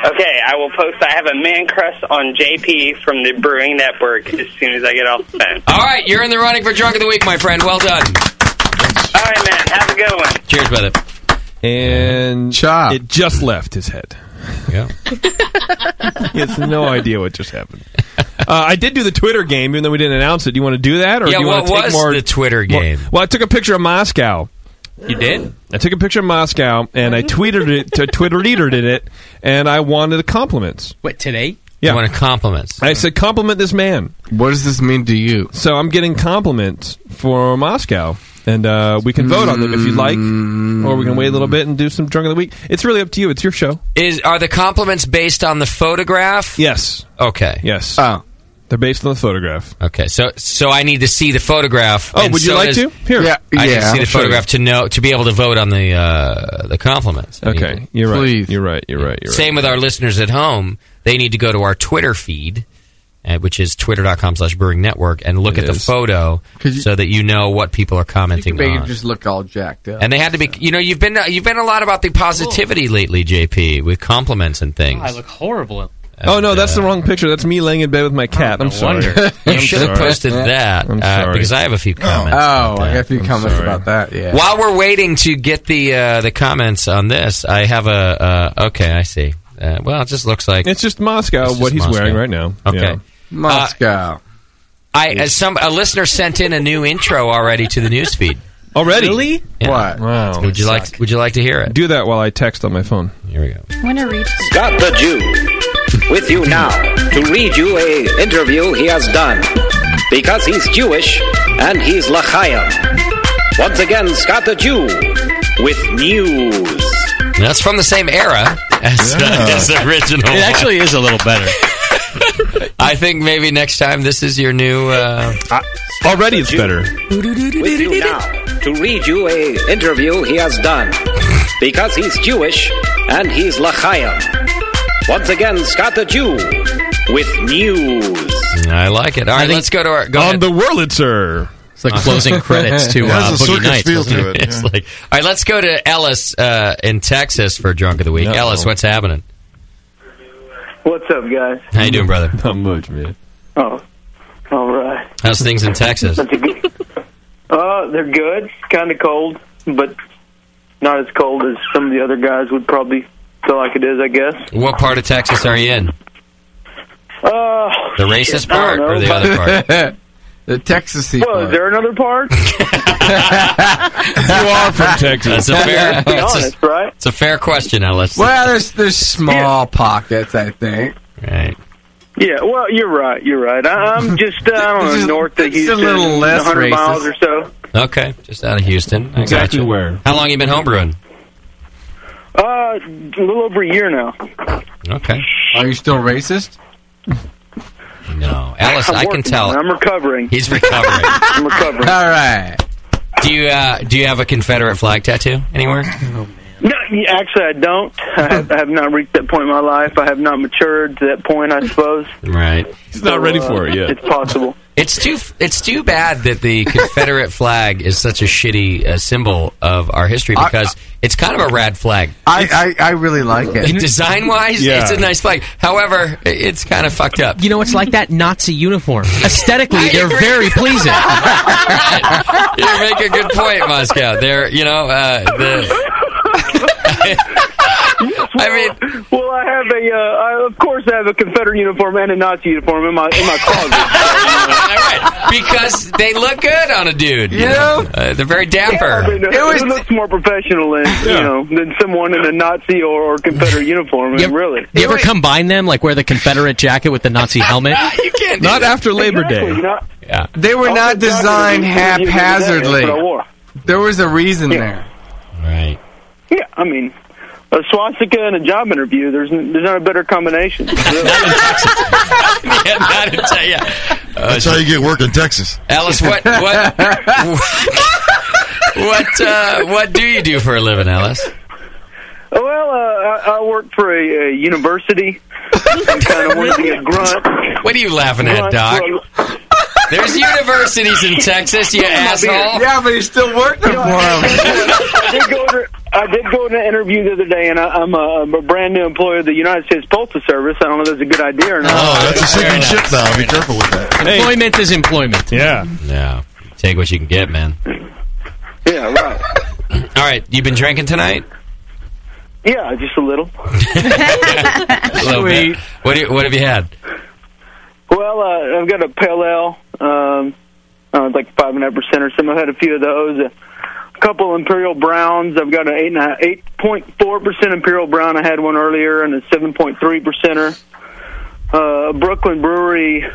Speaker 34: Okay, I will post. I have a man crush on JP from the Brewing Network as soon as I get off the phone.
Speaker 9: All right, you're in the running for drunk of the week, my friend. Well done.
Speaker 34: All right, man. Have a good one.
Speaker 9: Cheers, brother.
Speaker 4: And Chop. it just left his head.
Speaker 9: Yeah.
Speaker 4: he has no idea what just happened. Uh, I did do the Twitter game, even though we didn't announce it. Do you want to do that, or
Speaker 9: Yeah,
Speaker 4: do you want to
Speaker 9: what
Speaker 4: take
Speaker 9: was
Speaker 4: more
Speaker 9: the Twitter
Speaker 4: more-
Speaker 9: game?
Speaker 4: well, I took a picture of Moscow.
Speaker 9: You did?
Speaker 4: I took a picture of Moscow and I tweeted it to Twitter readered it, and I wanted the compliments.
Speaker 9: Wait, today?
Speaker 4: Yeah.
Speaker 9: You wanted compliments.
Speaker 4: I said, compliment this man.
Speaker 12: What does this mean to you?
Speaker 4: So I'm getting compliments for Moscow. And uh, we can vote on them if you'd like,
Speaker 12: Mm.
Speaker 4: or we can wait a little bit and do some drunk of the week. It's really up to you. It's your show.
Speaker 9: Is are the compliments based on the photograph?
Speaker 4: Yes.
Speaker 9: Okay.
Speaker 4: Yes. Oh. They're based on the photograph.
Speaker 9: Okay. So so I need to see the photograph.
Speaker 4: Oh,
Speaker 9: and
Speaker 4: would you
Speaker 9: so
Speaker 4: like
Speaker 9: does-
Speaker 4: to? Here. Yeah,
Speaker 9: I
Speaker 4: yeah,
Speaker 9: can see
Speaker 4: I'll
Speaker 9: the
Speaker 4: show you.
Speaker 9: photograph to know to be able to vote on the uh, the compliments. I need
Speaker 4: Okay,
Speaker 9: to-
Speaker 4: you're right. You're right. You're right. You're right.
Speaker 9: Same with our listeners at home. They need to go to our Twitter feed, uh, which is twitter.com slash brewing network, and look
Speaker 12: It
Speaker 9: at the
Speaker 12: is.
Speaker 9: photo so that you know what people are commenting
Speaker 12: Make
Speaker 9: on.
Speaker 12: it just look all jacked up.
Speaker 9: and they had to be, you know, you've been you've been a lot about the positivity lately, JP, with compliments and things.
Speaker 10: I look horrible.
Speaker 4: oh no, that's the wrong picture. That's me laying in bed with my cat. I'm sorry.
Speaker 9: wonder. You
Speaker 4: I'm
Speaker 9: should have
Speaker 4: sorry.
Speaker 9: posted that
Speaker 4: I'm
Speaker 9: uh,
Speaker 4: sorry.
Speaker 9: because I have a few comments.
Speaker 12: Oh, I got a few
Speaker 9: I'm
Speaker 12: comments
Speaker 9: sorry.
Speaker 12: about that. Yeah.
Speaker 9: While we're waiting to get the uh, the comments on this, I have a uh, okay. I see. Uh, well, it just looks like
Speaker 4: It's just Moscow.
Speaker 9: It's just
Speaker 4: Uh, what he's
Speaker 9: Moscow.
Speaker 4: wearing right now.
Speaker 9: Okay.
Speaker 4: Yeah.
Speaker 12: Moscow.
Speaker 9: Uh, I as some a listener sent in a new intro already to the newsfeed.
Speaker 4: Already?
Speaker 9: Really?
Speaker 4: What? Wow.
Speaker 9: Would you like Would you like to hear it?
Speaker 4: Do that while I text on my phone.
Speaker 9: Here we go.
Speaker 33: Winner reach.
Speaker 24: Scott the Jew, with you now to read you a interview he has done because he's Jewish and he's Lachayim. Once again, Scott the Jew with news.
Speaker 9: That's from the same era as, the,
Speaker 24: Yeah.
Speaker 9: as the original.
Speaker 24: It actually
Speaker 9: is a little better. I think maybe next time this is your new. Uh,
Speaker 4: already, it's better.
Speaker 24: with you now to read you a interview he has done because he's Jewish and he's Lachayim. Once again, Scott the Jew with news.
Speaker 9: I like it. All right, let's go to our. Go
Speaker 4: on
Speaker 9: ahead.
Speaker 4: the Wurlitzer. It's
Speaker 9: like closing credits to, It has uh, a Boogie circus Nights, feel doesn't to it? it, It's yeah.
Speaker 4: like
Speaker 9: All right, let's go to Ellis uh, in Texas for drunk of the week. Ellis, what's happening?
Speaker 21: What's up, guys?
Speaker 9: How you doing, brother?
Speaker 4: Not much, man.
Speaker 21: Oh, all right.
Speaker 9: How's things in Texas?
Speaker 21: Uh, they're good. Kind of cold, but not as cold as some of the other guys would probably feel like it is. I guess.
Speaker 9: What part of Texas are you in?
Speaker 21: Uh,
Speaker 9: The racist
Speaker 21: shit, I
Speaker 9: part
Speaker 21: don't
Speaker 9: or
Speaker 21: know.
Speaker 9: the other part?
Speaker 12: the Texas
Speaker 21: Well, is there another part?
Speaker 9: you are
Speaker 12: from Texas.
Speaker 9: That's a fair.
Speaker 12: Be
Speaker 9: that's a-
Speaker 12: honest,
Speaker 21: right?
Speaker 9: It's a fair question, Ellis.
Speaker 12: Well, there's there's small pockets, I think.
Speaker 9: Right.
Speaker 21: Yeah, well, you're right. You're right. I, I'm just uh, I don't know, north of
Speaker 9: it's a
Speaker 21: Houston,
Speaker 9: little less
Speaker 21: 100 miles
Speaker 9: racist.
Speaker 21: or so.
Speaker 9: Okay, just out of Houston. I
Speaker 4: Exactly
Speaker 9: gotcha.
Speaker 4: where.
Speaker 9: How long you been homebrewing?
Speaker 21: Uh, a little over a year now.
Speaker 9: Okay.
Speaker 12: Are you still racist?
Speaker 9: No, Ellis,
Speaker 21: I'm
Speaker 9: I can
Speaker 21: working
Speaker 9: tell.
Speaker 21: on it. I'm recovering.
Speaker 9: He's recovering.
Speaker 21: I'm recovering.
Speaker 12: All right.
Speaker 9: Do you uh, do you have a Confederate flag tattoo anywhere?
Speaker 21: Oh, No, yeah, actually, I don't. I have, I have not reached that point in my life. I have not matured to that point, I suppose.
Speaker 9: Right.
Speaker 21: He's not ready for it yet. It's possible.
Speaker 9: It's too it's too bad that the Confederate flag is such a shitty uh, symbol of our history because it's kind of a rad flag.
Speaker 12: I, I, I really like it.
Speaker 9: Design wise, it's a nice flag. However, i- it's kind of fucked up.
Speaker 10: You know, it's like that Nazi uniform. Aesthetically, they're very pleasing.
Speaker 9: you make a good point, Moscow. There, you know, uh, the, I
Speaker 21: mean, well, I have a, uh, I, of course, I have a Confederate uniform and a Nazi uniform in my in my closet.
Speaker 9: because they look good on a dude. You
Speaker 21: Yeah.
Speaker 9: know, uh, they're very
Speaker 21: I
Speaker 9: dapper.
Speaker 21: mean, uh, it, looks more professional than you know than someone in a Nazi or, or Confederate uniform. I mean, really.
Speaker 10: You ever combine them, like wear the Confederate jacket with the Nazi helmet?
Speaker 9: you can't.
Speaker 10: Not after Labor
Speaker 21: Exactly, you know,
Speaker 9: Yeah.
Speaker 12: They were not
Speaker 21: Doctor,
Speaker 12: designed
Speaker 21: you can use it
Speaker 12: haphazardly.
Speaker 21: for a war.
Speaker 12: There was a reason there.
Speaker 9: Right.
Speaker 21: Yeah, I mean, a swastika and a job interview. There's n- there's not a better combination. Really.
Speaker 9: yeah, not in Texas. Yeah.
Speaker 14: That's how you get work in Texas.
Speaker 9: Alice, what what what uh, what do you do for a living, Alice?
Speaker 21: Well, uh, I, I work for a, a university. I'm kind of wanted to get grunt.
Speaker 9: What are you laughing at, Doc? There's universities in Texas, you asshole.
Speaker 21: Yeah, but he's still working for them. I did go to I did go to an interview the other day, and I, I'm, a, I'm a brand new employee of the United States Postal Service. I don't know if that's a good idea or not.
Speaker 14: Oh, that's a sinking ship, though. Be careful with that.
Speaker 10: Employment is employment.
Speaker 9: Yeah. Yeah. Take what you can get, man.
Speaker 21: Yeah, right.
Speaker 9: All right, you've been drinking tonight?
Speaker 21: Yeah, just a little.
Speaker 9: A little bit. What, do you, what have you had?
Speaker 21: Well, uh, I've got a pale ale, um, uh, it's like five and a half percent or something. I've had a few of those. A couple imperial browns. I've got an eight and a eight point four percent imperial brown. I had one earlier, and a seven point three percenter. Uh, Brooklyn Brewery.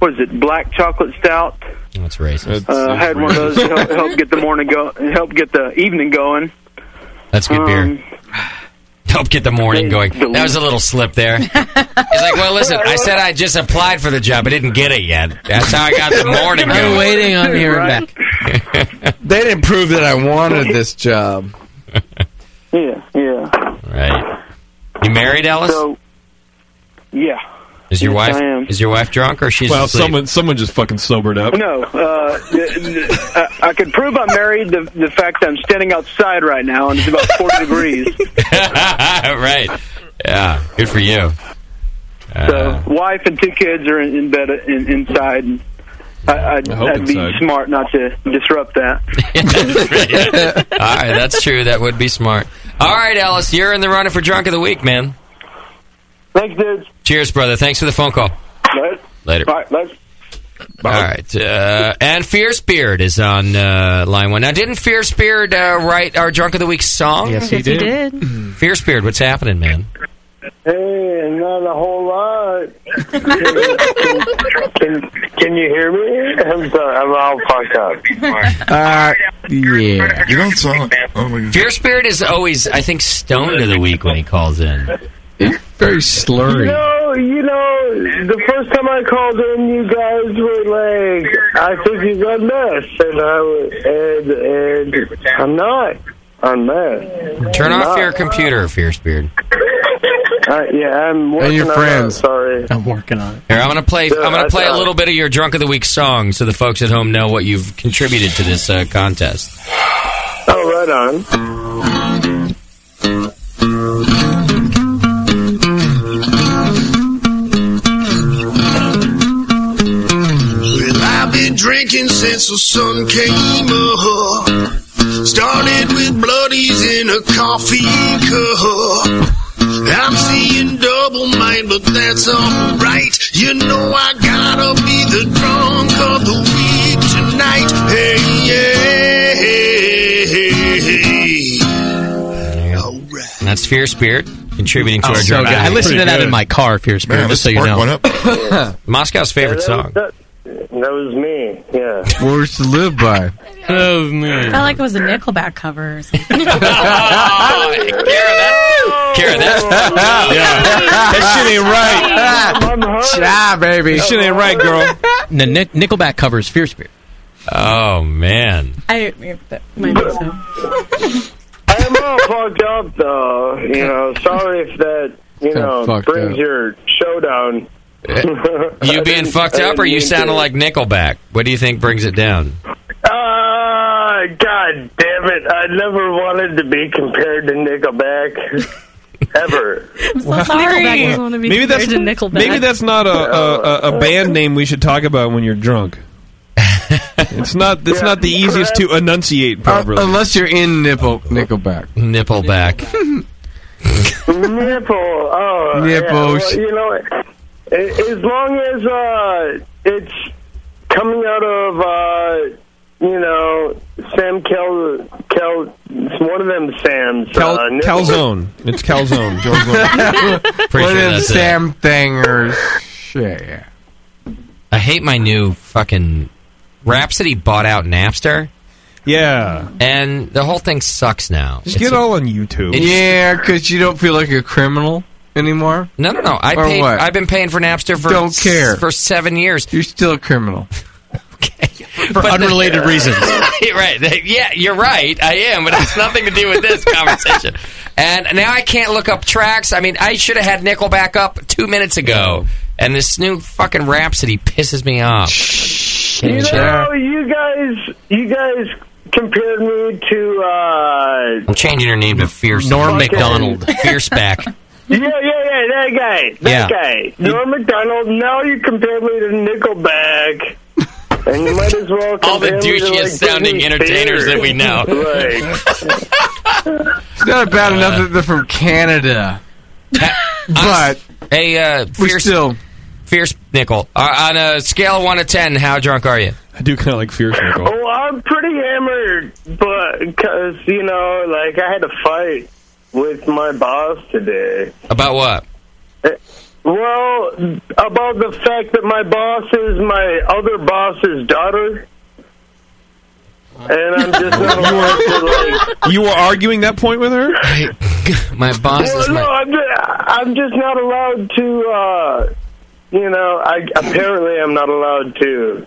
Speaker 21: What is it? Black chocolate stout.
Speaker 9: That's racist.
Speaker 21: Uh, had one of those to help, help get the morning go, help get the evening going.
Speaker 9: That's good beer. Help get the morning going. That was a little slip there. He's like, well, listen, I said I just applied for the job. I didn't get it yet. That's how I got the morning
Speaker 10: I'm
Speaker 9: going.
Speaker 10: waiting on here and
Speaker 21: Right.
Speaker 10: back.
Speaker 32: They didn't prove that I wanted this job.
Speaker 21: Yeah, yeah.
Speaker 9: Right. You married, Alice?
Speaker 21: So, yeah.
Speaker 9: Is your
Speaker 21: Yes,
Speaker 9: wife
Speaker 21: I am.
Speaker 9: is your wife drunk or she's
Speaker 4: well,
Speaker 9: asleep?
Speaker 4: someone someone just fucking sobered up.
Speaker 21: No, uh, th- th- I- I could prove I'm married. The, the fact that I'm standing outside right now and it's about 40 degrees.
Speaker 9: right. Yeah. Good for you.
Speaker 21: So, wife and two kids are in, in bed in, inside. And I, I'd,
Speaker 9: I hope
Speaker 21: I'd be
Speaker 9: inside.
Speaker 21: smart not to disrupt that.
Speaker 9: All right, that's true. That would be smart. All right, Alice, you're in the running for drunk of the week, man.
Speaker 21: Thanks, dude.
Speaker 9: Cheers, brother. Thanks for the phone call.
Speaker 21: Later.
Speaker 9: Later.
Speaker 21: All right, later.
Speaker 9: All right, uh, and Fierce Beard is on uh, line one now. Didn't Fierce Beard uh, write our drunk of the week song? Mm-hmm.
Speaker 10: Yes, he Yes, he did.
Speaker 9: Fierce Beard, what's happening, man?
Speaker 13: Hey, not a whole lot. can, can, can you hear me? I'm sorry, I'm all fucked up.
Speaker 32: Uh, yeah.
Speaker 14: You don't sound. Oh my
Speaker 9: Fierce Beard is always, I think, stoned of the week when he calls in.
Speaker 32: Very
Speaker 13: You
Speaker 32: slurry.
Speaker 13: know, you know, the first time I called in, you guys were like, "I think you got mess," and I was, and and I'm not. I'm mess.
Speaker 9: Turn
Speaker 13: I'm
Speaker 9: off
Speaker 13: not.
Speaker 9: your computer, Fierce Beard.
Speaker 13: Uh, yeah, I'm working
Speaker 9: your
Speaker 13: on
Speaker 9: friends.
Speaker 13: That, sorry, I'm working on it.
Speaker 9: Here, I'm gonna play.
Speaker 13: Yeah,
Speaker 9: I'm gonna
Speaker 13: I
Speaker 9: play a
Speaker 13: saw it.
Speaker 9: little bit of your drunk of the week song, so the folks at home know what you've contributed to this uh, contest.
Speaker 13: Oh, right on.
Speaker 22: Well, I've been drinking since the sun came up. Started with bloodies in a coffee cup. I'm seeing double mind, but that's alright. You know I gotta be the drunk of the week tonight. Hey, yeah, hey, hey, hey.
Speaker 9: And that's Fierce Beard contributing to
Speaker 10: Oh,
Speaker 9: our
Speaker 10: so
Speaker 9: drunk.
Speaker 10: good. I listened to that in my car, Fierce Beard, just so you know.
Speaker 9: up. Moscow's favorite song.
Speaker 13: That was me. Yeah.
Speaker 32: Words to live by.
Speaker 10: Oh, man.
Speaker 33: I felt like it was a Nickelback cover. Or something.
Speaker 9: Karen, that's
Speaker 4: that shit ain't right.
Speaker 32: Yeah, baby.
Speaker 4: That shit ain't right, girl.
Speaker 10: The Nick- Nickelback covers Fierce Beard.
Speaker 9: Oh man.
Speaker 33: I yeah, that might be so.
Speaker 13: I'm all fucked up though. You know, sorry if that you
Speaker 9: Kinda
Speaker 13: know
Speaker 9: fucked
Speaker 13: brings
Speaker 9: up. Eh,
Speaker 13: your show down.
Speaker 9: You being fucked up, or you sounding like Nickelback? What do you think brings it down?
Speaker 13: Ah, god damn it! I never wanted to be compared to Nickelback. Ever.
Speaker 33: I'm so sorry. I just want to be
Speaker 4: Maybe that's
Speaker 33: compared to Nickelback.
Speaker 4: maybe that's not a, a, a, a band name we should talk about when you're drunk. It's not. It's not the easiest to enunciate properly.
Speaker 32: Uh, unless you're in nipple Nickelback.
Speaker 9: Nippleback.
Speaker 13: Nipple. Oh, yeah.
Speaker 32: Nipples.
Speaker 13: Well, you know, a- as long as uh, it's coming out of uh, you know Sam Kel Kel, it's one of them Sams.
Speaker 4: Cal-
Speaker 13: uh, nipple-
Speaker 4: calzone. It's calzone.
Speaker 9: Pretty
Speaker 32: What
Speaker 9: sure
Speaker 32: if
Speaker 9: that's it.
Speaker 32: Sam Thingers? Shit.
Speaker 9: I hate my new fucking Rhapsody bought out Napster.
Speaker 4: Yeah.
Speaker 9: And the whole thing sucks now.
Speaker 4: Just get all on YouTube.
Speaker 12: Yeah, because you don't feel like a criminal anymore.
Speaker 9: No, no, no. I
Speaker 12: or
Speaker 9: paid,
Speaker 12: what?
Speaker 9: I've been paying for Napster for
Speaker 12: Don't care.
Speaker 9: for seven years.
Speaker 12: You're still a criminal.
Speaker 9: For
Speaker 12: unrelated reasons.
Speaker 9: right. Yeah, you're right. I am, but it has nothing to do with this conversation. And now I can't look up tracks. I mean, I should have had Nickelback up two minutes ago. And this new fucking Rhapsody pisses me off.
Speaker 13: You know, you guys, you guys compared me to. uh
Speaker 9: I'm changing your name to Fierce.
Speaker 13: Norm
Speaker 9: McDonald.
Speaker 13: MacDonald.
Speaker 9: Fierce back.
Speaker 13: Yeah, yeah, yeah, that guy,
Speaker 9: Yeah.
Speaker 13: that guy, Norm Macdonald. Now you compare me to Nickelback, and you might as well.
Speaker 9: All the
Speaker 13: compare me to,
Speaker 9: douchiest
Speaker 13: like,
Speaker 9: sounding
Speaker 13: Britney
Speaker 9: entertainers that we know.
Speaker 13: Spears. Like,
Speaker 12: It's not bad enough that they're from Canada.
Speaker 9: but hey, uh, fierce,
Speaker 12: we're still
Speaker 9: fierce nickel uh, on a scale of one to ten. How drunk are you?
Speaker 4: I do kind of like fierce nickel.
Speaker 13: Oh, I'm pretty hammered, but because you know, like I had a fight with my boss today.
Speaker 9: About what?
Speaker 13: Well, about the fact that my boss is my other boss's daughter, and I'm just not allowed to like.
Speaker 4: You were arguing that point with her?
Speaker 9: my boss
Speaker 13: Well, no, I'm just, I'm just not allowed to. Uh, you know, I apparently I'm not allowed to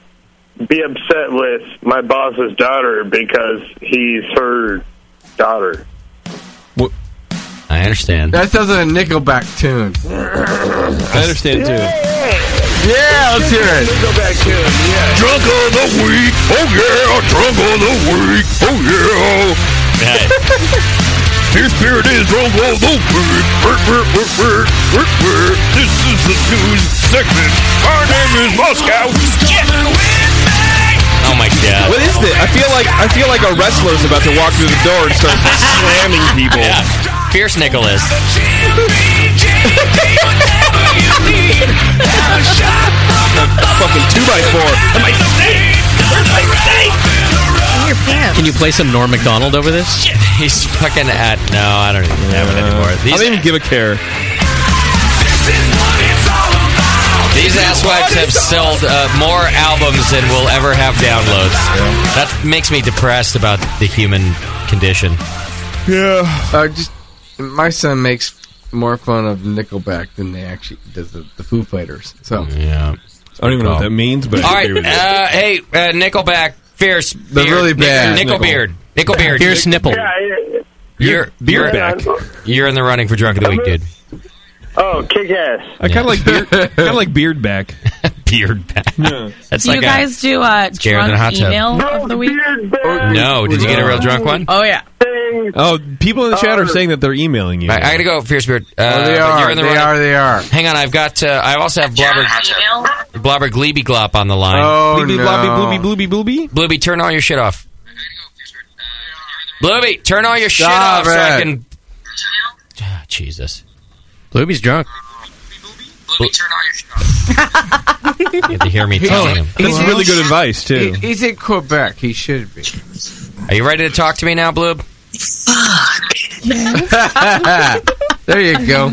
Speaker 13: be upset with my boss's daughter because he's her daughter.
Speaker 9: I understand.
Speaker 12: That sounds like a Nickelback tune. I
Speaker 4: understand too.
Speaker 12: Yeah, let's hear it.
Speaker 13: Go back to him. Yeah.
Speaker 20: Drunk of the week. Oh yeah, drunk of the week. Oh yeah. Here spirit is drunk of the week. Brr, brr, brr, brr, brr, brr. This is the news segment. Our name is Moscow.
Speaker 9: Oh my god!
Speaker 4: What is this? I feel like I feel like a wrestler's about to walk through the door and start slamming people.
Speaker 9: Fierce Nicholas.
Speaker 4: Fucking two by four.
Speaker 10: Can you play some Norm McDonald over this?
Speaker 9: He's fucking at. No, I don't even have it anymore. These, I don't even
Speaker 4: give a care.
Speaker 9: These asswipes have sold uh, more albums than will ever have downloads. That makes me depressed about the human condition.
Speaker 12: Yeah. Uh, just my son makes more fun of Nickelback than they actually does the, the Foo Fighters. So
Speaker 9: yeah,
Speaker 4: I don't even know what that means, but
Speaker 9: All
Speaker 4: I
Speaker 9: right.
Speaker 4: agree with you.
Speaker 9: Uh, hey, uh, Nickelback, Fierce.
Speaker 4: They're
Speaker 9: Beard,
Speaker 4: really
Speaker 9: Nic-
Speaker 4: bad.
Speaker 9: Nickel,
Speaker 4: Nickel.
Speaker 9: Beard. Nickel Beard.
Speaker 4: Fierce Nipple.
Speaker 13: Yeah, yeah.
Speaker 9: You're, you're, you're in the running for Drunk of the Week, dude.
Speaker 13: Oh, kick ass.
Speaker 4: I kind of like beard, kind of like beard back.
Speaker 9: beard back. That's
Speaker 33: do you guys do uh,
Speaker 9: Scarier than a hot
Speaker 33: drunk
Speaker 9: tub.
Speaker 33: email of the week?
Speaker 9: No, did you get a real drunk one?
Speaker 33: Oh yeah.
Speaker 4: Oh, people in the chat are saying that they're emailing you.
Speaker 9: I, I gotta go, Fierce Beard.
Speaker 4: Oh, they
Speaker 9: but
Speaker 4: are.
Speaker 9: You're in the
Speaker 4: They
Speaker 9: running.
Speaker 4: are.
Speaker 12: They are.
Speaker 9: Hang on, I've got. Uh, I also have Blubber, Blubber Gleeby Glop on the line.
Speaker 12: Oh, Bleeby no.
Speaker 4: blobby, blooby, blooby, blooby.
Speaker 9: Blooby, turn all your shit off. Blooby, turn all your shit
Speaker 10: Stop
Speaker 9: off so I
Speaker 10: it.
Speaker 9: can. Ah, Jesus.
Speaker 10: Blueby's drunk.
Speaker 9: Blooby, turn all your shit off. you have to hear me telling uh, him.
Speaker 4: That's really good advice too.
Speaker 12: He- he's in Quebec. He should be.
Speaker 9: Are you ready to talk to me now, Bloob?
Speaker 12: there you go.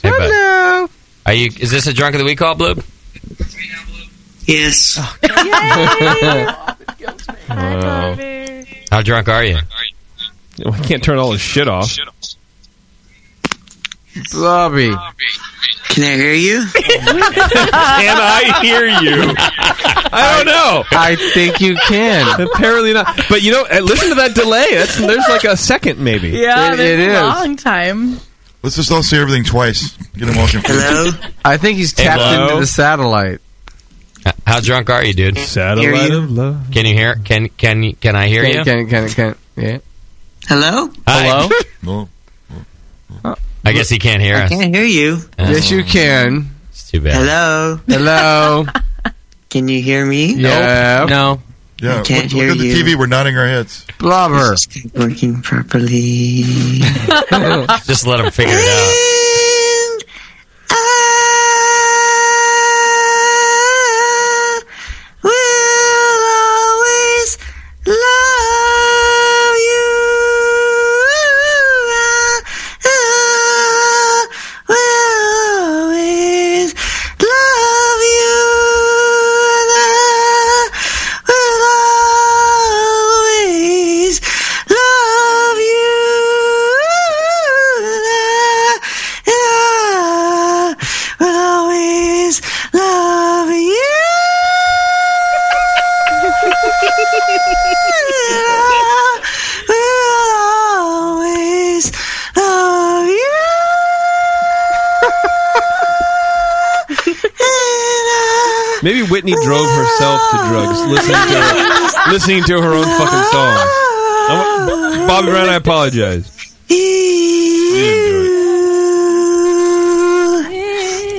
Speaker 9: Hey, bud. Are you? Is this a drunk of the week call, Bloob?
Speaker 4: Oh,
Speaker 9: Yes. How drunk are you?
Speaker 4: I can't turn all his shit off.
Speaker 12: Blobby.
Speaker 4: Can I hear you? can I hear you? I don't know.
Speaker 12: I think you can.
Speaker 4: Apparently not. But you know, uh, listen to that delay. That's, there's like a second, maybe.
Speaker 33: Yeah, there's a long time.
Speaker 14: Let's just all say everything twice. Get them all confused.
Speaker 12: Hello? I think he's
Speaker 9: Hey,
Speaker 12: tapped
Speaker 9: Blob.
Speaker 12: into the satellite.
Speaker 9: How drunk are you, dude?
Speaker 12: Hear
Speaker 9: Satellite
Speaker 12: you.
Speaker 4: of love.
Speaker 9: Can you hear? Can can can I hear
Speaker 12: can,
Speaker 9: you?
Speaker 12: Can, can, can, yeah.
Speaker 9: Hello. Hi. Hello. I guess he can't hear us. Uh,
Speaker 12: hear you. Yes, you can.
Speaker 9: It's too bad.
Speaker 12: Hello. Hello.
Speaker 35: Can you hear me?
Speaker 12: Yeah.
Speaker 10: No.
Speaker 14: Yeah,
Speaker 35: I can't
Speaker 14: look,
Speaker 35: hear
Speaker 14: look at the
Speaker 35: you.
Speaker 14: TV. We're nodding our heads.
Speaker 12: Blubber.
Speaker 35: Working properly.
Speaker 9: Just let him figure it out.
Speaker 35: always love you.
Speaker 4: Maybe Whitney drove herself to drugs, listening to her, listening to her own fucking songs. I'm- Bobby Brown, I apologize.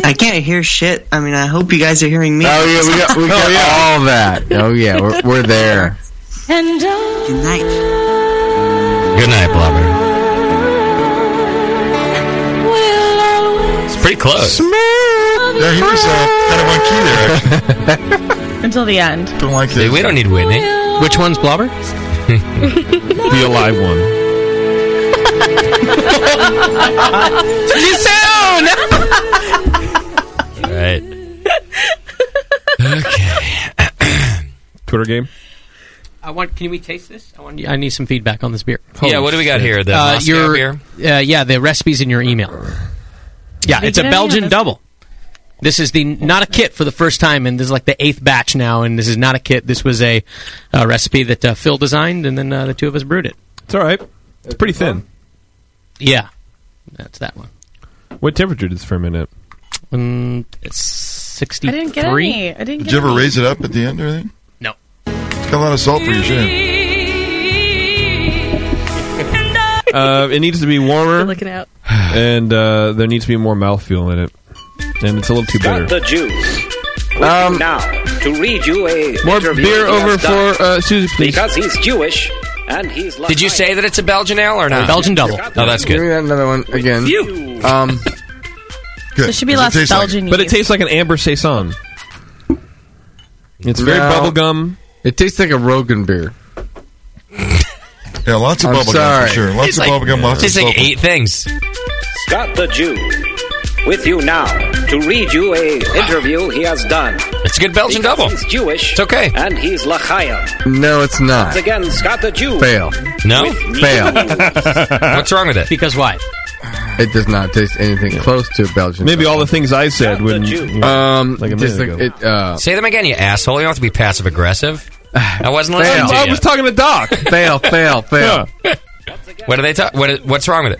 Speaker 35: I can't hear shit. I mean, I hope you guys are hearing me.
Speaker 12: Oh yeah, we got, we got all that. Oh yeah, we're, we're there.
Speaker 35: And
Speaker 33: uh,
Speaker 35: good night.
Speaker 9: Good night, Blubber. It's pretty close.
Speaker 14: Yeah, he was uh, kind of on key there. actually.
Speaker 33: until the end.
Speaker 14: Don't like
Speaker 9: See,
Speaker 14: this.
Speaker 9: we don't need Whitney.
Speaker 10: Which one's Blubber?
Speaker 4: the alive one.
Speaker 2: Too soon.
Speaker 9: All right.
Speaker 4: Twitter game.
Speaker 10: I want. Can we taste this? I want. I need some feedback on this beer.
Speaker 9: Yeah, what do we got here? The
Speaker 10: uh,
Speaker 9: Moscow
Speaker 10: your,
Speaker 9: beer?
Speaker 10: Uh, yeah, the recipes in your email. Yeah,
Speaker 9: Did
Speaker 10: it's a
Speaker 9: you know you
Speaker 10: Belgian
Speaker 9: had
Speaker 10: double. This is the not a kit for the first time, and this is like the eighth batch now. And this is not a kit. This was a uh, recipe that uh, Phil designed, and then uh, the two of us brewed it.
Speaker 4: It's all right. It's pretty thin.
Speaker 10: Yeah, that's that one.
Speaker 4: What temperature does it ferment at?
Speaker 10: Mm, it's sixty.
Speaker 33: I didn't get any. I didn't
Speaker 14: Did
Speaker 33: get
Speaker 14: you ever
Speaker 33: any.
Speaker 14: raise it up at the end or anything?
Speaker 10: No.
Speaker 14: It's got a lot of salt for you, shouldn't it?
Speaker 4: Uh, it needs to be warmer.
Speaker 33: looking out.
Speaker 4: And uh, there needs to be more mouthfeel in it. And it's a little too bitter.
Speaker 24: Scott the Jew. With you now to read you a
Speaker 4: Um, More
Speaker 24: interview
Speaker 4: beer
Speaker 24: he has
Speaker 4: over
Speaker 24: done.
Speaker 4: for uh, Susie, please.
Speaker 24: because he's Jewish and he's.
Speaker 9: Did you say that it's a Belgian ale or not?
Speaker 10: Belgian double.
Speaker 9: Oh, that's
Speaker 12: Give me
Speaker 9: good.
Speaker 12: that another one again.
Speaker 9: You.
Speaker 12: Um,
Speaker 4: Good.
Speaker 33: There should be Does it lots of taste like Belgian it?
Speaker 4: but it
Speaker 33: yeast.
Speaker 4: tastes like an amber saison. It's very
Speaker 12: No.
Speaker 4: bubblegum.
Speaker 12: It tastes like a Rogan beer.
Speaker 14: yeah, lots of
Speaker 12: I'm
Speaker 14: bubblegum for
Speaker 12: sorry.
Speaker 14: sure. Lots
Speaker 12: It's
Speaker 14: of
Speaker 12: like-
Speaker 14: bubblegum, lots of
Speaker 24: it's like
Speaker 14: salt.
Speaker 24: eight
Speaker 9: things.
Speaker 24: Scott the Jew. With you now to read you a interview he has done.
Speaker 9: It's a good Belgian
Speaker 24: Because
Speaker 9: double.
Speaker 24: He's Jewish. It's
Speaker 9: okay.
Speaker 24: And he's Lachayim.
Speaker 12: No, it's not.
Speaker 24: Once again, Scott the Jew.
Speaker 12: Fail.
Speaker 9: No?
Speaker 12: Fail.
Speaker 9: Oh, What's wrong with it?
Speaker 10: Because why?
Speaker 12: It does not taste anything close to a Belgian.
Speaker 4: Maybe all the things I said would.
Speaker 12: Um,
Speaker 4: like a minute
Speaker 12: just like
Speaker 4: ago.
Speaker 12: it, uh,
Speaker 9: Say them again, you asshole. You don't have to be passive aggressive. I wasn't listening
Speaker 12: Fail.
Speaker 9: to
Speaker 12: I
Speaker 9: you.
Speaker 12: was
Speaker 4: talking to Doc.
Speaker 12: fail, fail, fail.
Speaker 9: what do they talk? What is, what's wrong with it?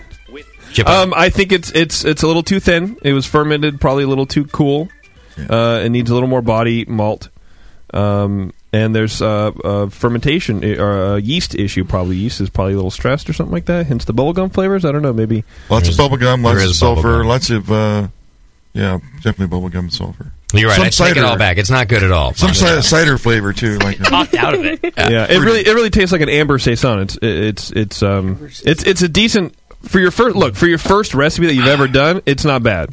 Speaker 9: Chipper.
Speaker 4: Um, I think it's it's it's a little too thin. It was fermented, probably a little too cool. Uh, it needs a little more body malt. Um, and there's uh, uh, fermentation i- or uh, yeast issue. Probably yeast is probably a little stressed or something like that. Hence the bubblegum flavors. I don't know. Maybe
Speaker 14: Lots of bubblegum, lots
Speaker 4: There
Speaker 14: of
Speaker 4: is bubble
Speaker 14: sulfur,
Speaker 4: gum.
Speaker 14: lots of, uh, yeah, definitely bubblegum and sulfur.
Speaker 9: You're right.
Speaker 14: Some
Speaker 9: I take it all back. It's not good at all.
Speaker 14: Some
Speaker 9: Fine.
Speaker 14: cider, cider flavor, too. Like
Speaker 9: Talked out of it.
Speaker 4: yeah, it really it really tastes like an amber saison. It's it's it's um it's it's a decent for your first look for your first recipe that you've ever done. It's not bad,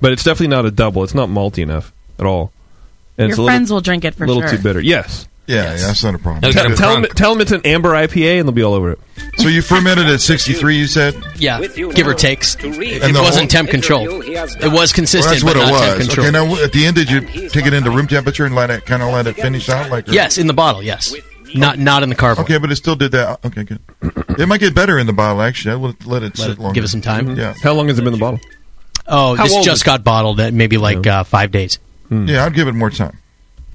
Speaker 4: but it's definitely not a double. It's not malty enough at all. And it's
Speaker 33: Your
Speaker 4: a
Speaker 33: friends
Speaker 4: little,
Speaker 33: will drink it for
Speaker 4: little
Speaker 33: sure.
Speaker 4: too bitter. Yes.
Speaker 14: Yeah, yeah, that's not a problem.
Speaker 4: Tell,
Speaker 14: That's good.
Speaker 4: tell, them, tell them it's an amber IPA and they'll be all over it.
Speaker 14: So you fermented at 63, you said?
Speaker 10: Yeah, give or takes. It,
Speaker 14: And the
Speaker 10: wasn't
Speaker 14: whole-
Speaker 10: temp controlled. It was
Speaker 14: Well,
Speaker 10: consistent,
Speaker 14: that's what
Speaker 10: but
Speaker 14: it
Speaker 10: not temp
Speaker 14: was.
Speaker 10: controlled.
Speaker 14: Okay, now w- at the end, did you take it into room temperature and let it kind of let it finish out? Like
Speaker 10: Yes, in the bottle. Yes, not not in the carboy.
Speaker 14: Okay, but it still did that. Okay, good. It might get better in the bottle. Actually, I would let it
Speaker 10: Let
Speaker 14: sit
Speaker 10: it-
Speaker 14: longer. Mm-hmm.
Speaker 10: give it some time.
Speaker 14: Yeah,
Speaker 4: How long has it been in the bottle?
Speaker 10: Oh,
Speaker 14: How
Speaker 10: this
Speaker 14: old is
Speaker 10: just
Speaker 14: it?
Speaker 10: got bottled at maybe like uh, five days.
Speaker 4: Hmm.
Speaker 14: yeah. I'd give it more time.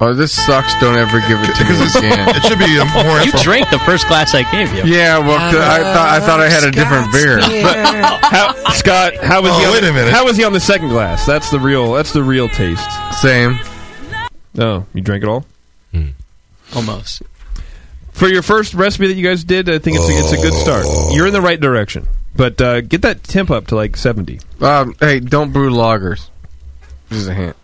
Speaker 12: Oh, this sucks. Don't ever give it to me
Speaker 14: Because
Speaker 12: again.
Speaker 14: it should be a more.
Speaker 10: You drank the first glass I gave you.
Speaker 12: Yeah,
Speaker 33: Uh,
Speaker 12: well, 'cause I thought I thought I had a different beer.
Speaker 4: How, Scott, how was
Speaker 12: Oh,
Speaker 4: he? On
Speaker 12: wait
Speaker 4: the,
Speaker 12: a minute.
Speaker 4: How was he on the second glass? That's the real. That's the real taste.
Speaker 12: Same.
Speaker 4: Oh, you drank it all
Speaker 9: Hmm.
Speaker 10: almost.
Speaker 4: For your first recipe that you guys did, I think it's a, it's a good start.
Speaker 12: Oh.
Speaker 4: You're in the right direction, but uh, get that temp up to like 70.
Speaker 12: Um, hey, don't brew lagers. This is a hint.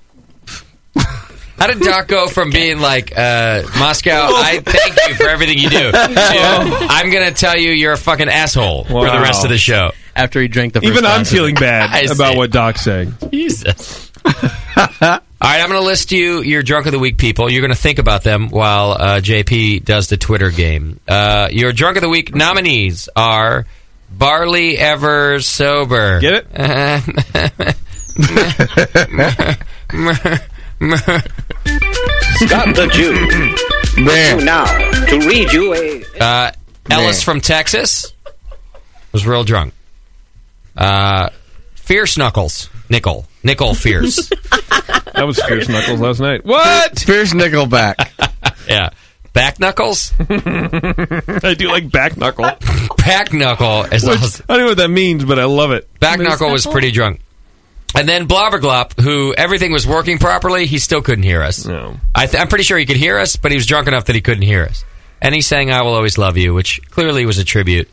Speaker 9: How did Doc go from being like uh, Moscow? I thank you for everything you do. to, I'm gonna tell you you're a fucking asshole for the rest of the show.
Speaker 10: After he drank the first
Speaker 4: Even I'm
Speaker 10: glass of
Speaker 4: feeling
Speaker 10: it.
Speaker 9: I
Speaker 4: bad
Speaker 9: see.
Speaker 4: about what Doc's saying.
Speaker 9: Jesus. All right, I'm going to list you your drunk of the week people. You're going to think about them while uh, JP does the Twitter game. Uh, your drunk of the week nominees are Barley Ever Sober. Get it?
Speaker 24: Scott the Jew. With you now to read you a.
Speaker 9: Uh, Ellis from Texas was real drunk. Uh, Fierce Knuckles. Nickel. Nickel Fierce.
Speaker 4: That was Fierce Knuckles last night. What?
Speaker 12: Fierce Nickelback.
Speaker 9: yeah. Back knuckles? I
Speaker 4: do like back knuckle.
Speaker 9: back knuckle is
Speaker 4: Which- I don't know what that means, but I love it.
Speaker 9: Back knuckle was pretty drunk. And then Blobberglop, who everything was working properly, he still couldn't hear us. No. I th- I'm pretty sure he could hear us, but he was drunk enough that he couldn't hear us. And he sang I Will Always Love You, which clearly was a tribute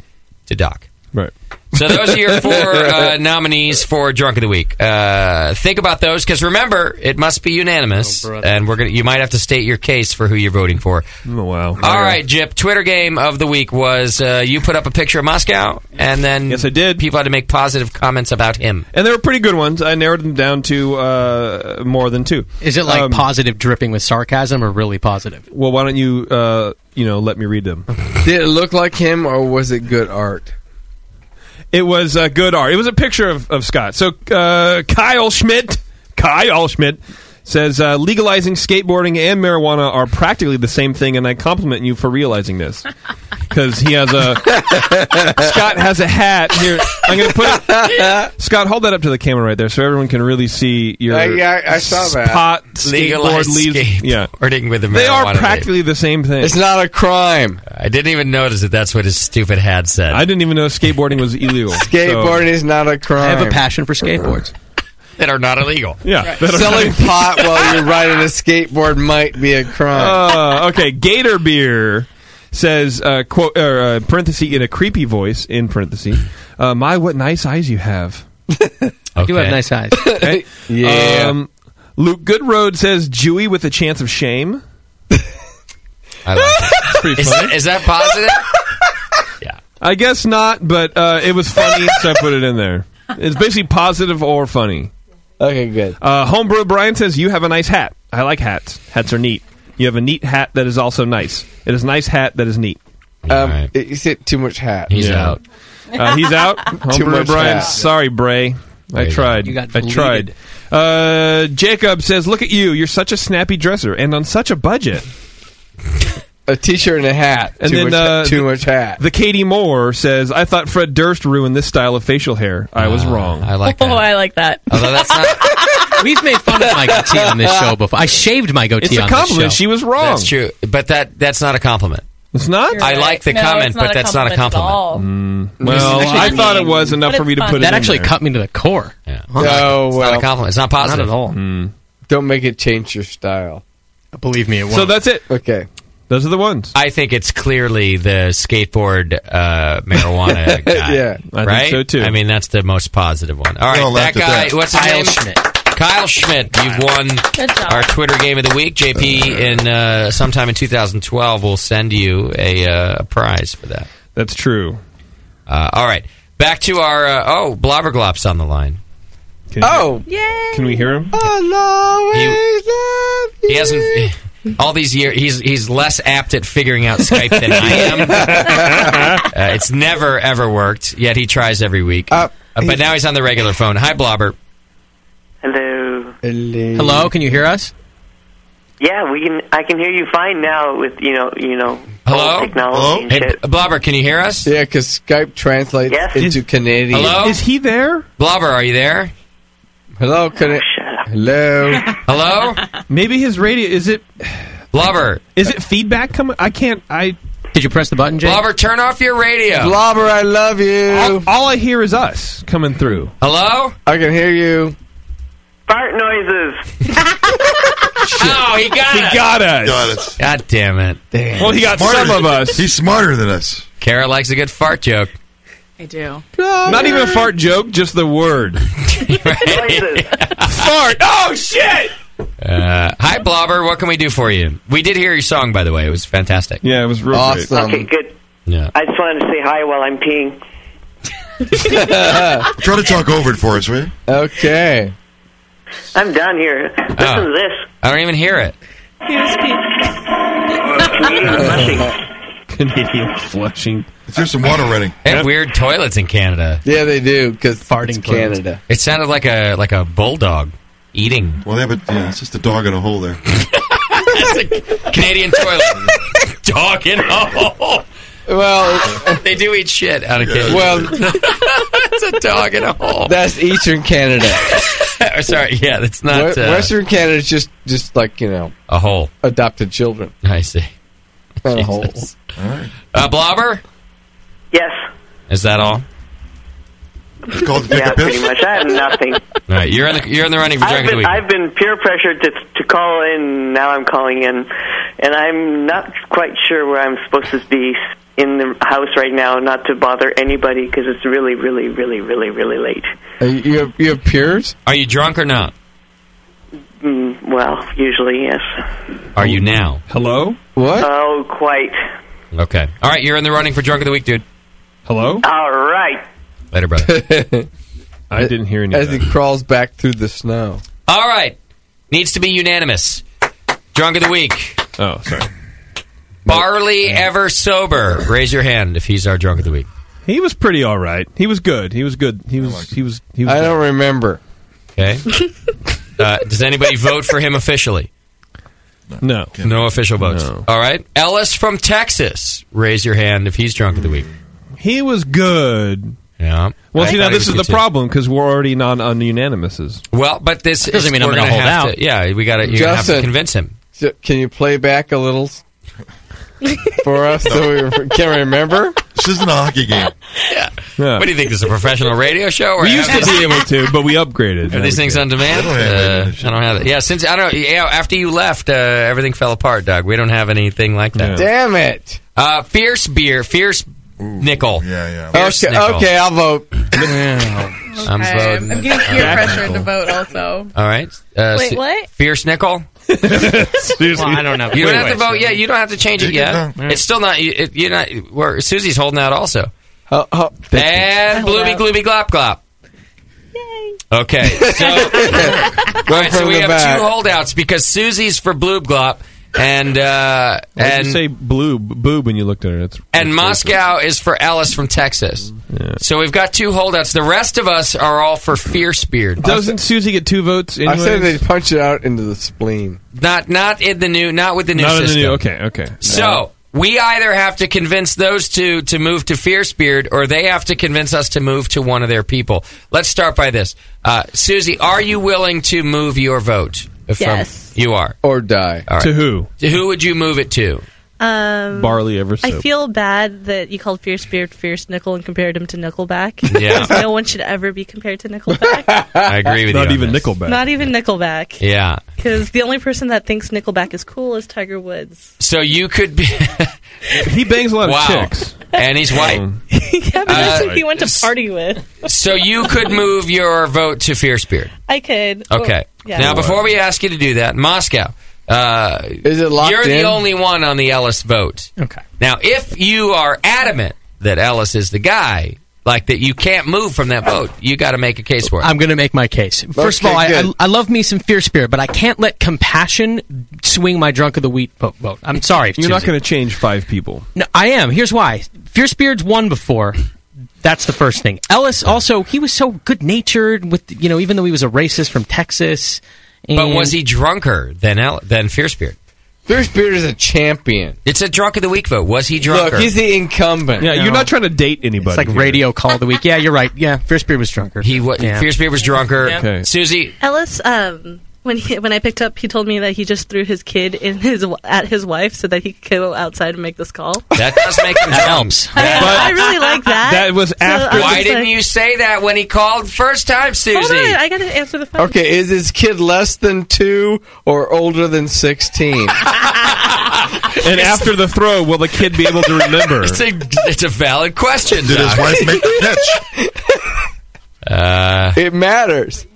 Speaker 9: to Doc.
Speaker 4: Right.
Speaker 9: So those are your four uh, nominees for Drunk of the Week. Uh, think about those because remember, it must be
Speaker 10: Oh,
Speaker 9: unanimous, and we're gonna. You might have to state your case for who you're voting for.
Speaker 4: Oh, wow.
Speaker 9: All right, Jip. Twitter game of the week was uh, you put up a picture of Moscow, and then yes, I did. People had to make positive comments about him.
Speaker 4: And there were pretty good ones. I narrowed them down to uh, more than two.
Speaker 10: Is it like
Speaker 4: Um,
Speaker 10: positive dripping with sarcasm or really positive?
Speaker 4: Well, why don't you, uh, you know, let me read them?
Speaker 12: Did it look like him or was it good art?
Speaker 4: It was uh, good art. It was a picture of, of Scott. So uh, Kyle Schmidt, Kyle Schmidt says uh, legalizing skateboarding and marijuana are practically the same thing, and I compliment you for realizing this because he has a Scott has a hat here. I'm going to put it, Scott hold that up to the camera right there so everyone can really see your
Speaker 12: Uh, yeah, I- I saw that.
Speaker 4: pot
Speaker 9: Legalized
Speaker 4: skateboard leaves. Yeah,
Speaker 9: Flirting with the
Speaker 4: they are
Speaker 9: marijuana vape.
Speaker 4: practically the same thing.
Speaker 9: It's
Speaker 12: not a crime.
Speaker 9: I didn't even notice that. That's what his stupid hat said.
Speaker 4: I didn't even know skateboarding was illegal.
Speaker 12: Skateboarding is not a crime.
Speaker 9: I have a passion
Speaker 10: for skateboards.
Speaker 9: that are not illegal.
Speaker 4: Yeah, that are-
Speaker 12: Selling pot while you're riding a skateboard might be a crime.
Speaker 4: Uh, okay, Gator Beer says, uh, quote, er, uh, parenthesis, in a creepy voice, in parenthesis, uh, my, what nice eyes you have.
Speaker 10: I do have nice eyes.
Speaker 4: Okay.
Speaker 10: Yeah.
Speaker 4: Um, Luke Goodroad says, Jewy with a chance of shame.
Speaker 9: I like that. Is that- is that positive?
Speaker 4: I guess not, but uh, it was funny, so I put it in there. It's basically positive or funny.
Speaker 12: Okay, good.
Speaker 4: Uh, Homebrew Brian says, You have a nice hat. I like hats. Hats are neat. You have a neat hat that is also nice. It is a nice hat that is neat.
Speaker 12: Um, it- You said too much hat.
Speaker 4: He's out. Uh, he's out.
Speaker 12: Too
Speaker 4: Homebrew
Speaker 12: much
Speaker 4: Brian,
Speaker 12: hat.
Speaker 4: sorry, Bray. I
Speaker 12: you go.
Speaker 4: tried.
Speaker 12: You got
Speaker 4: I
Speaker 12: deleted.
Speaker 4: tried. Uh, Jacob says, "Look at you! You're such a snappy dresser, and on such a budget."
Speaker 12: A t-shirt and a hat.
Speaker 4: And
Speaker 12: Too
Speaker 4: then
Speaker 12: much-
Speaker 4: uh,
Speaker 12: too
Speaker 4: the-
Speaker 12: much hat.
Speaker 4: The Katie Moore says, "I thought Fred Durst ruined this style of facial hair. I was wrong.
Speaker 9: I like uh,
Speaker 33: Oh, I like that.
Speaker 10: We've made fun of my goatee on this show before. I shaved my goatee
Speaker 9: It's a
Speaker 10: on
Speaker 9: compliment.
Speaker 10: this show.
Speaker 9: She was wrong. That's true. But that that's not a compliment.
Speaker 4: It's not.
Speaker 9: I like the comment, but that's not a compliment.
Speaker 4: Mm. Well, I thought it was enough for me to put it. in
Speaker 10: That actually
Speaker 4: there.
Speaker 10: cut me to the core.
Speaker 12: Oh,
Speaker 9: it's not a compliment. It's not positive.
Speaker 10: at all.
Speaker 4: Hmm.
Speaker 12: Don't make it change your style.
Speaker 10: Believe me, it
Speaker 9: So won't.
Speaker 4: that's it.
Speaker 12: Okay.
Speaker 4: Those are the ones.
Speaker 9: I think it's clearly the skateboard uh, marijuana guy.
Speaker 12: Yeah. I think
Speaker 9: right?
Speaker 12: so, too.
Speaker 9: I mean, that's the most positive one. All right,
Speaker 12: We all
Speaker 9: that
Speaker 12: laughed at
Speaker 9: guy.
Speaker 12: that.
Speaker 9: What's his
Speaker 12: Kyle
Speaker 9: name? Schmidt. Kyle Schmidt. You've won our Twitter game of the week. JP, in uh, sometime in 2012, will send you a, uh, a prize for that.
Speaker 4: That's true.
Speaker 9: Uh, all right, back to our uh, oh Blobberglop's on the line.
Speaker 12: Oh,
Speaker 4: Can we hear him?
Speaker 9: He hasn't. eh, All these years, he's he's less apt at figuring out Skype than I am. uh, it's never ever worked. Yet he tries every week. Uh, but now he's on the regular phone. Hi, Blobber.
Speaker 30: Hello.
Speaker 12: Hello.
Speaker 10: Hello, can you hear us?
Speaker 30: Yeah, we can. I can hear you fine now with you know you know
Speaker 9: Hello.
Speaker 30: technology and
Speaker 9: Hey,
Speaker 30: shit.
Speaker 9: Blobber, can you hear us?
Speaker 12: Yeah, because Skype translates into Canadian.
Speaker 9: Hello.
Speaker 4: he there?
Speaker 9: Blobber, are you there?
Speaker 12: Hello, can it, Hello.
Speaker 9: Hello.
Speaker 4: Maybe his radio is it.
Speaker 9: Blubber.
Speaker 4: Is it feedback coming? I can't. I
Speaker 10: did you press the button, Jake?
Speaker 9: Blobber, turn off your radio.
Speaker 12: Blobber, I love you.
Speaker 4: All, all I hear is us coming through.
Speaker 9: Hello.
Speaker 12: I can hear you.
Speaker 30: Fart noises.
Speaker 9: Oh, he got
Speaker 4: He
Speaker 9: us.
Speaker 4: got us.
Speaker 9: God damn it.
Speaker 4: Well, he got some of us.
Speaker 14: He's smarter than us.
Speaker 9: Kara likes a good fart joke.
Speaker 8: I do.
Speaker 4: Not even a fart joke, just the word. fart. Oh shit.
Speaker 9: Uh, hi, Blobber. What can we do for you? We did hear your song, by the way. It was fantastic.
Speaker 4: Yeah, it was real
Speaker 30: great. Okay, good.
Speaker 9: Yeah.
Speaker 30: I just wanted to say hi while I'm peeing.
Speaker 14: Try to talk over it for us, will you?
Speaker 12: Okay.
Speaker 30: I'm down here. Listen
Speaker 9: Oh.
Speaker 30: to this.
Speaker 9: I don't even hear it.
Speaker 30: Canadian flushing.
Speaker 4: Canadian flushing.
Speaker 14: Is there some water running?
Speaker 9: They have weird toilets in Canada.
Speaker 12: Yeah, they do because farting Canada.
Speaker 9: It sounded like a like a bulldog eating.
Speaker 14: Well, yeah, but yeah, it's just a dog in a hole there.
Speaker 9: Canadian toilet. Dog in a hole.
Speaker 12: Well,
Speaker 9: they do eat shit out of Canada.
Speaker 12: Well-
Speaker 9: it's a dog in a hole.
Speaker 12: That's Eastern Canada.
Speaker 9: Sorry, yeah, that's not
Speaker 12: We-
Speaker 9: uh,
Speaker 12: Western Canada's just just like you know
Speaker 9: a hole.
Speaker 12: Adopted children.
Speaker 9: I see.
Speaker 32: a hole.
Speaker 9: Uh, Blobber?
Speaker 30: Yes.
Speaker 9: Is that all?
Speaker 30: yeah, pretty much. I have nothing.
Speaker 9: All right, you're in the you're in the running for
Speaker 30: I've
Speaker 9: drink of the
Speaker 30: been,
Speaker 9: week.
Speaker 30: I've been peer pressured to, to call in. Now I'm calling in, and I'm not quite sure where I'm supposed to be in the house right now, not to bother anybody because it's really, really, really, really, really late.
Speaker 12: Uh, You have, you have peers?
Speaker 9: Are you drunk or not?
Speaker 30: Mm, well, usually yes.
Speaker 9: Are you now?
Speaker 4: Hello.
Speaker 12: What?
Speaker 30: Oh, quite.
Speaker 9: Okay. All right, you're in the running for drunk of the week, dude.
Speaker 4: Hello.
Speaker 30: All right.
Speaker 9: Later, brother.
Speaker 4: I didn't hear any.
Speaker 9: of
Speaker 32: As he crawls back through the snow.
Speaker 9: All right. Needs to be unanimous. Drunk of the week.
Speaker 4: Oh, sorry.
Speaker 9: Barley ever sober. Raise your hand if he's our drunk of the week.
Speaker 4: He was pretty all right. He was good. He was good. He was. he was. He was.
Speaker 9: I
Speaker 4: don't
Speaker 32: remember.
Speaker 9: Okay. Uh, does anybody vote for him officially?
Speaker 4: No.
Speaker 9: No official votes.
Speaker 4: No.
Speaker 9: All right. Ellis from Texas. Raise your hand if he's drunk of the week.
Speaker 4: He was good.
Speaker 9: Yeah.
Speaker 4: Well,
Speaker 9: I
Speaker 4: see, now
Speaker 9: thought he
Speaker 4: this is
Speaker 9: was
Speaker 4: the
Speaker 9: good, too.
Speaker 4: problem because we're already non on unanimouses.
Speaker 9: Well, but this
Speaker 4: Doesn't
Speaker 9: is-
Speaker 4: mean I'm
Speaker 9: we're
Speaker 4: gonna
Speaker 9: gonna
Speaker 4: hold
Speaker 9: have
Speaker 4: out.
Speaker 9: To, yeah, we got to. You have to
Speaker 32: Justin.
Speaker 9: convince him.
Speaker 32: So, can you play back a little s- for us so we can remember?
Speaker 14: This isn't a hockey game.
Speaker 9: What do you think? This is a professional radio show? Or
Speaker 4: We used to be able to, but we upgraded.
Speaker 9: Are these things on demand? Uh, I don't have it. Yeah, since I don't. Yeah, after you left, uh, everything fell apart, Doug. We don't have anything like that.
Speaker 32: Damn it!
Speaker 9: Uh, fierce beer, fierce nickel. Yeah, yeah. Fierce
Speaker 32: Okay,
Speaker 9: nickel.
Speaker 32: okay, I'll vote.
Speaker 9: I'm
Speaker 8: Okay.
Speaker 9: voting.
Speaker 8: I'm getting peer
Speaker 9: Jack
Speaker 8: pressured to
Speaker 9: Nickel.
Speaker 8: vote also.
Speaker 9: All right. Uh,
Speaker 8: Wait,
Speaker 9: Se-
Speaker 8: what?
Speaker 9: Fierce nickel.
Speaker 8: Seriously.
Speaker 9: Well, I don't know. You
Speaker 8: Wait,
Speaker 9: don't have to
Speaker 8: wait.
Speaker 9: vote yet. You don't have to change it
Speaker 8: You can
Speaker 9: yet. It's still not. you- It, you're not. We're, Susie's holding out also.
Speaker 4: Uh,
Speaker 32: Oh, oh,
Speaker 9: And blooby glooby glop glop. Okay. So, all right, so
Speaker 4: from
Speaker 9: we
Speaker 4: the
Speaker 9: have
Speaker 4: back.
Speaker 9: two holdouts because Susie's for bloob glop and uh,
Speaker 4: Why did
Speaker 9: and
Speaker 4: you say boob boob when you looked at her? That's
Speaker 9: and Moscow is for Alice from Texas. So we've got two holdouts. The rest of us are all for fierce beard.
Speaker 4: doesn't Susie get two votes?
Speaker 32: I
Speaker 4: Anyways?
Speaker 32: said they punch it out into the spleen.
Speaker 9: Not not in the new not with the new
Speaker 4: Not in the
Speaker 9: system.
Speaker 4: new- okay, okay.
Speaker 9: So we either have to convince those two to move to Fierce Beard, or they have to convince us to move to one of their people. Let's start by this. Uh, Susie, are you willing to move your vote?
Speaker 25: Yes.
Speaker 9: You are.
Speaker 32: Or die.
Speaker 9: All right.
Speaker 4: To who?
Speaker 9: To who would you move it to?
Speaker 25: Um,
Speaker 9: Barley ever
Speaker 25: I
Speaker 9: soap.
Speaker 25: feel bad that you called Fierce Beard Fierce Nickel and compared him to Nickelback.
Speaker 9: Yeah.
Speaker 25: Because no one should ever be compared to Nickelback.
Speaker 9: I agree with
Speaker 4: Not
Speaker 9: you.
Speaker 4: even
Speaker 9: Nickelback.
Speaker 25: Not even Nickelback.
Speaker 9: yeah.
Speaker 25: Because the only person that thinks Nickelback is cool is Tiger Woods.
Speaker 9: So you could be.
Speaker 4: he bangs a lot
Speaker 9: wow.
Speaker 4: of chicks. Um.
Speaker 9: And he's white.
Speaker 25: yeah, but that's
Speaker 9: Uh,
Speaker 25: who he went to party with.
Speaker 9: so you could move your vote to Fierce Beard.
Speaker 25: I could.
Speaker 9: Okay.
Speaker 25: Or- Oh, yeah.
Speaker 9: Now, before we ask you to do that, Moscow. Uh, Is
Speaker 32: it locked
Speaker 9: You're
Speaker 32: in?
Speaker 9: the only one on the Ellis vote. Okay. Now, if you are adamant that Ellis is the guy, like that, you can't move from that vote. You got to make a case for it.
Speaker 10: I'm going to make my case. First of all,
Speaker 9: Okay,
Speaker 10: I, I,
Speaker 9: good.
Speaker 10: I love me some fierce spirit, but I can't let compassion swing my drunk of the week vote. vote. I'm sorry.
Speaker 4: You're not
Speaker 10: Susie.
Speaker 4: going to change five people.
Speaker 10: No, I am. Here's why. Fierce Beard's won before. That's the first thing. Ellis also he was so good natured with you know even though he was a racist from Texas.
Speaker 9: But
Speaker 10: and-
Speaker 9: was he drunker than El- than Fierce Beard?
Speaker 32: Fierce Beard is a champion.
Speaker 9: It's a drunk of the week vote. Was he drunker?
Speaker 32: Look, he's the incumbent.
Speaker 9: Yeah, you're not
Speaker 4: trying to date anybody.
Speaker 10: It's like radio call of the week. Yeah, you're right. Yeah, Fierce Beard was drunker.
Speaker 9: He was.
Speaker 10: Yeah.
Speaker 9: Fierce Beard was drunker.
Speaker 10: Yeah. Okay.
Speaker 9: Susie,
Speaker 25: Ellis, um, when he, when I picked up, he told me that he just threw his kid in his at his wife so that he could go outside and make this call.
Speaker 9: that does make him
Speaker 10: That
Speaker 9: drunk.
Speaker 10: helps.
Speaker 25: I, mean, I really like that. uh,
Speaker 9: Why didn't you say that when he called first time, Susie?
Speaker 25: Hold on, I got to answer the phone.
Speaker 32: Okay, is his kid less than two or older than 16?
Speaker 4: And after the throw, will the kid be able to remember?
Speaker 9: It's a, it's a valid question.
Speaker 4: Did his wife
Speaker 9: make the pitch? Uh,
Speaker 32: it matters.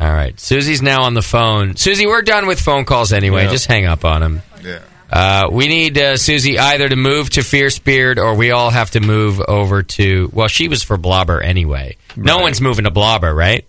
Speaker 9: All right. Susie's now on the phone. Susie, we're done with phone calls anyway.
Speaker 32: Yeah.
Speaker 9: Just hang up on him.
Speaker 14: Yeah.
Speaker 9: Uh, we need uh, Susie either to move to Fierce Beard or we all have to move over to. Well, she was for Blobber anyway. No one's moving to Blobber, right?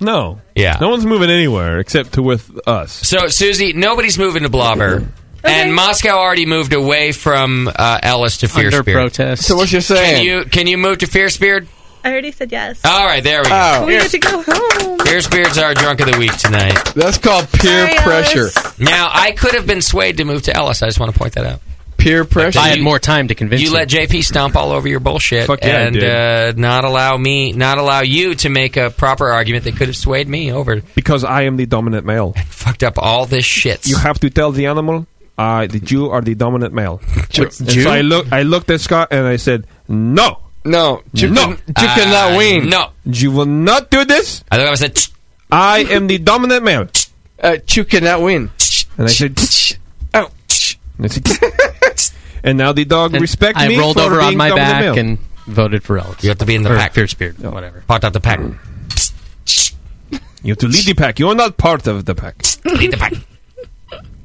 Speaker 4: No.
Speaker 9: Yeah.
Speaker 4: Oh. No one's moving anywhere except to with us.
Speaker 9: So, Susie, nobody's moving to Blobber. And Moscow already moved away from uh, Ellis to Fierce
Speaker 10: Under
Speaker 9: Beard.
Speaker 10: protest.
Speaker 32: So what you're
Speaker 9: Can
Speaker 32: saying?
Speaker 9: you can you move to Fierce Beard?
Speaker 25: I already said yes.
Speaker 9: All right, there we go.
Speaker 25: Oh, we get to go home.
Speaker 9: Fierce Beard's our drunk of the week tonight.
Speaker 32: That's called peer
Speaker 25: Sorry,
Speaker 32: pressure.
Speaker 9: Now, I could have been swayed to move to Ellis. I just want to point that out.
Speaker 32: Peer pressure.
Speaker 9: I had more
Speaker 10: time to convince
Speaker 9: you. let JP stomp all over your bullshit
Speaker 32: Fuck yeah, I
Speaker 9: and
Speaker 32: did.
Speaker 9: Uh, not allow me, not allow you to make a proper argument that could have swayed me over.
Speaker 4: Because I am the dominant male.
Speaker 9: Fucked up all this shit.
Speaker 4: You have to tell the animal uh, the Jew are the dominant male.
Speaker 12: Ju-
Speaker 4: And
Speaker 12: Jew?
Speaker 4: So I look, I looked at Scott and I said, no,
Speaker 12: no,
Speaker 9: Jew
Speaker 4: no,
Speaker 9: can- Jew Uh, cannot win. no.
Speaker 4: you will not do this.
Speaker 9: I thought I said,
Speaker 4: I am the dominant male.
Speaker 32: Uh, Jew cannot win.
Speaker 4: And I said,
Speaker 32: oh.
Speaker 4: And, I said, and now the dog respects
Speaker 10: I
Speaker 4: me.
Speaker 10: rolled
Speaker 4: for
Speaker 10: over on
Speaker 4: being
Speaker 10: my
Speaker 4: dominant
Speaker 10: back
Speaker 4: male.
Speaker 10: and voted for Alex.
Speaker 9: You have to be in the
Speaker 10: Or
Speaker 9: pack.
Speaker 10: Fierce Beard, whatever.
Speaker 9: Part of the pack.
Speaker 4: You have to lead the pack. You're not part of the pack.
Speaker 9: Lead the pack.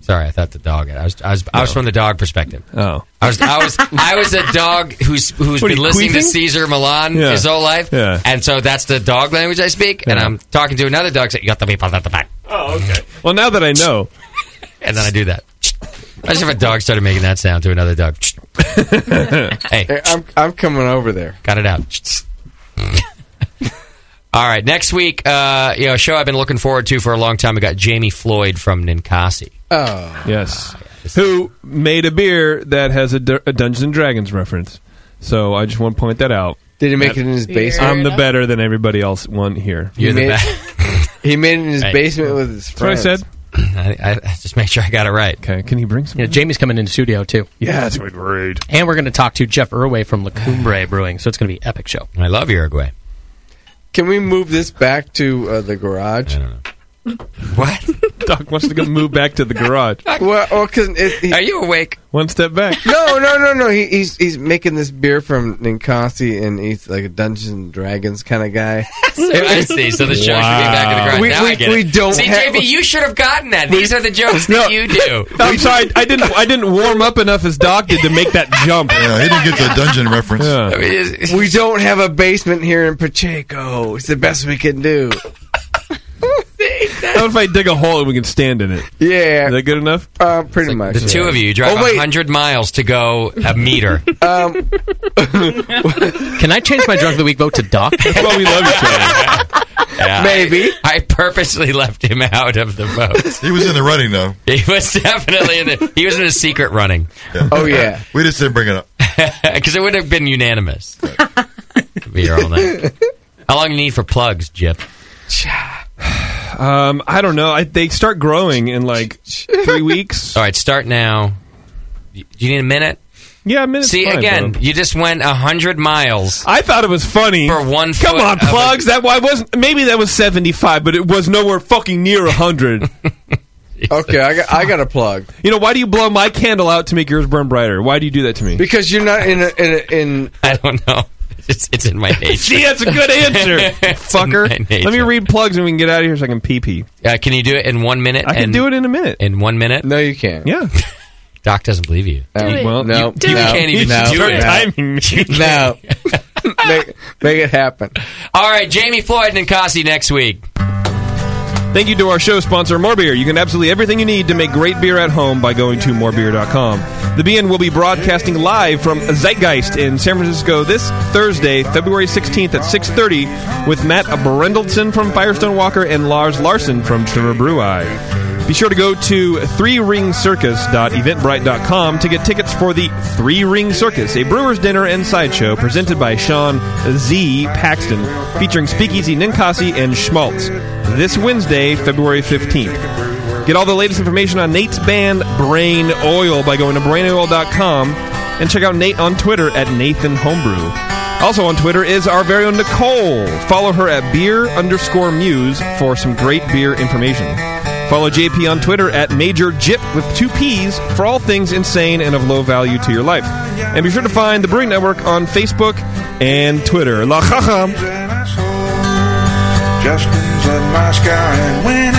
Speaker 9: Sorry, I thought the dog. I was, I was, I was from the dog perspective.
Speaker 4: Oh,
Speaker 9: I was, I was, I was a dog who's who's
Speaker 4: What are
Speaker 9: been
Speaker 4: you,
Speaker 9: listening to
Speaker 4: queefing?
Speaker 9: Caesar Milan
Speaker 4: Yeah.
Speaker 9: his whole life,
Speaker 4: Yeah.
Speaker 9: and so that's the dog language I speak. And
Speaker 4: Yeah.
Speaker 9: I'm talking to another dog. saying, you got to be part of the pack.
Speaker 4: Oh, okay. Well, now that I know,
Speaker 9: and then I do that. Imagine if a dog started making that sound to another dog. hey,
Speaker 32: I'm I'm coming over there.
Speaker 9: Got it out. All right, next week, uh, you know, a show I've been looking forward to for a long time. We got Jamie Floyd from Ninkasi.
Speaker 32: Oh.
Speaker 9: Ah,
Speaker 4: Yes. Who made a beer that has a, Dur- a Dungeons and Dragons reference? So I just want to point that out.
Speaker 32: Did he make it in his Fair basement?
Speaker 4: I'm the
Speaker 32: enough.
Speaker 4: better than everybody else one here.
Speaker 32: He made, he made it in his basement with his
Speaker 4: That's what I
Speaker 32: friends.
Speaker 4: said.
Speaker 9: I, I just make sure I got it right.
Speaker 4: Okay, can you bring some?
Speaker 10: Yeah, Jamie's coming in studio too.
Speaker 4: Yeah, that's what rude.
Speaker 10: And we're going to talk to Jeff Irway from La Cumbre Brewing, so it's going to be an epic show.
Speaker 9: I love Uruguay.
Speaker 32: Can we move this back to uh, the garage? I
Speaker 9: don't know.
Speaker 4: Doc wants to go move back to the garage.
Speaker 32: Well, well, 'cause it- he-
Speaker 9: Are you awake?
Speaker 4: One step back.
Speaker 32: no, no, no, no. He, he's he's making this beer from Ninkasi, and he's like a Dungeons and Dragons kind of guy.
Speaker 9: I see. So the show should be back in the garage.
Speaker 32: We,
Speaker 9: now
Speaker 32: we,
Speaker 9: I get
Speaker 32: we
Speaker 9: it.
Speaker 32: don't.
Speaker 9: See,
Speaker 32: have-
Speaker 9: JB, you should have gotten that.
Speaker 32: We-
Speaker 9: These are the jokes that you do.
Speaker 4: I'm sorry, I didn't. I didn't warm up enough as Doc did to make that jump. Yeah,
Speaker 14: he didn't get the dungeon reference.
Speaker 32: we don't have a basement here in Pacheco. It's the best we can do.
Speaker 4: How if I dig a hole and we can stand in it?
Speaker 32: Yeah.
Speaker 4: Is that good enough?
Speaker 32: Uh, pretty much.
Speaker 9: The two of you, you drive
Speaker 32: Oh, wait.
Speaker 9: 100 miles to go a meter.
Speaker 4: Uh,
Speaker 32: Um,
Speaker 10: Can I change my drunk of the week vote to Doc? That's
Speaker 4: why we love each other.
Speaker 9: Yeah.
Speaker 32: Maybe.
Speaker 9: I purposely left him out of the vote.
Speaker 14: He was in the running though.
Speaker 9: He was definitely in the. He was in a secret running.
Speaker 32: Oh yeah.
Speaker 14: we just didn't bring it up.
Speaker 9: Because it would have been unanimous. Be here all night. How long you need for plugs, Jip?
Speaker 4: Um, I don't know. I, they start growing in like three weeks.
Speaker 9: All right, start now. You you need a minute.
Speaker 4: Yeah, a minute's
Speaker 9: See
Speaker 4: fine,
Speaker 9: again,
Speaker 4: bro.
Speaker 9: you just went hundred miles.
Speaker 4: I thought it was funny
Speaker 9: for one.
Speaker 4: Come
Speaker 9: foot
Speaker 4: on,
Speaker 9: of a-
Speaker 4: plugs. That why wasn't maybe that was seventy five, but it was nowhere fucking near hundred.
Speaker 32: okay, I got I got a plug.
Speaker 4: You know why do you blow my candle out to make yours burn brighter? Why do you do that to me?
Speaker 32: Because you're not in a, in a, in.
Speaker 9: I don't know. It's, it's in my nature.
Speaker 4: See, that's a good answer, fucker. Let me read plugs and we can get out of here so I can pee pee.
Speaker 9: Uh, can you do it in one minute?
Speaker 4: I can
Speaker 9: and-
Speaker 4: do it in a minute.
Speaker 9: in one minute.
Speaker 32: No, you can't.
Speaker 4: Yeah.
Speaker 9: Doc doesn't believe you.
Speaker 32: No.
Speaker 9: You-
Speaker 32: Well,
Speaker 9: you-
Speaker 32: no.
Speaker 9: you,
Speaker 32: No.
Speaker 9: can't even
Speaker 32: No.
Speaker 9: do
Speaker 32: Start
Speaker 9: it.
Speaker 32: timing No. make, make it happen.
Speaker 9: All right, Jamie Floyd and Kasi next week.
Speaker 4: Thank you to our show sponsor, More Beer. You can absolutely everything you need to make great beer at home by going to morebeer.com. The BN will be broadcasting live from Zeitgeist in San Francisco this Thursday, February 16th at 6.30 with Matt Brendelson from Firestone Walker and Lars Larson from Trimmer Brew Eye. Be sure to go to 3ringcircus.eventbrite.com to get tickets for the Three Ring Circus, a brewer's dinner and sideshow presented by Sean Z. Paxton, featuring Speakeasy Ninkasi and Schmaltz, this Wednesday, February 15th. Get all the latest information on Nate's band Brain Oil by going to brainoil.com and check out Nate on Twitter at Nathan Homebrew. Also on Twitter is our very own Nicole. Follow her at beer underscore muse for some great beer information. Follow JP on Twitter at Major Jip with two P's for all things insane and of low value to your life. And be sure to find the Brewing Network on Facebook and Twitter. La ha ha.
Speaker 3: Justin's in my sky and when